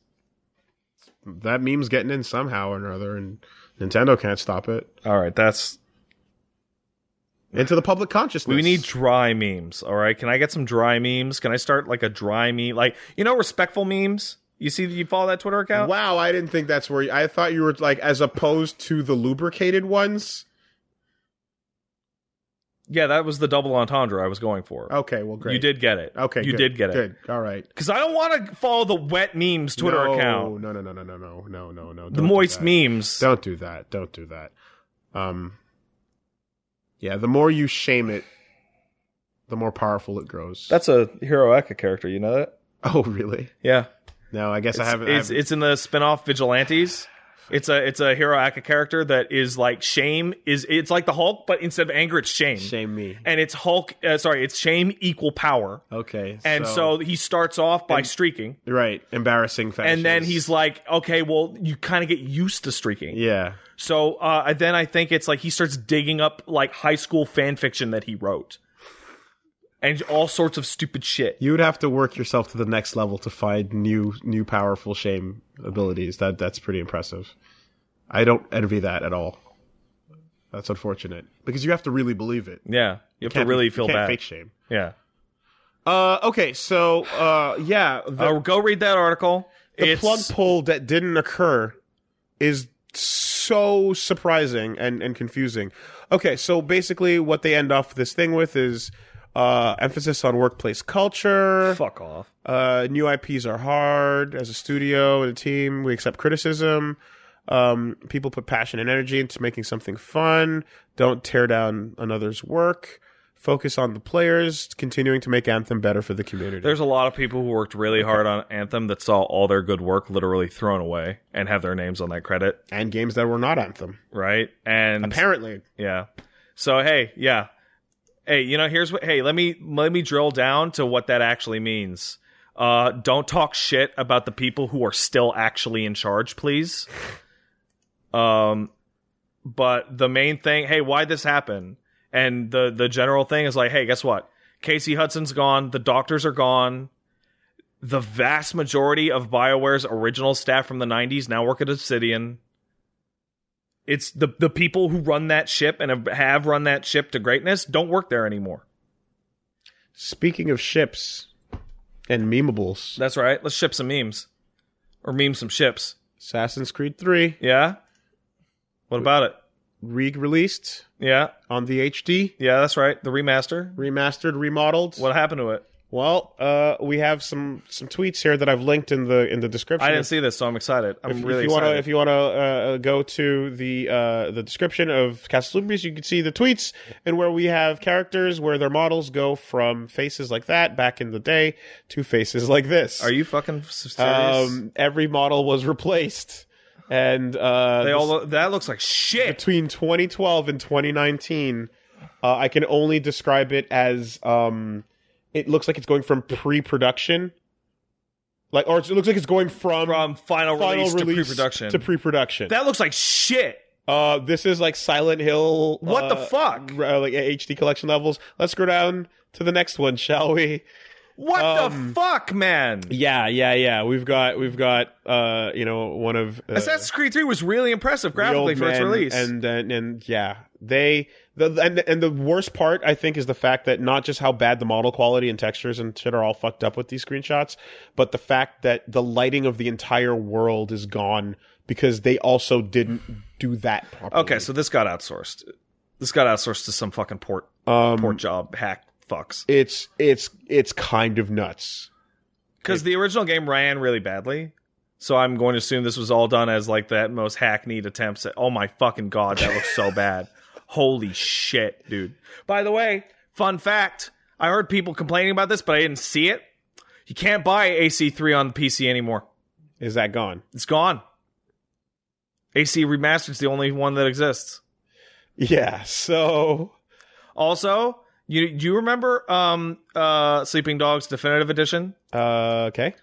Speaker 1: that meme's getting in somehow or another, and Nintendo can't stop it.
Speaker 2: All right, that's
Speaker 1: Into the public consciousness.
Speaker 2: we need dry memes. All right, can I get some dry memes? Can I start like a dry meme, like you know, respectful memes? You see, you follow that Twitter account?
Speaker 1: Wow, I didn't think that's where you, I thought you were like as opposed to the lubricated ones.
Speaker 2: Yeah, that was the double entendre I was going for.
Speaker 1: Okay, well, Oh, great.
Speaker 2: You did get it.
Speaker 1: Okay,
Speaker 2: you
Speaker 1: good,
Speaker 2: did get it.
Speaker 1: Good. All right.
Speaker 2: Because I don't want to follow the wet memes Twitter
Speaker 1: no,
Speaker 2: account,
Speaker 1: No, no, no, no, no, no, no, no, no.
Speaker 2: the
Speaker 1: Don't do
Speaker 2: moist
Speaker 1: that.
Speaker 2: memes.
Speaker 1: Don't do that. Don't do that. Um. Yeah, the more you shame it, the more powerful it grows.
Speaker 2: That's a Hero Eka character. You know that?
Speaker 1: oh, really?
Speaker 2: Yeah.
Speaker 1: No, I guess I
Speaker 2: It's-
Speaker 1: haven't. I
Speaker 2: It's,
Speaker 1: haven't-
Speaker 2: it's in the spin-off Vigilantes. It's a it's a Hero Aka character that is like shame is it's like the Hulk, but instead of anger, it's shame.
Speaker 1: shame me.
Speaker 2: And it's Hulk. Uh, sorry, it's shame equal power.
Speaker 1: Okay.
Speaker 2: And so, he starts off by streaking,
Speaker 1: right, embarrassing fashion.
Speaker 2: and then he's like, okay, well, you kind of get used to streaking.
Speaker 1: yeah.
Speaker 2: So uh, I- then I think it's like he starts digging up like high school fan fiction that he wrote, and all sorts of stupid shit.
Speaker 1: You would have to work yourself to the next level to find new, new powerful shame abilities. That that's pretty impressive. I don't envy that at all. That's unfortunate because you have to really believe it.
Speaker 2: Yeah, you have to
Speaker 1: Can't-
Speaker 2: really
Speaker 1: you
Speaker 2: feel
Speaker 1: can't
Speaker 2: bad.
Speaker 1: Fake shame.
Speaker 2: Yeah.
Speaker 1: Uh, okay, so uh, yeah, the,
Speaker 2: Uh, go read that article.
Speaker 1: the
Speaker 2: It's-
Speaker 1: plug pull that didn't occur is so surprising and, and confusing. Okay, so basically, what they end off this thing with is uh, emphasis on workplace culture.
Speaker 2: Fuck off.
Speaker 1: Uh, new IPs are hard. As a studio and a team, we accept criticism. Um, people put passion and energy into making something fun. Don't tear down another's work. Focus on the players, continuing to make Anthem better for the community.
Speaker 2: There's a lot of people who worked really hard on Anthem that saw all their good work literally thrown away and have their names on that credit,
Speaker 1: and games that were not Anthem.
Speaker 2: right? And
Speaker 1: Apparently,
Speaker 2: yeah. So hey, yeah. Hey, you know, here's what hey, let me let me drill down to what that actually means. Uh don't talk shit about the people who are still actually in charge, please. Um but the main thing, hey, why this happen? And the the general thing is like, hey, guess what? Casey Hudson's gone, the doctors are gone. The vast majority of BioWare's original staff from the 90s now work at Obsidian it's the the people who run that ship and have- have run that ship to greatness don't work there anymore.
Speaker 1: Speaking of ships and memeables,
Speaker 2: That's right. Let's ship some memes or meme some ships.
Speaker 1: Assassin's Creed 3
Speaker 2: Yeah. What about it?
Speaker 1: re released
Speaker 2: Yeah.
Speaker 1: on the HD,
Speaker 2: Yeah, that's right. The remaster.
Speaker 1: remastered, remodeled.
Speaker 2: What happened to it?
Speaker 1: Well, uh, we have some some tweets here that I've linked in the in the description.
Speaker 2: I didn't see this, so I'm excited. I'm
Speaker 1: if, if
Speaker 2: really
Speaker 1: you
Speaker 2: excited.
Speaker 1: wanna if you wanna uh, go to the uh, the description of Castle Lumbrees, you can see the tweets and where we have characters where their models go from faces like that back in the day to faces like this.
Speaker 2: Are you fucking s- serious?
Speaker 1: Um, every model was replaced, and uh,
Speaker 2: they
Speaker 1: this-
Speaker 2: all look, that looks like shit.
Speaker 1: between 2012 and 2019, uh, I can only describe it as um, it looks like it's going from pre-production, like or it looks like it's going from,
Speaker 2: From final,
Speaker 1: final
Speaker 2: release,
Speaker 1: release,
Speaker 2: to pre-production.
Speaker 1: to pre-production.
Speaker 2: that looks like shit.
Speaker 1: uh, this is like Silent Hill.
Speaker 2: What the
Speaker 1: uh,
Speaker 2: fuck?
Speaker 1: r- like HD collection levels. Let's go down to the next one, shall we?
Speaker 2: What the
Speaker 1: um,
Speaker 2: fuck, man?
Speaker 1: Yeah, yeah, yeah. We've got we've got uh, you know one of uh,
Speaker 2: Assassin's Creed 3 was really impressive
Speaker 1: the
Speaker 2: graphically
Speaker 1: old
Speaker 2: for its
Speaker 1: men,
Speaker 2: release.
Speaker 1: And, and and yeah, they the and and the worst part I think is the fact that not just how bad the model quality and textures and shit are all fucked up with these screenshots, but the fact that the lighting of the entire world is gone because they also didn't do that properly.
Speaker 2: Okay, so this got outsourced. This got outsourced to some fucking port
Speaker 1: um,
Speaker 2: port job hack fucks.
Speaker 1: it's it's it's kind of nuts.
Speaker 2: Because the original game ran really badly. So I'm going to assume this was all done as like that most hackneyed attempts at oh my fucking god, that looks so bad. Holy shit, dude. By the way, fun fact, I heard people complaining about this, but I didn't see it. You can't buy AC3 on the PC anymore.
Speaker 1: Is that gone?
Speaker 2: It's gone. AC Remastered's the only one that exists.
Speaker 1: Yeah. So
Speaker 2: Also, you do you remember um uh Sleeping Dogs Definitive Edition?
Speaker 1: uh, okay.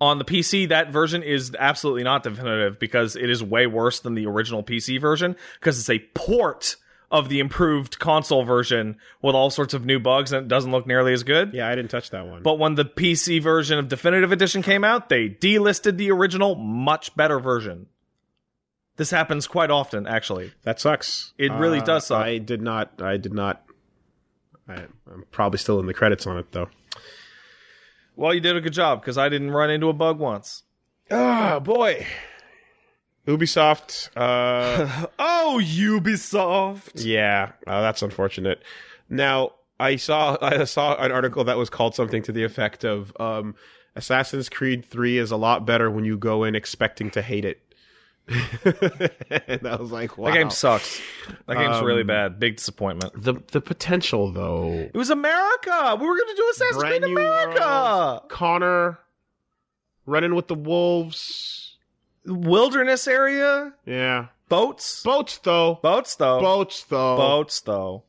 Speaker 2: On the PC, that version is absolutely not definitive because it is way worse than the original PC version because it's a port of the improved console version with all sorts of new bugs and it doesn't look nearly as good.
Speaker 1: Yeah, I didn't touch that one.
Speaker 2: But when the PC version of Definitive Edition came out, they delisted the original, much better version. This happens quite often, actually.
Speaker 1: that sucks.
Speaker 2: It really does suck.
Speaker 1: Uh, I did not. I did not. I, I'm probably still in the credits on it though.
Speaker 2: Well, you did a good job because I didn't run into a bug once.
Speaker 1: Ah, boy. Ubisoft. Uh,
Speaker 2: Oh, Ubisoft!
Speaker 1: yeah, uh, that's unfortunate. Now, I saw I saw an article that was called something to the effect of um, "Assassin's Creed Three is a lot better when you go in expecting to hate it." and I was like, "Wow."
Speaker 2: That game sucks. That game's really
Speaker 1: Um,
Speaker 2: bad. Big disappointment.
Speaker 1: the the potential though.
Speaker 2: It was America. We were going to do Assassin's
Speaker 1: Brand
Speaker 2: Creed
Speaker 1: new
Speaker 2: America.
Speaker 1: Connor running with the wolves.
Speaker 2: Wilderness area.
Speaker 1: Yeah,
Speaker 2: Boats.
Speaker 1: boats though.
Speaker 2: boats though.
Speaker 1: Boats though.
Speaker 2: Boats though.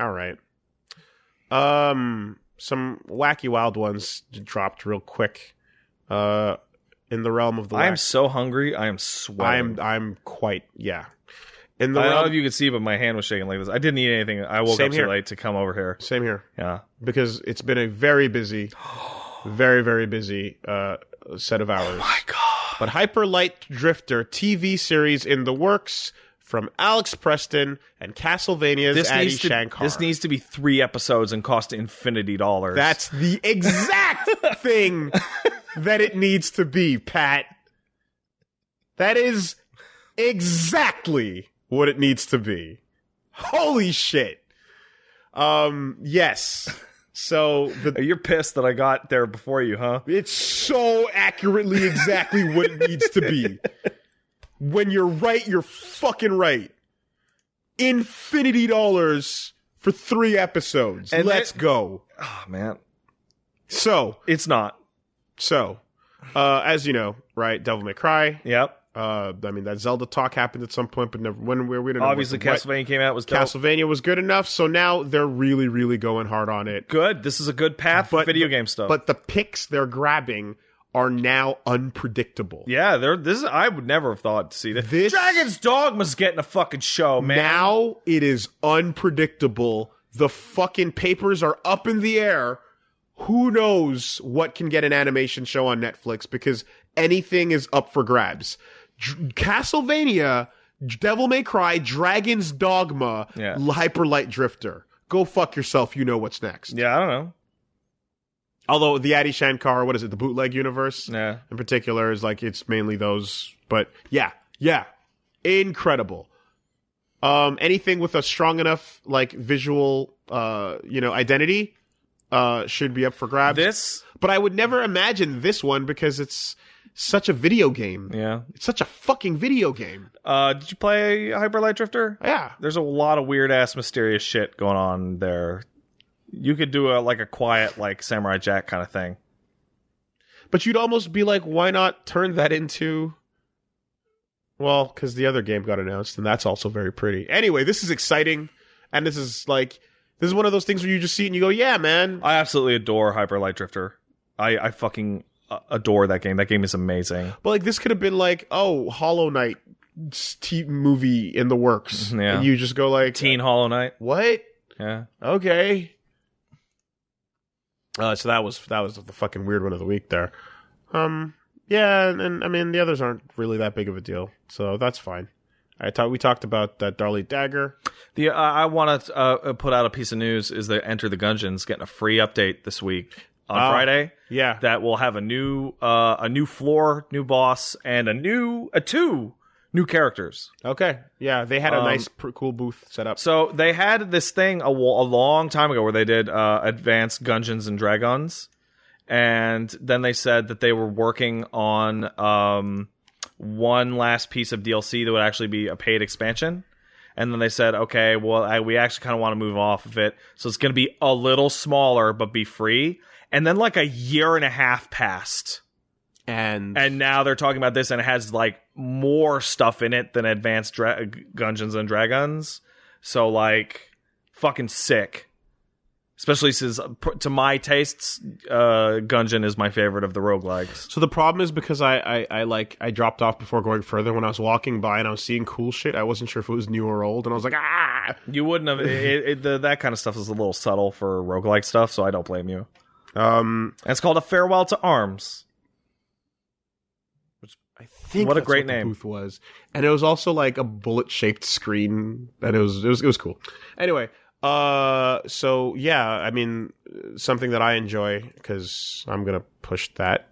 Speaker 1: All right. Um, some wacky wild ones j- dropped real quick. Uh, in the realm of the
Speaker 2: I am
Speaker 1: wack-
Speaker 2: so hungry. I am
Speaker 1: I'm
Speaker 2: sweating.
Speaker 1: I'm quite yeah. In the
Speaker 2: I don't know
Speaker 1: realm
Speaker 2: if you could see, but my hand was shaking like this. I didn't eat anything. I woke
Speaker 1: Same
Speaker 2: up
Speaker 1: here.
Speaker 2: too late to come over here.
Speaker 1: same here
Speaker 2: Yeah.
Speaker 1: because it's been a very busy, very very busy uh set of hours.
Speaker 2: God.
Speaker 1: But Hyper Light Drifter TV series in the works from Alex Preston and Castlevania's
Speaker 2: This
Speaker 1: Adi
Speaker 2: needs, to,
Speaker 1: Shankar.
Speaker 2: this needs to be three episodes and cost infinity dollars.
Speaker 1: That's the exact thing that it needs to be, Pat. That is exactly what it needs to be. Holy shit. Um, yes. So the
Speaker 2: You're pissed that I got there before you, huh?
Speaker 1: it's so accurately exactly what it needs to be. When you're right, you're fucking right. Infinity dollars for three episodes.
Speaker 2: And
Speaker 1: Let's
Speaker 2: that-
Speaker 1: go.
Speaker 2: Oh man,
Speaker 1: So,
Speaker 2: it's not.
Speaker 1: so, uh, as you know, right? Devil May Cry.
Speaker 2: Yep.
Speaker 1: Uh, I mean, that Zelda talk happened at some point, but never when we we don't know
Speaker 2: Obviously,
Speaker 1: what- what-
Speaker 2: Castlevania came out was dope.
Speaker 1: Castlevania was good enough, so now they're really, really going hard on it.
Speaker 2: good. This is a good path for
Speaker 1: But-
Speaker 2: video game stuff.
Speaker 1: But the picks they're grabbing are now unpredictable.
Speaker 2: yeah, there. This is, I would never have thought to see this.
Speaker 1: This-
Speaker 2: Dragon's Dogma's getting a fucking show, man.
Speaker 1: Now it is unpredictable. The fucking papers are up in the air. Who knows what can get an animation show on Netflix because anything is up for grabs. Dr- Castlevania, Devil May Cry, Dragon's Dogma,
Speaker 2: Yeah.
Speaker 1: Hyper Light Drifter. Go fuck yourself. You know what's next.
Speaker 2: yeah, I don't know.
Speaker 1: Although the Adi Shankar, what is it, the bootleg universe
Speaker 2: Yeah,
Speaker 1: in particular is like it's mainly those. But yeah, yeah, incredible. Um, anything with a strong enough like visual, uh, you know, identity, uh, should be up for grabs.
Speaker 2: this.
Speaker 1: but I would never imagine this one because it's such a video game.
Speaker 2: Yeah.
Speaker 1: It's such a fucking video game.
Speaker 2: Uh, did you play Hyper Light Drifter?
Speaker 1: Yeah.
Speaker 2: There's a lot of weird ass mysterious shit going on there. You could do a like a quiet like Samurai Jack kind of thing.
Speaker 1: But you'd almost be like, why not turn that into? Well, because the other game got announced, and that's also very pretty. Anyway, this is exciting, and this is like this is one of those things where you just see it and you go, yeah, man.
Speaker 2: I absolutely adore Hyper Light Drifter. I I fucking uh, adore that game. That game is amazing.
Speaker 1: But like this could have been like, oh, Hollow Knight s- t- movie in the works,
Speaker 2: Mm-hmm, Yeah.
Speaker 1: and you just go like,
Speaker 2: Teen Hollow Knight.
Speaker 1: what?
Speaker 2: Yeah.
Speaker 1: Okay. Uh, so that was that was the fucking weird one of the week there. Um, yeah, and, and I mean the others aren't really that big of a deal, so that's fine. I thought we talked about that Darley Dagger.
Speaker 2: The uh, I want to uh, put out a piece of news is that Enter the Gungeon's getting a free update this week on
Speaker 1: Oh.
Speaker 2: Friday
Speaker 1: Yeah,
Speaker 2: that will have a new uh, a new floor, new boss, and a new a two new characters.
Speaker 1: okay, yeah, they had a
Speaker 2: Um,
Speaker 1: nice, pr- cool booth set up.
Speaker 2: So they had this thing a, wa- a long time ago where they did uh, advanced Dungeons and Dragons, and then they said that they were working on um, one last piece of DLC that would actually be a paid expansion. And then they said, okay, well, I, we actually kind of want to move off of it, so it's going to be a little smaller but be free. And then like a year and a half passed
Speaker 1: And
Speaker 2: and now they're talking about this and it has like more stuff in it than advanced dra- Dungeons and Dragons. So like fucking sick. Especially since, uh, pr- to my tastes, uh, Gungeon is my favorite of the roguelikes.
Speaker 1: So the problem is because I, I, I like I dropped off before going further when I was walking by and I was seeing cool shit. I wasn't sure if it was new or old, and I was like, ah.
Speaker 2: You wouldn't have. it, it, the, that kind of stuff is a little subtle for roguelike stuff, so I don't blame you.
Speaker 1: Um,
Speaker 2: And it's called A Farewell to Arms.
Speaker 1: I think
Speaker 2: What a
Speaker 1: that's
Speaker 2: great
Speaker 1: the
Speaker 2: name.
Speaker 1: booth was, and it was also like a bullet shaped screen, and it was it was it was cool. Anyway, uh, so yeah, I mean, something that I enjoy because I'm gonna push that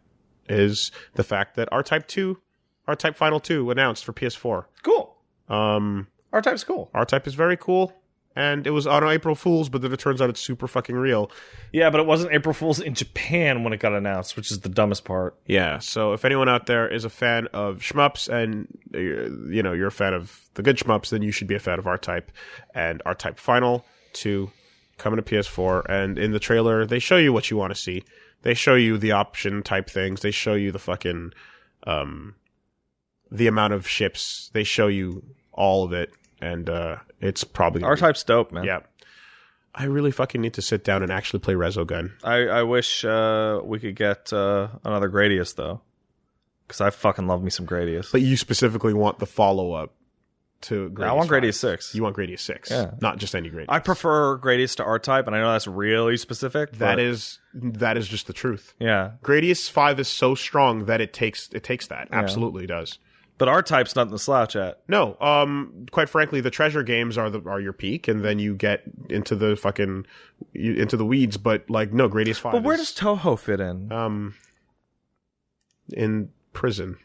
Speaker 1: is the fact that R Type Two, R Type Final Two announced for PS4.
Speaker 2: Cool.
Speaker 1: Um,
Speaker 2: Our type's cool.
Speaker 1: R Type is very cool, and it was on April Fool's, but then it turns out it's super fucking real.
Speaker 2: Yeah, but it wasn't April Fool's in Japan when it got announced, which is the dumbest part.
Speaker 1: Yeah. So if anyone out there is a fan of shmups and uh, you know you're a fan of the good shmups, then you should be a fan of R Type and R Type Final Two coming to PS4. And in the trailer, they show you what you want to see. They show you the option type things. They show you the fucking um, the amount of ships. They show you all of it, and uh, it's probably
Speaker 2: Our type's dope, man.
Speaker 1: Yeah. I really fucking need to sit down and actually play Resogun.
Speaker 2: I, I wish uh, we could get uh, another Gradius though, because I fucking love me some Gradius.
Speaker 1: But you specifically want the follow up to Gradius
Speaker 2: I want
Speaker 1: 5.
Speaker 2: Gradius six.
Speaker 1: You want Gradius six,
Speaker 2: Yeah.
Speaker 1: not just any Gradius.
Speaker 2: I prefer Gradius to R type, and I know that's really specific.
Speaker 1: that
Speaker 2: but-
Speaker 1: is that is just the truth.
Speaker 2: yeah,
Speaker 1: Gradius five is so strong that it takes it takes that absolutely does.
Speaker 2: but R type's nothing to slouch at.
Speaker 1: No, um, quite frankly, the treasure games are the are your peak, and then you get into the fucking you, into the weeds. But like, no, Gradius five.
Speaker 2: But where
Speaker 1: is-
Speaker 2: does Toho fit in?
Speaker 1: um in prison?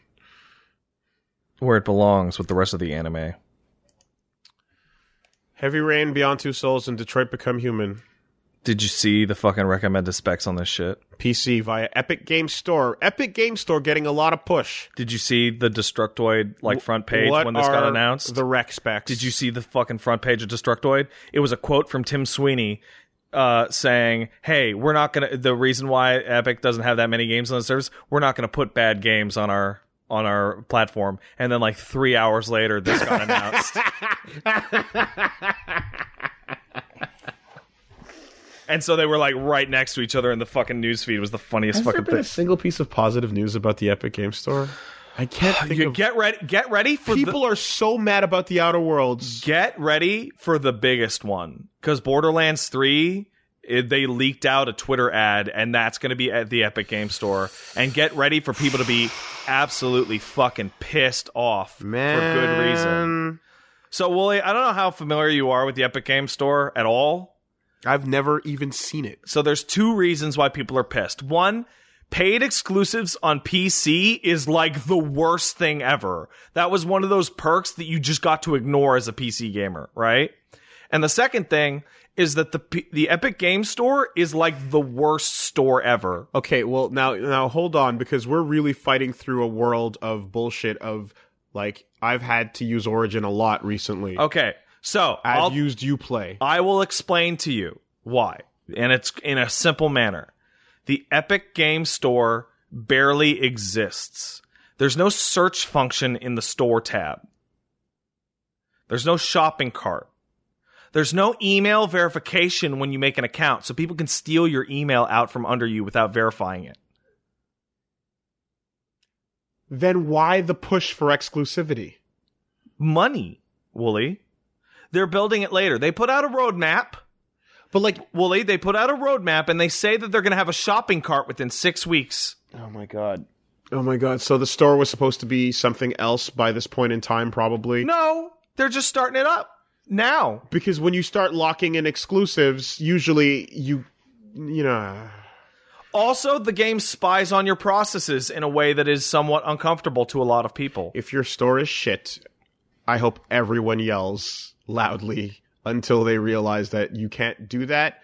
Speaker 2: Where it belongs with the rest of the anime.
Speaker 1: Heavy rain, Beyond Two Souls, and Detroit Become Human.
Speaker 2: Did you see the fucking recommended specs on this shit?
Speaker 1: PC via Epic Game Store. Epic Game Store getting a lot of push.
Speaker 2: Did you see the Destructoid like front page
Speaker 1: What
Speaker 2: when this got
Speaker 1: are
Speaker 2: announced?
Speaker 1: The rec specs.
Speaker 2: Did you see the fucking front page of Destructoid? It was a quote from Tim Sweeney uh, saying, "Hey, we're not gonna. The reason why Epic doesn't have that many games on the service, we're not gonna put bad games on our on our platform." And then like three hours later, this got announced. And so they were like right next to each other in the fucking newsfeed. Was the funniest
Speaker 1: Has there
Speaker 2: fucking
Speaker 1: been
Speaker 2: thing.
Speaker 1: a single piece of positive news about the Epic Game Store? I can't think
Speaker 2: You
Speaker 1: of.
Speaker 2: get ready. Get ready for the,
Speaker 1: People are so mad about the Outer Worlds.
Speaker 2: get ready for the biggest one because Borderlands 3 it- they leaked out a Twitter ad and that's going to be at the Epic Game Store and get ready for people to be absolutely fucking pissed off for good reason. So Wooly, I don't know how familiar you are with the Epic Game Store at all.
Speaker 1: I've never even seen it.
Speaker 2: So there's two reasons why people are pissed. One, paid exclusives on PC is like the worst thing ever. That was one of those perks that you just got to ignore as a PC gamer, right? And the second thing is that the P- the Epic Game Store is like the worst store ever.
Speaker 1: Okay, well now now hold on because we're really fighting through a world of bullshit of like I've had to use Origin a lot recently.
Speaker 2: Okay. So,
Speaker 1: I've
Speaker 2: I'll,
Speaker 1: used Uplay.
Speaker 2: I will explain to you why. And it's in a simple manner. The Epic Game Store barely exists. There's no search function in the store tab. There's no shopping cart. There's no email verification when you make an account, so people can steal your email out from under you without verifying it.
Speaker 1: Then why the push for exclusivity?
Speaker 2: Money, Wooly. They're building it later. They put out a roadmap.
Speaker 1: But like,
Speaker 2: Wooly, they put out a roadmap and they say that they're going to have a shopping cart within six weeks.
Speaker 1: oh my god, oh my god. So the store was supposed to be something else by this point in time, probably.
Speaker 2: No, they're just starting it up now.
Speaker 1: because when you start locking in exclusives, usually you, you know,
Speaker 2: Also, the game spies on your processes in a way that is somewhat uncomfortable to a lot of people.
Speaker 1: if your store is shit, I hope everyone yells loudly until they realize that you can't do that.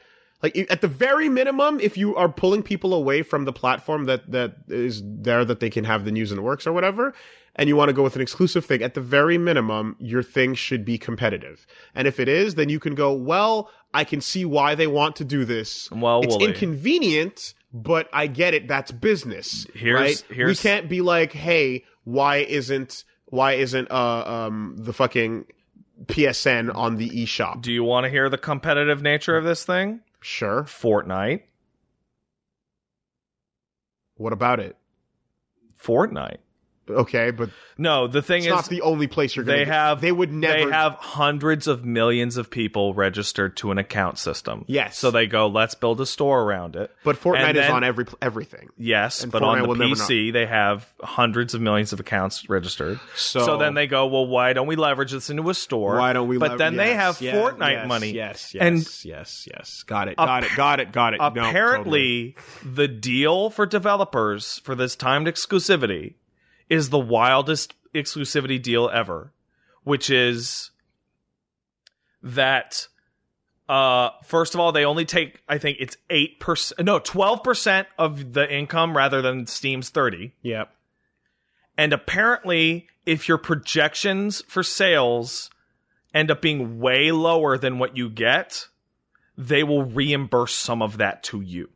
Speaker 1: Like at the very minimum, if you are pulling people away from the platform that that is there that they can have the news and works or whatever, and you want to go with an exclusive thing, at the very minimum, your thing should be competitive. And if it is, then you can go, well, I can see why they want to do this.
Speaker 2: Well,
Speaker 1: it's
Speaker 2: Wooly.
Speaker 1: inconvenient, but I get it. That's business.
Speaker 2: Here's-
Speaker 1: right? we
Speaker 2: here's-
Speaker 1: can't be like, hey, why isn't why isn't uh um the fucking PSN on the eShop?
Speaker 2: Do you want to hear the competitive nature of this thing?
Speaker 1: Sure.
Speaker 2: Fortnite.
Speaker 1: What about it?
Speaker 2: Fortnite.
Speaker 1: Okay, but
Speaker 2: No, the thing
Speaker 1: it's
Speaker 2: is,
Speaker 1: not the only place you're going
Speaker 2: they
Speaker 1: to
Speaker 2: have-
Speaker 1: They would never
Speaker 2: they have hundreds of millions of people registered to an account system.
Speaker 1: Yes.
Speaker 2: So they go, let's build a store around it.
Speaker 1: But Fortnite
Speaker 2: and
Speaker 1: is
Speaker 2: then-
Speaker 1: on every everything.
Speaker 2: Yes,
Speaker 1: And
Speaker 2: but
Speaker 1: Fortnite
Speaker 2: on
Speaker 1: will
Speaker 2: the
Speaker 1: never
Speaker 2: PC, they have hundreds of millions of accounts registered.
Speaker 3: So,
Speaker 2: so then they go, well, why don't we leverage this into a store?
Speaker 1: Why don't we
Speaker 2: But
Speaker 1: lever-
Speaker 2: then they
Speaker 1: yes,
Speaker 2: have
Speaker 3: Yeah,
Speaker 2: Fortnite
Speaker 3: yes,
Speaker 2: money.
Speaker 3: Yes, yes,
Speaker 2: And-
Speaker 3: yes, yes. Got it. Got it. Got it. Got it. No, totally.
Speaker 2: Apparently, the deal for developers for this timed exclusivity is the wildest exclusivity deal ever, which is that uh first of all they only take I think it's 8% no 12% of the income rather than Steam's 30
Speaker 3: Yep.
Speaker 2: and apparently if your projections for sales end up being way lower than what you get they will reimburse some of that to you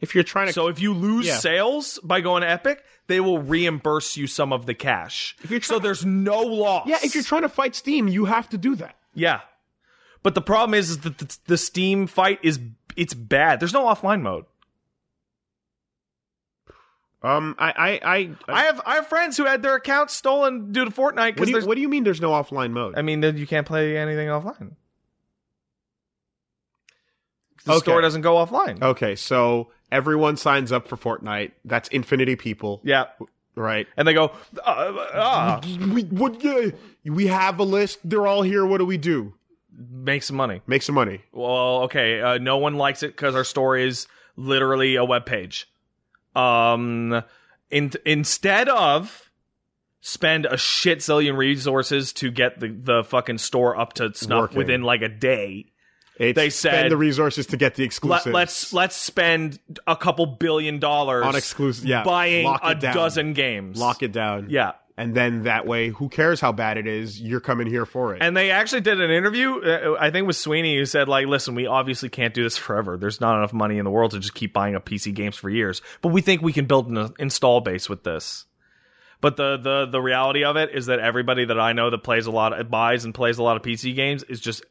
Speaker 1: If you're trying to
Speaker 2: so if you lose
Speaker 1: Yeah.
Speaker 2: sales by going to epic they will reimburse you some of the cash
Speaker 1: If you're
Speaker 2: so
Speaker 1: trying-
Speaker 2: there's no loss
Speaker 1: Yeah, if you're trying to fight Steam, you have to do that.
Speaker 2: yeah but the problem is, is that the, the steam fight is it's bad there's no offline mode
Speaker 1: Um I I I,
Speaker 2: i have i have friends who had their accounts stolen due to fortnite
Speaker 1: what,
Speaker 2: because
Speaker 1: do you,
Speaker 2: there's
Speaker 1: what do you mean there's no offline mode?
Speaker 2: I mean, then you can't play anything offline. The
Speaker 1: Okay.
Speaker 2: store doesn't go offline.
Speaker 1: okay, so everyone signs up for Fortnite. That's infinity people,
Speaker 2: Yeah,
Speaker 1: right?
Speaker 2: and they go, uh, uh,
Speaker 1: We what yeah, we have a list. They're all here. What do we do?
Speaker 2: make some money.
Speaker 1: Make some money.
Speaker 2: Well, okay, uh, no one likes it because our store is literally a web page. Um, in, instead of spend a shit zillion resources to get the, the fucking store up to snuff
Speaker 1: Working.
Speaker 2: within like a day,
Speaker 1: It's
Speaker 2: They said-
Speaker 1: spend the resources to get the exclusives.
Speaker 2: let, let's let's spend a couple billion dollars
Speaker 1: on exclusive. Yeah,
Speaker 2: buying
Speaker 1: lock it
Speaker 2: a
Speaker 1: down.
Speaker 2: dozen games.
Speaker 1: Lock it down.
Speaker 2: Yeah.
Speaker 1: and then that way, who cares how bad it is? You're coming here for it.
Speaker 2: And they actually did an interview, uh, I think with Sweeney, who said, like, listen, we obviously can't do this forever. There's not enough money in the world to just keep buying up PC games for years. But we think we can build an install base with this. But the, the, the reality of it is that everybody that I know that plays a lot, buys and plays a lot of PC games is just,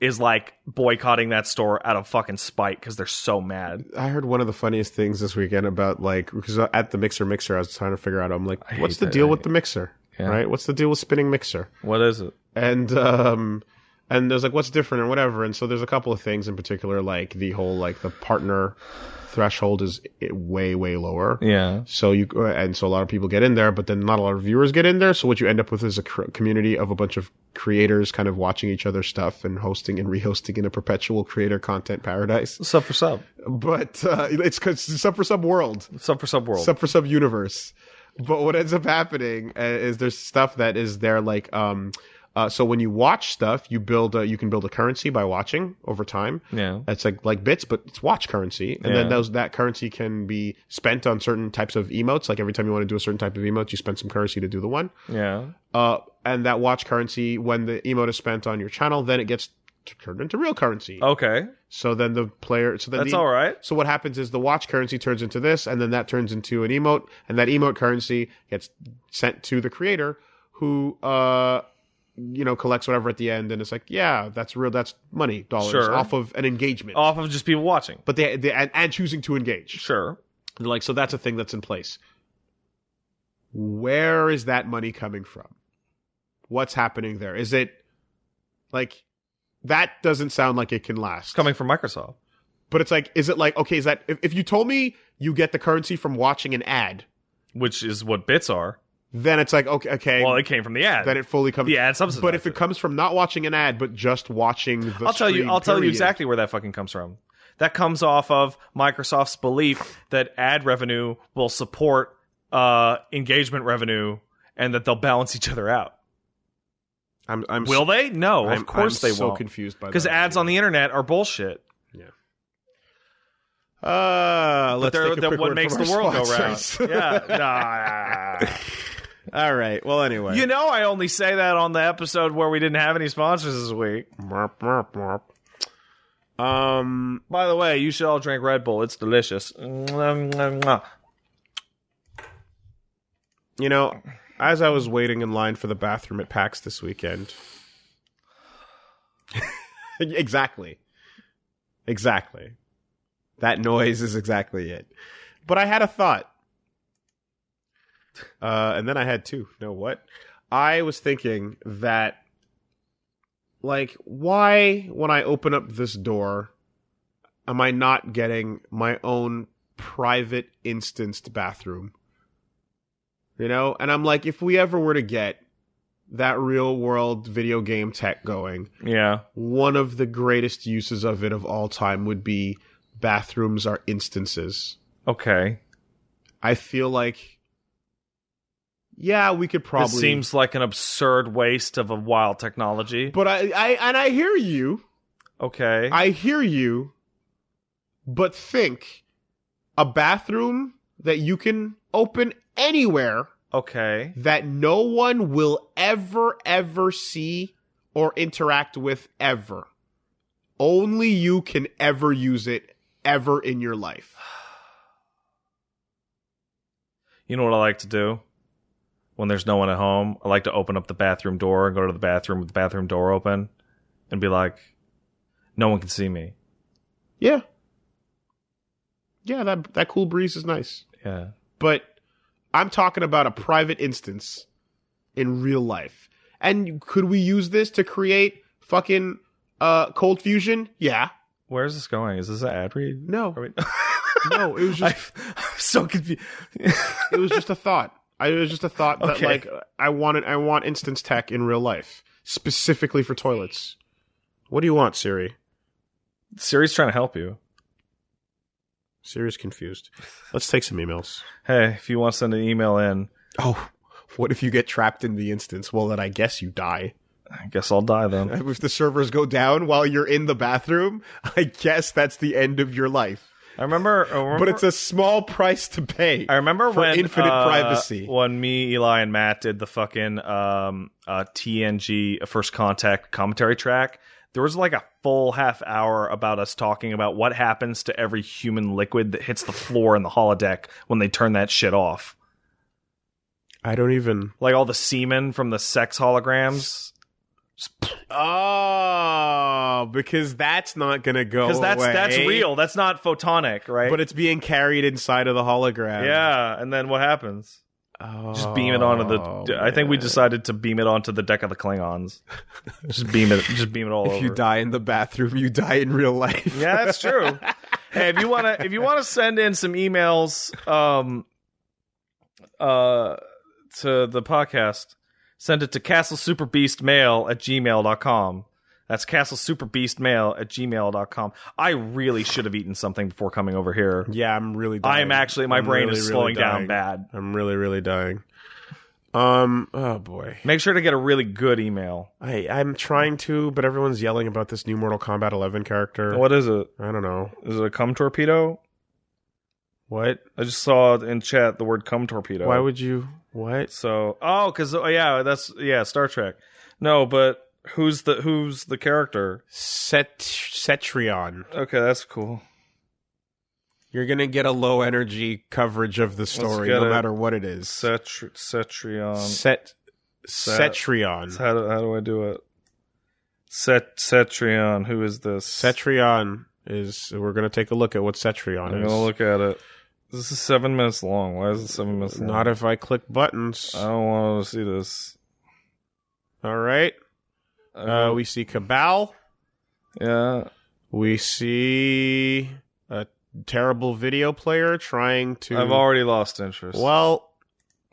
Speaker 2: is like boycotting that store out of fucking spite because they're so mad.
Speaker 1: I heard one of the funniest things this weekend about like because at the Mixer Mixer, I was trying to figure out. I'm like,
Speaker 2: I
Speaker 1: what's
Speaker 2: hate
Speaker 1: the
Speaker 2: that,
Speaker 1: deal
Speaker 2: I
Speaker 1: with
Speaker 2: hate-
Speaker 1: the Mixer?
Speaker 2: Yeah.
Speaker 1: Right? What's the deal with spinning Mixer?
Speaker 2: What is it?
Speaker 1: And um, and there's like what's different or whatever. And so there's a couple of things in particular, like the whole like the partner threshold is i- way way lower.
Speaker 2: Yeah.
Speaker 1: So you uh, and so a lot of people get in there, but then not a lot of viewers get in there. So what you end up with is a cr- community of a bunch of creators kind of watching each other's stuff and hosting and rehosting in a perpetual creator content paradise.
Speaker 2: Sub for sub.
Speaker 1: But uh, it's 'cause it's sub for sub world,
Speaker 2: Sub for sub world.
Speaker 1: sub for sub universe. But what ends up happening uh, is there's stuff that is there like um. Uh, so when you watch stuff, you build a, you can build a currency by watching over time.
Speaker 2: yeah.
Speaker 1: It's like like bits, but it's watch currency, and then
Speaker 2: Yeah.
Speaker 1: those that currency can be spent on certain types of emotes. Like every time you want to do a certain type of emote, you spend some currency to do the one.
Speaker 2: Yeah.
Speaker 1: Uh, and that watch currency, when the emote is spent on your channel, then it gets t- turned into real currency.
Speaker 2: Okay.
Speaker 1: So then the player, so then
Speaker 2: Oh. That's
Speaker 1: the,
Speaker 2: all right.
Speaker 1: So what happens is the watch currency turns into this, and then that turns into an emote, and that emote currency gets sent to the creator, who uh, you know collects whatever at the end, and it's like, yeah, that's real, that's money dollars
Speaker 2: Sure.
Speaker 1: off of an engagement
Speaker 2: Off of just people watching.
Speaker 1: but they, they and, and choosing to engage
Speaker 2: Sure.
Speaker 1: like so that's a thing that's in place where is that money coming from what's happening there is it like that doesn't sound like it can last
Speaker 2: It's coming from Microsoft.
Speaker 1: but it's like is it like okay is that if, if you told me you get the currency from watching an ad
Speaker 2: which is what bits are.
Speaker 1: then it's like okay okay
Speaker 2: Well, it came from the ad.
Speaker 1: then it fully comes
Speaker 2: the ad subsidized.
Speaker 1: but if it comes from not watching an ad but just watching the
Speaker 2: I'll tell you,
Speaker 1: screen,
Speaker 2: I'll tell you
Speaker 1: period,
Speaker 2: exactly where that fucking comes from. That comes off of Microsoft's belief that ad revenue will support uh, engagement revenue and that they'll balance each other out.
Speaker 1: i'm i'm
Speaker 2: Will they? No,
Speaker 1: I'm-
Speaker 2: of course
Speaker 1: I'm
Speaker 2: they
Speaker 1: so
Speaker 2: won't.
Speaker 1: confused by
Speaker 2: Because ads on the internet are bullshit.
Speaker 1: Uh,
Speaker 2: But
Speaker 1: let's
Speaker 2: they're,
Speaker 1: take a
Speaker 2: they're
Speaker 1: quick
Speaker 2: what
Speaker 1: word
Speaker 2: makes
Speaker 1: from
Speaker 2: the
Speaker 1: our
Speaker 2: world go round.
Speaker 1: sponsors.
Speaker 2: Yeah. Nah.
Speaker 1: All right. Well, anyway.
Speaker 2: you know, I only say that on the episode where we didn't have any sponsors this week.
Speaker 1: Merp, merp, merp. Um.
Speaker 2: By the way, you should all drink Red Bull. It's delicious. That's
Speaker 1: You know, as I was waiting in line for the bathroom at PAX this weekend. exactly. Exactly. That noise is exactly it. But I had a thought. Uh, and then I had two. No, what? I was thinking that, like, why, when I open up this door, am I not getting my own private instanced bathroom? You know? And I'm like, if we ever were to get that real world video game tech going,
Speaker 2: Yeah.
Speaker 1: one of the greatest uses of it of all time would be bathrooms are instances.
Speaker 2: Okay.
Speaker 1: I feel like, yeah, we could probably.
Speaker 2: This seems like an absurd waste of a wild technology.
Speaker 1: but I, I and I hear you.
Speaker 2: Okay.
Speaker 1: I hear you. But think, a bathroom that you can open anywhere
Speaker 2: okay.
Speaker 1: that no one will ever ever see or interact with ever. Only you can ever use it ever in your life.
Speaker 2: You know what I like to do? When there's no one at home, I like to open up the bathroom door and go to the bathroom with the bathroom door open and be like, no one can see me.
Speaker 1: Yeah. Yeah, that that cool breeze is nice.
Speaker 2: Yeah.
Speaker 1: But I'm talking about a private instance in real life. And could we use this to create fucking uh cold fusion? Yeah.
Speaker 2: Where is this going? Is this an ad read?
Speaker 1: No.
Speaker 2: Are we-
Speaker 1: No, it was
Speaker 2: I,
Speaker 1: just
Speaker 2: I'm so confused.
Speaker 1: it was just a thought. I, it was just a thought that
Speaker 2: Okay.
Speaker 1: like I wanted. I want instance tech in real life, specifically for toilets. What do you want, Siri?
Speaker 2: Siri's trying to help you.
Speaker 1: Siri's confused. Let's take some emails.
Speaker 2: Hey, if you want to send an email in,
Speaker 1: Oh, what if you get trapped in the instance? Well, then I guess you die.
Speaker 2: I guess I'll die then.
Speaker 1: If the servers go down while you're in the bathroom, I guess that's the end of your life.
Speaker 2: I remember, I remember
Speaker 1: But it's a small price to pay.
Speaker 2: I remember
Speaker 1: for
Speaker 2: when
Speaker 1: infinite
Speaker 2: uh,
Speaker 1: privacy.
Speaker 2: When me, Eli, and Matt did the fucking um, uh, TNG First Contact commentary track, there was like a full half hour about us talking about what happens to every human liquid that hits the floor in the holodeck when they turn that shit off.
Speaker 1: I don't even.
Speaker 2: Like all the semen from the sex holograms,
Speaker 1: Oh, because that's not gonna go
Speaker 2: because that's that's
Speaker 1: away.
Speaker 2: real. That's not photonic, right?
Speaker 1: Oh, but it's being carried inside of the hologram.
Speaker 2: yeah, and then what happens? Just beam it onto the.
Speaker 1: Oh,
Speaker 2: I think we
Speaker 1: man.
Speaker 2: decided to beam it onto the deck of the Klingons. just beam it. Just beam it all over.
Speaker 1: If you die in the bathroom, you die in real life.
Speaker 2: Yeah, that's true. hey, if you wanna if you wanna send in some emails um uh to the podcast, send it to castlesuperbeastmail at gmail.com. That's castlesuperbeastmail at gmail.com. I really should have eaten something before coming over here.
Speaker 1: yeah, I'm really. dying.
Speaker 2: I'm actually my
Speaker 1: I'm
Speaker 2: brain
Speaker 1: really,
Speaker 2: is
Speaker 1: really
Speaker 2: slowing down
Speaker 1: dying.
Speaker 2: bad.
Speaker 1: I'm really, really dying. Um. Oh boy.
Speaker 2: Make sure to get a really good email.
Speaker 1: I I'm trying to, but everyone's yelling about this new Mortal Kombat 11 character.
Speaker 2: What is it?
Speaker 1: I don't know.
Speaker 2: Is it a cum torpedo?
Speaker 1: What?
Speaker 2: I just saw in chat the word cum torpedo.
Speaker 1: Why would you? What?
Speaker 2: So, oh, because oh, yeah, that's yeah, Star Trek. No, but who's the who's the character?
Speaker 1: Set Cetrion.
Speaker 2: Okay, that's cool.
Speaker 1: You're gonna get a low energy coverage of the story,
Speaker 2: get
Speaker 1: no
Speaker 2: it.
Speaker 1: matter what it is.
Speaker 2: Cetri- Cetrion.
Speaker 1: Set
Speaker 2: Um, Set-
Speaker 1: Cetrion.
Speaker 2: How do, how do I do it? Cet Cetrion. Who is this?
Speaker 1: Cetrion is. We're gonna take a look at what Cetrion
Speaker 2: I'm
Speaker 1: is.
Speaker 2: gonna look at it. This is seven minutes long. Why is it seven minutes long?
Speaker 1: Not if I click buttons.
Speaker 2: I don't want to see this.
Speaker 1: All right. Uh, we see Cabal.
Speaker 2: yeah.
Speaker 1: We see a terrible video player trying to.
Speaker 2: I've already lost interest.
Speaker 1: Well,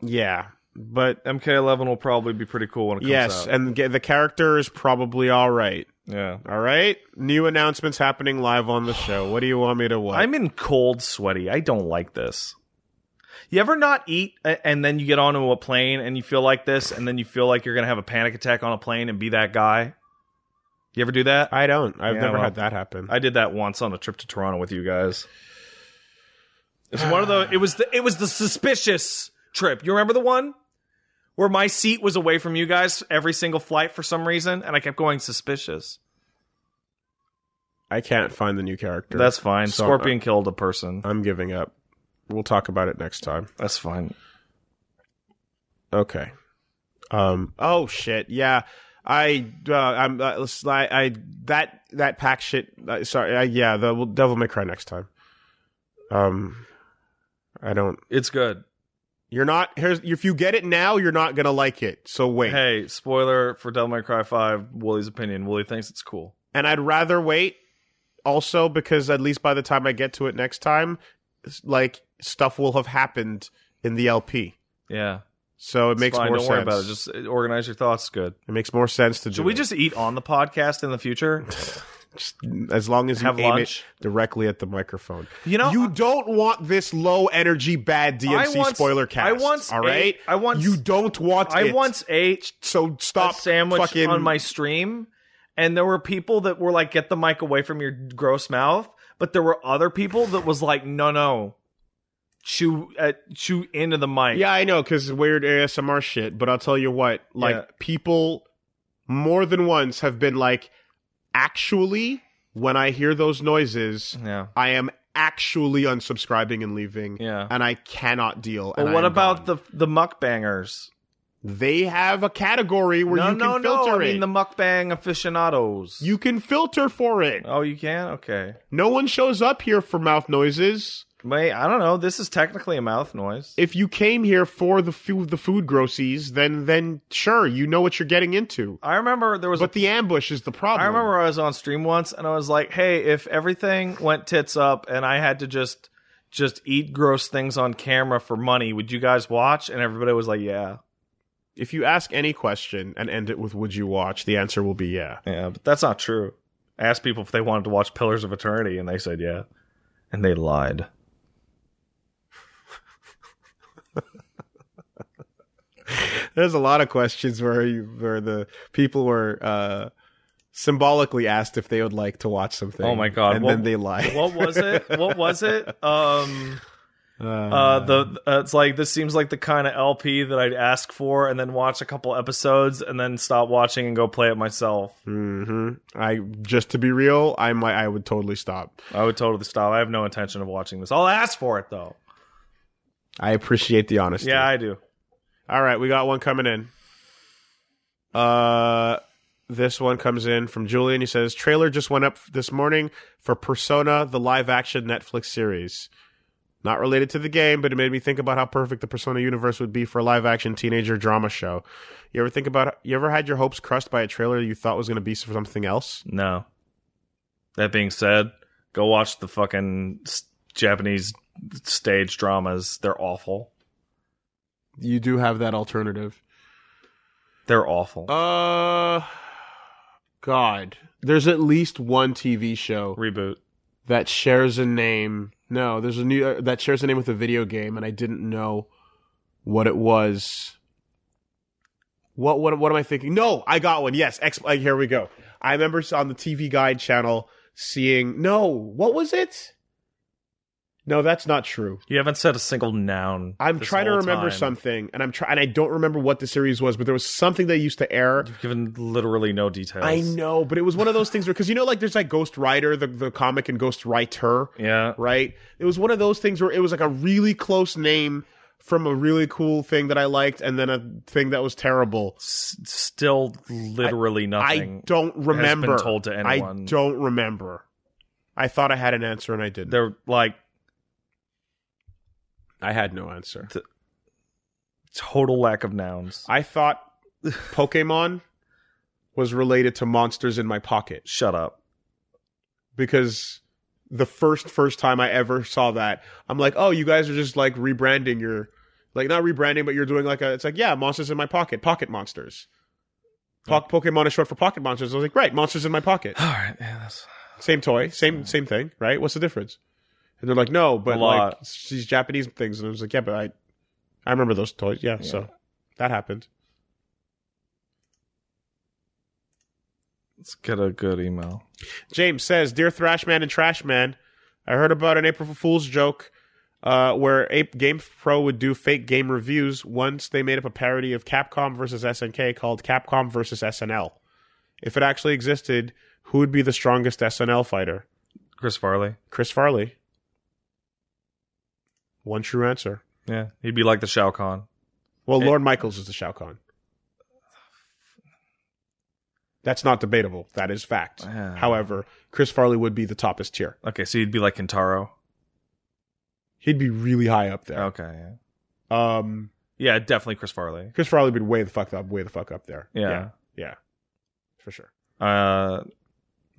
Speaker 1: yeah, but
Speaker 2: MK11 will probably be pretty cool when it comes
Speaker 1: yes,
Speaker 2: out.
Speaker 1: and the the character is probably all right.
Speaker 2: yeah.
Speaker 1: All right. New announcements happening live on the show. What do you want me to watch?
Speaker 2: I'm in cold, sweaty. I don't like this. You ever not eat a- and then you get onto a plane and you feel like this and then you feel like you're going to have a panic attack on a plane and be that guy? You ever do that? I,
Speaker 1: I don't. I've
Speaker 2: Yeah,
Speaker 1: never
Speaker 2: well.
Speaker 1: had that happen.
Speaker 2: did that once on a trip to Toronto with you guys. It's one of the it was the it was the suspicious trip. You remember the one where my seat was away from you guys every single flight for some reason and I kept going suspicious.
Speaker 1: I can't find the new character.
Speaker 2: That's fine.
Speaker 1: So-
Speaker 2: Scorpion killed a person.
Speaker 1: I'm giving up. We'll talk about it next time.
Speaker 2: uh, That's fine.
Speaker 1: Okay. Um. Oh shit. Yeah. I uh, I'm uh, I, I that that pack shit. Uh, sorry, I, yeah, the we'll Devil May Cry next time. Um, I don't.
Speaker 2: It's good.
Speaker 1: You're not. Here's, if you get it now, you're not gonna like it. So wait.
Speaker 2: Hey, spoiler for Devil May Cry Five. Wooly's opinion. Wooly thinks it's cool.
Speaker 1: And I'd rather wait. Also, because at least by the time I get to it next time, s- like stuff will have happened in the LP.
Speaker 2: Yeah,
Speaker 1: So it
Speaker 2: It's
Speaker 1: makes
Speaker 2: fine.
Speaker 1: more
Speaker 2: Don't
Speaker 1: sense.
Speaker 2: worry about it. Just uh, organize your thoughts. Good.
Speaker 1: it makes more sense to do.
Speaker 2: Should we
Speaker 1: it.
Speaker 2: just eat on the podcast in the future?
Speaker 1: Just- as long as you
Speaker 2: Have
Speaker 1: aim
Speaker 2: lunch?
Speaker 1: it directly at the microphone?
Speaker 2: You know,
Speaker 1: you don't want this low energy bad DMC
Speaker 2: once-
Speaker 1: spoiler cast.
Speaker 2: I once
Speaker 1: all right.
Speaker 2: ate- I once-
Speaker 1: you don't want.
Speaker 2: I
Speaker 1: it.
Speaker 2: once ate
Speaker 1: So
Speaker 2: a
Speaker 1: stop
Speaker 2: sandwich
Speaker 1: fucking,
Speaker 2: on my stream, and there were people that were like, "Get the mic away from your gross mouth," but there were other people that was like, "No, no, chew, uh, chew into the mic."
Speaker 1: Yeah, I know because weird ASMR shit. But I'll tell you what, like
Speaker 2: Yeah.
Speaker 1: people more than once have been like, actually, when I hear those noises,
Speaker 2: yeah,
Speaker 1: I am actually unsubscribing and leaving,
Speaker 2: yeah.
Speaker 1: and I cannot deal.
Speaker 2: But
Speaker 1: and
Speaker 2: what
Speaker 1: I am
Speaker 2: about
Speaker 1: gone.
Speaker 2: the the mukbangers?
Speaker 1: They have a category where
Speaker 2: no,
Speaker 1: you can
Speaker 2: no,
Speaker 1: filter
Speaker 2: no. I
Speaker 1: it.
Speaker 2: mean the mukbang aficionados.
Speaker 1: you can filter for it.
Speaker 2: Oh, you can. Okay.
Speaker 1: No one shows up here for mouth noises.
Speaker 2: Wait, I don't know. This is technically a mouth noise.
Speaker 1: If you came here for the food, the food groceries, then then sure, you know what you're getting into.
Speaker 2: I remember there was a
Speaker 1: But the ambush is the problem.
Speaker 2: I remember I was on stream once and I was like, "Hey, if everything went tits up and I had to just just eat gross things on camera for money, would you guys watch?" And everybody was like, "Yeah."
Speaker 1: if you ask any question and end it with "Would you watch?" the answer will be yeah.
Speaker 2: Yeah, but that's not true. I asked people if they wanted to watch Pillars of Eternity and they said, "Yeah." And they lied.
Speaker 1: There's a lot of questions where you, where the people were uh, symbolically asked if they would like to watch something.
Speaker 2: Oh my God,
Speaker 1: And
Speaker 2: what-
Speaker 1: then they lie.
Speaker 2: What was it? What was it? Um
Speaker 1: Uh,
Speaker 2: uh the uh, it's like this seems like the kind of LP that I'd ask for and then watch a couple episodes and then stop watching and go play it myself.
Speaker 1: hmm I just to be real, I might I would totally stop.
Speaker 2: I would totally stop. I have no intention of watching this. I'll ask for it though.
Speaker 1: I appreciate the honesty.
Speaker 2: Yeah, I do.
Speaker 1: All right, we got one coming in. Uh this one comes in from Julian. He says, "Trailer just went up this morning for Persona, the live-action Netflix series. Not related to the game, but it made me think about how perfect the Persona universe would be for a live-action teenager drama show. You ever think about? You ever had your hopes crushed by a trailer you thought was going to be for something else?
Speaker 2: No. That being said, go watch the fucking s- Japanese stage dramas. They're awful.
Speaker 1: You do have that alternative.
Speaker 2: They're awful.
Speaker 1: Uh, God, there's at least one TV show
Speaker 2: Reboot.
Speaker 1: that shares a name. No, there's a new uh, that shares a name with a video game, and I didn't know what it was. What what what am I thinking? No, I got one. Yes, X. Like, here we go. I remember on the TV Guide channel seeing. No, what was it? No, that's not true.
Speaker 2: You haven't said a single noun.
Speaker 1: I'm
Speaker 2: this
Speaker 1: trying to
Speaker 2: whole
Speaker 1: remember
Speaker 2: time.
Speaker 1: something, and I'm trying, and I don't remember what the series was, but there was something they used to air.
Speaker 2: You've given literally no details.
Speaker 1: I know, but it was one of those things where, because you know, like there's like Ghost Rider, the, the comic, and Ghost Writer
Speaker 2: Yeah.
Speaker 1: right? It was one of those things where it was like a really close name from a really cool thing that I liked and then a thing that was terrible.
Speaker 2: S- still literally nothing.
Speaker 1: I don't remember.
Speaker 2: told to anyone.
Speaker 1: I don't remember. I thought I had an answer and I didn't.
Speaker 2: They're like
Speaker 1: I had no answer.
Speaker 2: total lack of nouns.
Speaker 1: I thought Pokemon was related to monsters in my pocket
Speaker 2: Shut up.
Speaker 1: because the first first time I ever saw that, I'm like, "Oh, you guys are just like rebranding your like not rebranding, but you're doing like a it's like, yeah, monsters in my pocket, pocket monsters." Po- Pokemon is short for Pocket Monsters. I was like, right, monsters in my pocket.
Speaker 2: All right. Yeah, that's
Speaker 1: Same toy, same same thing, right? What's the difference? And they're like, no, but
Speaker 2: A
Speaker 1: like
Speaker 2: lot.
Speaker 1: these Japanese things. And I was like, yeah, but I, I remember those toys. Yeah, so that happened.
Speaker 2: let's get a good email.
Speaker 1: James says, dear Thrashman and Trashman, I heard about an April Fool's joke uh, where Ape Game Pro would do fake game reviews. Once they made up a parody of Capcom versus SNK called Capcom versus SNL. If it actually existed, who would be the strongest SNL fighter?
Speaker 2: Chris Farley.
Speaker 1: Chris Farley. One true answer.
Speaker 2: Yeah, he'd be like the Shao Kahn.
Speaker 1: Well,
Speaker 2: Eh.
Speaker 1: Lorne Michaels is the Shao Kahn.
Speaker 3: That's not debatable. That is fact.
Speaker 2: Wow.
Speaker 3: However, Chris Farley would be the toppest tier.
Speaker 2: Okay, so you'd be like Kintaro.
Speaker 3: He'd be really high up there.
Speaker 2: Okay, yeah.
Speaker 3: Um,
Speaker 2: Yeah, definitely Chris Farley.
Speaker 3: Chris Farley would be way the fuck up, way the fuck up there.
Speaker 2: Yeah.
Speaker 3: for sure.
Speaker 2: Uh,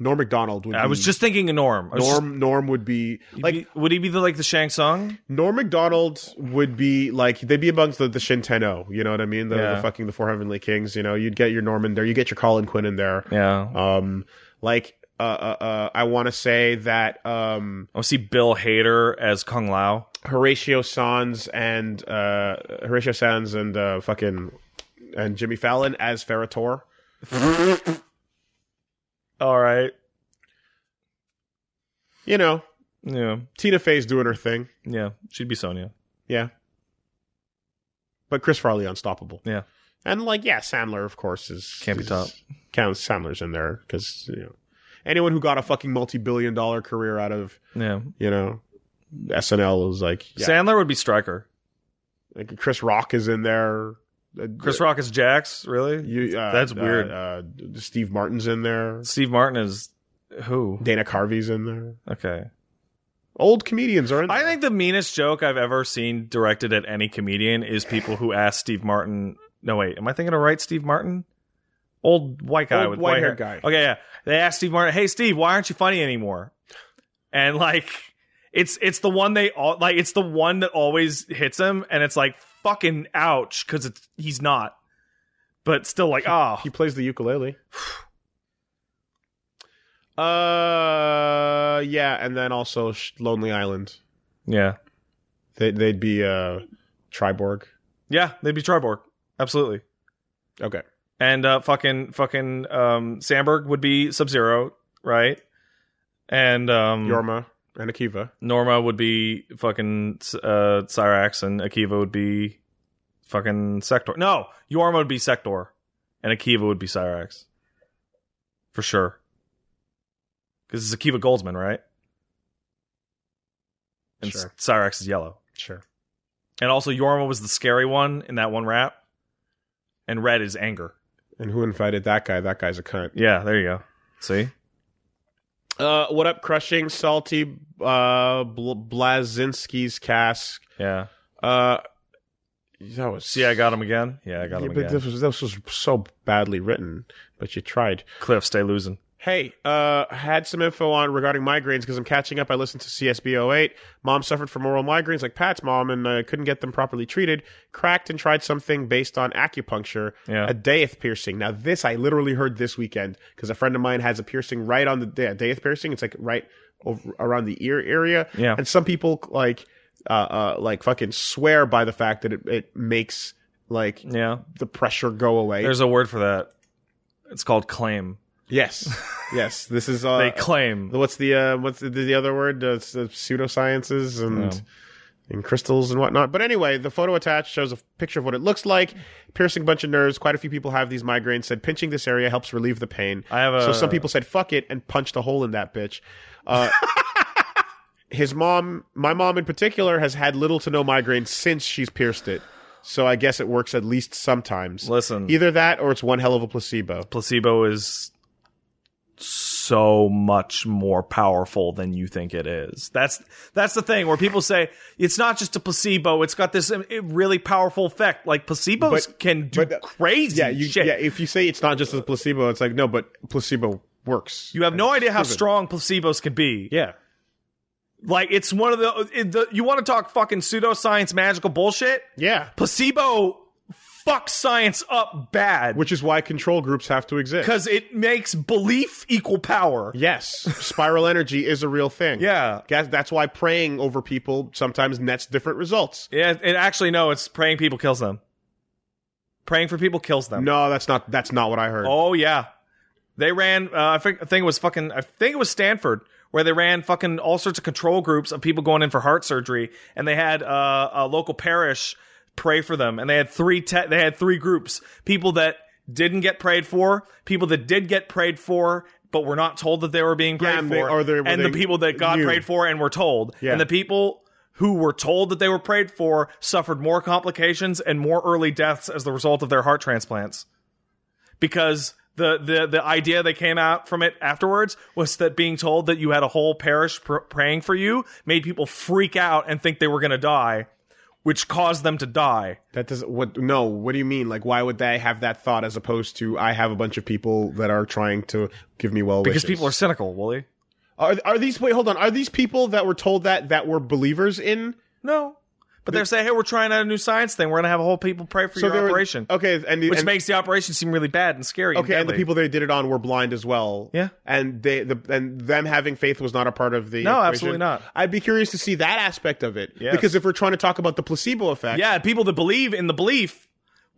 Speaker 3: Norm Macdonald would.
Speaker 2: I
Speaker 3: be,
Speaker 2: was just thinking of Norm. I was
Speaker 3: Norm. Norm would be
Speaker 2: just-
Speaker 3: like
Speaker 2: be- would he be the like the Shang Tsung?
Speaker 1: Norm Macdonald would be like they'd be amongst the, the Shinteno, you know what I mean? The,
Speaker 2: Yeah.
Speaker 1: the fucking the four heavenly kings, you know. You'd get your Norman there, you get your Colin Quinn in there.
Speaker 2: Yeah.
Speaker 1: Um like uh uh, uh I wanna say that um
Speaker 2: I want to see Bill Hader as Kung Lao.
Speaker 1: Horatio Sanz and uh Horatio Sanz and uh fucking and Jimmy Fallon as Ferrator.
Speaker 2: All right.
Speaker 1: You know,
Speaker 2: Yeah.
Speaker 1: Tina Fey's doing her thing.
Speaker 2: Yeah. She'd be Sonya.
Speaker 1: Yeah. But Chris Farley unstoppable.
Speaker 2: Yeah.
Speaker 1: And like yeah, Sandler of course is
Speaker 2: Can't be
Speaker 1: is-
Speaker 2: top.
Speaker 1: Count Sandler's in there cuz you know anyone who got a fucking multi-billion dollar career out of,
Speaker 2: Yeah.
Speaker 1: you know, SNL was like yeah.
Speaker 2: Sandler would be Striker.
Speaker 1: like Chris Rock is in there. Uh,
Speaker 2: Chris Rock is Jax. Really?
Speaker 1: you, uh,
Speaker 2: That's
Speaker 1: uh,
Speaker 2: weird.
Speaker 1: Uh, Steve Martin's in there.
Speaker 2: Steve Martin is who?
Speaker 1: Dana Carvey's in there.
Speaker 2: Okay.
Speaker 1: Old comedians are in.
Speaker 2: I
Speaker 1: there.
Speaker 2: think the meanest joke I've ever seen directed at any comedian is people who ask Steve Martin. No, wait, am I thinking of right Steve Martin? Old white guy
Speaker 3: Old
Speaker 2: with white hair.
Speaker 3: white-haired guy.
Speaker 2: Okay, yeah. They asked Steve Martin, "Hey, Steve, why aren't you funny anymore?" And like, it's it's the one they all like. It's the one that always hits him, and it's like fucking ouch because it's he's not. But still, like, oh,
Speaker 1: he plays the ukulele. uh, yeah, and then also Sh- Lonely Island.
Speaker 2: yeah,
Speaker 1: They, they'd be uh, Triborg.
Speaker 2: yeah. They'd be Triborg, absolutely.
Speaker 1: Okay,
Speaker 2: and uh, fucking fucking um, Sandberg would be Sub Zero, right? And um,
Speaker 1: Yorma and Akiva.
Speaker 2: Norma would be fucking uh, Cyrax, and Akiva would be fucking Sector. No, Yorma would be Sector, and Akiva would be Cyrax for sure. Because it's Akiva Goldsman, right? And
Speaker 1: Sure.
Speaker 2: Cyrax is yellow.
Speaker 1: Sure.
Speaker 2: And also, Yorma was the scary one in that one rap, and red is anger.
Speaker 1: And who invited that guy? That guy's a cunt.
Speaker 2: Yeah, there you go. See.
Speaker 1: Uh, what up, crushing salty uh, Bl- Blazinski's cask.
Speaker 2: Yeah.
Speaker 1: Uh, that was
Speaker 2: See, I got him again. Yeah, I got
Speaker 1: Yeah,
Speaker 2: him
Speaker 1: but
Speaker 2: again.
Speaker 1: This was, this was so badly written, but you tried.
Speaker 2: Cliff, stay losing.
Speaker 1: Hey, uh, had some info on regarding migraines because I'm catching up. I listened to CSB 08. Mom suffered from oral migraines like Pat's mom and uh, couldn't get them properly treated. Cracked and tried something based on acupuncture,
Speaker 2: Yeah.
Speaker 1: a Daeth piercing. Now, this I literally heard this weekend because a friend of mine has a piercing right on the da- Daeth piercing. It's like right over, around the ear area.
Speaker 2: Yeah.
Speaker 1: And some people like, uh, uh, like fucking swear by the fact that it, it makes like
Speaker 2: Yeah.
Speaker 1: the pressure go away.
Speaker 2: There's a word for that. It's called claim.
Speaker 1: yes, yes. This is uh,
Speaker 2: they claim.
Speaker 1: what's the uh, what's the, the other word? Uh, s- uh, pseudosciences and
Speaker 2: Yeah.
Speaker 1: and crystals and whatnot. But anyway, the photo attached shows a f- picture of what it looks like. Piercing a bunch of nerves. Quite a few people have these migraines. Said pinching this area helps relieve the pain.
Speaker 2: I have a.
Speaker 1: so some people said fuck it and punched a hole in that bitch. Uh, his mom, my mom in particular, has had little to no migraines since she's pierced it. So I guess it works at least sometimes.
Speaker 2: listen.
Speaker 1: Either that or it's one hell of a placebo.
Speaker 2: placebo is so much more powerful than you think it is. That's that's the thing where people say it's not just a placebo. It's got this um, it really powerful effect. Like placebos
Speaker 1: But-
Speaker 2: can do
Speaker 1: but-
Speaker 2: crazy
Speaker 1: Yeah, you,
Speaker 2: shit.
Speaker 1: yeah. If you say it's not just a placebo, it's like no, but placebo works.
Speaker 2: You have no idea how
Speaker 1: Proven.
Speaker 2: strong placebos can be.
Speaker 1: yeah,
Speaker 2: Like it's one of the, it, the you want to talk fucking pseudoscience magical bullshit?
Speaker 1: yeah.
Speaker 2: Placebo fucks science up bad
Speaker 1: Which is why control groups have to exist.
Speaker 2: because it makes belief equal power.
Speaker 1: Yes, spiral energy is a real thing.
Speaker 2: Yeah.
Speaker 1: Guys, that's why praying over people sometimes nets different results.
Speaker 2: Yeah, and actually no, it's praying people kills them. Praying for people kills them.
Speaker 1: No, that's not that's not what I heard.
Speaker 2: Oh yeah. They ran uh, I think I think it was fucking I think it was Stanford where they ran fucking all sorts of control groups of people going in for heart surgery and they had uh, a local parish pray for them and they had three te- they had three groups people that didn't get prayed for people that did get prayed for but were not told that they were being prayed
Speaker 1: Yeah, and they-
Speaker 2: for
Speaker 1: or they- were
Speaker 2: and the
Speaker 1: they
Speaker 2: people that got
Speaker 1: knew.
Speaker 2: prayed for and were told
Speaker 1: Yeah.
Speaker 2: and the people who were told that they were prayed for suffered more complications and more early deaths as the result of their heart transplants because the the the idea that came out from it afterwards was that being told that you had a whole parish pr- praying for you made people freak out and think they were going to die, which caused them to die.
Speaker 1: That doesn't. What? No. What do you mean? Like, why would they have that thought as opposed to I have a bunch of people that are trying to give me well
Speaker 2: Because
Speaker 1: wishes?
Speaker 2: people are cynical, Wooly.
Speaker 1: are are these? Wait, hold on. Are these people that were told that that were believers in?
Speaker 2: No. But they're saying, hey, we're trying out a new science thing. We're going to have a whole people pray for your
Speaker 1: they were-
Speaker 2: operation.
Speaker 1: okay, and the,
Speaker 2: which
Speaker 1: and,
Speaker 2: makes the operation seem really bad and scary.
Speaker 1: okay, and
Speaker 2: and
Speaker 1: the
Speaker 2: deadly.
Speaker 1: people they did it on were blind as well.
Speaker 2: Yeah.
Speaker 1: and they the and them having faith was not a part of the.
Speaker 2: No,
Speaker 1: equation.
Speaker 2: absolutely not.
Speaker 1: I'd be curious to see that aspect of it
Speaker 2: Yes.
Speaker 1: because if we're trying to talk about the placebo effect,
Speaker 2: yeah, people that believe in the belief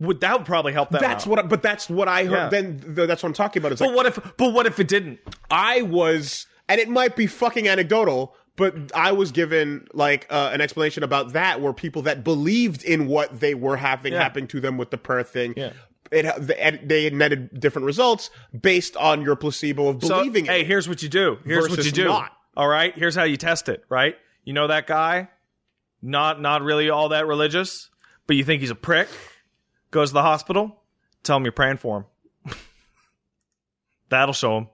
Speaker 2: would that would probably help them.
Speaker 1: that's
Speaker 2: out.
Speaker 1: what. I- But that's what I heard.
Speaker 2: Yeah.
Speaker 1: Then th- that's what I'm talking about. It's like,
Speaker 2: But what if? But what if it didn't?
Speaker 1: I was, and it might be fucking anecdotal, but I was given like uh, an explanation about that where people that believed in what they were having
Speaker 2: Yeah.
Speaker 1: happen to them with the prayer thing.
Speaker 2: Yeah.
Speaker 1: It, and they netted different results based on your placebo of
Speaker 2: So,
Speaker 1: believing
Speaker 2: hey,
Speaker 1: it.
Speaker 2: here's what you do. Here's what
Speaker 1: versus
Speaker 2: you do.
Speaker 1: not.
Speaker 2: All right. Here's how you test it. Right. You know that guy, not not really all that religious, but you think he's a prick. Goes to the hospital. Tell him you're praying for him. That'll show him.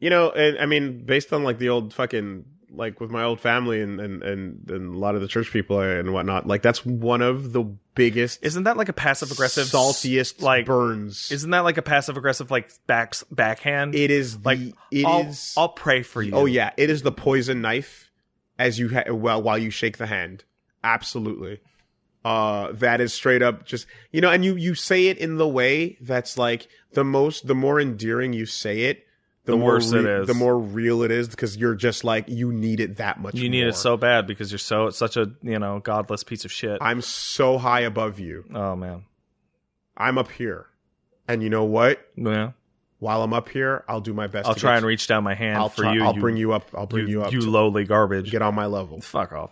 Speaker 4: you know and, i mean based on like the old fucking like with my old family and and and, and a lot of the church people and whatnot like that's one of the biggest
Speaker 2: Isn't that like a passive aggressive
Speaker 4: saltiest
Speaker 2: like-
Speaker 4: burns
Speaker 2: Isn't that like a passive aggressive like backs backhand?
Speaker 4: it is
Speaker 2: like,
Speaker 4: the, it
Speaker 2: I'll,
Speaker 4: is-
Speaker 2: I'll pray for you.
Speaker 4: oh
Speaker 1: Oh
Speaker 4: yeah
Speaker 1: yeah, it is the poison knife as you ha- well while you shake the hand. Absolutely. Uh that is straight up just you know and you you say it in the way that's like the most the more endearing you say it, the,
Speaker 2: The
Speaker 1: more
Speaker 2: worse it is.
Speaker 1: the more real it is because you're just like you need it that much.
Speaker 2: You need
Speaker 1: more.
Speaker 2: it so bad because you're so such a you know godless piece of shit.
Speaker 1: I'm so high above you.
Speaker 2: oh man,
Speaker 1: I'm up here. And you know what?
Speaker 2: yeah.
Speaker 1: While I'm up here, I'll do my best
Speaker 2: I'll
Speaker 1: to
Speaker 2: try
Speaker 1: get-
Speaker 2: and reach down my hand
Speaker 1: I'll
Speaker 2: for
Speaker 1: try-
Speaker 2: you.
Speaker 1: I'll
Speaker 2: you,
Speaker 1: bring you up. I'll bring you, up.
Speaker 2: You
Speaker 1: to
Speaker 2: lowly garbage.
Speaker 1: get on my level.
Speaker 2: Fuck off.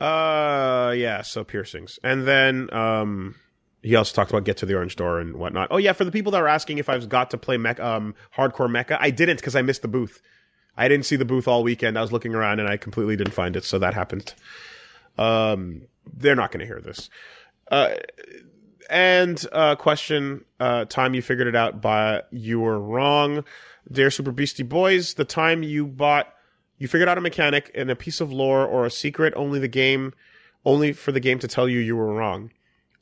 Speaker 1: Uh, yeah. So piercings, and then um, he also talked about get to the orange door and whatnot. Oh yeah, for the people that were asking if I've got to play mech um hardcore mecha, I didn't because I missed the booth. I didn't see the booth all weekend. I was looking around and I completely didn't find it, so that happened. Um, they're not going to hear this. Uh, and uh, question uh, time you figured it out, but you were wrong, dear Super Beastie Boys. The time you bought, you figured out a mechanic and a piece of lore or a secret. Only the game, only for the game to tell you you were wrong.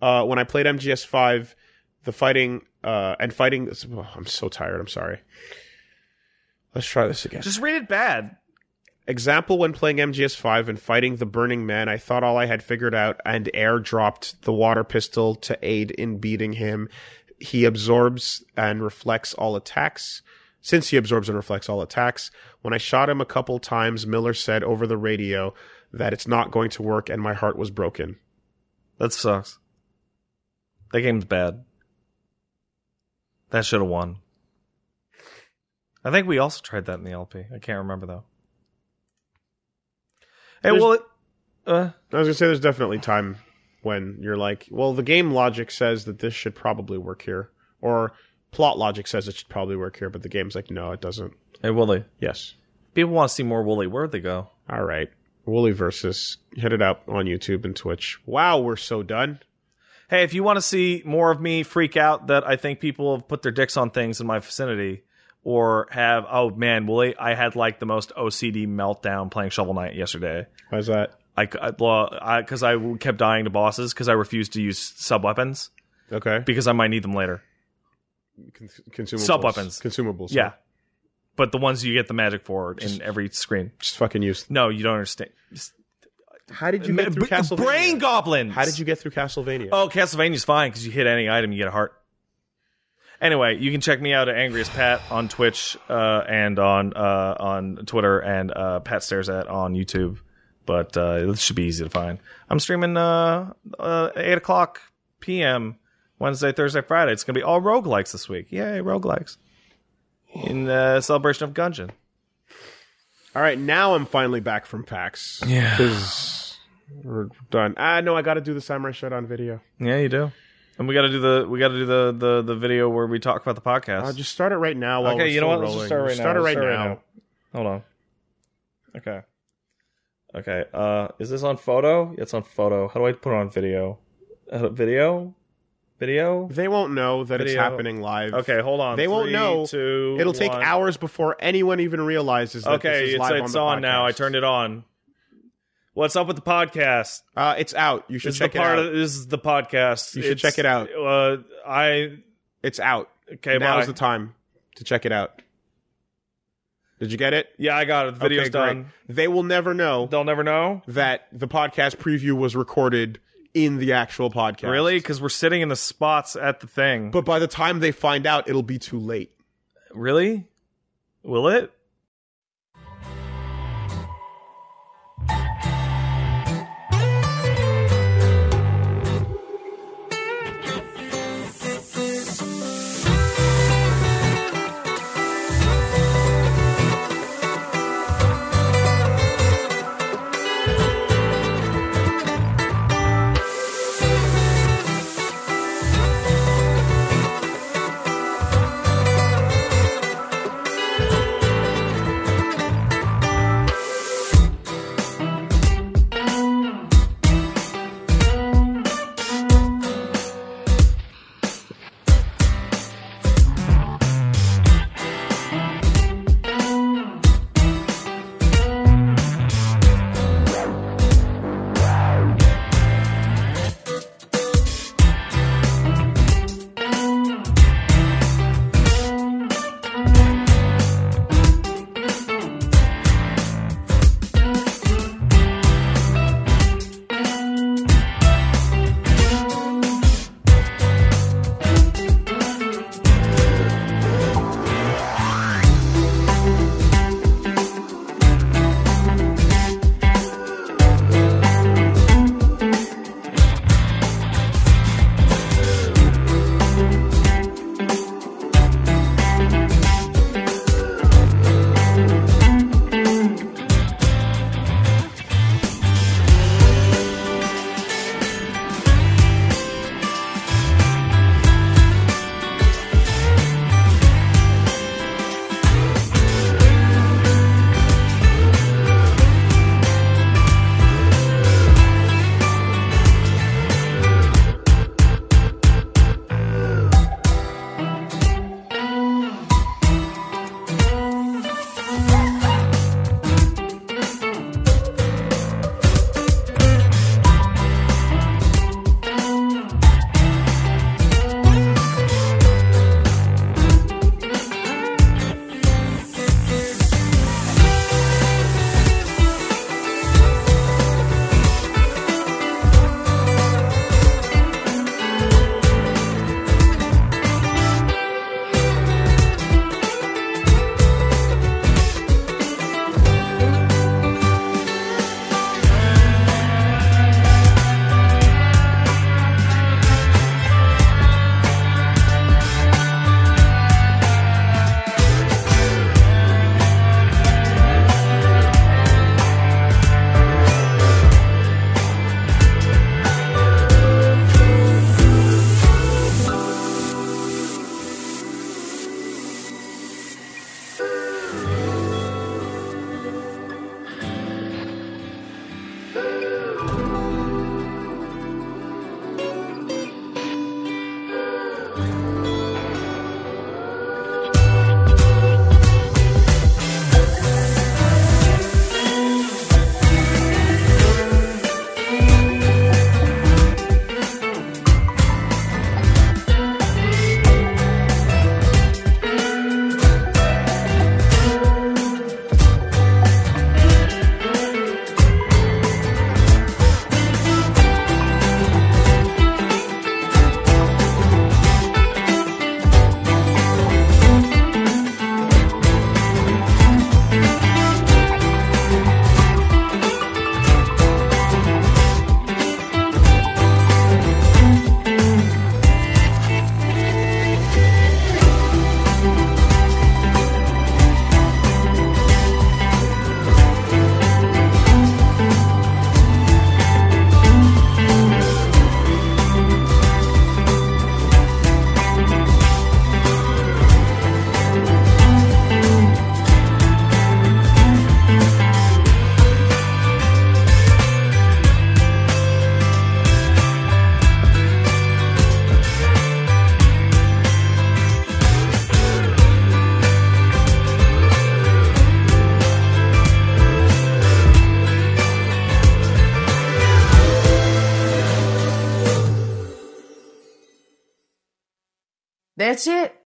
Speaker 1: Uh, when I played MGS five, the fighting uh, and fighting. oh, I'm so tired. I'm sorry. Let's try this again.
Speaker 2: Just read it bad.
Speaker 4: Example when playing MGS5 and fighting the Burning Man, I thought all I had figured out and airdropped the water pistol to aid in beating him. He absorbs and reflects all attacks. Since he absorbs and reflects all attacks, when I shot him a couple times, Miller said over the radio that it's not going to work and my heart was broken.
Speaker 2: That sucks. That game's bad. That should have won. I think we also tried that in the LP. I can't remember though. Hey,
Speaker 4: There's-
Speaker 2: well, it, uh,
Speaker 4: I was going to say there's definitely time when you're like, well, the game logic says that this should probably work here. Or plot logic says it should probably work here, but the game's like, no, it doesn't.
Speaker 2: hey, Wooly.
Speaker 4: Yes.
Speaker 2: People want to see more Wooly. Where'd they go?
Speaker 4: All right. Wooly versus hit it up on YouTube and Twitch. Wow, we're so done.
Speaker 2: hey, if you want to see more of me freak out that I think people have put their dicks on things in my vicinity, or have, oh man, Willie, I had like the most OCD meltdown playing Shovel Knight yesterday.
Speaker 4: Why's that?
Speaker 2: I, c- I- well, I, cause I kept dying to bosses because I refused to use sub weapons
Speaker 4: Okay.
Speaker 2: because I might need them later.
Speaker 4: Con- consumables.
Speaker 2: Sub-weapons.
Speaker 4: Consumables.
Speaker 2: Yeah. But the ones you get the magic for in every screen.
Speaker 4: Just fucking use.
Speaker 2: No, you don't understand. Just-
Speaker 4: How did you get through
Speaker 2: B-
Speaker 4: Castlevania?
Speaker 2: Brain goblins.
Speaker 4: How did you get through Castlevania?
Speaker 2: Oh, Castlevania's fine because you hit any item, you get a heart. Anyway, you can check me out at Angriest Pat on Twitch uh, and on uh, on Twitter and uh, Pat Stares at on YouTube. But uh, it should be easy to find. I'm streaming uh, uh, eight o'clock p.m. Wednesday, Thursday, Friday. It's gonna be all roguelikes this week. Yay, roguelikes! In the celebration of Gungeon.
Speaker 4: All right, now I'm finally back from PAX.
Speaker 2: Yeah.
Speaker 4: Because we're done. Ah, no, I got to do the Samurai Showdown video.
Speaker 2: Yeah, you do. And we got to do the we got to do the, the the video where we talk about the podcast.
Speaker 4: I'll just start it right now. While
Speaker 2: Okay,
Speaker 4: we're
Speaker 2: you know
Speaker 4: still
Speaker 2: what? Let's just
Speaker 4: rolling.
Speaker 2: start
Speaker 4: it
Speaker 2: right now. Let's
Speaker 4: right
Speaker 2: start right
Speaker 4: now.
Speaker 2: now. Hold on. Okay. Okay. Uh, is this on photo? It's on photo. How do I put it on video? Uh, video? Video?
Speaker 1: They won't know that it's
Speaker 2: Video.
Speaker 1: happening live.
Speaker 2: Okay, hold on.
Speaker 1: They won't
Speaker 2: Three,
Speaker 1: know.
Speaker 2: two,
Speaker 1: It'll take
Speaker 2: one.
Speaker 1: hours before anyone even realizes that
Speaker 2: Okay,
Speaker 1: this is
Speaker 2: it's,
Speaker 1: live
Speaker 2: it's
Speaker 1: on,
Speaker 2: on,
Speaker 1: the
Speaker 2: now. I turned it on. What's up with the podcast?
Speaker 1: Uh, it's out. You should
Speaker 2: This is
Speaker 1: check
Speaker 2: the
Speaker 1: it out.
Speaker 2: part of this is the podcast.
Speaker 1: You should
Speaker 2: It's-
Speaker 1: check it out.
Speaker 2: Uh, I
Speaker 1: it's out.
Speaker 2: okay.
Speaker 1: Now's
Speaker 2: bye.
Speaker 1: the time to check it out. Did you get it?
Speaker 2: yeah, I got it. The video's
Speaker 1: Okay, great.
Speaker 2: done.
Speaker 1: They will never know
Speaker 2: They'll never know.
Speaker 1: that the podcast preview was recorded in the actual podcast.
Speaker 2: Really? Because we're sitting in the spots at the thing.
Speaker 1: But by the time they find out, it'll be too late.
Speaker 2: really? Will it?
Speaker 5: That's it.